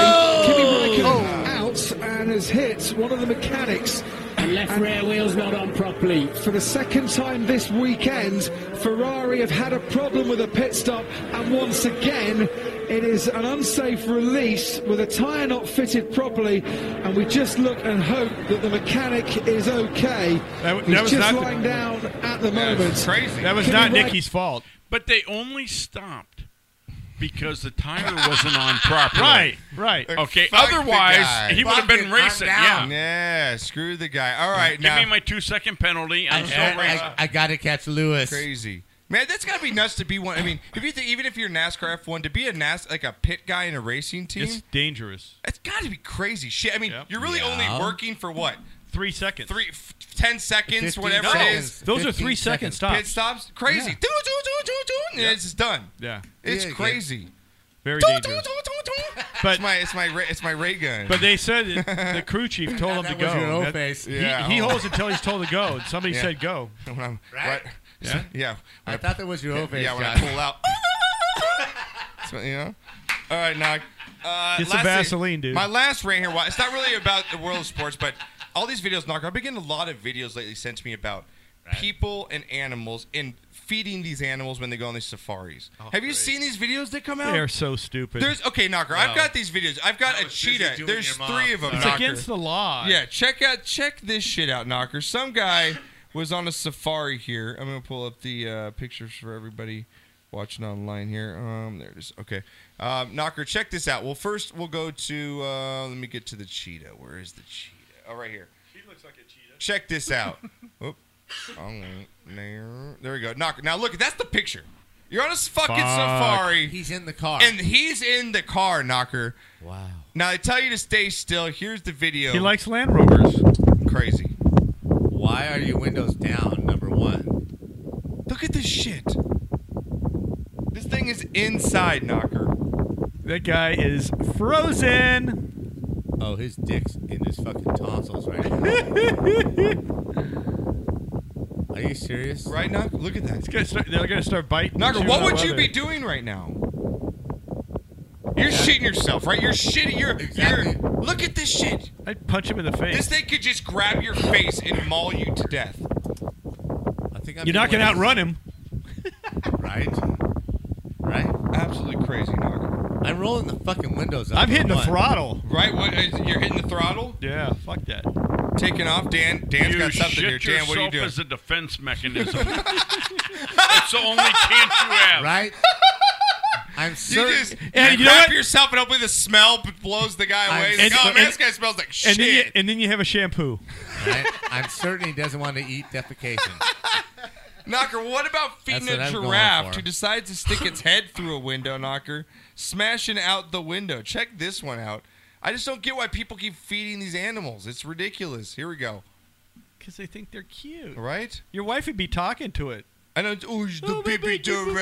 [SPEAKER 18] Kimi Raikkonen
[SPEAKER 11] Oh.
[SPEAKER 18] out and has hit one of the mechanics. And left rear wheel's not on properly.
[SPEAKER 22] For the second time this weekend, Ferrari have had a problem with a pit stop, and once again, it is an unsafe release with a tyre not fitted properly. And we just look and hope that the mechanic is okay.
[SPEAKER 7] That w-
[SPEAKER 18] He's
[SPEAKER 7] that was
[SPEAKER 18] just
[SPEAKER 7] not the-
[SPEAKER 18] lying down at the
[SPEAKER 7] That was
[SPEAKER 18] moment.
[SPEAKER 7] crazy. That was
[SPEAKER 18] Kimi
[SPEAKER 7] not
[SPEAKER 18] Raik-
[SPEAKER 7] Nicky's fault.
[SPEAKER 9] But they only stopped because the tire wasn't on properly.
[SPEAKER 7] Right, right.
[SPEAKER 9] Okay.
[SPEAKER 1] Fuck the guy.
[SPEAKER 9] Otherwise, he would have been
[SPEAKER 1] Fucking-
[SPEAKER 9] racing.
[SPEAKER 1] I'm
[SPEAKER 9] Yeah.
[SPEAKER 1] down. Yeah, screw the guy. All right,
[SPEAKER 9] Give
[SPEAKER 1] now.
[SPEAKER 9] me my two second penalty. I'm so
[SPEAKER 3] I-
[SPEAKER 9] racing.
[SPEAKER 3] I got to catch Lewis.
[SPEAKER 1] Crazy. Man, that's gotta be nuts to be one. I mean, if you think, even if you're NASCAR F1, to be a NAS like a pit guy in a racing team,
[SPEAKER 7] It's dangerous.
[SPEAKER 1] it's gotta be crazy shit. I mean, you're really
[SPEAKER 7] Yeah.
[SPEAKER 1] only working for what
[SPEAKER 7] Three seconds.
[SPEAKER 1] Three, f- ten seconds,
[SPEAKER 7] 15
[SPEAKER 1] whatever it
[SPEAKER 7] seconds.
[SPEAKER 1] is.
[SPEAKER 7] Those are three 15 second seconds. stops.
[SPEAKER 1] Pit stops. Crazy.
[SPEAKER 7] Yeah.
[SPEAKER 1] Do, do, do, do, do, and
[SPEAKER 7] Yeah.
[SPEAKER 1] it's done.
[SPEAKER 7] Yeah.
[SPEAKER 1] It's
[SPEAKER 7] Yeah, yeah.
[SPEAKER 1] crazy.
[SPEAKER 7] Very
[SPEAKER 1] Do, do,
[SPEAKER 7] dangerous.
[SPEAKER 1] do, do, do.
[SPEAKER 7] But-
[SPEAKER 1] it's my it's my ra- it's my ray gun.
[SPEAKER 7] But they said it- the crew chief told him to go. That- He, he holds until he's told to go. And somebody
[SPEAKER 1] Yeah.
[SPEAKER 7] said go.
[SPEAKER 1] When I'm-
[SPEAKER 7] Right?
[SPEAKER 1] right-
[SPEAKER 7] Yeah.
[SPEAKER 1] Yeah.
[SPEAKER 7] I thought that was your
[SPEAKER 1] yeah,
[SPEAKER 7] O-face,
[SPEAKER 1] Yeah, when I
[SPEAKER 7] Josh.
[SPEAKER 1] pull out. So, you know. All right, now. Uh,
[SPEAKER 7] Get some
[SPEAKER 1] last
[SPEAKER 7] Vaseline, dude.
[SPEAKER 1] My last rant here. why- It's not really about the world of sports, but all these videos, Knocker. I've been getting a lot of videos lately sent to me about people and animals and feeding these animals when they go on these safaris.
[SPEAKER 7] Oh,
[SPEAKER 1] Have you seen these videos that come out?
[SPEAKER 7] They are so stupid.
[SPEAKER 1] There's okay, Knocker.
[SPEAKER 7] No.
[SPEAKER 1] I've got these videos. I've got a cheetah.
[SPEAKER 7] doing
[SPEAKER 1] There's
[SPEAKER 7] your mom.
[SPEAKER 1] three of them.
[SPEAKER 7] It's
[SPEAKER 1] Knocker.
[SPEAKER 7] against the law.
[SPEAKER 1] Yeah, check out check this shit out, Knocker. Some guy was on a safari here. I'm gonna pull up the uh, pictures for everybody watching online here. Um, there it is. Okay, um, Knocker, check this out. Well, first we'll go to. Uh, let me get to the cheetah. Where is the cheetah? Oh, right here.
[SPEAKER 7] She looks like a cheetah.
[SPEAKER 1] Check this out. Oop. Um, There there we go. Knocker. Now look, that's the picture. You're on a fucking
[SPEAKER 16] Fuck.
[SPEAKER 1] safari.
[SPEAKER 16] He's in the car.
[SPEAKER 1] And he's in the car, Knocker.
[SPEAKER 16] Wow.
[SPEAKER 1] Now they tell you to stay still. Here's the video.
[SPEAKER 7] He likes Land Rovers.
[SPEAKER 1] Crazy.
[SPEAKER 16] Why are your windows down? Number one.
[SPEAKER 1] Look at this shit. This thing is inside knocker.
[SPEAKER 7] That guy is frozen.
[SPEAKER 16] Oh, his dick's in his fucking tonsils right now. are you serious?
[SPEAKER 1] Right, Knock? Look at that. It's
[SPEAKER 7] gonna start, they're gonna start biting.
[SPEAKER 1] Knocker,
[SPEAKER 7] and
[SPEAKER 1] what
[SPEAKER 7] chewing
[SPEAKER 1] would
[SPEAKER 7] on
[SPEAKER 1] you
[SPEAKER 7] leather.
[SPEAKER 1] be doing right now? You're shitting yourself, right? You're shitting. You're. you're look at this shit.
[SPEAKER 7] I'd punch him in the face.
[SPEAKER 1] This thing could just grab your face and maul you to death.
[SPEAKER 16] I think
[SPEAKER 7] You're not gonna outrun him.
[SPEAKER 16] Right? Right?
[SPEAKER 1] Absolutely crazy, Knocker.
[SPEAKER 16] I'm rolling the fucking windows up.
[SPEAKER 7] I'm hitting the
[SPEAKER 16] One.
[SPEAKER 7] throttle.
[SPEAKER 1] Right? What? is- You're hitting the throttle.
[SPEAKER 7] Yeah. Fuck that.
[SPEAKER 1] Taking off, Dan. Dan's
[SPEAKER 9] you
[SPEAKER 1] got something
[SPEAKER 9] shit
[SPEAKER 1] here. Dan,
[SPEAKER 9] yourself
[SPEAKER 1] what are you doing?
[SPEAKER 9] as a defense mechanism. That's the only can't you have.
[SPEAKER 16] Right? I'm
[SPEAKER 1] You
[SPEAKER 16] certain.
[SPEAKER 1] just
[SPEAKER 7] And you
[SPEAKER 1] you
[SPEAKER 7] know
[SPEAKER 1] crap
[SPEAKER 7] what?
[SPEAKER 1] yourself, and hopefully the smell b- blows the guy away. He's
[SPEAKER 7] And-
[SPEAKER 1] like, oh man,
[SPEAKER 7] and-
[SPEAKER 1] this guy smells like
[SPEAKER 7] And
[SPEAKER 1] shit.
[SPEAKER 7] then, you, and then you have a shampoo.
[SPEAKER 16] Right? I'm certain he doesn't want to eat defecation.
[SPEAKER 1] Knocker, what about feeding
[SPEAKER 16] That's what
[SPEAKER 1] a
[SPEAKER 16] I'm going
[SPEAKER 1] giraffe
[SPEAKER 16] for.
[SPEAKER 1] who decides to stick its head through a window, Knocker, smashing out the window? Check this one out. I just don't get why people keep feeding these animals. It's ridiculous. Here we go.
[SPEAKER 7] Because they think they're cute.
[SPEAKER 1] Right?
[SPEAKER 7] Your wife would be talking to it.
[SPEAKER 1] I know. Oh, it's the baby
[SPEAKER 16] Oh,
[SPEAKER 1] giraffe.
[SPEAKER 16] look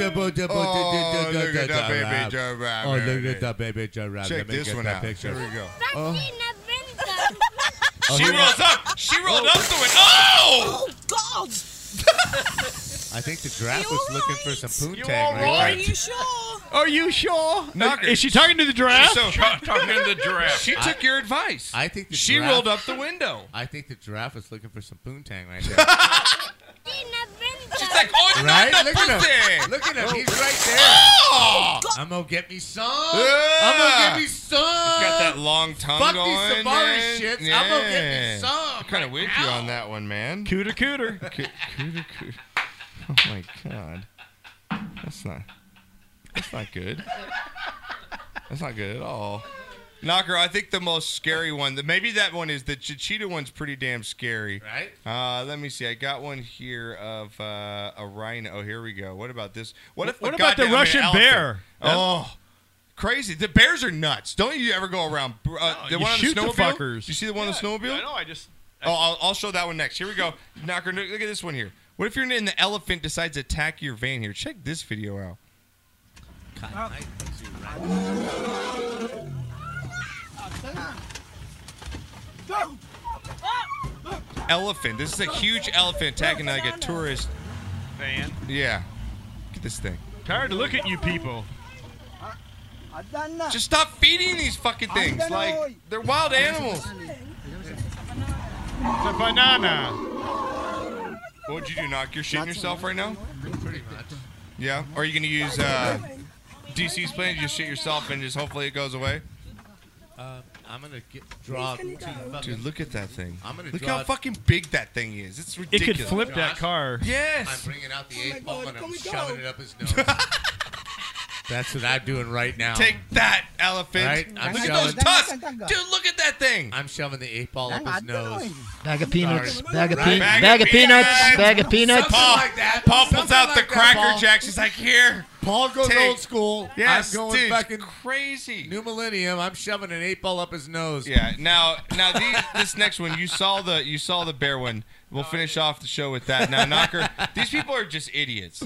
[SPEAKER 16] at
[SPEAKER 1] Oh, look at
[SPEAKER 16] that
[SPEAKER 1] the baby giraffe.
[SPEAKER 16] Oh, look at that baby giraffe.
[SPEAKER 1] Check
[SPEAKER 16] Let me
[SPEAKER 1] this
[SPEAKER 16] get
[SPEAKER 1] one
[SPEAKER 16] that
[SPEAKER 1] out.
[SPEAKER 16] Picture.
[SPEAKER 1] Here we go.
[SPEAKER 16] Oh, Oh,
[SPEAKER 1] She
[SPEAKER 16] here we go.
[SPEAKER 1] rolls up. She rolled up to it. Oh!
[SPEAKER 12] God!
[SPEAKER 16] I think the giraffe was looking for some poontang
[SPEAKER 12] all
[SPEAKER 16] right,
[SPEAKER 12] right?
[SPEAKER 16] now.
[SPEAKER 12] Are you sure?
[SPEAKER 7] Are you sure?
[SPEAKER 1] Knocker.
[SPEAKER 7] Is she talking to the giraffe?
[SPEAKER 1] So-
[SPEAKER 9] Talking to the giraffe.
[SPEAKER 1] She took your advice.
[SPEAKER 16] I think the
[SPEAKER 1] she
[SPEAKER 16] giraffe-
[SPEAKER 1] rolled up the window.
[SPEAKER 16] I think the giraffe was looking for some poontang right there.
[SPEAKER 1] She's like, oh, it's
[SPEAKER 16] right?
[SPEAKER 1] not the
[SPEAKER 16] Look at
[SPEAKER 1] pussy.
[SPEAKER 16] him. Look at him. He's right there.
[SPEAKER 1] Oh!
[SPEAKER 16] I'm going to get me some. I'm going to
[SPEAKER 1] Yeah.
[SPEAKER 16] get me some.
[SPEAKER 1] It's got that long tongue
[SPEAKER 16] Uh, Fuck
[SPEAKER 1] going.
[SPEAKER 16] these Safari
[SPEAKER 1] man.
[SPEAKER 16] shits. I'm gonna get me some
[SPEAKER 1] I'm kind of with you on that one, man.
[SPEAKER 7] Cooter cooter.
[SPEAKER 1] Coo- cooter, cooter. Oh my god, that's not. That's not good. That's not good at all. Knocker, I think the most scary one, that maybe that one is the che- cheetah one's pretty damn scary.
[SPEAKER 16] Right?
[SPEAKER 1] Uh, let me see. I got one here of uh, a rhino. Oh, here we go. What about this? What if a
[SPEAKER 7] What about the
[SPEAKER 1] goddamn- I mean,
[SPEAKER 7] Russian
[SPEAKER 1] elephant?
[SPEAKER 7] bear?
[SPEAKER 1] Oh, crazy! The bears are nuts. Don't you ever go around? Uh, the
[SPEAKER 7] you
[SPEAKER 1] one on
[SPEAKER 7] shoot
[SPEAKER 1] the
[SPEAKER 7] the
[SPEAKER 1] snowmobile.
[SPEAKER 7] fuckers.
[SPEAKER 1] You see the one on the snowmobile?
[SPEAKER 7] I know. I just.
[SPEAKER 1] Oh, I'll, I'll show that one next. Here we go. Knocker, look look at this one here. What if you're in the elephant decides to attack your van here? Check this video out. Elephant. This is a huge elephant attacking like a tourist.
[SPEAKER 7] Van.
[SPEAKER 1] Yeah. Look at this thing.
[SPEAKER 7] Tired to look at you people.
[SPEAKER 1] Just stop feeding these fucking things. Like they're wild animals.
[SPEAKER 7] It's a banana.
[SPEAKER 1] What would you do, Knock? You're shitting yourself right now?
[SPEAKER 16] Pretty much.
[SPEAKER 1] Yeah. Or are you gonna use uh, DC's plan? You just shit yourself and just hopefully it goes away.
[SPEAKER 16] Uh, I'm going to get draw two fucking.
[SPEAKER 1] Dude, look at that thing.
[SPEAKER 16] I'm gonna
[SPEAKER 1] look
[SPEAKER 16] draw-
[SPEAKER 1] how fucking big that thing is. It's
[SPEAKER 7] It
[SPEAKER 1] ridiculous.
[SPEAKER 7] could flip that car.
[SPEAKER 1] Yes.
[SPEAKER 16] I'm bringing out the eight ball and I'm shoving it up his nose. That's what I'm doing right now.
[SPEAKER 3] Take that, elephant.
[SPEAKER 16] Right? I'm
[SPEAKER 3] Look at
[SPEAKER 16] shoving-
[SPEAKER 3] those tusks. Dude, look at that thing.
[SPEAKER 16] I'm shoving the eight ball up his nose.
[SPEAKER 5] Bag of peanuts.
[SPEAKER 16] Sorry.
[SPEAKER 5] Bag of,
[SPEAKER 16] Right?
[SPEAKER 5] pe- bag of peanuts. Bag of peanuts.
[SPEAKER 16] Something like that.
[SPEAKER 1] Paul pulls
[SPEAKER 16] Something
[SPEAKER 1] out
[SPEAKER 16] like
[SPEAKER 1] the
[SPEAKER 16] that,
[SPEAKER 1] Cracker
[SPEAKER 16] Paul.
[SPEAKER 1] Jacks. He's like, here.
[SPEAKER 16] Paul goes
[SPEAKER 1] Take-
[SPEAKER 16] old school.
[SPEAKER 1] Yes,
[SPEAKER 16] I'm going
[SPEAKER 1] dude,
[SPEAKER 16] fucking
[SPEAKER 1] crazy.
[SPEAKER 16] New millennium. I'm shoving an eight ball up his nose.
[SPEAKER 1] Yeah. Now, now these, this next one, you saw the you saw the bear one. We'll finish off the show with that. Now, Knocker, these people are just idiots.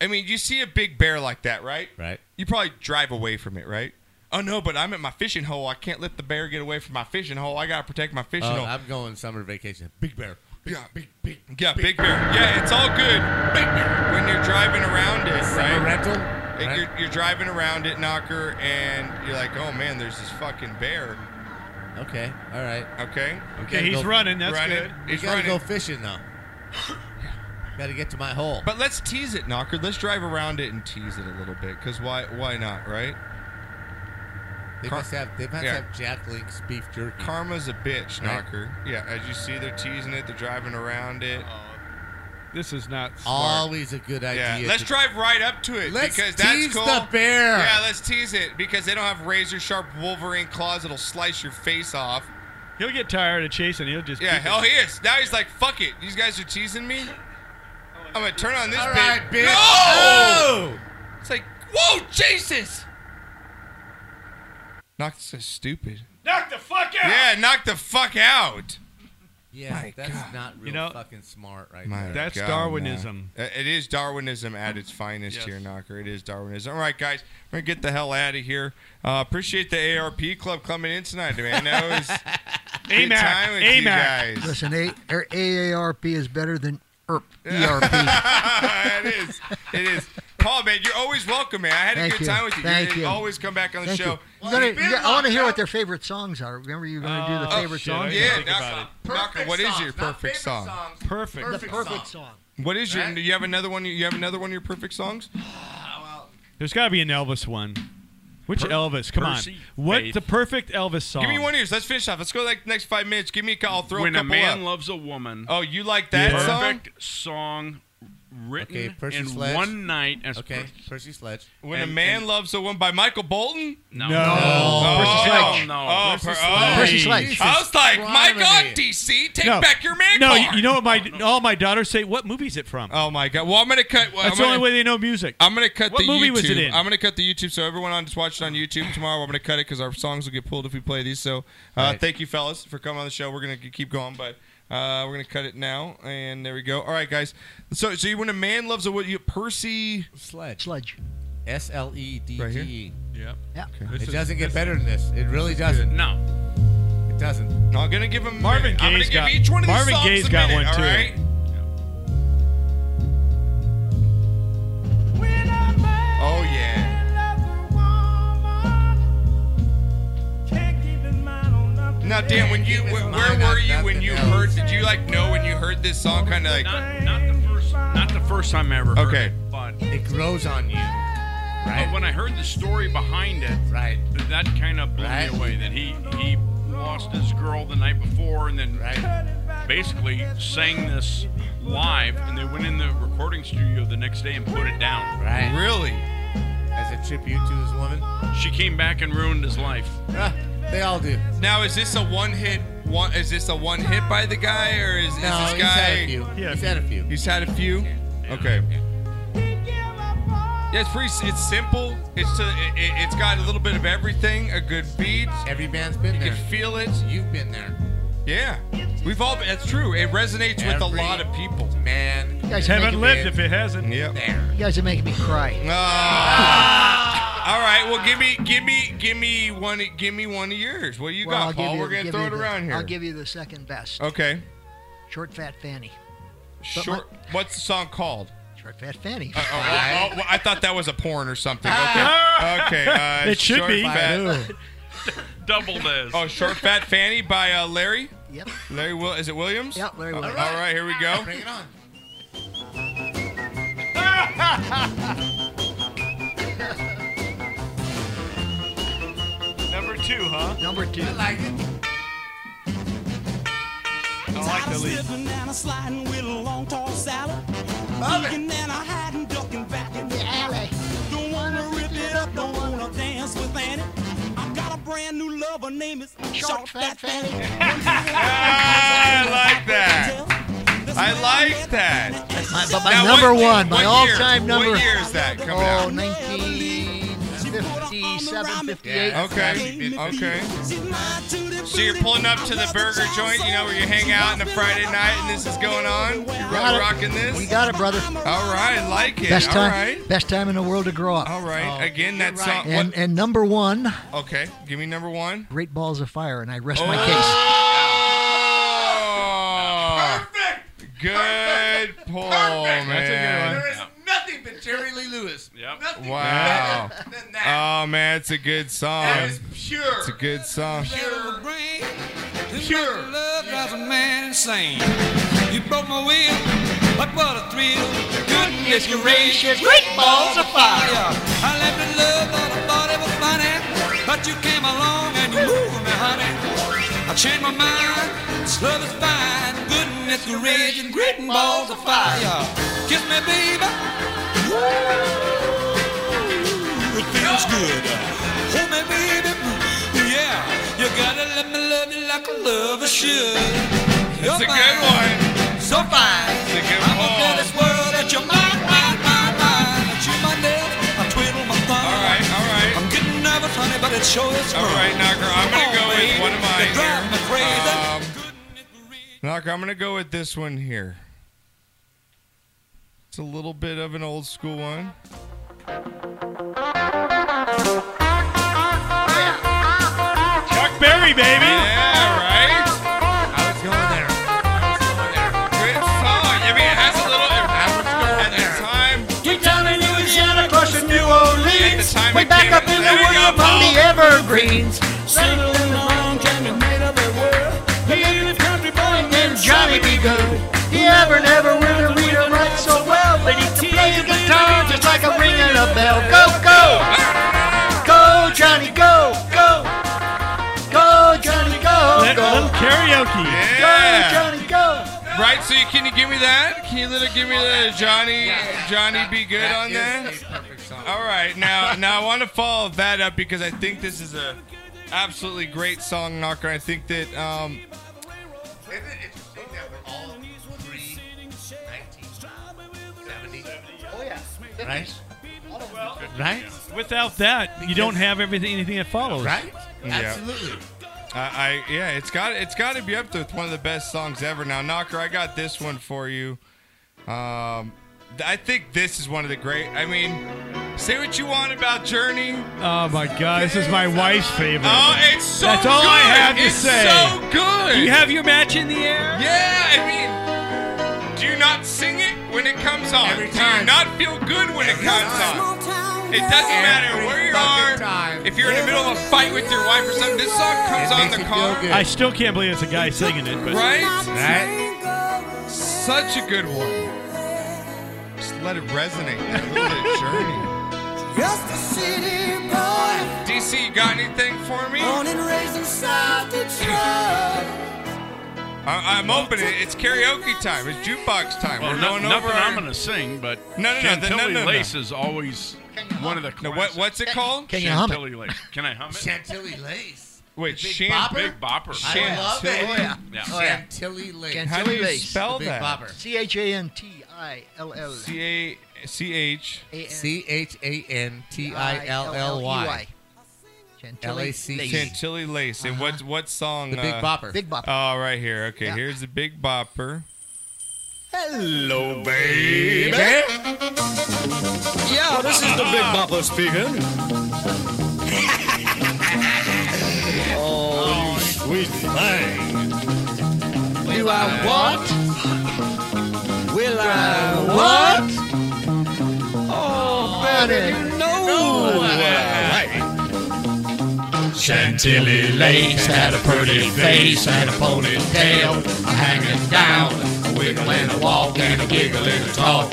[SPEAKER 1] I mean, you see a big bear like that, right?
[SPEAKER 16] Right.
[SPEAKER 1] You probably drive away from it, right? Oh no, but I'm at my fishing hole. I can't let the bear get away from my fishing hole. I gotta protect my fishing
[SPEAKER 16] Oh,
[SPEAKER 1] hole.
[SPEAKER 16] I'm going summer vacation. Big Bear. Big, yeah. Big, big,
[SPEAKER 1] yeah, big, bear. Yeah, it's all good. Big bear. When you're driving around it, right?
[SPEAKER 16] rental.
[SPEAKER 1] You're, you're driving around it, Knocker, and you're like, oh man, there's this fucking bear.
[SPEAKER 16] Okay. All right.
[SPEAKER 1] Okay.
[SPEAKER 16] Okay, he's running, that's
[SPEAKER 1] running.
[SPEAKER 16] good.
[SPEAKER 1] He's
[SPEAKER 16] You gotta go
[SPEAKER 1] running.
[SPEAKER 16] fishing though. Gotta get to my hole.
[SPEAKER 1] But let's tease it, Knocker. Let's drive around it and tease it a little bit, because why? Why not? Right?
[SPEAKER 16] They
[SPEAKER 1] Car-
[SPEAKER 16] must have. They must
[SPEAKER 1] Yeah.
[SPEAKER 16] have Jack Link's beef jerky.
[SPEAKER 1] Karma's a bitch,
[SPEAKER 16] Right.
[SPEAKER 1] Knocker. Yeah. As you see, they're teasing it. They're driving around it.
[SPEAKER 16] Oh,
[SPEAKER 7] This is not
[SPEAKER 16] Always a good
[SPEAKER 1] Yeah,
[SPEAKER 16] idea.
[SPEAKER 1] let's
[SPEAKER 16] to-
[SPEAKER 1] drive right up to it
[SPEAKER 16] Let's
[SPEAKER 1] because that's
[SPEAKER 16] tease
[SPEAKER 1] cool.
[SPEAKER 16] the bear.
[SPEAKER 1] Yeah, let's tease it because they don't have razor sharp Wolverine claws that'll slice your face off.
[SPEAKER 7] He'll get tired of chasing. He'll just
[SPEAKER 1] Yeah,
[SPEAKER 7] keep it.
[SPEAKER 1] hell he is. Now he's like, fuck it. These guys are teasing me. I'm gonna turn on this
[SPEAKER 16] All
[SPEAKER 1] bitch.
[SPEAKER 16] right, bitch. Oh!
[SPEAKER 1] No! It's like, whoa, Jesus! Knock so stupid.
[SPEAKER 10] Knock the fuck out!
[SPEAKER 1] Yeah, knock the fuck out.
[SPEAKER 16] Yeah, that's not real fucking smart, right?
[SPEAKER 1] My
[SPEAKER 16] there.
[SPEAKER 7] That's
[SPEAKER 1] God,
[SPEAKER 7] Darwinism.
[SPEAKER 1] man. Uh, It is Darwinism at its finest
[SPEAKER 7] Yes.
[SPEAKER 1] here, Knocker. It is Darwinism. All right, guys, we're gonna get the hell out of here. Uh, appreciate the ARP club coming in tonight, man. That was a good
[SPEAKER 7] AMAC,
[SPEAKER 1] time with you
[SPEAKER 7] AMAC.
[SPEAKER 1] guys.
[SPEAKER 5] Listen, A- or AARP is better than ERP. E ERP.
[SPEAKER 1] Uh, it is. It is. Paul, man, you're always welcome, man. I had a
[SPEAKER 5] Thank
[SPEAKER 1] good
[SPEAKER 5] you.
[SPEAKER 1] time with you.
[SPEAKER 5] Thank
[SPEAKER 1] you.
[SPEAKER 5] you.
[SPEAKER 1] Always come back on the
[SPEAKER 5] Thank
[SPEAKER 1] show.
[SPEAKER 5] you. You gotta- you got- I want to hear what their favorite songs are. Remember, you're going to do the
[SPEAKER 1] Oh,
[SPEAKER 5] favorite
[SPEAKER 1] shit, I
[SPEAKER 5] songs.
[SPEAKER 1] didn't Yeah, think that's about not- it. Knocker, what is your perfect song? Perfect.
[SPEAKER 5] The perfect song.
[SPEAKER 1] What is your?
[SPEAKER 5] Right?
[SPEAKER 1] Do you have another one? You have another one of your perfect songs?
[SPEAKER 7] There's got to be an Elvis one. Which
[SPEAKER 1] Per-
[SPEAKER 7] Elvis? Come
[SPEAKER 1] Percy
[SPEAKER 7] on. What
[SPEAKER 9] Faith.
[SPEAKER 7] the perfect Elvis song?
[SPEAKER 1] Give me one of yours. Let's finish off. Let's go like the next five minutes. Give me a call. I'll throw
[SPEAKER 9] when
[SPEAKER 1] a
[SPEAKER 9] a
[SPEAKER 1] couple
[SPEAKER 9] man
[SPEAKER 1] up.
[SPEAKER 9] loves a woman.
[SPEAKER 1] Oh, you like that song?
[SPEAKER 9] perfect song written
[SPEAKER 16] Okay, Percy
[SPEAKER 9] in
[SPEAKER 16] Sledge.
[SPEAKER 9] one night. As
[SPEAKER 16] Okay, Percy Sledge.
[SPEAKER 1] When
[SPEAKER 9] And-
[SPEAKER 1] a man
[SPEAKER 9] and-
[SPEAKER 1] loves a woman by Michael Bolton?
[SPEAKER 9] No.
[SPEAKER 16] No.
[SPEAKER 1] Oh,
[SPEAKER 16] Percy Sledge.
[SPEAKER 1] No.
[SPEAKER 16] No.
[SPEAKER 1] Oh,
[SPEAKER 16] Percy
[SPEAKER 1] per-
[SPEAKER 16] Sledge.
[SPEAKER 1] oh.
[SPEAKER 16] Percy Sledge.
[SPEAKER 1] I was like, my
[SPEAKER 16] Jesus
[SPEAKER 1] God,
[SPEAKER 16] Christ.
[SPEAKER 1] DC, take
[SPEAKER 7] No.
[SPEAKER 1] back your man
[SPEAKER 7] No,
[SPEAKER 1] card.
[SPEAKER 7] you, you know what my all my daughters say. What movie is it from?
[SPEAKER 1] Oh my God! Well, I'm gonna cut. well,
[SPEAKER 7] That's
[SPEAKER 1] I'm
[SPEAKER 7] the
[SPEAKER 1] gonna-
[SPEAKER 7] only way they know music.
[SPEAKER 1] I'm gonna cut
[SPEAKER 7] What
[SPEAKER 1] the
[SPEAKER 7] movie
[SPEAKER 1] YouTube.
[SPEAKER 7] was it in?
[SPEAKER 1] I'm gonna cut the YouTube so everyone on just watch it on YouTube tomorrow. I'm gonna cut it because our songs will get pulled if we play these. So uh,
[SPEAKER 7] Right.
[SPEAKER 1] thank you, fellas, for coming on the show. We're gonna keep going, but uh, we're gonna cut it now, and there we go. All right, guys. So, so you, when a man loves a woman, you Percy
[SPEAKER 16] Sledge.
[SPEAKER 5] Sledge.
[SPEAKER 16] S L E D
[SPEAKER 1] Right
[SPEAKER 16] G E.
[SPEAKER 7] Yep.
[SPEAKER 5] Yeah.
[SPEAKER 16] It doesn't get better than this. It really doesn't.
[SPEAKER 9] No.
[SPEAKER 16] It doesn't.
[SPEAKER 1] I'm gonna give him
[SPEAKER 7] Marvin
[SPEAKER 1] I'm gonna
[SPEAKER 7] Gaye's
[SPEAKER 1] give
[SPEAKER 7] got-
[SPEAKER 1] each one of these
[SPEAKER 7] Marvin
[SPEAKER 1] songs
[SPEAKER 7] Gaye's
[SPEAKER 1] a
[SPEAKER 7] got
[SPEAKER 1] minute,
[SPEAKER 7] one, too.
[SPEAKER 1] All right. Oh yeah. Now, Dan, when you where, where were you when you heard? Did you like know when you heard this song? Kind of like
[SPEAKER 9] not, not the first, not the first time I ever heard
[SPEAKER 1] Okay.
[SPEAKER 9] it, but
[SPEAKER 16] It grows on you.
[SPEAKER 9] But when I heard the story behind it,
[SPEAKER 16] right,
[SPEAKER 9] that kind of blew me away. That he he lost his girl the night before, and then basically sang this live, and they went in the recording studio the next day and put it down.
[SPEAKER 16] Right.
[SPEAKER 1] Really?
[SPEAKER 16] As a tribute to his woman. Ah,
[SPEAKER 9] She came back and ruined his life.
[SPEAKER 16] They all do.
[SPEAKER 1] Now, is this a one hit? One is this a one hit by the guy, or is, is
[SPEAKER 16] No,
[SPEAKER 1] this
[SPEAKER 16] he's
[SPEAKER 1] guy?
[SPEAKER 16] had a few. Yeah. He's had a few.
[SPEAKER 1] He's had a few. Okay. Yeah, it's pretty. It's simple. It's to, it, it- it's got a little bit of everything. A good beat.
[SPEAKER 16] Every band's been
[SPEAKER 1] you
[SPEAKER 16] there.
[SPEAKER 1] can feel it.
[SPEAKER 16] You've been there.
[SPEAKER 1] Yeah, we've all. That's true. It resonates with a
[SPEAKER 16] Every
[SPEAKER 1] lot of people.
[SPEAKER 16] Man,
[SPEAKER 5] You guys haven't lived if
[SPEAKER 7] it hasn't.
[SPEAKER 1] Yep.
[SPEAKER 5] You guys are making me cry.
[SPEAKER 1] Ah.
[SPEAKER 5] Ah.
[SPEAKER 1] All right. Well, give me, give me, give me one. Give me one of yours. What do you
[SPEAKER 5] Well, I'll
[SPEAKER 1] got,
[SPEAKER 5] give
[SPEAKER 1] Paul?
[SPEAKER 5] you-
[SPEAKER 1] We're gonna
[SPEAKER 5] give
[SPEAKER 1] throw
[SPEAKER 5] you
[SPEAKER 1] it
[SPEAKER 5] the-
[SPEAKER 1] around here. Oh.
[SPEAKER 5] I'll give you the second best.
[SPEAKER 1] okay.
[SPEAKER 5] Short Fat Fanny. my-
[SPEAKER 1] Short. what's the song called?
[SPEAKER 5] Short Fat Fanny.
[SPEAKER 1] Oh, oh, oh, well, I thought that was a porn or something. Okay. okay uh,
[SPEAKER 5] It should
[SPEAKER 1] Short
[SPEAKER 5] be.
[SPEAKER 1] Fat-
[SPEAKER 9] Double this.
[SPEAKER 1] oh, short fat Fanny by uh, Larry.
[SPEAKER 5] Yep.
[SPEAKER 1] Larry Will. Is it Williams? Uh,
[SPEAKER 5] Yep, Larry
[SPEAKER 1] All
[SPEAKER 5] Williams.
[SPEAKER 1] right, here we go.
[SPEAKER 16] Bring it on.
[SPEAKER 7] Number two, huh?
[SPEAKER 5] Number two. I
[SPEAKER 16] like it.
[SPEAKER 7] I like the lead.
[SPEAKER 6] Slipping and a sliding with a long tall salad. Love and a hiding, ducking back in the alley. Don't want wanna rip it up, don't wanna dance with Annie. I've got a brand new love, her name is Short Fat Fanny.
[SPEAKER 1] I like that. I like that.
[SPEAKER 5] My, but my
[SPEAKER 1] Now, what
[SPEAKER 5] number
[SPEAKER 1] year-
[SPEAKER 5] one, my
[SPEAKER 1] what
[SPEAKER 5] all
[SPEAKER 1] year-
[SPEAKER 5] time number.
[SPEAKER 1] What year is that coming
[SPEAKER 5] oh,
[SPEAKER 1] out?
[SPEAKER 5] 1957, 58.
[SPEAKER 1] Okay. Okay. So you're pulling up to the burger joint, you know, where you hang out on a Friday night, and this is going on. You're
[SPEAKER 5] Got it.
[SPEAKER 1] rocking this.
[SPEAKER 5] You got it, brother.
[SPEAKER 1] All right, like it.
[SPEAKER 5] Best
[SPEAKER 1] All
[SPEAKER 5] time,
[SPEAKER 1] right.
[SPEAKER 5] best time in the world to grow up.
[SPEAKER 1] All right. Again, that song.
[SPEAKER 5] And, and number one,
[SPEAKER 1] what- okay, give me number one.
[SPEAKER 5] Great Balls of Fire, and I rest my case.
[SPEAKER 1] Oh, perfect. Good pull, man.
[SPEAKER 16] There is nothing but Jerry Lee Lewis. Nothing
[SPEAKER 1] Wow.
[SPEAKER 16] better than that.
[SPEAKER 1] Oh man, it's a good song.
[SPEAKER 16] That is pure.
[SPEAKER 1] It's a good song.
[SPEAKER 6] Pure. Pure. Love drives a man insane. You broke my will, but what a thrill. Goodness gracious, great balls of fire. I left in love, but I thought it was funny. But you came along and you moved me, honey. I changed my mind, this love is fine. Goodness gracious, great balls of fire. Kiss me, baby. Woo, it feels good. Hold me, baby. Yeah, you gotta let me love you like a lover should. It's a good one. So fine. It's a good I'm gonna tell this world that you're mine, mine, mine, mine. I chew my nails, I twiddle my thumb. All right, all right. I'm getting nervous, honey, but it sure is fun. All right, Uh,
[SPEAKER 1] Knocker, I'm gonna go with one of mine
[SPEAKER 6] drive me crazy.
[SPEAKER 1] Knock, I'm gonna go with this one here. It's a little bit of an old school one. Chuck Berry, baby. Yeah, right. I was going there. Good song. I mean, it has a little. At the time,
[SPEAKER 6] You're telling you it's Santa Claus from New Orleans.
[SPEAKER 1] Way back up
[SPEAKER 6] in the wood upon the evergreens. Settled in the mountain and made up a world. He ain't a country boy named Johnny B. Good. He ever never will read or write so well, but he can play the guitar just like a ringing a bell. Go, go! Go, Johnny, go, go! Go, Johnny, go,
[SPEAKER 1] Let-
[SPEAKER 6] go!
[SPEAKER 1] little karaoke.
[SPEAKER 6] Go,
[SPEAKER 1] Yeah.
[SPEAKER 6] Johnny, go!
[SPEAKER 1] Right, so you, can you give me that? Can you little give me the Johnny Johnny Be Good on there? All right, now now I want to follow that up because I think this is a absolutely great song, Knocker. I think that um,
[SPEAKER 3] Isn't it interesting that we're all pre 1970?
[SPEAKER 6] Oh, yeah.
[SPEAKER 3] Right?
[SPEAKER 7] Right? Without that, you don't have everything anything that follows.
[SPEAKER 1] Right? I, I yeah, it's got it's got to be up there with one of the best songs ever. Now, Knocker, I got this one for you. Um, th- I think this is one of the great. I mean, say what you want about Journey.
[SPEAKER 7] Oh my god, this is my wife's favorite.
[SPEAKER 1] Oh, it's so
[SPEAKER 7] That's all
[SPEAKER 1] good.
[SPEAKER 7] I have to
[SPEAKER 1] it's
[SPEAKER 7] say.
[SPEAKER 1] so good.
[SPEAKER 7] Do you have your match in the air?
[SPEAKER 1] Yeah, I mean, do you not sing it when it comes on? Every time. Do you not feel good when it comes on? It doesn't matter where you are. If you're in the middle of a fight with your wife or something, this song comes on the car.
[SPEAKER 7] I still can't believe it's a guy singing it, but
[SPEAKER 1] Right? Such a good one. Just let it resonate. That little bit of journey.
[SPEAKER 6] Just a city boy,
[SPEAKER 1] DC, you got anything for me?
[SPEAKER 6] born and raised in South Detroit.
[SPEAKER 1] I- I'm opening it. It's karaoke time. It's jukebox time.
[SPEAKER 9] Well,
[SPEAKER 1] We're
[SPEAKER 9] Oh, no-
[SPEAKER 1] going
[SPEAKER 9] nothing
[SPEAKER 1] over.
[SPEAKER 9] I'm
[SPEAKER 1] Our...
[SPEAKER 9] going to sing, but
[SPEAKER 1] No, no, no, the-
[SPEAKER 9] Chantilly
[SPEAKER 1] no, no, no.
[SPEAKER 9] Lace is always one of the classics.
[SPEAKER 1] what- what's it called? Can you hum it?
[SPEAKER 9] Chantilly Lace. Can I hum it?
[SPEAKER 16] Chantilly Lace.
[SPEAKER 1] Wait,
[SPEAKER 16] The big
[SPEAKER 1] Shan-
[SPEAKER 16] bopper?
[SPEAKER 9] Big Bopper.
[SPEAKER 16] I love it.
[SPEAKER 9] Chantilly?
[SPEAKER 16] Yeah.
[SPEAKER 9] Yeah.
[SPEAKER 16] Oh, yeah. Chantilly Lace.
[SPEAKER 1] How do you spell that?
[SPEAKER 5] C H A N T I L L.
[SPEAKER 1] C A C H
[SPEAKER 16] C H A N T I L L Y. L-A-C-E.
[SPEAKER 1] Chantilly Lace. And what what song?
[SPEAKER 16] Uh-huh.
[SPEAKER 1] uh,
[SPEAKER 16] The Big Bopper. Uh, Big Bopper.
[SPEAKER 1] Oh, right here. Okay, here's the Big Bopper.
[SPEAKER 6] Hello,
[SPEAKER 1] baby.
[SPEAKER 6] Yeah, this is the Big Bopper speaking. oh, you sweet thing. Do I what? Will I what? Oh, better you know what I like. Chantilly lace had a pretty face, had a ponytail, a hanging down, a wiggle and a walk and a giggle and a talk.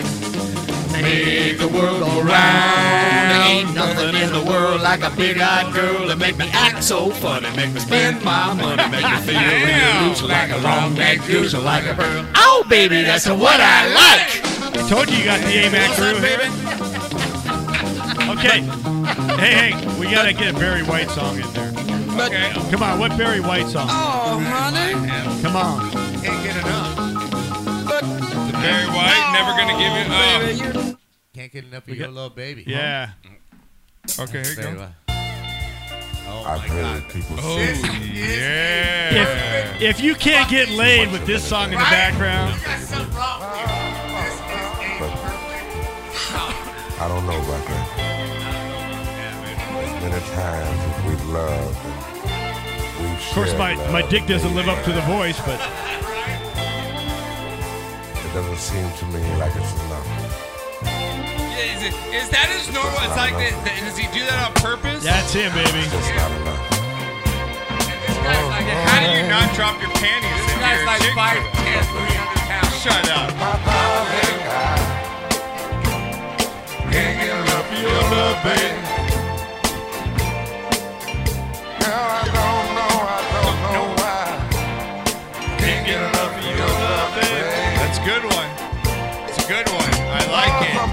[SPEAKER 6] Make the world go round. Ain't nothing in the world like a big-eyed girl that make me act so funny, make me spend my money, make me feel real loose like a long-necked goose, or like a bird. Oh, baby, that's what I like.
[SPEAKER 7] I told you you got the AMAC crew here.
[SPEAKER 6] baby.
[SPEAKER 7] I Okay. hey, hey, we gotta get a Barry White song in there. okay. Come on, what Barry White song?
[SPEAKER 6] Oh, honey.
[SPEAKER 7] Come on.
[SPEAKER 16] Can't get enough.
[SPEAKER 1] The Barry White, never gonna give it up.
[SPEAKER 3] Can't get enough of your little baby.
[SPEAKER 1] Yeah. Okay, here you
[SPEAKER 3] Very
[SPEAKER 1] go.
[SPEAKER 3] well.
[SPEAKER 1] I've heard people oh, yeah.
[SPEAKER 7] If, if you can't get laid with this song in the background,
[SPEAKER 8] I don't know about that. There's many times that we've loved and we've
[SPEAKER 7] of course,
[SPEAKER 8] shared
[SPEAKER 7] my,
[SPEAKER 8] love,
[SPEAKER 7] my dick doesn't live up to the voice, but
[SPEAKER 8] It doesn't seem to me like it's enough.
[SPEAKER 6] Is, it, is that his normal? It's like, that, that- does he do that on purpose?
[SPEAKER 7] that's him,
[SPEAKER 6] Like,
[SPEAKER 7] baby.
[SPEAKER 1] How do you not drop your panties in
[SPEAKER 6] guy's like
[SPEAKER 1] here? Chick-
[SPEAKER 6] five,
[SPEAKER 1] Shut up. Can't get enough of your love, babe. That's a good one. It's a good one. I like it. Now,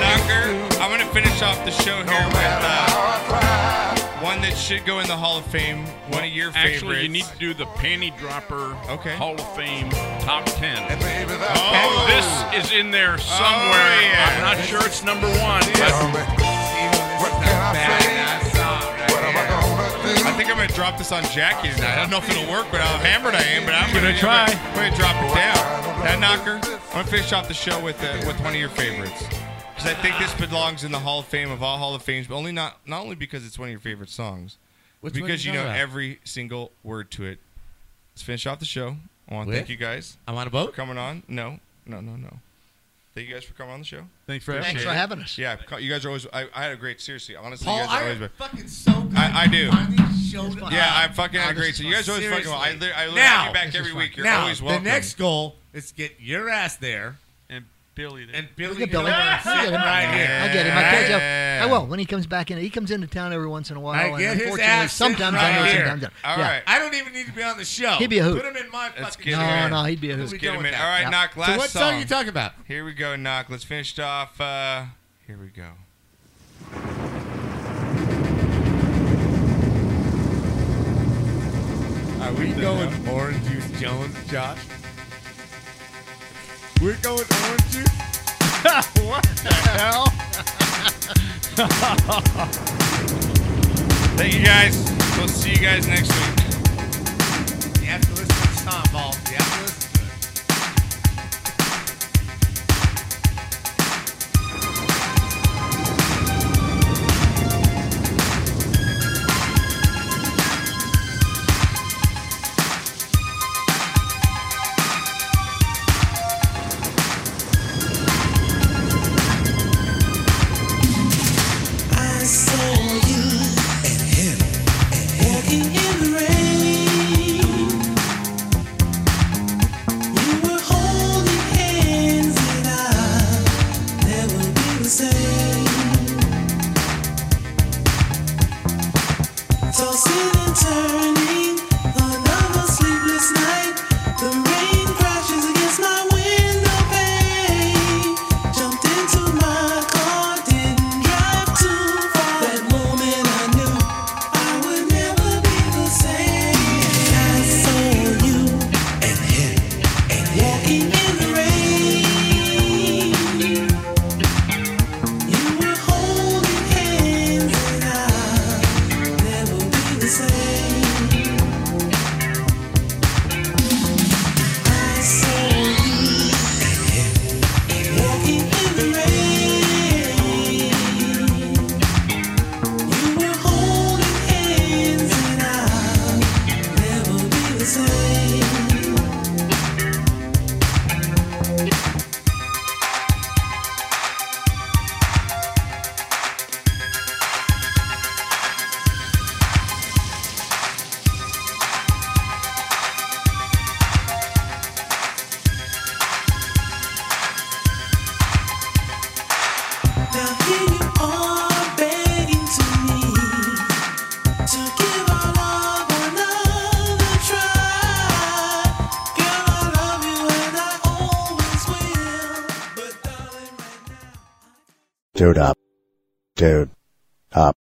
[SPEAKER 1] Knocker, I'm going to finish off the show here with uh, one that should go in the Hall of Fame. One of your favorites.
[SPEAKER 9] Actually, you need to do the Panty Dropper
[SPEAKER 1] Okay.
[SPEAKER 9] Hall of Fame top 10.
[SPEAKER 1] Oh.
[SPEAKER 9] And this is in there somewhere. I'm not sure it's number one, but
[SPEAKER 1] I think I'm going to drop this on Jackie tonight. I don't know if it'll work, but how hammered I am. But I'm
[SPEAKER 7] Give it a
[SPEAKER 1] gonna
[SPEAKER 7] try.
[SPEAKER 1] I'm going to drop it down. That knocker. I'm going to finish off the show with uh, with one of your favorites because I think this belongs in the Hall of Fame of all Hall of Fames, but only not not only because it's one of your favorite songs,
[SPEAKER 3] Which one
[SPEAKER 1] because
[SPEAKER 3] you
[SPEAKER 1] you know
[SPEAKER 3] talking about?
[SPEAKER 1] every single word to it. Let's finish off the show. I want to
[SPEAKER 3] With?
[SPEAKER 1] thank you guys.
[SPEAKER 3] I'm on a boat?
[SPEAKER 1] For coming on? No, no, no, no. Thank you guys for coming on the show.
[SPEAKER 7] Thanks for
[SPEAKER 1] Appreciate
[SPEAKER 7] having us.
[SPEAKER 1] it.
[SPEAKER 7] Thanks for having us.
[SPEAKER 1] Yeah, co- you guys are always. I, I had a great. Seriously, honestly,
[SPEAKER 3] Paul,
[SPEAKER 1] you guys are
[SPEAKER 3] I
[SPEAKER 1] always.
[SPEAKER 3] am
[SPEAKER 1] been-
[SPEAKER 3] fucking so good.
[SPEAKER 1] I, I do.
[SPEAKER 3] showed up.
[SPEAKER 16] Um,
[SPEAKER 1] Yeah, I fucking had a great. So you guys always fucking.
[SPEAKER 16] Seriously.
[SPEAKER 1] Well. I, li- I li-
[SPEAKER 16] now,
[SPEAKER 1] you back every week. You're
[SPEAKER 16] now,
[SPEAKER 1] always welcome.
[SPEAKER 16] The next goal is to get your ass there.
[SPEAKER 7] And Billy there.
[SPEAKER 16] And Billy,
[SPEAKER 5] Get Billy.
[SPEAKER 16] Gilligan
[SPEAKER 5] I'll get
[SPEAKER 16] sitting
[SPEAKER 5] him.
[SPEAKER 16] right here.
[SPEAKER 5] I'll get him. I catch up. I will when he comes back in. He comes into town every once in a while.
[SPEAKER 16] I
[SPEAKER 5] and
[SPEAKER 16] get his
[SPEAKER 5] unfortunately,
[SPEAKER 16] ass sitting
[SPEAKER 5] sometimes
[SPEAKER 16] right
[SPEAKER 5] I know,
[SPEAKER 16] here.
[SPEAKER 5] sometimes I don't.
[SPEAKER 16] All
[SPEAKER 5] yeah.
[SPEAKER 16] right. I don't even need to be on the show.
[SPEAKER 5] He'd be a hoot.
[SPEAKER 16] Put him in my
[SPEAKER 1] Let's
[SPEAKER 16] fucking
[SPEAKER 1] get
[SPEAKER 5] No,
[SPEAKER 1] him in.
[SPEAKER 5] no, he'd be a hoot.
[SPEAKER 1] Let's get him in. All right, knock. Last
[SPEAKER 16] So what song you talking about?
[SPEAKER 1] Here we go, knock. Let's finish it off. Uh, here we go.
[SPEAKER 16] Are we going Orange Juice Jones, Josh? We're going Orange Juice? what the hell?
[SPEAKER 1] Thank you guys. We'll see you guys next week.
[SPEAKER 16] You have to listen to the song, Paul. You have to listen to it.
[SPEAKER 6] I saw you and him walking in the rain. We were holding hands and I never be the same. Tossing and turning, another sleepless night. The rain crashes against my window pane. Jumped into my car, didn't drive too far. That moment I knew I would never be the same. I saw you and him and walking in the rain. You were holding hands and I never be the same. I saw you walking in the rain. You were holding hands and I never be the same. Now here you are begging to me to give our love another try. Girl, I love you and I always will.
[SPEAKER 8] Dude up.
[SPEAKER 3] dude up.